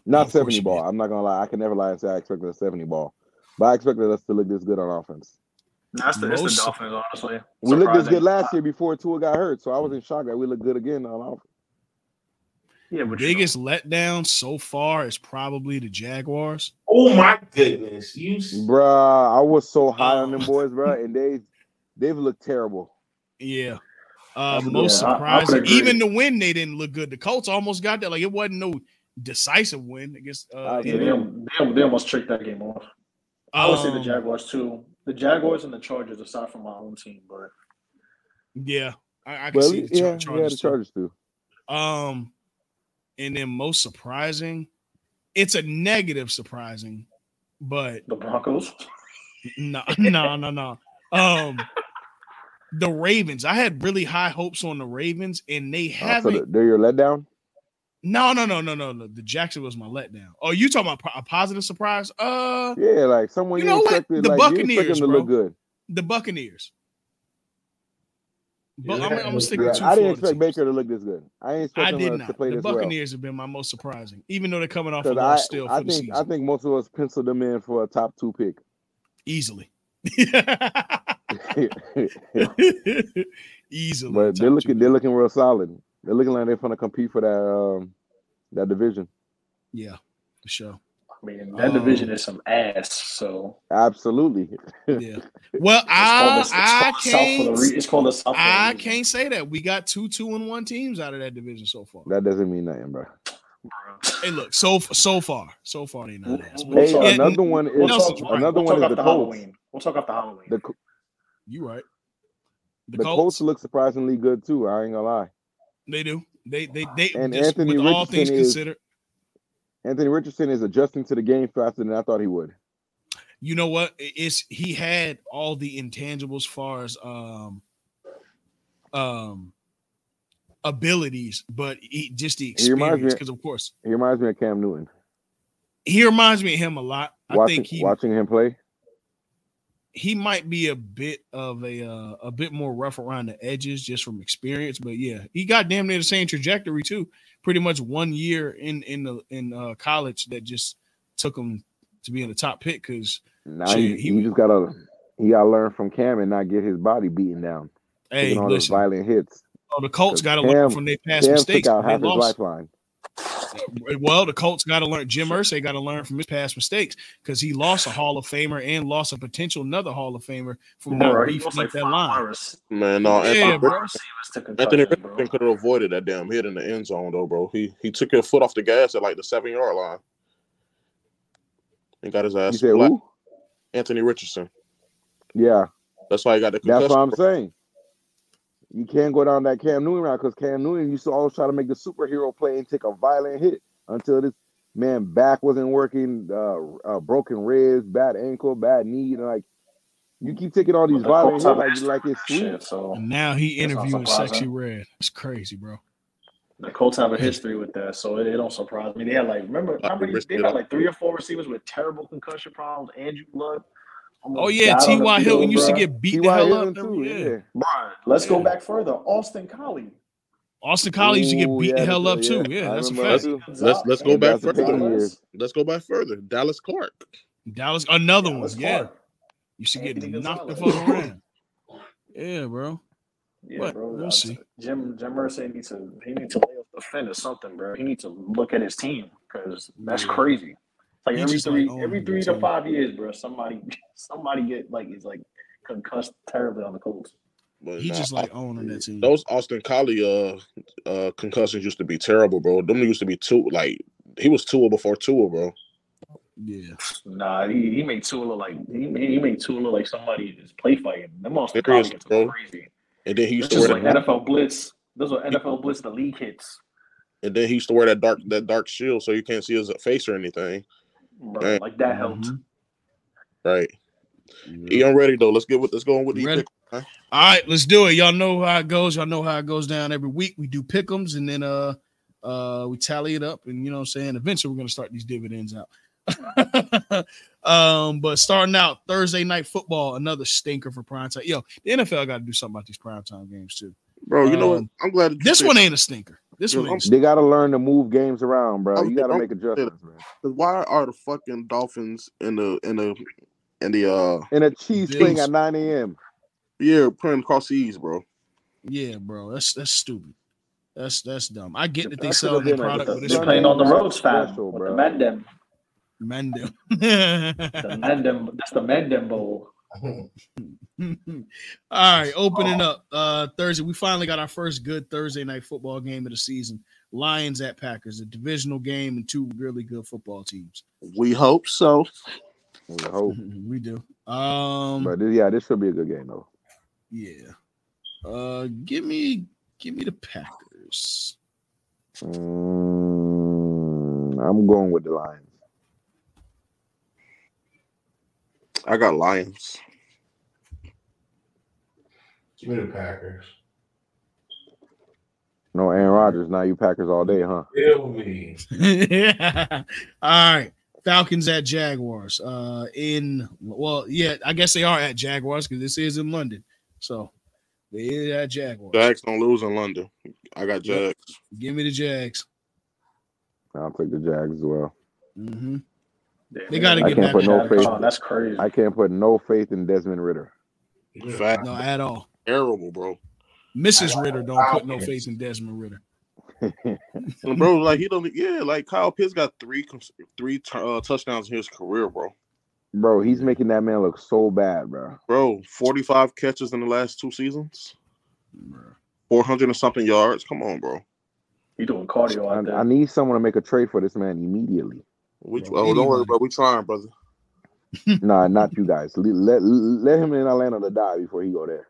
[SPEAKER 6] Not
[SPEAKER 2] course
[SPEAKER 6] seventy
[SPEAKER 2] you
[SPEAKER 6] ball. I'm not gonna lie. I can never lie and say I expected a seventy ball, but I expected us to look this good on offense.
[SPEAKER 8] That's the it's the
[SPEAKER 2] Most-
[SPEAKER 8] Dolphins, honestly.
[SPEAKER 6] We looked this good
[SPEAKER 8] Surprising.
[SPEAKER 6] last year before Tua got hurt, so I was in shock that we looked good again on offense.
[SPEAKER 8] Yeah, but you know.
[SPEAKER 2] biggest letdown so far is probably the Jaguars.
[SPEAKER 3] oh my goodness, you s-
[SPEAKER 6] Bruh, I was so high
[SPEAKER 2] Um,
[SPEAKER 6] on them boys, bruh, and they they've looked terrible.
[SPEAKER 2] Yeah. Uh,
[SPEAKER 6] That's a
[SPEAKER 2] most
[SPEAKER 8] Yeah, I- I would
[SPEAKER 2] surprising,
[SPEAKER 8] agree.
[SPEAKER 2] even the win they didn't look good. The Colts almost got there. Like it wasn't no decisive win against. Uh,
[SPEAKER 8] Yeah,
[SPEAKER 2] Indiana.
[SPEAKER 8] they, they, they almost tricked that game off. I would say the
[SPEAKER 2] Um,
[SPEAKER 8] Jaguars too. The Jaguars and the Chargers, aside from my own team, but
[SPEAKER 2] Yeah, I, I can
[SPEAKER 6] Well,
[SPEAKER 2] see the Char-
[SPEAKER 6] yeah, yeah,
[SPEAKER 2] Chargers.
[SPEAKER 6] the
[SPEAKER 2] too.
[SPEAKER 6] Chargers too.
[SPEAKER 2] Um, and then most surprising, it's a negative surprising, but
[SPEAKER 8] the Broncos.
[SPEAKER 2] no, no, no, no. Um, the Ravens. I had really high hopes on the Ravens, and they
[SPEAKER 6] Uh, so
[SPEAKER 2] haven't.
[SPEAKER 6] the, they're your letdown.
[SPEAKER 2] no, no, no, no, no, no. The Jackson was my letdown. Oh, you talking about po- a positive surprise? Uh,
[SPEAKER 6] Yeah, like someone
[SPEAKER 2] You
[SPEAKER 6] you,
[SPEAKER 2] know what?
[SPEAKER 6] expected,
[SPEAKER 2] The
[SPEAKER 6] like you expect
[SPEAKER 2] Buccaneers,
[SPEAKER 6] them to look good.
[SPEAKER 2] the Buccaneers. But
[SPEAKER 3] Yeah,
[SPEAKER 2] I'm, I'm gonna stick
[SPEAKER 6] Yeah,
[SPEAKER 2] with two
[SPEAKER 6] I didn't
[SPEAKER 2] Florida
[SPEAKER 6] expect
[SPEAKER 2] teams.
[SPEAKER 6] Baker to look this good. I didn't expect
[SPEAKER 2] I
[SPEAKER 6] him
[SPEAKER 2] did
[SPEAKER 6] to, to
[SPEAKER 2] not.
[SPEAKER 6] play
[SPEAKER 2] The
[SPEAKER 6] this well
[SPEAKER 2] Buccaneers have been my most surprising, even though they're coming off a
[SPEAKER 6] because
[SPEAKER 2] loss
[SPEAKER 6] I
[SPEAKER 2] still
[SPEAKER 6] I
[SPEAKER 2] for the
[SPEAKER 6] think I
[SPEAKER 2] season
[SPEAKER 6] think most of us penciled him in for a top two pick.
[SPEAKER 2] easily. easily.
[SPEAKER 6] but they're
[SPEAKER 2] top two.
[SPEAKER 6] looking they're looking real solid. They're looking like they're gonna compete for that um that division.
[SPEAKER 2] Yeah, for sure.
[SPEAKER 8] I mean, that division
[SPEAKER 2] Um,
[SPEAKER 8] is some ass. So
[SPEAKER 6] Absolutely.
[SPEAKER 2] Yeah. Well,
[SPEAKER 8] it's called
[SPEAKER 2] Uh, I
[SPEAKER 8] the, it's
[SPEAKER 2] I
[SPEAKER 8] called the South for the
[SPEAKER 2] can't
[SPEAKER 8] re- it's called the South. For a
[SPEAKER 2] I
[SPEAKER 8] reason,
[SPEAKER 2] can't say that. We got two two and one teams out of that division so far.
[SPEAKER 6] That doesn't mean nothing, bro.
[SPEAKER 8] bro.
[SPEAKER 2] Hey, look, so so far, so far they
[SPEAKER 8] We'll,
[SPEAKER 2] not ass.
[SPEAKER 8] we'll,
[SPEAKER 2] But
[SPEAKER 8] we'll
[SPEAKER 6] Hey,
[SPEAKER 8] talk.
[SPEAKER 2] yeah,
[SPEAKER 6] another one
[SPEAKER 8] We'll
[SPEAKER 6] is
[SPEAKER 2] Nelson's
[SPEAKER 8] talk.
[SPEAKER 2] right.
[SPEAKER 6] another
[SPEAKER 8] We'll
[SPEAKER 6] one
[SPEAKER 8] talk
[SPEAKER 6] is the
[SPEAKER 8] after
[SPEAKER 6] Colts.
[SPEAKER 8] Halloween. We'll talk after Halloween.
[SPEAKER 6] The Co-
[SPEAKER 2] You right. The
[SPEAKER 6] the Colts
[SPEAKER 2] Colts,
[SPEAKER 6] look surprisingly good too. I ain't gonna lie.
[SPEAKER 2] they do. They they they
[SPEAKER 6] And
[SPEAKER 2] just
[SPEAKER 6] Anthony
[SPEAKER 2] with all
[SPEAKER 6] Richardson
[SPEAKER 2] things
[SPEAKER 6] is
[SPEAKER 2] considered.
[SPEAKER 6] Anthony Richardson is adjusting to the game faster than I thought he would.
[SPEAKER 2] you know what? I- It's he had all the intangibles as far as um um abilities, but he, just the
[SPEAKER 6] He reminds me
[SPEAKER 2] experience. Because of course,
[SPEAKER 6] he reminds me of Cam Newton.
[SPEAKER 2] he reminds me of him a lot. I
[SPEAKER 6] Watching
[SPEAKER 2] think he
[SPEAKER 6] watching him play.
[SPEAKER 2] he might be a bit of a uh, a bit more rough around the edges just from experience, but yeah, he got damn near the same trajectory too. Pretty much one year in in the in uh, college that just took him to be in the top pick because
[SPEAKER 6] Now
[SPEAKER 2] Shit,
[SPEAKER 6] you,
[SPEAKER 2] he-
[SPEAKER 6] you just gotta he gotta learn from Cam and not get his body beaten down.
[SPEAKER 2] hey,
[SPEAKER 6] taking all those
[SPEAKER 2] listen,
[SPEAKER 6] violent hits.
[SPEAKER 2] oh, the Colts got to learn
[SPEAKER 6] Cam-
[SPEAKER 2] from their past
[SPEAKER 6] Cam
[SPEAKER 2] mistakes.
[SPEAKER 6] took out
[SPEAKER 2] They
[SPEAKER 6] half his
[SPEAKER 2] lost-
[SPEAKER 6] lifeline.
[SPEAKER 2] Well, the Colts got to learn. Jim Irsay got to learn from his past mistakes because he lost a Hall of Famer and lost a potential another Hall of Famer from
[SPEAKER 8] Bro,
[SPEAKER 2] no,
[SPEAKER 8] he
[SPEAKER 2] beef
[SPEAKER 8] looks
[SPEAKER 2] like
[SPEAKER 8] like
[SPEAKER 2] that
[SPEAKER 8] Phil
[SPEAKER 2] line.
[SPEAKER 8] Morris.
[SPEAKER 5] Man, no,
[SPEAKER 2] Yeah,
[SPEAKER 5] Anthony,
[SPEAKER 2] bro.
[SPEAKER 5] Richardson-
[SPEAKER 8] Receivers to
[SPEAKER 5] Anthony
[SPEAKER 8] concussion, bro.
[SPEAKER 5] Richardson could have avoided that damn hit in the end zone though, bro. He he took his foot off the gas at like the seven yard line and got his
[SPEAKER 6] You
[SPEAKER 5] ass
[SPEAKER 6] said
[SPEAKER 5] black.
[SPEAKER 6] who?
[SPEAKER 5] Anthony Richardson.
[SPEAKER 6] Yeah,
[SPEAKER 5] That's why he got the concussion.
[SPEAKER 6] that's what I'm saying. You can't go down that Cam Newton route because Cam Newton used to always try to make the superhero play and take a violent hit until this man back wasn't working, uh, uh broken ribs, bad ankle, bad knee, and like you keep taking all these
[SPEAKER 8] The Colts
[SPEAKER 6] violent hits
[SPEAKER 8] have
[SPEAKER 6] like
[SPEAKER 8] history
[SPEAKER 6] like
[SPEAKER 8] with
[SPEAKER 6] it's
[SPEAKER 8] that
[SPEAKER 6] sweet.
[SPEAKER 8] shit, so
[SPEAKER 2] And now he
[SPEAKER 8] That's not
[SPEAKER 2] interviewing
[SPEAKER 8] surprising.
[SPEAKER 2] Sexy Red. That's crazy, bro.
[SPEAKER 8] the Colts have a history with that, so it, it don't surprise me. They had like remember how many they had like three or four receivers with terrible concussion problems. Andrew Luck. almost
[SPEAKER 2] Oh yeah,
[SPEAKER 8] died on the
[SPEAKER 2] T.Y.
[SPEAKER 8] field,
[SPEAKER 2] Hilton used to
[SPEAKER 8] bruh.
[SPEAKER 2] get beat the
[SPEAKER 6] T.Y.
[SPEAKER 2] hell
[SPEAKER 6] Hilton
[SPEAKER 2] up.
[SPEAKER 6] too,
[SPEAKER 2] Every, yeah.
[SPEAKER 6] yeah.
[SPEAKER 8] Bruh, let's go
[SPEAKER 2] Yeah.
[SPEAKER 8] back further. Austin Collie.
[SPEAKER 2] Austin Collie used to get
[SPEAKER 6] Ooh,
[SPEAKER 2] beat the
[SPEAKER 6] yeah,
[SPEAKER 2] hell up
[SPEAKER 6] that's- yeah,
[SPEAKER 2] too. Yeah,
[SPEAKER 6] I
[SPEAKER 2] that's a
[SPEAKER 6] remember that
[SPEAKER 2] fact.
[SPEAKER 6] too.
[SPEAKER 5] Let's let's go
[SPEAKER 6] And
[SPEAKER 5] back
[SPEAKER 6] that's the
[SPEAKER 5] further.
[SPEAKER 6] Peyton years.
[SPEAKER 5] Let's go back further. Dallas Clark.
[SPEAKER 2] Dallas, another one. Yeah,
[SPEAKER 8] Clark.
[SPEAKER 2] used to get
[SPEAKER 8] Anthony
[SPEAKER 2] knocked the fuck
[SPEAKER 8] Gonzalez.
[SPEAKER 2] around. Yeah, bro.
[SPEAKER 8] Yeah,
[SPEAKER 2] But
[SPEAKER 8] bro.
[SPEAKER 2] we'll
[SPEAKER 8] uh,
[SPEAKER 2] see.
[SPEAKER 8] Jim Jim Irsay needs to he needs to lay off the fence or something, bro. He needs to look at his team because that's
[SPEAKER 2] Yeah.
[SPEAKER 8] crazy. It's like
[SPEAKER 2] He's
[SPEAKER 8] every
[SPEAKER 2] just,
[SPEAKER 8] three
[SPEAKER 2] like, oh,
[SPEAKER 8] every
[SPEAKER 2] owned
[SPEAKER 8] three
[SPEAKER 2] the
[SPEAKER 8] to
[SPEAKER 2] team.
[SPEAKER 8] five years, bro. Somebody somebody get like he's like concussed terribly on the Colts.
[SPEAKER 5] But
[SPEAKER 2] He
[SPEAKER 5] nah,
[SPEAKER 2] just like owning that team.
[SPEAKER 5] those Austin Collie uh uh concussions used to be terrible, bro. Them used to be two like he was Tua before Tua, bro.
[SPEAKER 2] Yeah.
[SPEAKER 8] Nah, he, he made Tua look like he made, he made Tua look like somebody that's play fighting. Them Austin
[SPEAKER 5] There he
[SPEAKER 8] Collie
[SPEAKER 5] is,
[SPEAKER 8] gets
[SPEAKER 5] bro.
[SPEAKER 8] crazy.
[SPEAKER 5] And then he used
[SPEAKER 8] This
[SPEAKER 5] to
[SPEAKER 8] is
[SPEAKER 5] wear
[SPEAKER 8] like
[SPEAKER 5] that,
[SPEAKER 8] NFL blitz. Those are NFL blitz the league hits,
[SPEAKER 5] and then he used to wear that dark that dark shield so you can't see his face or anything.
[SPEAKER 8] bro.
[SPEAKER 5] Dang.
[SPEAKER 8] Like that helped.
[SPEAKER 6] Mm-hmm.
[SPEAKER 2] Mhm.
[SPEAKER 5] Right.
[SPEAKER 2] Yeah.
[SPEAKER 5] Yeah. I'm ready though. Let's get with let's go on with
[SPEAKER 2] You
[SPEAKER 5] these
[SPEAKER 2] ready?
[SPEAKER 5] picks, man.
[SPEAKER 2] All right, let's do it. Y'all know how it goes. Y'all know how it goes down every week. We do pick'ems and then uh uh we tally it up and you know what I'm saying. Eventually we're gonna start these dividends out. um, but starting out Thursday night football, another stinker for prime time. Yo, the NFL gotta do something about these prime time games too.
[SPEAKER 5] Bro, you know what?
[SPEAKER 2] Um,
[SPEAKER 5] I'm glad that you
[SPEAKER 2] This
[SPEAKER 5] said-
[SPEAKER 2] one ain't a stinker. This one ain't a
[SPEAKER 6] They gotta learn to move games around, bro.
[SPEAKER 5] I'm-
[SPEAKER 6] You gotta
[SPEAKER 5] I'm-
[SPEAKER 6] make adjustments, man.
[SPEAKER 5] 'cause why are the fucking Dolphins in the in the in the uh
[SPEAKER 6] And a cheese
[SPEAKER 2] Bills.
[SPEAKER 6] thing at 9 a.m.
[SPEAKER 5] yeah playing across the East, bro?
[SPEAKER 2] Yeah, bro, that's that's stupid. That's that's dumb. I get that
[SPEAKER 6] That
[SPEAKER 2] they
[SPEAKER 6] should've
[SPEAKER 2] selling the
[SPEAKER 6] been a
[SPEAKER 2] product,
[SPEAKER 8] They're
[SPEAKER 2] but
[SPEAKER 6] Sunday
[SPEAKER 2] it's
[SPEAKER 8] playing on the
[SPEAKER 6] night
[SPEAKER 8] roads, fam.
[SPEAKER 6] special,
[SPEAKER 8] with
[SPEAKER 6] bro.
[SPEAKER 8] The Mandem,
[SPEAKER 2] Mandem.
[SPEAKER 8] the Mandem, that's the Mandem Bowl.
[SPEAKER 2] All right, opening up uh Thursday. We finally got our first good Thursday night football game of the season. Lions at Packers, a divisional game and two really good football teams.
[SPEAKER 5] We hope so.
[SPEAKER 6] We hope.
[SPEAKER 2] we do. Um
[SPEAKER 6] But this, yeah, this should be a good game though.
[SPEAKER 2] yeah. Uh give me give me the Packers.
[SPEAKER 6] Mm, I'm going with the Lions.
[SPEAKER 5] I got Lions.
[SPEAKER 3] Give me the Packers.
[SPEAKER 6] No Aaron Rodgers. Now you Packers all day, huh?
[SPEAKER 3] Kill me.
[SPEAKER 2] yeah. All right. Falcons at Jaguars. Uh in well, yeah, I guess they are at Jaguars because this is in London. So they is at Jaguars.
[SPEAKER 5] Jags don't lose in London. I got Jags.
[SPEAKER 2] Yep. Give me the Jags.
[SPEAKER 6] I'll take the Jags as well.
[SPEAKER 2] hmm
[SPEAKER 8] They oh,
[SPEAKER 2] gotta
[SPEAKER 6] I
[SPEAKER 2] get back
[SPEAKER 6] can't put
[SPEAKER 2] in
[SPEAKER 6] no
[SPEAKER 2] that
[SPEAKER 6] faith.
[SPEAKER 2] car.
[SPEAKER 8] That's crazy.
[SPEAKER 6] I can't put no faith in Desmond Ritter.
[SPEAKER 3] Give me the
[SPEAKER 5] Fact.
[SPEAKER 2] No, at all.
[SPEAKER 5] Terrible, bro.
[SPEAKER 2] Mrs. Ritter don't put no faith in Desmond Ritter.
[SPEAKER 5] And bro, like he don't. e, Yeah, like Kyle Pitts got three cons- three t- uh, touchdowns in his career, bro.
[SPEAKER 6] Bro, he's making that man look so bad, bro.
[SPEAKER 5] Bro, forty five catches in the last two seasons, four hundred and something yards. Come on, bro.
[SPEAKER 8] You doing cardio out
[SPEAKER 6] I, I
[SPEAKER 8] there?
[SPEAKER 6] need someone to make a trade for this man immediately.
[SPEAKER 5] We,
[SPEAKER 2] Bro,
[SPEAKER 5] oh, don't worry,
[SPEAKER 2] anybody.
[SPEAKER 5] bro. We trying, brother.
[SPEAKER 6] nah, not you guys. Le- Let, let, him in Atlanta to die before he go there.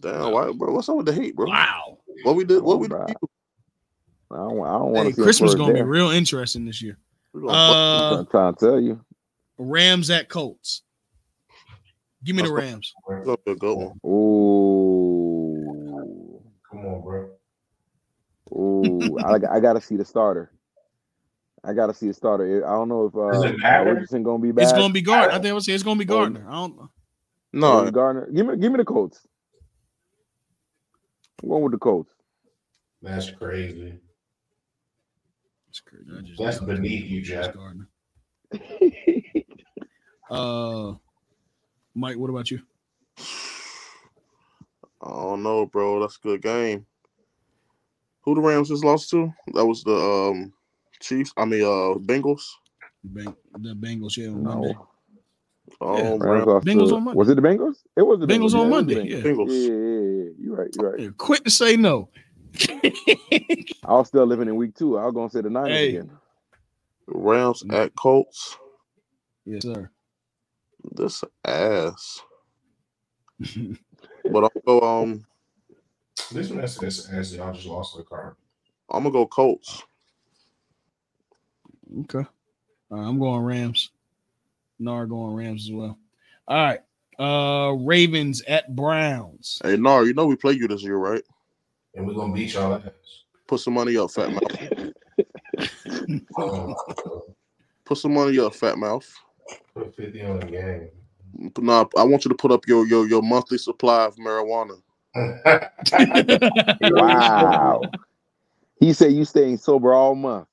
[SPEAKER 5] Damn, why, bro? What's up with the hate, bro?
[SPEAKER 2] Wow.
[SPEAKER 5] What we did? What
[SPEAKER 6] Come
[SPEAKER 5] we
[SPEAKER 6] on, bro.
[SPEAKER 5] did? to you?
[SPEAKER 6] I don't, wa- I don't want
[SPEAKER 2] Hey,
[SPEAKER 6] to see
[SPEAKER 2] Christmas
[SPEAKER 6] him
[SPEAKER 2] gonna
[SPEAKER 6] flourish
[SPEAKER 2] be
[SPEAKER 6] there.
[SPEAKER 2] real interesting this year.
[SPEAKER 5] We gonna
[SPEAKER 2] Uh
[SPEAKER 6] I'm trying to tell you.
[SPEAKER 2] Rams at Colts. Give me the
[SPEAKER 5] That's-
[SPEAKER 2] Rams.
[SPEAKER 5] It's gonna be a good one.
[SPEAKER 6] Ooh,
[SPEAKER 3] Come on, bro.
[SPEAKER 6] ooh. I, I gotta see the starter. I gotta see the starter. I don't know if uh,
[SPEAKER 3] Does it matter?
[SPEAKER 6] Richardson gonna be back.
[SPEAKER 2] It's gonna be Gardner. I think I would say it's gonna be Gardner. I don't
[SPEAKER 10] No,
[SPEAKER 6] Garner. Give me give me the Colts. I'm going with the Colts.
[SPEAKER 3] That's crazy.
[SPEAKER 2] That's crazy. I just-
[SPEAKER 3] That's beneath you, Jeff.
[SPEAKER 2] Gardner. Uh, Mike, what about you?
[SPEAKER 5] I don't know, bro. That's a good game. Who the Rams just lost to? That was the um Chiefs. I mean, uh, Bengals.
[SPEAKER 2] Bang, the Bengals, yeah, on Monday.
[SPEAKER 5] Um,
[SPEAKER 2] Yeah.
[SPEAKER 5] Rams,
[SPEAKER 6] Rams lost
[SPEAKER 2] Bengals
[SPEAKER 6] to-
[SPEAKER 2] on Monday.
[SPEAKER 6] Was it the Bengals? It was the
[SPEAKER 2] Bengals
[SPEAKER 6] Bengals
[SPEAKER 2] on
[SPEAKER 6] yeah, it was
[SPEAKER 2] Monday. Yeah.
[SPEAKER 6] the Bengals. Yeah,
[SPEAKER 5] Bengals.
[SPEAKER 6] yeah, yeah, yeah. You're right. You're right.
[SPEAKER 2] yeah, quit to say no.
[SPEAKER 6] I was still living in week two. I was gonna say the Niners
[SPEAKER 2] Hey.
[SPEAKER 6] again.
[SPEAKER 5] Rams
[SPEAKER 2] Mm.
[SPEAKER 5] at Colts.
[SPEAKER 2] yes, sir.
[SPEAKER 5] This ass. But I'll go. Um,
[SPEAKER 3] This one has this as y'all just lost to the car.
[SPEAKER 5] I'm gonna go Colts.
[SPEAKER 2] Okay. All right, I'm going Rams. Nar going Rams as well. All right. Uh Ravens at Browns.
[SPEAKER 5] Hey, Nar, you know we play you this year, right?
[SPEAKER 3] And we're gonna beat y'all ass.
[SPEAKER 5] Put some money up, fat mouth.
[SPEAKER 3] Oh,
[SPEAKER 5] Put some money up, fat mouth.
[SPEAKER 3] put 50 on the game.
[SPEAKER 5] Nah, I want you to put up your your your monthly supply of marijuana.
[SPEAKER 6] Wow. he said you staying sober all month.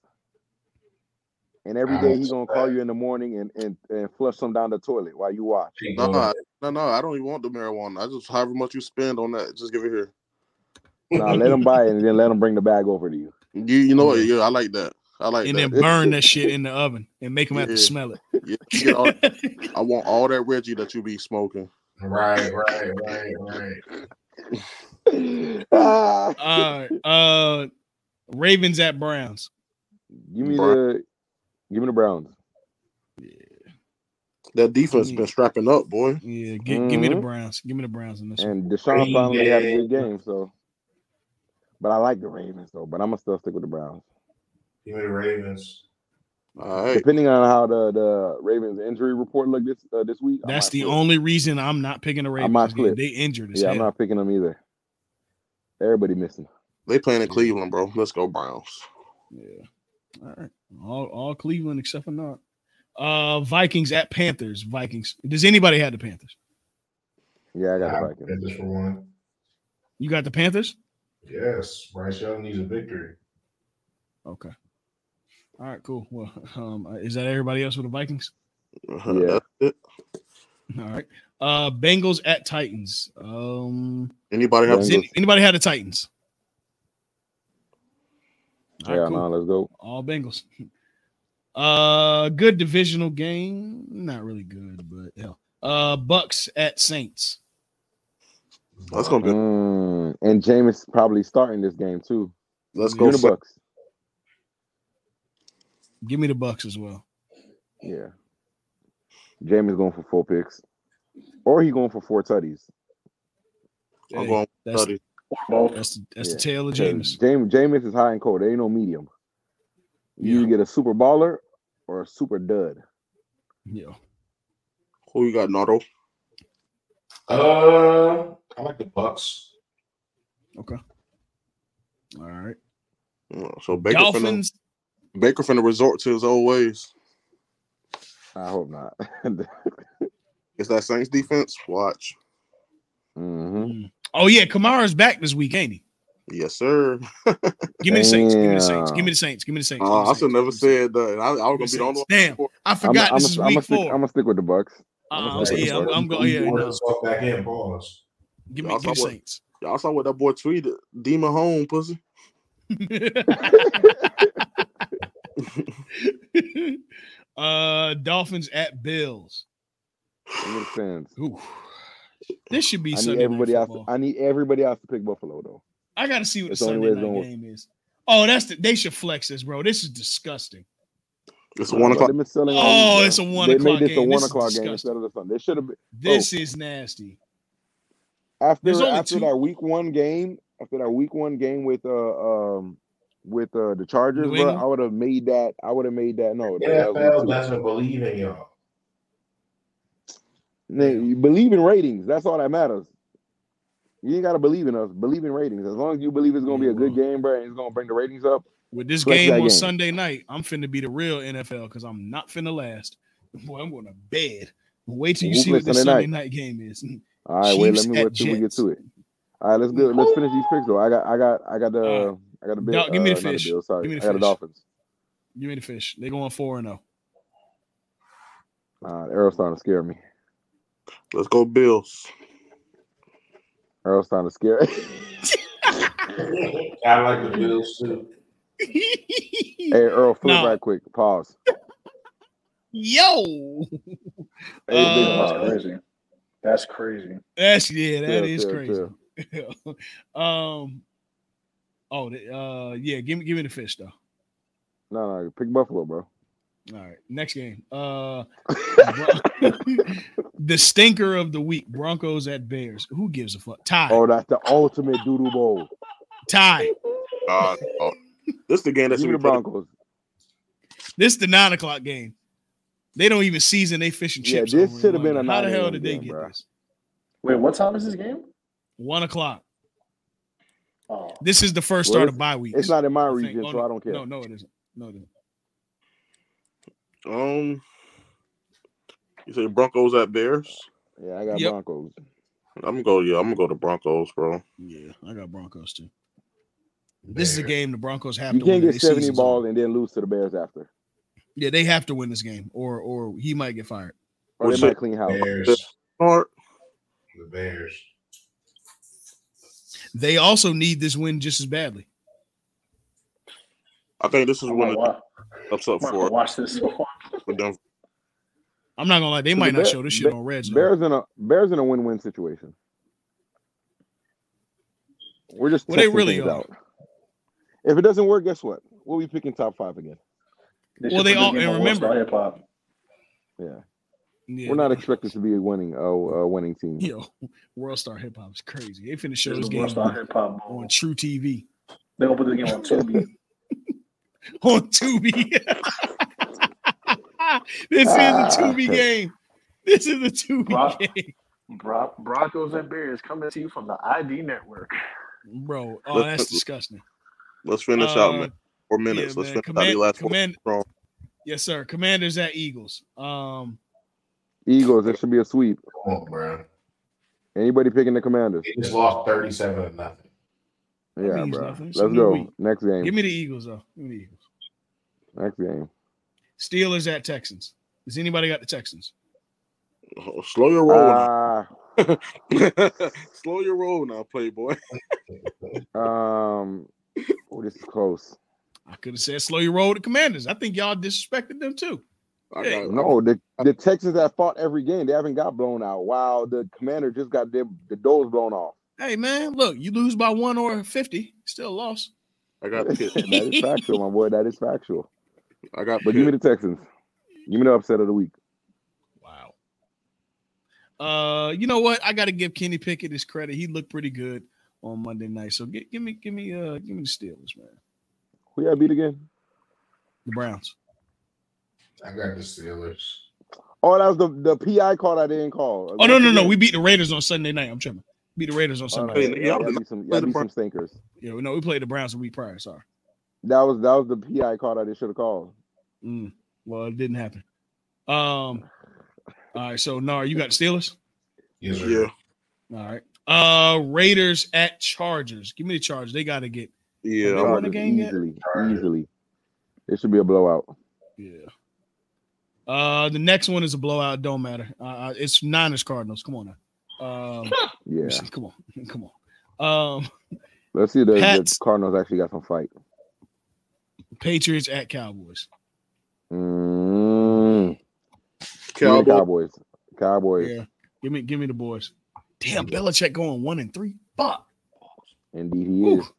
[SPEAKER 6] And every day he gonna call you in the morning and, and, and flush some down the toilet while you watch.
[SPEAKER 5] Nah, no, no, I don't even want the marijuana. I just however much you spend on that, just give it here.
[SPEAKER 6] Now let him buy it and then let him bring the bag over to you.
[SPEAKER 5] You you know what?
[SPEAKER 2] Yeah.
[SPEAKER 5] Yeah, I like that. I like
[SPEAKER 2] and
[SPEAKER 5] that.
[SPEAKER 2] then burn that shit in the oven and make them have to
[SPEAKER 5] Yeah.
[SPEAKER 2] smell it.
[SPEAKER 5] Yeah, you get all- I want all that Reggie that you be smoking.
[SPEAKER 3] Right, right, right, right.
[SPEAKER 6] ah,
[SPEAKER 2] All right. Uh Ravens at Browns.
[SPEAKER 6] give me
[SPEAKER 5] Brown-
[SPEAKER 6] the give me the Browns.
[SPEAKER 5] That defense
[SPEAKER 2] Mm.
[SPEAKER 5] been strapping up, boy.
[SPEAKER 2] Yeah, gi- give me the
[SPEAKER 6] Mhm.
[SPEAKER 2] Browns. Give me the Browns in this one.
[SPEAKER 6] And Deshaun
[SPEAKER 3] Green
[SPEAKER 6] finally had a
[SPEAKER 3] Bay.
[SPEAKER 6] good game, so but I like the Ravens though, but I'm gonna still stick with the Browns.
[SPEAKER 3] Give me the Ravens.
[SPEAKER 5] All right.
[SPEAKER 6] Depending on how the, the Ravens injury report look this uh, this week, I
[SPEAKER 2] That's
[SPEAKER 6] might
[SPEAKER 2] the
[SPEAKER 6] flip.
[SPEAKER 2] only reason I'm not picking the Ravens.
[SPEAKER 6] might
[SPEAKER 2] this game.
[SPEAKER 6] flip.
[SPEAKER 2] They injured as
[SPEAKER 6] Yeah, I'm
[SPEAKER 2] hell.
[SPEAKER 6] not picking them either. Everybody missing.
[SPEAKER 5] They playing in Cleveland, bro. Let's go Browns.
[SPEAKER 2] Yeah. All right. All, all Cleveland except for not. Uh Vikings at Panthers. Vikings. Does anybody have the Panthers?
[SPEAKER 6] Yeah, I got the
[SPEAKER 3] I
[SPEAKER 6] Vikings.
[SPEAKER 3] said this for one.
[SPEAKER 2] You got the Panthers?
[SPEAKER 3] Yes, Bryce Young needs a victory.
[SPEAKER 2] Okay. All right, cool. Well, um, is that everybody else with the Vikings?
[SPEAKER 6] Yeah.
[SPEAKER 5] That's it.
[SPEAKER 2] All right. Uh Bengals at Titans. Um
[SPEAKER 5] Anybody have
[SPEAKER 2] does
[SPEAKER 6] Bengals.
[SPEAKER 2] any- anybody have the Titans? All
[SPEAKER 6] Yeah,
[SPEAKER 2] right,
[SPEAKER 6] no,
[SPEAKER 2] cool.
[SPEAKER 6] let's go.
[SPEAKER 2] All Bengals. Uh good divisional game. Not really good, but hell. Uh Bucks at Saints.
[SPEAKER 5] That's gonna be.
[SPEAKER 6] Mm, and Jameis probably starting this game too.
[SPEAKER 5] Let's
[SPEAKER 6] Give
[SPEAKER 5] go.
[SPEAKER 6] me the
[SPEAKER 5] Sa-
[SPEAKER 6] Bucks.
[SPEAKER 2] Give me the Bucks as well.
[SPEAKER 6] Yeah. Jameis going for four picks, or he going for four tutties.
[SPEAKER 5] I'm
[SPEAKER 2] Hey,
[SPEAKER 5] going. with
[SPEAKER 2] that's
[SPEAKER 5] Duddy.
[SPEAKER 8] Both.
[SPEAKER 2] that's the, that's
[SPEAKER 6] Yeah,
[SPEAKER 2] the tail of
[SPEAKER 6] 'Cause
[SPEAKER 2] James.
[SPEAKER 6] Jame- Jameis is high and cold. There ain't no medium. You
[SPEAKER 2] Yeah.
[SPEAKER 6] either get a super baller or a super dud.
[SPEAKER 2] Yeah.
[SPEAKER 5] Who you got, Nardo?
[SPEAKER 3] Uh, I like the Bucks.
[SPEAKER 2] All right.
[SPEAKER 5] Uh, So Baker finna
[SPEAKER 2] Dolphins.
[SPEAKER 5] Baker finna resort to his old ways.
[SPEAKER 6] I hope not.
[SPEAKER 5] It's that Saints defense. Watch.
[SPEAKER 6] hmm
[SPEAKER 2] Mm. Oh yeah, Kamara's back this week, ain't he?
[SPEAKER 5] Yes, sir.
[SPEAKER 2] Give me the Saints. Give me the Saints.
[SPEAKER 6] Damn. Oh,
[SPEAKER 2] Give me the Saints. Give me the Saints.
[SPEAKER 5] Uh, I
[SPEAKER 2] Give
[SPEAKER 5] should
[SPEAKER 2] me the
[SPEAKER 5] never
[SPEAKER 2] Saints.
[SPEAKER 5] said that. I, I was gonna be
[SPEAKER 2] Give me
[SPEAKER 5] the
[SPEAKER 2] the
[SPEAKER 5] only
[SPEAKER 2] Saints.
[SPEAKER 5] one.
[SPEAKER 2] Damn, I forgot
[SPEAKER 6] I'm
[SPEAKER 2] this is
[SPEAKER 6] gonna
[SPEAKER 2] week
[SPEAKER 6] stick,
[SPEAKER 2] four.
[SPEAKER 6] I'ma stick with the Bucks. I'ma
[SPEAKER 2] Uh,
[SPEAKER 5] I'ma stick
[SPEAKER 2] yeah,
[SPEAKER 5] with
[SPEAKER 2] I'm,
[SPEAKER 5] the
[SPEAKER 2] I'm going. Yeah,
[SPEAKER 3] Warriors
[SPEAKER 2] no.
[SPEAKER 3] walk back in, balls.
[SPEAKER 2] Give me
[SPEAKER 5] Y'all
[SPEAKER 2] give me the
[SPEAKER 5] saw what-
[SPEAKER 2] Saints.
[SPEAKER 5] Y'all saw what that boy tweeted. Demon home, pussy.
[SPEAKER 2] uh, Dolphins at Bills.
[SPEAKER 6] Give me the Saints.
[SPEAKER 2] Ooh. This should be
[SPEAKER 6] I need
[SPEAKER 2] Sunday night
[SPEAKER 6] everybody else.
[SPEAKER 2] football.
[SPEAKER 6] I need everybody else to pick Buffalo though.
[SPEAKER 2] I gotta see what the
[SPEAKER 6] That's the
[SPEAKER 2] Sunday
[SPEAKER 6] only way it's
[SPEAKER 2] night
[SPEAKER 6] gonna work.
[SPEAKER 2] game is. Oh, that's the they should flex this, bro. This is disgusting.
[SPEAKER 5] It's
[SPEAKER 6] Nah,
[SPEAKER 5] one
[SPEAKER 6] bro,
[SPEAKER 5] o'clock.
[SPEAKER 6] they've been selling all
[SPEAKER 2] Oh,
[SPEAKER 6] week,
[SPEAKER 2] it's a
[SPEAKER 6] bro.
[SPEAKER 2] one
[SPEAKER 6] they
[SPEAKER 2] o'clock
[SPEAKER 6] made this
[SPEAKER 2] game.
[SPEAKER 6] a one
[SPEAKER 2] This is
[SPEAKER 6] o'clock game
[SPEAKER 2] disgusting.
[SPEAKER 6] instead of the Sunday. They should have been
[SPEAKER 2] This is nasty. There's
[SPEAKER 6] after
[SPEAKER 2] only
[SPEAKER 6] after
[SPEAKER 2] two-
[SPEAKER 6] that week one game. After that week one game with uh um with uh the Chargers,
[SPEAKER 2] New
[SPEAKER 6] bro,
[SPEAKER 2] England?
[SPEAKER 6] I would have made that. I would have made that. No, that, that was
[SPEAKER 3] NFL
[SPEAKER 6] week two.
[SPEAKER 3] doesn't believe in y'all.
[SPEAKER 6] Nigga, you believe in ratings. That's all that matters. You ain't gotta believe in us. Believe in ratings. As long as you believe it's gonna be
[SPEAKER 2] Yeah,
[SPEAKER 6] a good
[SPEAKER 2] bro.
[SPEAKER 6] game, bro, and it's gonna bring the ratings up.
[SPEAKER 2] With this
[SPEAKER 6] Flex
[SPEAKER 2] game
[SPEAKER 6] that
[SPEAKER 2] on
[SPEAKER 6] game.
[SPEAKER 2] Sunday night, I'm finna be the real NFL because I'm not finna last. Boy, I'm going to bed. Wait till you
[SPEAKER 6] Who
[SPEAKER 2] see what the
[SPEAKER 6] plays Sunday
[SPEAKER 2] Sunday night game is.
[SPEAKER 6] All right, wait.
[SPEAKER 2] Chiefs
[SPEAKER 6] Let me
[SPEAKER 2] at
[SPEAKER 6] wait till we get
[SPEAKER 2] Jets.
[SPEAKER 6] to it. All right, let's go. Let's finish these picks though. I got, I got, I got the,
[SPEAKER 2] All
[SPEAKER 6] I got the
[SPEAKER 2] Dol-
[SPEAKER 6] bill.
[SPEAKER 2] give me the
[SPEAKER 6] uh, not
[SPEAKER 2] fish.
[SPEAKER 6] Bill, sorry,
[SPEAKER 2] Give me the
[SPEAKER 6] I got the
[SPEAKER 2] fish.
[SPEAKER 6] Dolphins.
[SPEAKER 2] Give me the fish. They going four and oh. zero.
[SPEAKER 6] Uh, Arrow's starting to scare me.
[SPEAKER 5] Let's go Bills.
[SPEAKER 6] Arrow's starting to scare.
[SPEAKER 3] I like the Bills too.
[SPEAKER 6] Hey, Earl, flip
[SPEAKER 2] Nah.
[SPEAKER 6] right quick. Pause.
[SPEAKER 2] Yo,
[SPEAKER 8] Hey, dude,
[SPEAKER 2] Uh,
[SPEAKER 8] that's crazy. That's crazy.
[SPEAKER 2] that's yeah,
[SPEAKER 6] Chill,
[SPEAKER 2] that is
[SPEAKER 6] chill,
[SPEAKER 2] crazy.
[SPEAKER 6] chill.
[SPEAKER 2] um, oh, the- uh, yeah. Give me, give me the fish though.
[SPEAKER 6] No, no, pick Buffalo, bro.
[SPEAKER 2] All right, next game. Uh, Bron- the stinker of the week: Broncos at Bears. Who gives a fuck? Tie,
[SPEAKER 6] Oh, that's the ultimate doodle bowl.
[SPEAKER 2] tie.
[SPEAKER 5] Uh, oh. This is the game that's
[SPEAKER 6] Give me
[SPEAKER 5] gonna
[SPEAKER 6] the
[SPEAKER 5] be played.
[SPEAKER 6] Broncos.
[SPEAKER 2] This is the nine o'clock game. They don't even season they fish and
[SPEAKER 6] Yeah,
[SPEAKER 2] chips.
[SPEAKER 6] this
[SPEAKER 2] over in
[SPEAKER 6] should have been
[SPEAKER 2] London.
[SPEAKER 6] a
[SPEAKER 2] How the
[SPEAKER 6] 9
[SPEAKER 2] hell
[SPEAKER 6] a.m.
[SPEAKER 2] did they
[SPEAKER 6] game,
[SPEAKER 2] get
[SPEAKER 6] bruh.
[SPEAKER 2] this?
[SPEAKER 8] Wait, what time is this game?
[SPEAKER 2] One o'clock.
[SPEAKER 8] Oh,
[SPEAKER 2] This is the first
[SPEAKER 6] Well,
[SPEAKER 2] start of bye weeks.
[SPEAKER 6] It's not in
[SPEAKER 2] I
[SPEAKER 6] my
[SPEAKER 2] think.
[SPEAKER 6] region,
[SPEAKER 2] Oh,
[SPEAKER 6] so
[SPEAKER 2] no,
[SPEAKER 6] I don't care.
[SPEAKER 2] No, no, it isn't. No, it isn't.
[SPEAKER 5] Um, you say Broncos at Bears?
[SPEAKER 6] Yeah, I got
[SPEAKER 2] Yep.
[SPEAKER 6] Broncos.
[SPEAKER 5] I'm gonna go. Yeah, I'm gonna go to Broncos, bro.
[SPEAKER 2] Yeah, I got Broncos too. This is a
[SPEAKER 3] Bears.
[SPEAKER 2] game the Broncos have
[SPEAKER 6] You
[SPEAKER 2] to win.
[SPEAKER 6] can't get
[SPEAKER 2] They
[SPEAKER 6] 70
[SPEAKER 2] season's
[SPEAKER 6] ball
[SPEAKER 2] over.
[SPEAKER 6] and then lose to the Bears after.
[SPEAKER 2] Yeah, they have to win this game, or or he might get fired.
[SPEAKER 6] Or
[SPEAKER 5] What's
[SPEAKER 6] they might
[SPEAKER 5] it?
[SPEAKER 6] clean house.
[SPEAKER 3] Bears.
[SPEAKER 5] All
[SPEAKER 3] The Bears.
[SPEAKER 2] They also need this win just as badly.
[SPEAKER 5] right. I think this is
[SPEAKER 8] I'm
[SPEAKER 5] when
[SPEAKER 8] gonna,
[SPEAKER 5] it
[SPEAKER 8] wa-
[SPEAKER 5] steps up
[SPEAKER 8] I'm gonna
[SPEAKER 5] for
[SPEAKER 8] watch this.
[SPEAKER 5] for Denver.
[SPEAKER 2] I'm not gonna lie, they
[SPEAKER 6] the
[SPEAKER 2] might not
[SPEAKER 6] Bear-
[SPEAKER 2] show this shit
[SPEAKER 6] Ba-
[SPEAKER 2] on Red Zone.
[SPEAKER 6] Bears in a Bears in a win-win situation. We're just
[SPEAKER 2] Well, they
[SPEAKER 6] testing
[SPEAKER 2] really
[SPEAKER 6] things
[SPEAKER 2] are.
[SPEAKER 6] out. If it doesn't work, guess what? We'll be picking top five again.
[SPEAKER 2] Well, they all- and remember-
[SPEAKER 8] hip hop.
[SPEAKER 6] Yeah,
[SPEAKER 2] Yeah,
[SPEAKER 6] we're not expected to be a winning a, a winning team.
[SPEAKER 2] Yo, World Star Hip Hop is crazy. They finna show
[SPEAKER 8] This
[SPEAKER 2] this
[SPEAKER 8] is
[SPEAKER 2] game
[SPEAKER 8] the
[SPEAKER 2] on,
[SPEAKER 8] hip hop.
[SPEAKER 2] on True TV,
[SPEAKER 8] They're gonna put this game on Tubi.
[SPEAKER 2] on Tubi. this
[SPEAKER 5] Ah,
[SPEAKER 2] is a Tubi game. This is a Tubi
[SPEAKER 8] Bro-
[SPEAKER 2] game,
[SPEAKER 8] Bro- Broncos and Bears coming to you from the ID network.
[SPEAKER 2] bro. Oh, that's disgusting.
[SPEAKER 5] Let's finish
[SPEAKER 2] Uh,
[SPEAKER 5] out man. Four minutes.
[SPEAKER 2] yeah,
[SPEAKER 5] Let's
[SPEAKER 2] man.
[SPEAKER 5] finish out these last four.
[SPEAKER 2] command,
[SPEAKER 5] strong.
[SPEAKER 2] yes, sir. Commanders at Eagles. Um,
[SPEAKER 6] Eagles, it should be a sweep.
[SPEAKER 3] Come on, bro.
[SPEAKER 6] Anybody picking the Commanders?
[SPEAKER 3] They just lost 37 to nothing.
[SPEAKER 2] That
[SPEAKER 6] Yeah,
[SPEAKER 2] means
[SPEAKER 6] bro.
[SPEAKER 2] nothing. It's
[SPEAKER 6] Let's
[SPEAKER 2] a new
[SPEAKER 6] go.
[SPEAKER 2] week.
[SPEAKER 6] Next game.
[SPEAKER 2] give me the Eagles though. Give me the Eagles.
[SPEAKER 6] Next game.
[SPEAKER 2] Steelers at Texans. Has anybody got the Texans?
[SPEAKER 5] Oh, slow your roll.
[SPEAKER 6] Ah,
[SPEAKER 5] now. slow your roll now, Playboy.
[SPEAKER 6] Uh, um, oh, this is close.
[SPEAKER 2] I could have said slow your roll to Commanders. I think y'all disrespected them too.
[SPEAKER 5] I got,
[SPEAKER 6] No, the the Texans that fought every game, they haven't got blown out. Wow, the Commander just got their the doors blown off.
[SPEAKER 2] Hey man, look, you lose by one or fifty, still a loss.
[SPEAKER 5] I got Pitt.
[SPEAKER 6] that is factual, my boy. That is factual.
[SPEAKER 5] I got
[SPEAKER 6] But give me
[SPEAKER 5] Pitt.
[SPEAKER 6] the Texans. Give me the upset of the week.
[SPEAKER 2] Wow. Uh, you know what? I got to give Kenny Pickett his credit. He looked pretty good on Monday night. So gi- give me, give me, uh, give me the Steelers, man.
[SPEAKER 6] Who y'all beat again?
[SPEAKER 2] The Browns.
[SPEAKER 3] I got the Steelers.
[SPEAKER 6] Oh, that was the, the PI call I didn't call.
[SPEAKER 2] Oh no, no, no. We beat the Raiders on Sunday night. I'm tripping. Beat the Raiders on
[SPEAKER 6] oh,
[SPEAKER 2] Sunday.
[SPEAKER 6] no,
[SPEAKER 2] night.
[SPEAKER 5] Hey, nigga,
[SPEAKER 6] y'all, y'all
[SPEAKER 5] y'all did
[SPEAKER 6] beat some
[SPEAKER 5] play
[SPEAKER 6] y'all
[SPEAKER 5] the
[SPEAKER 6] beat
[SPEAKER 5] Bron-
[SPEAKER 6] some stinkers.
[SPEAKER 2] Yeah, no, we played the Browns a week prior. Sorry.
[SPEAKER 6] That was that was the PI call I should have called.
[SPEAKER 2] Mm, well, it didn't happen. Um. All right. So Nar, you got the Steelers.
[SPEAKER 3] Yes, sir.
[SPEAKER 5] Yeah,
[SPEAKER 2] All right. Uh, Raiders at Chargers. Give me the Chargers. They got to get.
[SPEAKER 5] yeah.
[SPEAKER 2] They
[SPEAKER 5] I'm-
[SPEAKER 2] won the
[SPEAKER 6] Chargers
[SPEAKER 2] game yet?
[SPEAKER 6] easily,
[SPEAKER 3] Chargers.
[SPEAKER 6] easily. It should be a blowout.
[SPEAKER 2] Yeah. Uh, the next one is a blowout. Don't matter. Uh, uh, it's Niners Cardinals. Come on now. Um, let
[SPEAKER 6] Yeah,
[SPEAKER 2] me see. come on, come on. Um,
[SPEAKER 6] let's see. The, the
[SPEAKER 2] Pats.
[SPEAKER 6] Cardinals actually got some fight.
[SPEAKER 2] Patriots at Cowboys. Mm-hmm.
[SPEAKER 6] Mm. Give me the
[SPEAKER 5] Cowboys.
[SPEAKER 6] Cowboys. Cowboys
[SPEAKER 2] Yeah, give me, give me the boys. Damn, Belichick going one and three. Fuck,
[SPEAKER 6] indeed he
[SPEAKER 2] Woo.
[SPEAKER 6] is.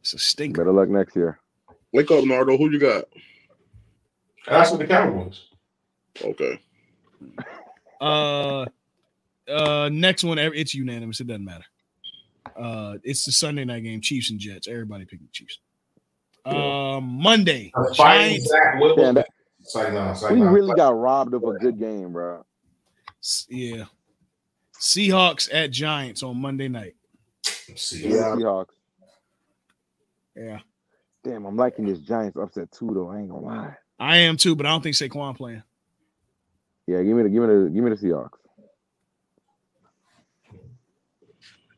[SPEAKER 2] it's a stinker.
[SPEAKER 6] Better luck next year.
[SPEAKER 5] Wake up, Nardo. Who you got?
[SPEAKER 3] That's what the Cowboys.
[SPEAKER 5] Okay.
[SPEAKER 2] Uh, uh, next one, ev- it's unanimous. It doesn't matter. Uh, it's the Sunday night game, Chiefs and Jets. Everybody picking Chiefs. Uh, Monday,
[SPEAKER 3] The fighting
[SPEAKER 2] Giants.
[SPEAKER 3] Zach Wilson.
[SPEAKER 6] Damn, that-
[SPEAKER 3] It's like, no, it's like,
[SPEAKER 6] We
[SPEAKER 3] no.
[SPEAKER 6] really got robbed of a good game, bro.
[SPEAKER 2] Yeah, Seahawks at Giants on Monday night.
[SPEAKER 3] See,
[SPEAKER 6] Yeah.
[SPEAKER 5] Yeah.
[SPEAKER 6] Seahawks.
[SPEAKER 2] Yeah,
[SPEAKER 6] Damn, I'm liking this Giants upset too, though. I ain't gonna lie.
[SPEAKER 2] I am too, but I don't think Saquon playing.
[SPEAKER 6] Yeah, give me the give me the give me the Seahawks.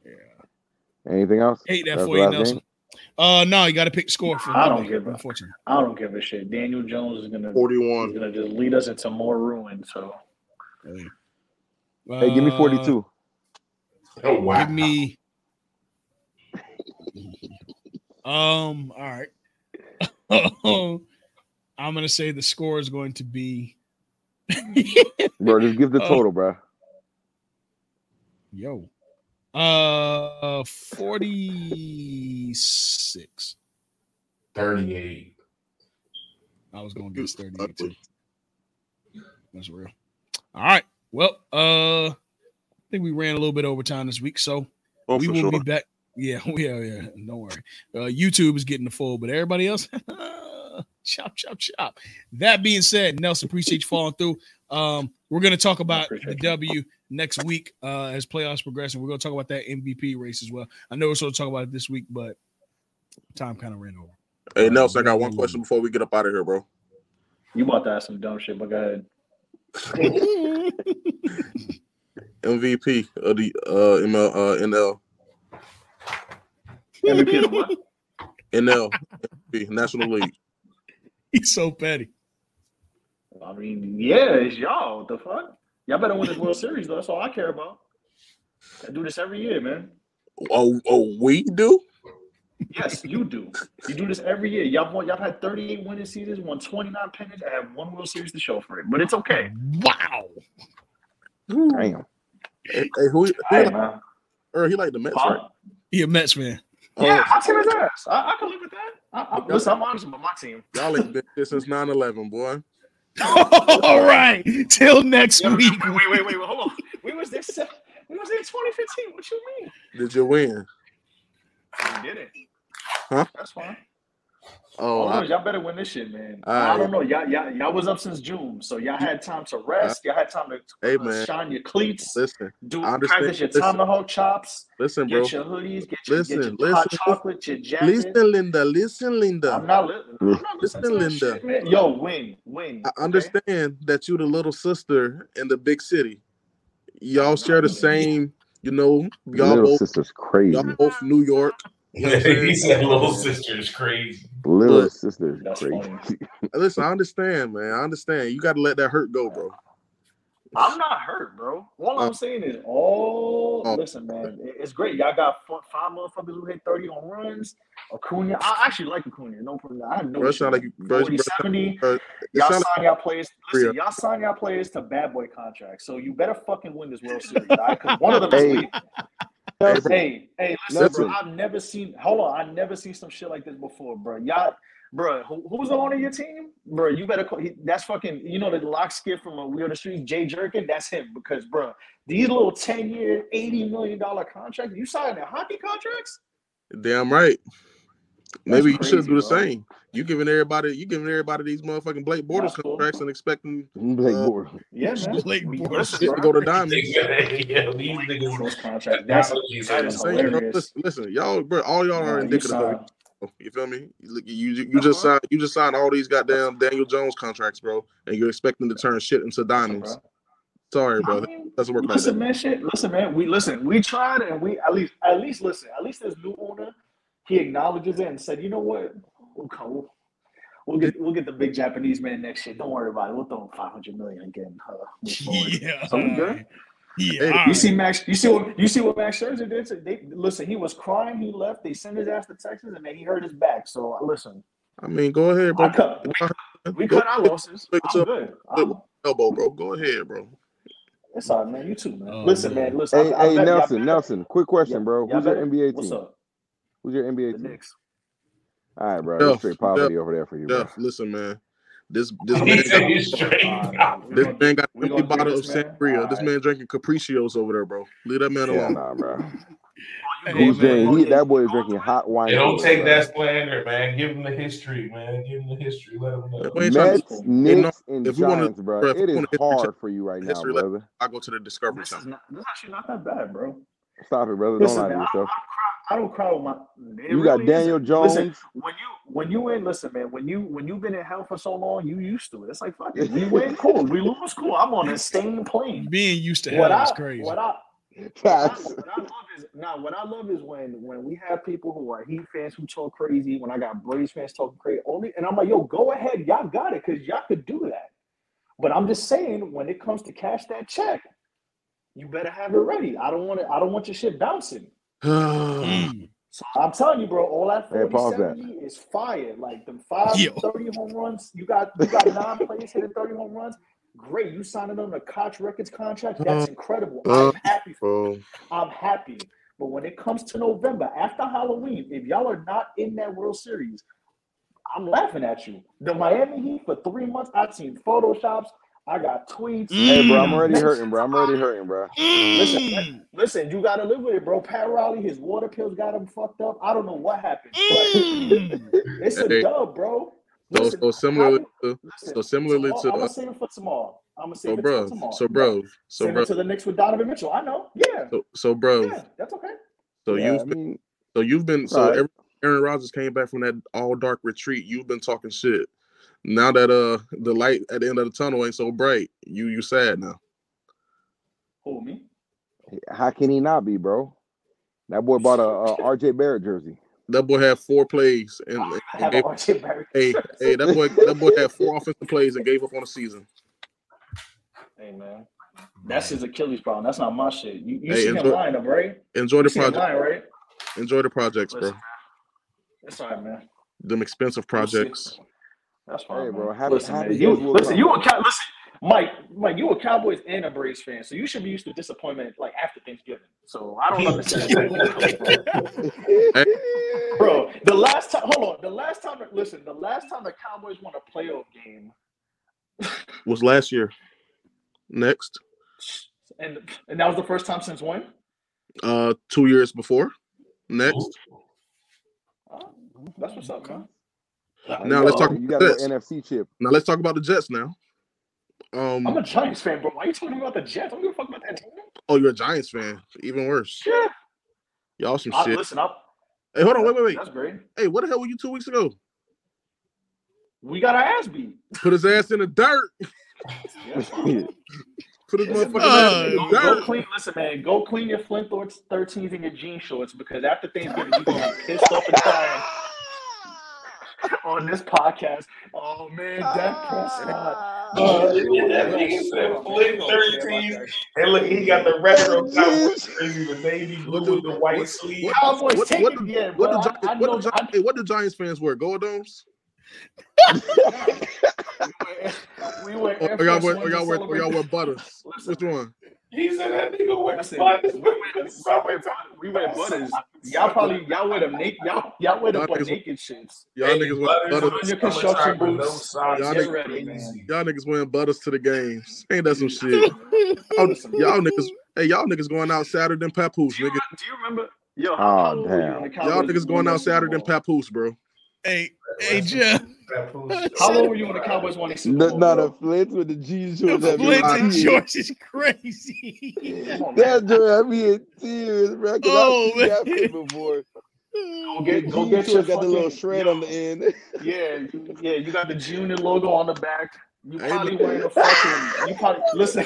[SPEAKER 6] Yeah. Anything else?
[SPEAKER 2] Hate that
[SPEAKER 6] That's
[SPEAKER 2] for
[SPEAKER 6] the
[SPEAKER 2] you,
[SPEAKER 6] last
[SPEAKER 2] Nelson. Uh, no, you got to pick the score for.
[SPEAKER 8] I don't
[SPEAKER 2] Monday,
[SPEAKER 8] give a-
[SPEAKER 2] Unfortunately,
[SPEAKER 8] I don't give a shit. Daniel Jones is gonna he's
[SPEAKER 5] 41.
[SPEAKER 8] gonna just lead us into more ruin. So
[SPEAKER 6] Hey, give me
[SPEAKER 2] Uh,
[SPEAKER 6] 42.
[SPEAKER 3] Oh, wow.
[SPEAKER 2] Give me. um. All right. I'm gonna say the score is going to be.
[SPEAKER 6] Bro, just give the
[SPEAKER 2] Oh.
[SPEAKER 6] total, bro.
[SPEAKER 2] Yo. Uh, forty-six.
[SPEAKER 3] 38.
[SPEAKER 2] I was gonna guess thirty-eight too.
[SPEAKER 5] Ugly.
[SPEAKER 2] That's real. All right. Well, uh, I think we ran a little bit over time this week, so
[SPEAKER 5] Oh,
[SPEAKER 2] we
[SPEAKER 5] for
[SPEAKER 2] will
[SPEAKER 5] sure.
[SPEAKER 2] be back. Yeah, yeah, yeah. Don't worry. Uh, YouTube is getting the full, but everybody else, chop, chop, chop. That being said, Nelson, appreciate you following through. Um, we're gonna talk about the
[SPEAKER 8] appreciate you.
[SPEAKER 2] W next week uh, as playoffs progress, and we're gonna talk about that MVP race as well. I know we're supposed to talk about it this week, but time kind of ran over.
[SPEAKER 5] Hey,
[SPEAKER 2] Uh,
[SPEAKER 5] Nelson, I got
[SPEAKER 2] whatever
[SPEAKER 5] one
[SPEAKER 2] you
[SPEAKER 5] question
[SPEAKER 2] want.
[SPEAKER 5] before we get up out of here, bro.
[SPEAKER 8] you about to ask some dumb shit, but go ahead.
[SPEAKER 5] MVP of the uh, ML, uh, NL,
[SPEAKER 8] MVP of the what?
[SPEAKER 5] NL, MVP, National League.
[SPEAKER 2] He's so petty.
[SPEAKER 8] I mean, yeah, it's y'all. What the fuck? Y'all better win this World Series though. That's all I care about. I do this every year, man.
[SPEAKER 5] Oh, oh, we do?
[SPEAKER 8] Yes, you do. You do this every year. Y'all won, y'all had 38 winning seasons, won 29 pennants. I have one World Series to show for it, but it's okay.
[SPEAKER 2] Wow.
[SPEAKER 6] Damn.
[SPEAKER 5] Hey, hey, who, who
[SPEAKER 8] Hey,
[SPEAKER 5] like,
[SPEAKER 8] man.
[SPEAKER 5] or he like the Mets, right?
[SPEAKER 8] Huh?
[SPEAKER 2] He a Mets fan.
[SPEAKER 8] Yeah, I see his ass. I, I can live with that. I, I,
[SPEAKER 5] Okay.
[SPEAKER 8] listen, I'm honest with my team.
[SPEAKER 5] Oh, y'all ain't been this since 9 11, boy.
[SPEAKER 2] All right. Till next
[SPEAKER 8] Yeah,
[SPEAKER 2] week.
[SPEAKER 8] wait, wait, wait, wait, wait, hold on. We was there. se- We was there 2015. What you mean?
[SPEAKER 5] Did you win?
[SPEAKER 8] We did it.
[SPEAKER 5] Huh?
[SPEAKER 8] That's fine.
[SPEAKER 5] Oh,
[SPEAKER 8] Oh,
[SPEAKER 5] I,
[SPEAKER 8] y'all better win this shit, man.
[SPEAKER 5] All
[SPEAKER 8] I don't know. Y'all, y'all, y'all was up since June, so y'all had time to rest. Y'all had time to
[SPEAKER 5] Hey,
[SPEAKER 8] uh,
[SPEAKER 5] man.
[SPEAKER 8] shine your cleats,
[SPEAKER 5] listen,
[SPEAKER 8] do
[SPEAKER 5] I understand.
[SPEAKER 8] practice your
[SPEAKER 5] Listen.
[SPEAKER 8] tomahawk chops.
[SPEAKER 5] listen, bro.
[SPEAKER 8] Get your hoodies, get your,
[SPEAKER 5] Listen,
[SPEAKER 8] get your hot
[SPEAKER 5] listen,
[SPEAKER 8] chocolate, your jacket.
[SPEAKER 5] Listen, Linda. Listen, Linda.
[SPEAKER 8] I'm not, li- I'm not listening to that
[SPEAKER 5] Listen, Linda.
[SPEAKER 8] shit, man. Yo, win, win.
[SPEAKER 5] I
[SPEAKER 8] okay?
[SPEAKER 5] understand that you the little sister in the big city. Y'all share the same, you know, y'all
[SPEAKER 6] Little
[SPEAKER 5] both
[SPEAKER 6] sister's crazy.
[SPEAKER 5] y'all both New York. You know what I'm
[SPEAKER 3] he
[SPEAKER 5] saying?
[SPEAKER 3] said little sister is crazy.
[SPEAKER 6] Little
[SPEAKER 5] Look.
[SPEAKER 6] sister's
[SPEAKER 8] That's
[SPEAKER 6] crazy.
[SPEAKER 8] funny.
[SPEAKER 5] Listen, I understand, man. I understand. You gotta let that hurt go, bro.
[SPEAKER 8] I'm not hurt, bro. All
[SPEAKER 5] Uh,
[SPEAKER 8] I'm saying is, all
[SPEAKER 5] oh.
[SPEAKER 8] listen, man. it- It's great. Y'all got f- five motherfuckers who hit 30 on runs. Acuna, I actually like Acuna. No problem. I have no
[SPEAKER 5] Bro, it
[SPEAKER 8] issue
[SPEAKER 5] sound
[SPEAKER 8] with
[SPEAKER 5] like
[SPEAKER 8] him.
[SPEAKER 5] you bro,
[SPEAKER 8] 40,
[SPEAKER 5] it
[SPEAKER 8] 70.
[SPEAKER 5] bro, it
[SPEAKER 8] Y'all
[SPEAKER 5] sound
[SPEAKER 8] sign
[SPEAKER 5] like
[SPEAKER 8] y'all players.
[SPEAKER 5] Korea.
[SPEAKER 8] Listen, y'all sign y'all players to bad boy contracts. So you better fucking win this World Series, all right? Because one of them is
[SPEAKER 6] Hey,
[SPEAKER 8] leaving.
[SPEAKER 5] Hey,
[SPEAKER 6] Nelson,
[SPEAKER 8] Hey, hey, listen, bro.
[SPEAKER 6] Nelson.
[SPEAKER 8] I've never seen. Hold on, I've never seen some shit like this before, bro. Y'all, bro. Who, who's the owner of your team, bro? You better. Call, he, that's fucking. You know the lock skid from a We on the Street, Jay Jerkin. That's him because, bro, these little ten year, eighty million dollar contracts. You signing hockey contracts?
[SPEAKER 5] damn right.
[SPEAKER 8] That's
[SPEAKER 5] Maybe you should
[SPEAKER 8] crazy,
[SPEAKER 5] do the
[SPEAKER 8] bro.
[SPEAKER 5] same. You giving everybody you giving everybody these motherfucking Blake Bortles
[SPEAKER 8] That's cool.
[SPEAKER 5] contracts and expecting
[SPEAKER 6] Blake
[SPEAKER 5] Uh,
[SPEAKER 6] Bortles.
[SPEAKER 8] Yeah, man.
[SPEAKER 2] Blake Bortles.
[SPEAKER 8] Listen,
[SPEAKER 5] shit to go
[SPEAKER 8] bro.
[SPEAKER 5] to diamonds.
[SPEAKER 3] yeah, these
[SPEAKER 8] Blake
[SPEAKER 3] niggas.
[SPEAKER 8] Bortles contract. That's that is
[SPEAKER 5] saying, bro,
[SPEAKER 8] hilarious.
[SPEAKER 5] listen, listen, y'all, bro, all y'all are
[SPEAKER 8] Bro, you Uh-huh.
[SPEAKER 5] indicative of
[SPEAKER 8] sign.
[SPEAKER 5] it. You feel me? You look- you, you, you
[SPEAKER 8] That's
[SPEAKER 5] just
[SPEAKER 8] fine.
[SPEAKER 5] signed, you just signed all these goddamn Daniel Jones contracts, bro, and you're expecting to turn shit into
[SPEAKER 8] That's okay.
[SPEAKER 5] diamonds. Sorry,
[SPEAKER 8] I
[SPEAKER 5] bro, that
[SPEAKER 8] mean,
[SPEAKER 5] doesn't work like that.
[SPEAKER 8] listen, man, shit. Listen, man, we listen. We tried, and we at least, at least, listen. At least this new owner, he acknowledges it and said, you know what, we'll come, we'll, we'll get, we'll get the big Japanese man next year. Don't worry about it. We'll throw him five hundred million again. Uh, move forward.
[SPEAKER 2] Yeah.
[SPEAKER 8] So we good.
[SPEAKER 2] Yeah.
[SPEAKER 5] Hey,
[SPEAKER 2] all
[SPEAKER 8] You
[SPEAKER 2] right.
[SPEAKER 8] see Max. You see what you see what Max Scherzer did. To, they listen. He was crying. He left. They sent his ass to Texas, and then he hurt his back. So uh, listen,
[SPEAKER 5] I mean, go ahead,
[SPEAKER 8] I
[SPEAKER 5] bro.
[SPEAKER 8] cut. We cut our losses. I'm good. I'm,
[SPEAKER 5] elbow, bro. Go ahead, bro.
[SPEAKER 8] it's all right, man. You too, man.
[SPEAKER 2] Oh,
[SPEAKER 8] listen,
[SPEAKER 2] man.
[SPEAKER 8] man. Listen.
[SPEAKER 6] Hey,
[SPEAKER 8] I- I
[SPEAKER 6] hey,
[SPEAKER 8] bet- y'all
[SPEAKER 6] Nelson,
[SPEAKER 8] better-
[SPEAKER 6] Nelson. Quick question, bro.
[SPEAKER 8] y'all
[SPEAKER 6] Who's your
[SPEAKER 8] better-
[SPEAKER 6] NBA
[SPEAKER 8] What's
[SPEAKER 6] team?
[SPEAKER 8] up?
[SPEAKER 6] Who's your NBA
[SPEAKER 8] The
[SPEAKER 6] team?
[SPEAKER 8] Knicks.
[SPEAKER 6] All right, bro. It's
[SPEAKER 5] Jeff,
[SPEAKER 6] straight
[SPEAKER 5] Jeff,
[SPEAKER 6] poverty over there for you, bro.
[SPEAKER 5] Jeff. Listen, man. This this
[SPEAKER 8] All
[SPEAKER 5] man
[SPEAKER 3] He
[SPEAKER 5] got
[SPEAKER 3] said
[SPEAKER 8] right,
[SPEAKER 3] you
[SPEAKER 8] all
[SPEAKER 3] straight
[SPEAKER 8] right,
[SPEAKER 3] out.
[SPEAKER 8] we
[SPEAKER 5] this
[SPEAKER 8] gonna
[SPEAKER 5] man got
[SPEAKER 8] we
[SPEAKER 5] an empty
[SPEAKER 8] gonna give
[SPEAKER 5] bottle of
[SPEAKER 8] this man.
[SPEAKER 5] sangria.
[SPEAKER 8] All
[SPEAKER 5] This
[SPEAKER 8] right.
[SPEAKER 5] man drinking Capriccios over there, bro. Leave that man
[SPEAKER 6] Yeah,
[SPEAKER 5] alone.
[SPEAKER 6] nah, bro.
[SPEAKER 8] You
[SPEAKER 2] Hey,
[SPEAKER 8] going
[SPEAKER 6] He's
[SPEAKER 8] to it?
[SPEAKER 2] man.
[SPEAKER 6] drinking.
[SPEAKER 8] Oh
[SPEAKER 6] He
[SPEAKER 8] yeah,
[SPEAKER 6] that
[SPEAKER 8] you
[SPEAKER 6] boy is
[SPEAKER 8] going
[SPEAKER 6] drinking
[SPEAKER 8] to it?
[SPEAKER 6] hot wine
[SPEAKER 3] They don't
[SPEAKER 6] cooler,
[SPEAKER 3] take
[SPEAKER 6] bro.
[SPEAKER 3] that slander, man. Give him the history, man. Give him the history. Let him know.
[SPEAKER 5] We ain't trying to,
[SPEAKER 6] Mets,
[SPEAKER 8] That's cool.
[SPEAKER 5] hey, no.
[SPEAKER 6] Knicks, and
[SPEAKER 5] If we want to,
[SPEAKER 6] Giants, bro.
[SPEAKER 5] bro, if
[SPEAKER 6] It
[SPEAKER 5] we
[SPEAKER 6] is
[SPEAKER 5] want to history,
[SPEAKER 6] hard for you right
[SPEAKER 5] check,
[SPEAKER 6] now,
[SPEAKER 5] history lesson,
[SPEAKER 6] brother.
[SPEAKER 5] I go to the Discovery
[SPEAKER 8] This is
[SPEAKER 5] Channel.
[SPEAKER 8] not. This is actually not that bad, bro.
[SPEAKER 6] Stop it, brother. Don't
[SPEAKER 8] Listen,
[SPEAKER 6] lie to
[SPEAKER 8] man. I, I'm
[SPEAKER 6] yourself.
[SPEAKER 8] crying. I don't cry with my. it
[SPEAKER 6] You got
[SPEAKER 8] really isn't.
[SPEAKER 6] Daniel Jones.
[SPEAKER 8] Listen, when you when you in, listen, man. When you when you've been in hell for so long, you used to it. It's like fuck it. We win, cool. We lose, cool. I'm on a stain plane.
[SPEAKER 2] Being used to
[SPEAKER 8] What
[SPEAKER 2] hell
[SPEAKER 8] I
[SPEAKER 2] is crazy.
[SPEAKER 8] what I what I,
[SPEAKER 6] Facts.
[SPEAKER 8] what I love is now what I love is when when we have people who are Heat fans who talk crazy. When I got Braves fans talking crazy, only and I'm like, yo, go ahead, y'all got it, cause y'all could do that. But I'm just saying, when it comes to cash that check, you better have it ready. I don't want it. I don't want your shit bouncing.
[SPEAKER 2] Mm.
[SPEAKER 8] So I'm telling you, bro, all that
[SPEAKER 6] Hey,
[SPEAKER 8] 40
[SPEAKER 6] pause that.
[SPEAKER 8] 70 is fire. Like the five
[SPEAKER 2] Yo.
[SPEAKER 8] 30 home runs, you got you got nine players hitting 30 home runs. Great. You signed it on a Koch Records contract. That's incredible.
[SPEAKER 5] uh,
[SPEAKER 8] I'm happy.
[SPEAKER 5] Bro,
[SPEAKER 8] I'm happy. But when it comes to November, after Halloween, if y'all are not in that World Series, I'm laughing at you. The Miami Heat for three months, I've seen photoshops. I got tweets.
[SPEAKER 6] Hey, bro, I'm
[SPEAKER 2] Mm.
[SPEAKER 6] already
[SPEAKER 8] Next-
[SPEAKER 6] hurting, bro. I'm already hurting, bro.
[SPEAKER 8] Listen,
[SPEAKER 2] Mm.
[SPEAKER 8] Listen, you gotta live with it, bro. Pat Riley, his water pills got him fucked up. I don't know what happened, but
[SPEAKER 2] Mm.
[SPEAKER 8] it's a
[SPEAKER 5] Hey.
[SPEAKER 8] dub, bro.
[SPEAKER 5] so
[SPEAKER 8] Listen,
[SPEAKER 5] so
[SPEAKER 8] how
[SPEAKER 5] similarly
[SPEAKER 8] do-
[SPEAKER 5] to
[SPEAKER 8] listen,
[SPEAKER 5] so similarly
[SPEAKER 8] tomorrow,
[SPEAKER 5] to
[SPEAKER 8] I'm
[SPEAKER 5] uh,
[SPEAKER 8] gonna save it for tomorrow. I'm gonna
[SPEAKER 5] so
[SPEAKER 8] save it till
[SPEAKER 5] bro
[SPEAKER 8] tomorrow.
[SPEAKER 5] so
[SPEAKER 8] Yeah.
[SPEAKER 5] bro so
[SPEAKER 8] Send
[SPEAKER 5] bro
[SPEAKER 8] it to the Knicks with Donovan Mitchell. I know. Yeah,
[SPEAKER 5] so, so bro
[SPEAKER 8] yeah, that's okay.
[SPEAKER 5] so
[SPEAKER 6] Yeah,
[SPEAKER 5] you've
[SPEAKER 6] I
[SPEAKER 5] been
[SPEAKER 6] mean,
[SPEAKER 5] so you've been
[SPEAKER 6] it's
[SPEAKER 5] so
[SPEAKER 6] all right.
[SPEAKER 5] every Aaron Rodgers came back from that all dark retreat you've been talking shit now that uh the light at the end of the tunnel ain't so bright you you sad now
[SPEAKER 8] Who me?
[SPEAKER 6] How can he not be, bro? That boy bought a, a RJ Barrett jersey.
[SPEAKER 5] that boy had four plays
[SPEAKER 8] Why
[SPEAKER 5] and,
[SPEAKER 8] do I
[SPEAKER 5] and
[SPEAKER 8] have an
[SPEAKER 5] gave
[SPEAKER 8] RJ Barrett
[SPEAKER 5] hey
[SPEAKER 8] jersey?
[SPEAKER 5] hey that boy that boy had four offensive plays and gave up on the season
[SPEAKER 8] Hey man, that's his Achilles problem. That's not my shit. You, you
[SPEAKER 5] Hey,
[SPEAKER 8] see him
[SPEAKER 5] enjoy-
[SPEAKER 8] lying up, right?
[SPEAKER 5] enjoy
[SPEAKER 8] You
[SPEAKER 5] the
[SPEAKER 8] see him
[SPEAKER 5] project
[SPEAKER 8] lying, right?
[SPEAKER 5] enjoy the projects bro
[SPEAKER 8] Listen, it's all right, man.
[SPEAKER 5] them expensive
[SPEAKER 8] We'll see.
[SPEAKER 5] projects
[SPEAKER 8] That's fine,
[SPEAKER 6] Hey,
[SPEAKER 8] man.
[SPEAKER 6] bro, happy-
[SPEAKER 8] listen,
[SPEAKER 6] happy
[SPEAKER 8] man.
[SPEAKER 6] days
[SPEAKER 8] You
[SPEAKER 6] will
[SPEAKER 8] listen.
[SPEAKER 6] come,
[SPEAKER 8] You
[SPEAKER 6] bro.
[SPEAKER 8] a cow? Listen, Mike. Mike, you a Cowboys and a Braves fan, so you should be used to disappointment like after Thanksgiving. So I don't understand where you're coming from, bro. The last time, hold on. The last time, listen. The last time the Cowboys won a playoff game,
[SPEAKER 5] was last year. Next,
[SPEAKER 8] and and that was the first time since when?
[SPEAKER 5] uh, two years before. Next,
[SPEAKER 8] Huh? Uh, That's what's up, man.
[SPEAKER 6] Now you
[SPEAKER 5] now
[SPEAKER 6] got
[SPEAKER 5] let's
[SPEAKER 6] a
[SPEAKER 5] talk
[SPEAKER 6] little,
[SPEAKER 8] Hello.
[SPEAKER 6] you
[SPEAKER 5] about
[SPEAKER 6] got a
[SPEAKER 5] the
[SPEAKER 6] little
[SPEAKER 5] Jets.
[SPEAKER 6] NFC chip.
[SPEAKER 5] Now let's talk about the Jets. Now,
[SPEAKER 8] I'm a
[SPEAKER 5] um,
[SPEAKER 8] Giants fan, bro. Why are you talking about the Jets? I don't give a fuck about that team.
[SPEAKER 5] oh, you're a Giants fan. Even worse,
[SPEAKER 8] Yeah.
[SPEAKER 5] y'all some
[SPEAKER 8] I,
[SPEAKER 5] shit.
[SPEAKER 8] listen up.
[SPEAKER 5] Hey, hold on, wait, wait, wait.
[SPEAKER 8] That's great.
[SPEAKER 5] Hey, what the hell were you two weeks ago?
[SPEAKER 8] We got our ass beat.
[SPEAKER 5] Put his ass in the dirt.
[SPEAKER 8] Yeah, it's fine, man.
[SPEAKER 5] Put his motherfucking
[SPEAKER 8] Listen, man,
[SPEAKER 5] ass in
[SPEAKER 8] listen, man,
[SPEAKER 5] the
[SPEAKER 8] go, go
[SPEAKER 5] dirt.
[SPEAKER 8] clean. Listen, man, go clean your Flint Thorns 13s and your jean shorts because after Thanksgiving you're gonna be pissed off and crying on this podcast. Oh man, Dak Prescott. Uh,
[SPEAKER 3] Yeah, that nigga
[SPEAKER 8] Russ,
[SPEAKER 3] said Flint
[SPEAKER 8] come on, man, we don't care about
[SPEAKER 3] 13s.
[SPEAKER 8] that shit.
[SPEAKER 3] And look, he got the retro Cowboys
[SPEAKER 6] Jeez.
[SPEAKER 3] jersey, the navy
[SPEAKER 5] What
[SPEAKER 3] blue
[SPEAKER 5] do
[SPEAKER 3] with the white
[SPEAKER 5] what
[SPEAKER 3] sleeve.
[SPEAKER 5] what
[SPEAKER 8] Cowboys
[SPEAKER 5] what
[SPEAKER 8] take
[SPEAKER 5] what
[SPEAKER 8] it,
[SPEAKER 5] do,
[SPEAKER 8] yeah,
[SPEAKER 5] what
[SPEAKER 8] bro.
[SPEAKER 5] do
[SPEAKER 8] I,
[SPEAKER 5] Giants
[SPEAKER 8] I
[SPEAKER 5] what do
[SPEAKER 8] know that.
[SPEAKER 5] Giants hey, what do Giants fans wear? Go domes?
[SPEAKER 8] I, we were, we were
[SPEAKER 5] Or,
[SPEAKER 8] Air
[SPEAKER 5] or Oh, y'all wear
[SPEAKER 8] Force
[SPEAKER 5] or
[SPEAKER 8] One to
[SPEAKER 5] y'all wear or
[SPEAKER 8] celebrate.
[SPEAKER 5] y'all
[SPEAKER 8] the-
[SPEAKER 5] wear butters?
[SPEAKER 8] Listen,
[SPEAKER 5] Which one?
[SPEAKER 3] He said that nigga went
[SPEAKER 8] Listen,
[SPEAKER 3] butters
[SPEAKER 8] we
[SPEAKER 3] with
[SPEAKER 8] wear
[SPEAKER 3] the
[SPEAKER 8] we wear
[SPEAKER 3] summertime.
[SPEAKER 8] we wear butters. Y'all probably y'all wear them naked. Y'all y'all wear them
[SPEAKER 5] Y'all
[SPEAKER 8] but
[SPEAKER 5] niggas
[SPEAKER 8] naked shits.
[SPEAKER 5] y'all
[SPEAKER 3] Hey,
[SPEAKER 5] niggas
[SPEAKER 3] butters
[SPEAKER 5] wear butters.
[SPEAKER 8] Put
[SPEAKER 3] in
[SPEAKER 8] on
[SPEAKER 3] the
[SPEAKER 8] your construction
[SPEAKER 3] summertime with no
[SPEAKER 8] boots. Like
[SPEAKER 5] Y'all
[SPEAKER 3] socks
[SPEAKER 8] get
[SPEAKER 3] is
[SPEAKER 5] niggas
[SPEAKER 8] ready, man.
[SPEAKER 3] crazy.
[SPEAKER 5] Y'all niggas wearing butters to the games. Ain't that some shit? Oh,
[SPEAKER 8] Listen, man.
[SPEAKER 5] y'all niggas. Hey, y'all niggas going out Saturday and papoose,
[SPEAKER 8] Do you,
[SPEAKER 5] nigga.
[SPEAKER 8] do you remember? Yo, how, how
[SPEAKER 6] Oh
[SPEAKER 8] old were you when the
[SPEAKER 6] damn.
[SPEAKER 5] Ah, Y'all
[SPEAKER 8] Cowboys
[SPEAKER 5] niggas
[SPEAKER 8] won
[SPEAKER 5] going
[SPEAKER 8] that
[SPEAKER 5] out
[SPEAKER 8] Super
[SPEAKER 5] Saturday and
[SPEAKER 8] Bowl?
[SPEAKER 5] papoose, bro.
[SPEAKER 2] Hey, hey,
[SPEAKER 3] That's
[SPEAKER 2] Jeff.
[SPEAKER 3] that fool's
[SPEAKER 8] How
[SPEAKER 3] so
[SPEAKER 8] old were you when the
[SPEAKER 3] proud.
[SPEAKER 8] Cowboys won that Super
[SPEAKER 6] No,
[SPEAKER 8] Bowl,
[SPEAKER 6] no, the
[SPEAKER 8] bro?
[SPEAKER 6] Flint with the jeans
[SPEAKER 2] The
[SPEAKER 6] shorts had me
[SPEAKER 2] Flint
[SPEAKER 6] in
[SPEAKER 5] July.
[SPEAKER 2] and
[SPEAKER 6] tears.
[SPEAKER 2] George is crazy.
[SPEAKER 8] Come on, man.
[SPEAKER 6] That joint had me in tears, bro, because I've
[SPEAKER 2] oh
[SPEAKER 6] seen
[SPEAKER 2] man.
[SPEAKER 6] that clip before.
[SPEAKER 8] Go
[SPEAKER 6] The
[SPEAKER 8] get, go
[SPEAKER 6] jean
[SPEAKER 8] get your
[SPEAKER 6] shorts got the little
[SPEAKER 8] fucking
[SPEAKER 6] shred
[SPEAKER 8] yo.
[SPEAKER 6] on the end.
[SPEAKER 8] Yeah, you- yeah. You got the Junior logo on the back. You
[SPEAKER 5] Hey,
[SPEAKER 8] probably wearing a fucking. You probably listen.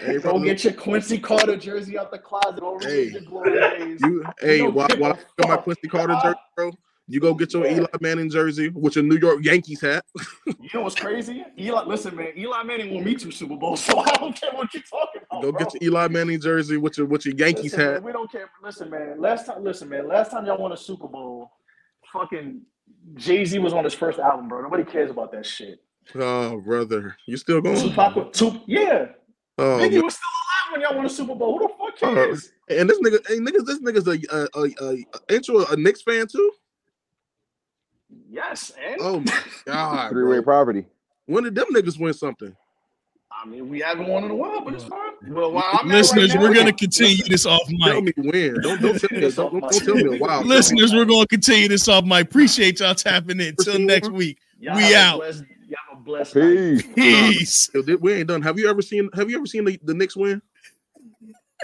[SPEAKER 5] hey,
[SPEAKER 8] Go
[SPEAKER 5] brother.
[SPEAKER 8] get your Quincy Carter jersey out the closet. Don't relive
[SPEAKER 5] Hey,
[SPEAKER 8] your glory days.
[SPEAKER 5] you.
[SPEAKER 8] We
[SPEAKER 5] Hey,
[SPEAKER 8] don't
[SPEAKER 5] while,
[SPEAKER 8] give
[SPEAKER 5] while
[SPEAKER 8] a
[SPEAKER 5] I got my
[SPEAKER 8] fuck.
[SPEAKER 5] Quincy Carter
[SPEAKER 8] I,
[SPEAKER 5] jersey, bro. You go get your
[SPEAKER 8] yeah.
[SPEAKER 5] Eli Manning jersey with your New York Yankees hat.
[SPEAKER 8] You know what's crazy? Eli, listen, man. Eli Manning won me two Super Bowls, so I don't care what you're talking about,
[SPEAKER 5] Go
[SPEAKER 8] Oh, bro.
[SPEAKER 5] get your Eli Manning jersey with your with your Yankees
[SPEAKER 8] Listen,
[SPEAKER 5] hat.
[SPEAKER 8] man, we don't care. Listen, man. Last time, listen, man. Last time y'all won a Super Bowl, fucking Jay Z was on his first album, bro. Nobody cares about that shit.
[SPEAKER 5] Oh, brother, you still going?
[SPEAKER 8] Tupac, was- Tup, yeah,
[SPEAKER 5] Oh
[SPEAKER 8] Biggie
[SPEAKER 5] man.
[SPEAKER 8] was still alive when y'all won a Super Bowl. Who the fuck
[SPEAKER 5] Oh.
[SPEAKER 8] cares?
[SPEAKER 5] And this nigga, hey, niggas, this nigga's a a a, a, ain't you a, a Knicks fan too?
[SPEAKER 8] Yes, and
[SPEAKER 5] Oh my god,
[SPEAKER 6] Three way
[SPEAKER 5] bro.
[SPEAKER 6] property.
[SPEAKER 5] When did them niggas win something?
[SPEAKER 8] I mean, we haven't won in a while, but it's fine. Well, where I'm at right
[SPEAKER 2] Listeners,
[SPEAKER 8] now,
[SPEAKER 2] we're gonna
[SPEAKER 8] listen,
[SPEAKER 2] continue this off
[SPEAKER 5] tell
[SPEAKER 2] mic.
[SPEAKER 5] me when. Don't don't tell me
[SPEAKER 8] it's
[SPEAKER 5] don't
[SPEAKER 8] off
[SPEAKER 5] don't,
[SPEAKER 8] my
[SPEAKER 5] don't tell me a while.
[SPEAKER 8] nigga. It's off
[SPEAKER 5] John.
[SPEAKER 2] Listeners,
[SPEAKER 8] my
[SPEAKER 2] we're gonna continue this off mic. Appreciate y'all tapping in. Till next week.
[SPEAKER 8] Y'all
[SPEAKER 2] We
[SPEAKER 8] have a
[SPEAKER 2] out.
[SPEAKER 8] blessed, y'all have a blessed night.
[SPEAKER 6] Peace.
[SPEAKER 5] Nah,
[SPEAKER 2] Peace.
[SPEAKER 5] we ain't done. Have you ever seen Have you ever seen the, the Knicks win?